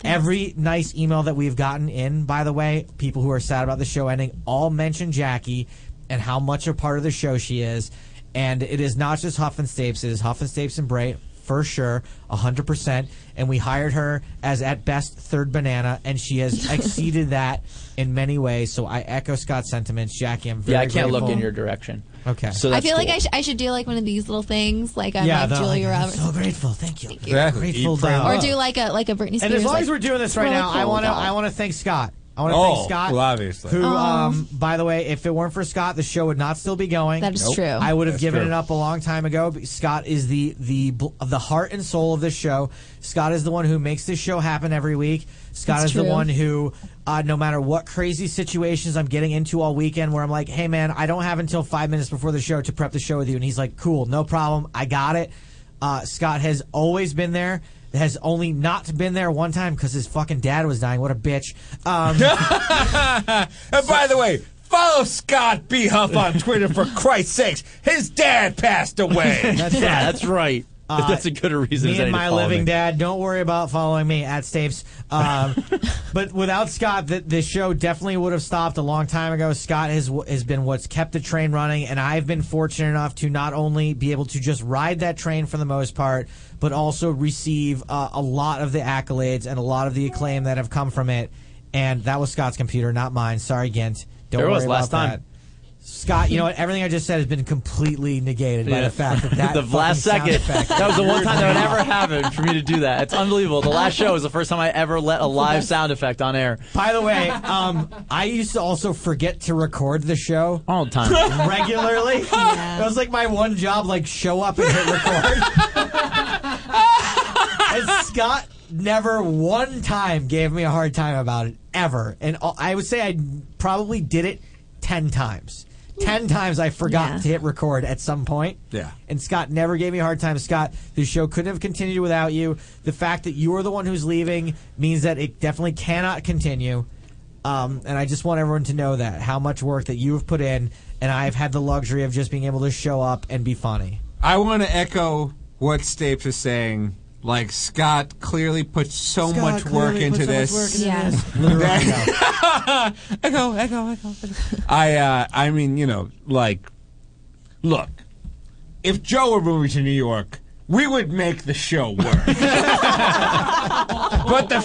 Speaker 5: Every nice email that we've gotten in, by the way, people who are sad about the show ending, all mention Jackie and how much a part of the show she is. And it is not just Huff and Stapes; it is Huff and Stapes and Bray for sure, 100%. And we hired her as at best third banana, and she has exceeded that in many ways. So I echo Scott's sentiments. Jackie, I'm very
Speaker 3: yeah, I can't
Speaker 5: grateful.
Speaker 3: look in your direction.
Speaker 5: Okay.
Speaker 3: So
Speaker 4: I
Speaker 3: that's
Speaker 4: feel like
Speaker 3: cool.
Speaker 4: I, sh- I should do like one of these little things, like I'm
Speaker 5: Yeah,
Speaker 4: like
Speaker 5: they're
Speaker 4: Julia
Speaker 5: like, I'm
Speaker 4: Roberts.
Speaker 5: so grateful, thank you.
Speaker 11: Exactly.
Speaker 5: Grateful
Speaker 11: Eat proud.
Speaker 5: down.
Speaker 4: Or do like a like a Britney Spears.
Speaker 5: And as long
Speaker 4: like,
Speaker 5: as we're doing this right now, I
Speaker 4: roll
Speaker 5: want to
Speaker 4: doll.
Speaker 5: I want to thank Scott. I want to
Speaker 11: Oh,
Speaker 5: thank Scott.
Speaker 11: well, obviously.
Speaker 5: Who,
Speaker 11: Oh.
Speaker 5: um, by the way, if it weren't for Scott, the show would not still be going.
Speaker 4: That is Nope. true.
Speaker 5: I would have
Speaker 4: That's
Speaker 5: given
Speaker 4: true.
Speaker 5: it up a long time ago. but Scott is the the bl- the heart and soul of this show. Scott is the one who makes this show happen every week. Scott
Speaker 10: That's
Speaker 5: is the
Speaker 10: true.
Speaker 5: one who, uh, no matter what crazy situations I'm getting into all weekend, where I'm like, "Hey, man, I don't have until five minutes before the show to prep the show with you," and he's like, "Cool, no problem, I got it." Uh, Scott has always been there. Has only not been there one time because his fucking dad was dying. What a bitch. Um,
Speaker 9: And by the way, follow Scott B. Huff on Twitter for Christ's sakes. His dad passed away.
Speaker 3: yeah, that's right.
Speaker 5: Uh,
Speaker 3: that's a good reason. as
Speaker 5: Me and
Speaker 3: any to
Speaker 5: my
Speaker 3: follow
Speaker 5: living
Speaker 3: me.
Speaker 5: dad. Don't worry about following me at Stapes. Um, but without Scott, th- this show definitely would have stopped a long time ago. Scott has w- has been what's kept the train running, and I've been fortunate enough to not only be able to just ride that train for the most part, but also receive uh, a lot of the accolades and a lot of the acclaim that have come from it. And that was Scott's computer, not mine. Sorry, Gent. Don't
Speaker 3: There
Speaker 5: worry
Speaker 3: was last
Speaker 5: about
Speaker 3: time.
Speaker 5: that. Scott, you know what? Everything I just said has been completely negated by
Speaker 3: Yeah.
Speaker 5: the fact that that
Speaker 3: the
Speaker 5: fucking
Speaker 3: last
Speaker 5: sound
Speaker 3: second
Speaker 5: effect-
Speaker 3: that was the one time that would ever happen for me to do that. It's unbelievable. The last show was the first time I ever let a live sound effect on air.
Speaker 5: By the way, um, I used to also forget to record the show
Speaker 3: all the time,
Speaker 5: regularly. That was like my one job, like show up and hit record. and Scott never one time gave me a hard time about it ever, and all- I would say I probably did it ten times. Ten times I forgot
Speaker 8: Yeah.
Speaker 5: to hit record at some point.
Speaker 8: Yeah.
Speaker 5: And Scott never gave me a hard time. Scott, the show couldn't have continued without you. The fact that you are the one who's leaving means that it definitely cannot continue. Um, and I just want everyone to know that how much work that you have put in, and I've had the luxury of just being able to show up and be funny.
Speaker 11: I want to echo what Stapes is saying. Like Scott clearly put so
Speaker 5: Scott
Speaker 11: much work
Speaker 5: clearly put
Speaker 11: into
Speaker 5: so much
Speaker 11: this.
Speaker 5: work into
Speaker 4: Yeah.
Speaker 5: this.
Speaker 9: echo, echo, echo.
Speaker 11: I uh, I mean, you know, like, look, if Joe were moving to New York, we would make the show work. but the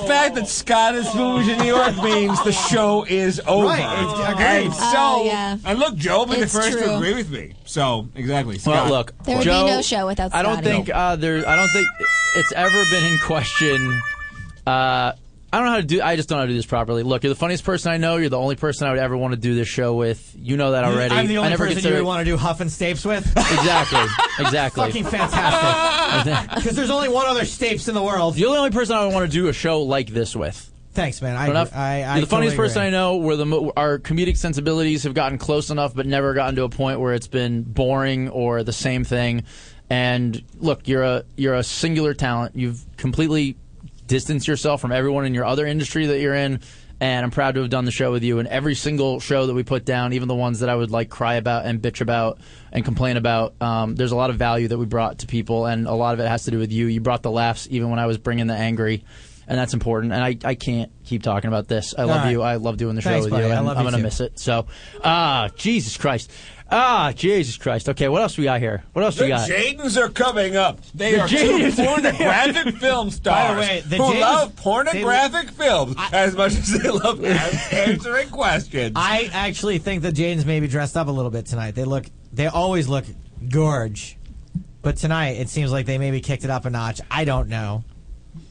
Speaker 11: fact that Scott is moving to New York means the show is over.
Speaker 9: Right, it's- agreed.
Speaker 11: And so,
Speaker 4: Oh, yeah.
Speaker 11: and look, Joe, but the
Speaker 4: It's
Speaker 11: first
Speaker 4: true.
Speaker 11: to agree with me. So exactly,
Speaker 3: Well,
Speaker 11: Scott.
Speaker 3: look,
Speaker 4: There would be
Speaker 3: Joe,
Speaker 4: no show without
Speaker 3: I don't
Speaker 4: Scotty.
Speaker 3: think uh, there. I don't think it's ever been in question. Uh, I don't know how to do. I just don't know how to do this properly. Look, you're the funniest person I know. You're the only person I would ever want to do this show with. You know that already.
Speaker 5: I'm the
Speaker 3: I
Speaker 5: only
Speaker 3: never
Speaker 5: person you
Speaker 3: consider
Speaker 5: would want to do Huff and Stapes with.
Speaker 3: exactly, exactly.
Speaker 5: Fucking fantastic. Because there's only one other Stapes in the world.
Speaker 3: You're the only person I would want to do a show like this with.
Speaker 5: Thanks, man. I,
Speaker 3: Fair enough.
Speaker 5: I, I
Speaker 3: You're the funniest
Speaker 5: totally
Speaker 3: person
Speaker 5: agree.
Speaker 3: I know. Where the mo- our comedic sensibilities have gotten close enough, but never gotten to a point where it's been boring or the same thing. And look, you're a you're a singular talent. You've completely distanced yourself from everyone in your other industry that you're in. And I'm proud to have done the show with you. And every single show that we put down, even the ones that I would like cry about and bitch about and complain about, um, there's a lot of value that we brought to people, and a lot of it has to do with you. You brought the laughs, even when I was bringing the angry, and that's important. And I, I can't keep talking about this. I
Speaker 5: All
Speaker 3: love
Speaker 5: right.
Speaker 3: you. I love doing the show
Speaker 5: Thanks,
Speaker 3: with
Speaker 5: buddy.
Speaker 3: you.
Speaker 5: I
Speaker 3: And
Speaker 5: love
Speaker 3: I'm
Speaker 5: you
Speaker 3: gonna
Speaker 5: too.
Speaker 3: miss it. So, ah, Jesus Christ. Ah, Jesus Christ. Okay, what else we got here? What else
Speaker 9: The
Speaker 3: we got?
Speaker 9: Jadens are coming up. They
Speaker 3: The
Speaker 9: are
Speaker 3: Jadens
Speaker 9: two
Speaker 3: are-
Speaker 9: pornographic film stars
Speaker 3: By the way, the
Speaker 9: who
Speaker 3: Jadens-
Speaker 9: love pornographic films as much as they love answering questions.
Speaker 5: I actually think the Janes may be dressed up a little bit tonight. They look, they always look gorge, but tonight it seems like they maybe kicked it up a notch. I don't know.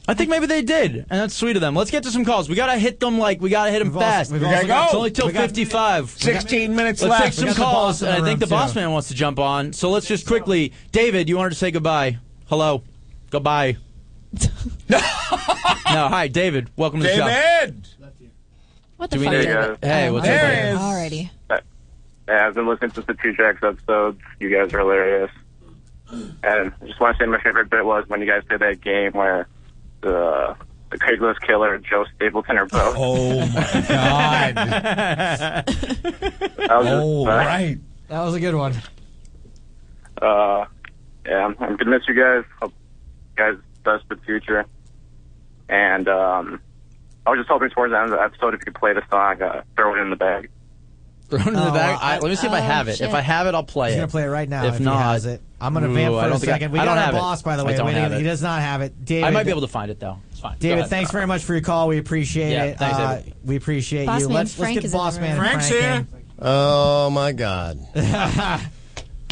Speaker 3: I think maybe they did, and that's sweet of them. Let's get to some calls. We gotta hit them like we gotta hit them
Speaker 5: We've also-
Speaker 3: fast.
Speaker 5: we've We gotta also got-
Speaker 3: It's only till
Speaker 5: we got-
Speaker 3: 55.
Speaker 9: 16 minutes
Speaker 3: Let's
Speaker 9: left.
Speaker 3: take
Speaker 9: We
Speaker 3: some
Speaker 9: got the
Speaker 3: calls,
Speaker 9: boss in
Speaker 3: and I
Speaker 9: the
Speaker 3: think the
Speaker 9: room,
Speaker 3: boss
Speaker 9: too.
Speaker 3: man wants to jump on. So let's just quickly, David, you wanted to say goodbye. Hello, goodbye. no, hi, David. Welcome to the show.
Speaker 9: David!
Speaker 4: What the
Speaker 3: Do we
Speaker 4: fuck?
Speaker 3: need-
Speaker 23: Hey, guys.
Speaker 3: Hey, what's up? buddy?
Speaker 4: Alrighty. Alrighty.
Speaker 23: Yeah, I've been listening to the two Jacks episodes. You guys are hilarious. And I just want to say my favorite bit was when you guys did that game where the the Craigslist killer and Joe Stapleton are both.
Speaker 9: Oh my god!
Speaker 23: that was
Speaker 9: All right.
Speaker 5: That was a good one.
Speaker 23: Uh, yeah, I'm, I'm gonna miss you guys. Hope you guys best for the future. And um, I was just hoping towards the end of the episode if you could play the song uh, "Throw It in the Bag."
Speaker 5: Oh,
Speaker 3: Throw it in the bag. I, let me see if I have it. If I have it, I'll play
Speaker 5: He's
Speaker 3: it.
Speaker 5: gonna play it right now.
Speaker 3: If,
Speaker 5: If,
Speaker 3: not,
Speaker 5: he has it, I'm going to
Speaker 3: Ooh,
Speaker 5: vamp
Speaker 3: I
Speaker 5: for a
Speaker 3: don't think I-
Speaker 5: second. we
Speaker 3: I
Speaker 5: got
Speaker 3: don't
Speaker 5: our
Speaker 3: have it.
Speaker 5: boss, by the
Speaker 3: I
Speaker 5: way.
Speaker 3: don't
Speaker 5: waiting.
Speaker 3: have it.
Speaker 5: He does not have it. David,
Speaker 3: I might be able to find it though. It's fine. Go
Speaker 5: David,
Speaker 3: ahead.
Speaker 5: thanks very much for your call. We appreciate
Speaker 3: Yeah,
Speaker 5: it.
Speaker 3: thanks,
Speaker 5: Uh,
Speaker 3: David.
Speaker 5: we appreciate
Speaker 3: Boss
Speaker 5: you.
Speaker 3: man
Speaker 5: let's
Speaker 3: Frank
Speaker 5: let's get
Speaker 3: is in the
Speaker 5: boss
Speaker 3: room.
Speaker 5: man.
Speaker 3: Frank's
Speaker 5: Frank
Speaker 3: here.
Speaker 5: in.
Speaker 16: Oh my God.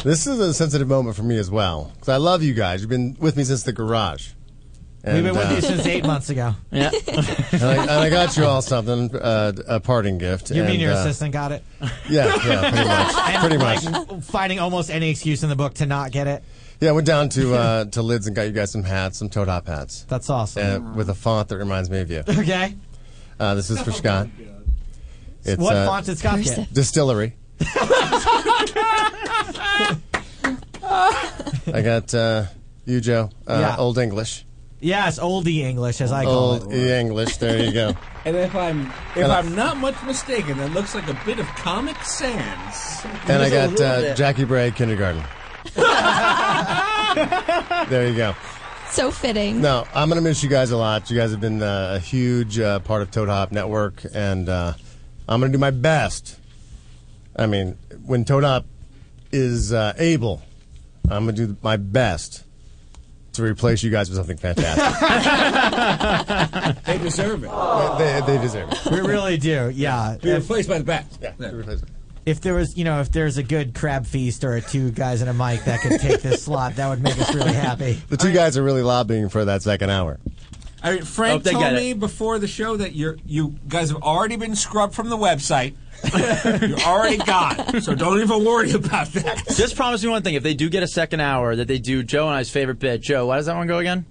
Speaker 16: this is a sensitive moment for me as well because I love you guys. You've been with me since the garage.
Speaker 5: We've been with
Speaker 16: uh,
Speaker 5: you since eight months ago.
Speaker 3: Yeah.
Speaker 16: and, I, and I got you all something, uh, a parting gift.
Speaker 5: You mean
Speaker 16: and,
Speaker 5: your
Speaker 16: uh,
Speaker 5: assistant got it?
Speaker 16: Yeah, yeah, pretty much.
Speaker 5: And,
Speaker 16: pretty much.
Speaker 5: like, finding almost any excuse in the book to not get it.
Speaker 16: Yeah, I went down to uh, to Lids and got you guys some hats, some Toad Hop hats.
Speaker 5: That's awesome.
Speaker 16: Uh, with a font that reminds me of you.
Speaker 5: Okay.
Speaker 16: Uh, this is for Scott. It's,
Speaker 5: what
Speaker 16: uh,
Speaker 5: font did Scott get?
Speaker 16: Distillery. I got uh, you, Joe. Uh,
Speaker 5: Yeah.
Speaker 16: Old English.
Speaker 5: Yes, oldie English, as I call
Speaker 16: Old E English. There you go.
Speaker 9: And if I'm if
Speaker 16: And I-
Speaker 9: I'm not much mistaken, that looks like a bit of Comic Sans.
Speaker 16: And I got uh, Jackie Bray Kindergarten. there you go.
Speaker 4: So fitting.
Speaker 16: No, I'm going to miss you guys a lot. You guys have been uh, a huge uh, part of Toad Hop Network, and uh, I'm going to do my best. I mean, when Toad Hop is uh, able, I'm going to do my best to replace you guys with something fantastic.
Speaker 9: They deserve it.
Speaker 16: they, they deserve it.
Speaker 5: it. We really do. Yeah.
Speaker 9: Be
Speaker 5: If,
Speaker 9: replaced by the best. Yeah.
Speaker 5: if there was, you know, if there's a good crab feast or a two guys and a mic that could take this slot, that would make us really happy.
Speaker 16: The two guys are really lobbying for that second hour.
Speaker 9: I mean, Frank
Speaker 16: Oh, they
Speaker 9: told
Speaker 16: got it.
Speaker 9: me before the show that you you guys have already been scrubbed from the website. You're already gone, so don't even worry about that.
Speaker 3: Just promise me one thing: if they do get a second hour, that they do Joe and I's favorite bit. Joe, why does that one go again?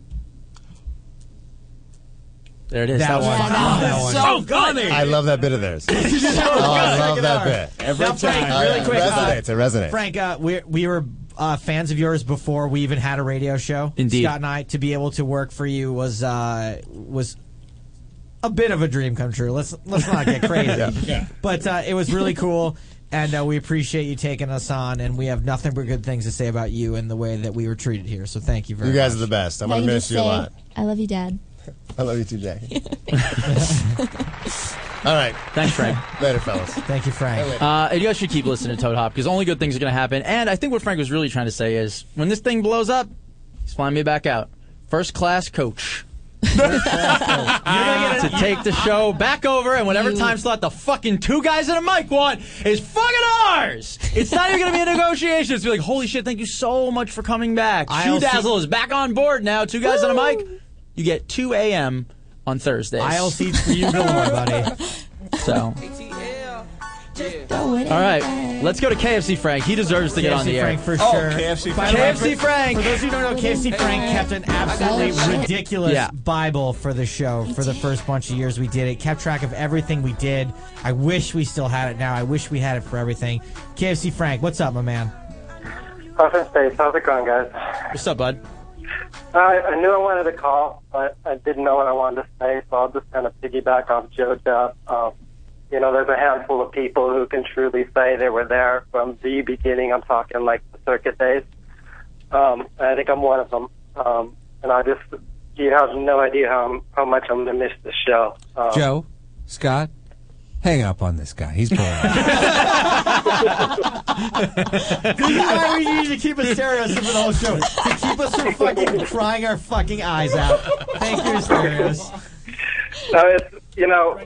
Speaker 3: There it is.
Speaker 16: That
Speaker 3: That,
Speaker 16: one.
Speaker 3: one.
Speaker 16: Oh, that one. So
Speaker 9: funny.
Speaker 16: I love that bit of theirs. oh, I love that bit.
Speaker 5: now, Frank, really quick.
Speaker 16: It
Speaker 5: uh,
Speaker 16: resonates. it resonates.
Speaker 5: Frank, uh, we we were uh, fans of yours before we even had a radio show.
Speaker 3: Indeed.
Speaker 5: Scott and I to be able to work for you was uh, was a bit of a dream come true. Let's let's not get crazy.
Speaker 16: Yeah. Yeah.
Speaker 5: But uh, it was really cool. And uh, we appreciate you taking us on, and we have nothing but good things to say about you and the way that we were treated here. So thank you very
Speaker 16: You
Speaker 5: much.
Speaker 16: guys are the best. I'm going to miss you a lot.
Speaker 4: I love you, Dad.
Speaker 16: I love you too, Jackie. All right.
Speaker 3: Thanks, Frank.
Speaker 16: Later, fellas.
Speaker 5: Thank you, Frank.
Speaker 3: Uh, and you guys should keep listening to Toad Hop because only good things are going to happen. And I think what Frank was really trying to say is, when this thing blows up, he's flying me back out, first class coach. to take the show back over, and whatever time slot the fucking two guys and a mic want is fucking ours. It's not even going to be a negotiation. It's gonna be like, holy shit, thank you so much for coming back. Shoe
Speaker 5: I'll see-
Speaker 3: Dazzle is back on board now. Two guys and a mic. You get 2 a.m. on Thursdays.
Speaker 5: I'll see you galore, buddy.
Speaker 3: So. All right, let's go to KFC Frank. He deserves to get on
Speaker 5: KFC
Speaker 3: the air.
Speaker 5: Frank for sure. By the way,
Speaker 3: KFC
Speaker 5: for-
Speaker 3: Frank.
Speaker 5: For those who don't know, KFC Frank kept an absolutely ridiculous
Speaker 3: Yeah.
Speaker 5: Bible for the show for the first bunch of years we did it. Kept track of everything we did. I wish we still had it now. I wish we had it for everything. KFC Frank, what's up, my man?
Speaker 28: Puffin Space, how's it going, guys?
Speaker 3: What's up, bud?
Speaker 28: I, I knew I wanted to call, but I didn't know what I wanted to say, so I'll just kind of piggyback off Joe Jeff. Um, you know, there's a handful of people who can truly say they were there from the beginning. I'm talking like the circuit days. Um, and I think I'm one of them. Um, and I just, you have no idea how, how much I'm going to miss the show. Um,
Speaker 9: Joe, Scott, hang up on this guy. He's boring.
Speaker 5: this is why we need to keep a stereo system for the whole show to keep us from fucking crying our fucking eyes out. Thank you, stereos.
Speaker 28: No, it's you know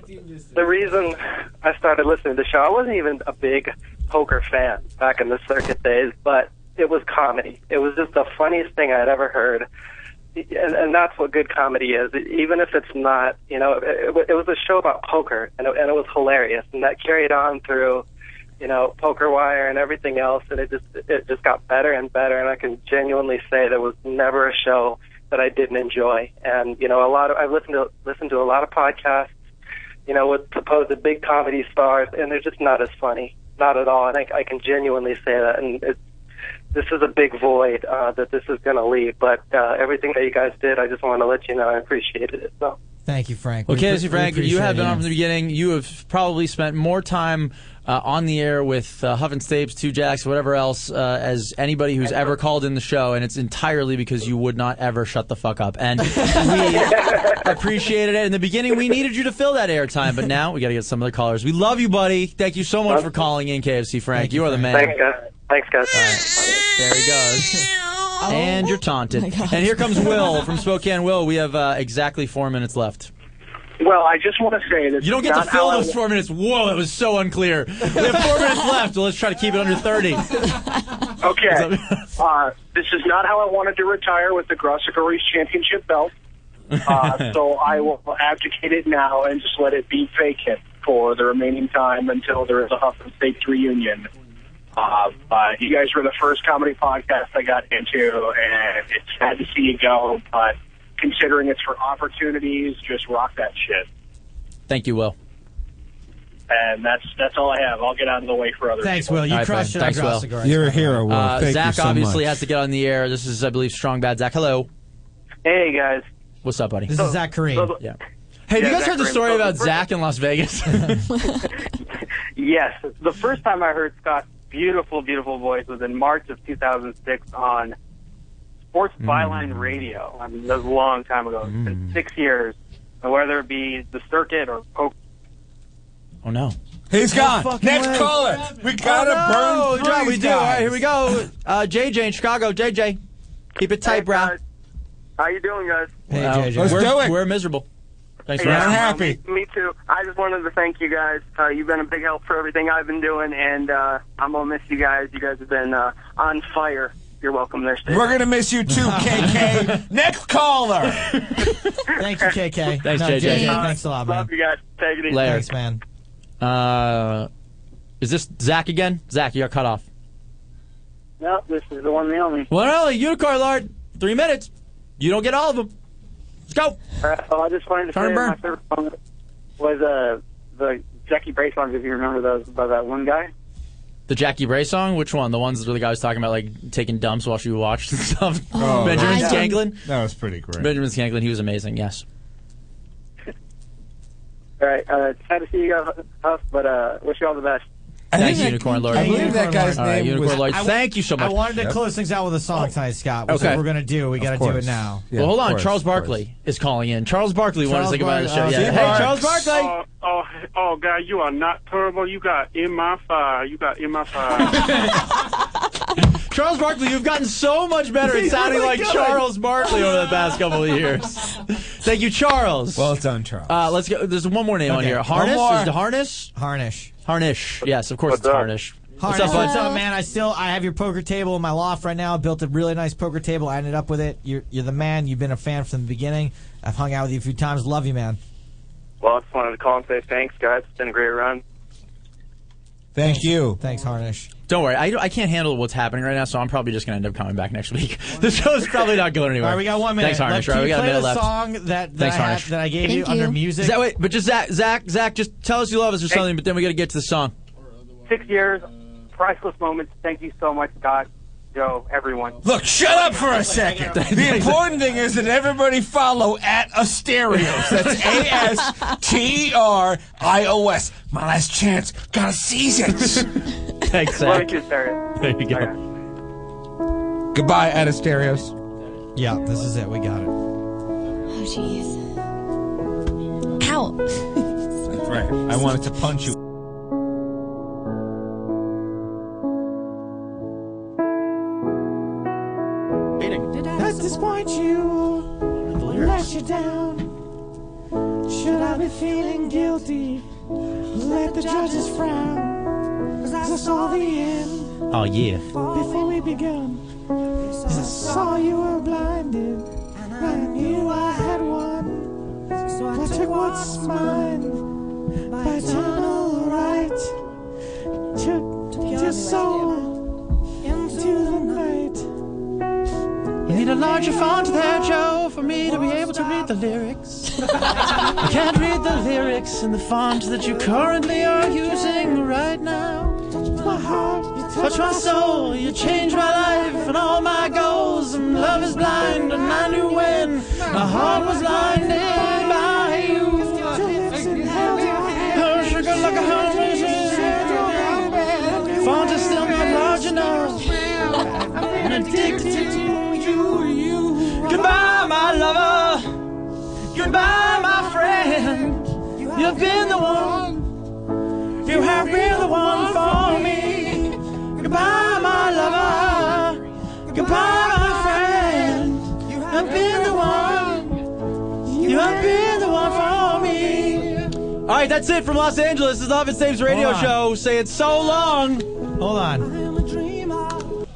Speaker 28: the reason I started listening to the show. I wasn't even a big poker fan back in the circuit days, but it was comedy. It was just the funniest thing I had ever heard, and, and that's what good comedy is. Even if it's not, you know, it, it was a show about poker, and it, and it was hilarious, and that carried on through. You know, poker wire and everything else, and it just it just got better and better. And I can genuinely say there was never a show that I didn't enjoy. And you know, a lot of I've listened to listened to a lot of podcasts, you know, with supposed big comedy stars, and they're just not as funny, not at all. And I, I can genuinely say that. And it's, this is a big void uh, that this is going to leave. But uh, everything that you guys did, I just want to let you know I appreciated it. So.
Speaker 5: Thank you, Frank.
Speaker 3: Well,
Speaker 5: We
Speaker 3: KFC
Speaker 5: pre- we
Speaker 3: Frank, you have
Speaker 5: appreciate
Speaker 3: been
Speaker 5: you.
Speaker 3: on from the beginning. You have probably spent more time uh, on the air with uh, Huff and Stapes, Two Jacks, whatever else, uh, as anybody who's ever called in the show, and it's entirely because you would not ever shut the fuck up. And we appreciated it. In the beginning, we needed you to fill that airtime, but now we got to get some other callers. We love you, buddy. Thank you so much for calling in, KFC Frank. You are the man.
Speaker 28: Thanks, guys. Thanks, guys.
Speaker 3: There he goes. And you're taunted.
Speaker 8: My God.
Speaker 3: and here comes Will from Spokane. Will, we have uh, exactly four minutes left.
Speaker 8: Well, I just want to say that
Speaker 3: You don't get to fill those four minutes. Whoa, that was so unclear. We have four minutes left, so let's try to keep it under 30.
Speaker 8: Okay. uh, this is not how I wanted to retire with the Grossicaris Championship belt. Uh, so I will abdicate it now and just let it be vacant for the remaining time until there is a Huffman State reunion. Uh, uh, you guys were the first comedy podcast I got into, and it's sad to see you go, but considering it's for opportunities, just rock that shit.
Speaker 3: Thank you, Will.
Speaker 8: And that's that's all I have. I'll get out of the way for others.
Speaker 5: Thanks, Will. You
Speaker 3: All right,
Speaker 5: crushed
Speaker 3: Ben.
Speaker 5: it on
Speaker 3: Thanks, Will.
Speaker 5: Grossagorn. You're a hero, Will.
Speaker 3: Uh,
Speaker 5: Thank you
Speaker 3: Zach
Speaker 5: so
Speaker 3: obviously
Speaker 5: much.
Speaker 3: has to get on the air. This is, I believe, Strong Bad Zach. Hello.
Speaker 12: Hey, guys.
Speaker 3: What's up, buddy?
Speaker 5: This is Zach Kareem.
Speaker 3: Yeah. Hey, have
Speaker 12: Yeah,
Speaker 3: you guys
Speaker 12: Zach
Speaker 3: heard the
Speaker 12: Kareem.
Speaker 3: story
Speaker 12: So the
Speaker 3: about
Speaker 12: first-
Speaker 3: Zach in Las Vegas?
Speaker 12: Yes. The first time I heard Scott's beautiful, beautiful voice was in March of 2006 on Sports
Speaker 9: Mm.
Speaker 12: Byline Radio. I mean, that was a long time ago. It's been six years. And whether it be the circuit or poke.
Speaker 3: oh, no.
Speaker 9: He's gone. Next
Speaker 3: way.
Speaker 9: caller. We gotta
Speaker 3: Oh,
Speaker 9: burn
Speaker 3: no,
Speaker 9: through
Speaker 3: we
Speaker 9: these
Speaker 3: do. All right,
Speaker 9: guys.
Speaker 3: here we go. Uh, JJ in Chicago. JJ, keep it tight, bro.
Speaker 12: How you doing, guys?
Speaker 3: Wow.
Speaker 9: Let's
Speaker 3: we're,
Speaker 9: do it.
Speaker 3: We're miserable. Thanks for
Speaker 12: Yeah,
Speaker 3: having me.
Speaker 12: well, Me, me too. I just wanted to thank you guys. Uh, you've been a big help for everything I've been doing, and uh, I'm gonna miss you guys. You guys have been uh, on fire. You're welcome there, Steve.
Speaker 9: We're gonna miss you too, KK. Next caller.
Speaker 5: Thank you, KK.
Speaker 3: Thanks,
Speaker 5: No,
Speaker 3: JJ.
Speaker 5: Thanks a lot, man.
Speaker 12: Love you guys. Take it easy.
Speaker 3: Later.
Speaker 5: Thanks, man.
Speaker 3: Uh, is this Zach again? Zach, you got cut off.
Speaker 12: No, this is the one and the only.
Speaker 3: Well, early, unicorn lord. Three minutes. You don't get all of them. Let's go.
Speaker 12: Uh, well, I just wanted to
Speaker 3: Turn
Speaker 12: say
Speaker 3: and burn.
Speaker 12: my favorite song was uh, the Jackie Bray songs, if you remember those, by that one guy.
Speaker 3: The Jackie Bray song? Which one? The ones where the guy was talking about like taking dumps while she watched and stuff.
Speaker 29: Oh,
Speaker 3: Benjamin
Speaker 29: yeah.
Speaker 3: Scanglin.
Speaker 29: That was pretty great.
Speaker 3: Benjamin Scanglin. He was amazing. Yes.
Speaker 12: All right, uh, sad to see you guys, Huff, but uh, wish you all the best.
Speaker 3: Thanks, Unicorn Lord.
Speaker 5: Thank you, Unicorn Lord.
Speaker 3: All right, Unicorn Lord. Thank you so much.
Speaker 5: I wanted to close things out with a song tonight, Scott. Which is
Speaker 3: Okay.
Speaker 5: what we're gonna do. We
Speaker 3: Of
Speaker 5: gotta do
Speaker 3: course.
Speaker 5: it now.
Speaker 3: well, hold on. Charles Barkley is calling in. Charles Barkley wants to think about the show.
Speaker 5: uh,
Speaker 3: yeah. Hey, Charles Barkley.
Speaker 30: Oh, oh, oh, God, you are not terrible. You got in my fire. You got in my fire.
Speaker 3: Charles Barkley, you've gotten so much better at
Speaker 30: He's
Speaker 3: sounding
Speaker 30: really
Speaker 3: like
Speaker 30: good.
Speaker 3: Charles Barkley over the past couple of years. Thank you, Charles. Well
Speaker 9: done, Charles.
Speaker 3: Uh, let's go. There's one more name on
Speaker 5: Okay.
Speaker 3: here.
Speaker 5: One
Speaker 3: Harness
Speaker 5: more.
Speaker 3: is the harness.
Speaker 5: Harnish.
Speaker 3: Harnish. Yes, of course it's harnish.
Speaker 5: Harnish,
Speaker 3: What's up, bud?
Speaker 5: what's up, man? I still I have your poker table in my loft right now. I built a really nice poker table. I ended up with it. You're you're the man. You've been a fan from the beginning. I've hung out with you a few times. Love you, man.
Speaker 12: Well, I just wanted to call and say thanks, guys. It's been a great run.
Speaker 5: Thank you. Thanks, Harnish.
Speaker 3: Don't worry. I, I can't handle what's happening right now, so I'm probably just going to end up coming back next week. the show's probably not going anywhere.
Speaker 5: All right, we got one minute.
Speaker 3: Thanks, Harnish.
Speaker 5: Left. Can
Speaker 3: All right, we
Speaker 5: you
Speaker 3: got a
Speaker 5: play
Speaker 3: minute
Speaker 5: the
Speaker 3: left.
Speaker 5: song that, that
Speaker 3: Thanks,
Speaker 5: I had-
Speaker 3: Harnish.
Speaker 5: that I gave you, under music?
Speaker 3: Is that wait, but just Zach, Zach, Zach, just tell us you love us or something. But then we got to get to the song.
Speaker 12: Six years, priceless moments. Thank you so much, Scott, Joe, everyone.
Speaker 9: Look, shut up for a second. The important thing is that everybody follow at Asterios. That's A S T E R I O S. My last chance. Gotta seize it.
Speaker 3: Thanks,
Speaker 9: Zach.
Speaker 12: Thank you, Sarah.
Speaker 3: There you go.
Speaker 9: Goodbye, at Asterios.
Speaker 5: Yeah, this is it. We got it.
Speaker 4: Oh, jeez. Ow.
Speaker 9: Right. I wanted to punch you.
Speaker 5: That disappoint you, let you down. Should I be feeling guilty? Let the judges frown. Cause I saw the end
Speaker 3: Oh yeah.
Speaker 5: before we begun. 'Cause I saw you were blinded. and I knew I had won. So I took what's mine by eternal right. Took your soul into the night.
Speaker 3: You need a larger font there, Joe, for me to be able to read the lyrics. I can't read the lyrics in the font that you currently are using right now.
Speaker 5: My heart, you
Speaker 3: Touch my soul, you changed my life and all my goals. And love is blind, and I knew when my heart was blinded by you. Her sugar like a honey Font is still not large enough. I'm addicted to you, you. Goodbye, my lover. Goodbye, my friend. You've been the one. You have been the one for me. Goodbye, my lover. Goodbye, my friend. All right, that's it from Los Angeles. This is the Huff and Saves radio
Speaker 5: Hold on.
Speaker 3: show. Saying so long.
Speaker 5: Hold on.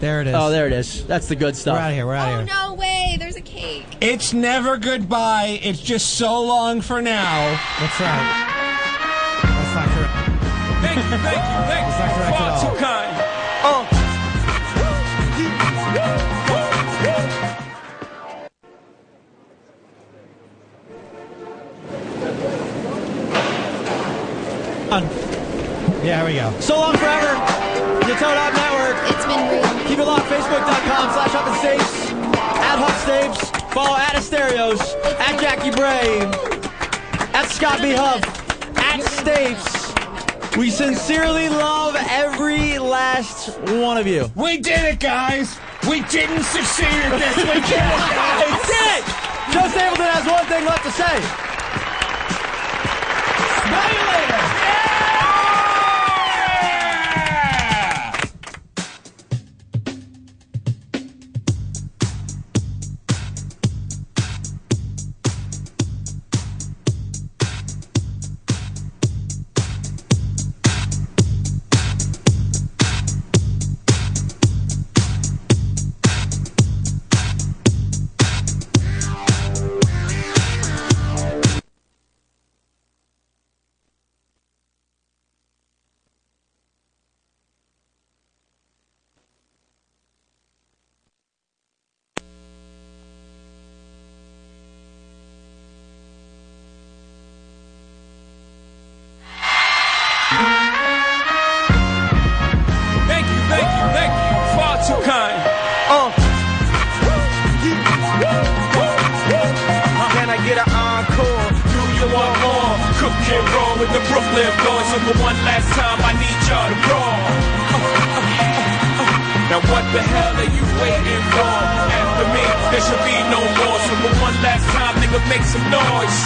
Speaker 5: There it is.
Speaker 3: Oh, there it is. That's the good stuff.
Speaker 5: We're out of here. We're out of here.
Speaker 4: No way. There's a cake.
Speaker 9: It's never goodbye. It's just so long for now.
Speaker 5: That's right. That's not correct.
Speaker 9: Thank you, thank you, thank you. Far too kind.
Speaker 5: Yeah, here we go.
Speaker 3: So long forever. The Toad Hop Network. It's been real. Keep it locked. Facebook.com slash Huff and Staves. At Huff Staves. Follow at Asterios. At Jackie Bray. At Scott B. Huff. At Staves. We sincerely love every last one of you.
Speaker 9: We did it, guys. We didn't succeed at this. We did it, guys.
Speaker 3: We did it. Joe Stapleton has one thing left to say.
Speaker 9: Thank you, thank you, thank you. Far too kind. Uh.
Speaker 1: Can I get an encore? Do you want more? Cook and roll with the Brooklyn boys. And for one last time, I need y'all to roar. Now what the hell are you waiting for? After me, there should be no more. So for one last time, nigga, make some noise.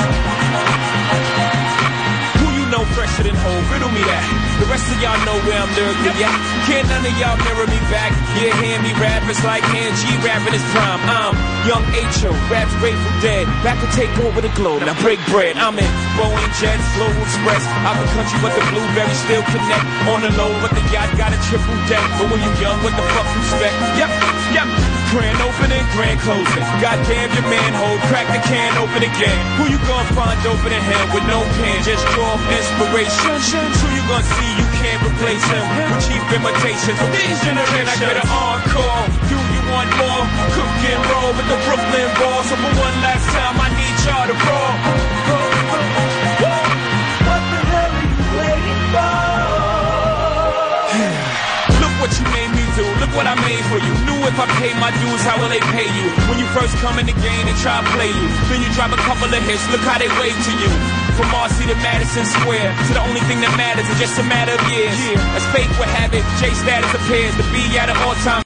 Speaker 1: Who you know fresher than whole? Riddle me that. The rest of y'all know where I'm lyrically at. Can't none of y'all mirror me back? Yeah, hear me rap. It's like Angie rapping his prime. I'm young H.O. Raps Grateful Dead. Back to take over the globe. Now break bread. I'm in Boeing jets, Flow Express. Out the country, but the blueberries still connect. On the low, but the yacht got a triple deck. But when you young, what the fuck you expect? Yep, yep. Grand opening, grand closing. Goddamn your manhole, crack the can open again. Who you gonna find open in hand with no pen? Just draw inspiration. Who you gonna see? You can't replace him with cheap imitations. From these generations, I get an encore. Do you want more? Cook and roll with the Brooklyn balls. So for one last time, I need y'all to roll. What the hell are you waiting for? Look what you made me do. Look what I made for you. Knew if I paid my dues, how will they pay you? When you first come in the game, they try to play you. Then you drop a couple of hits. Look how they wave to you. From RC to Madison Square, to the only thing that matters is just a matter of years. As fate would have it, J status appears to be at an all-time.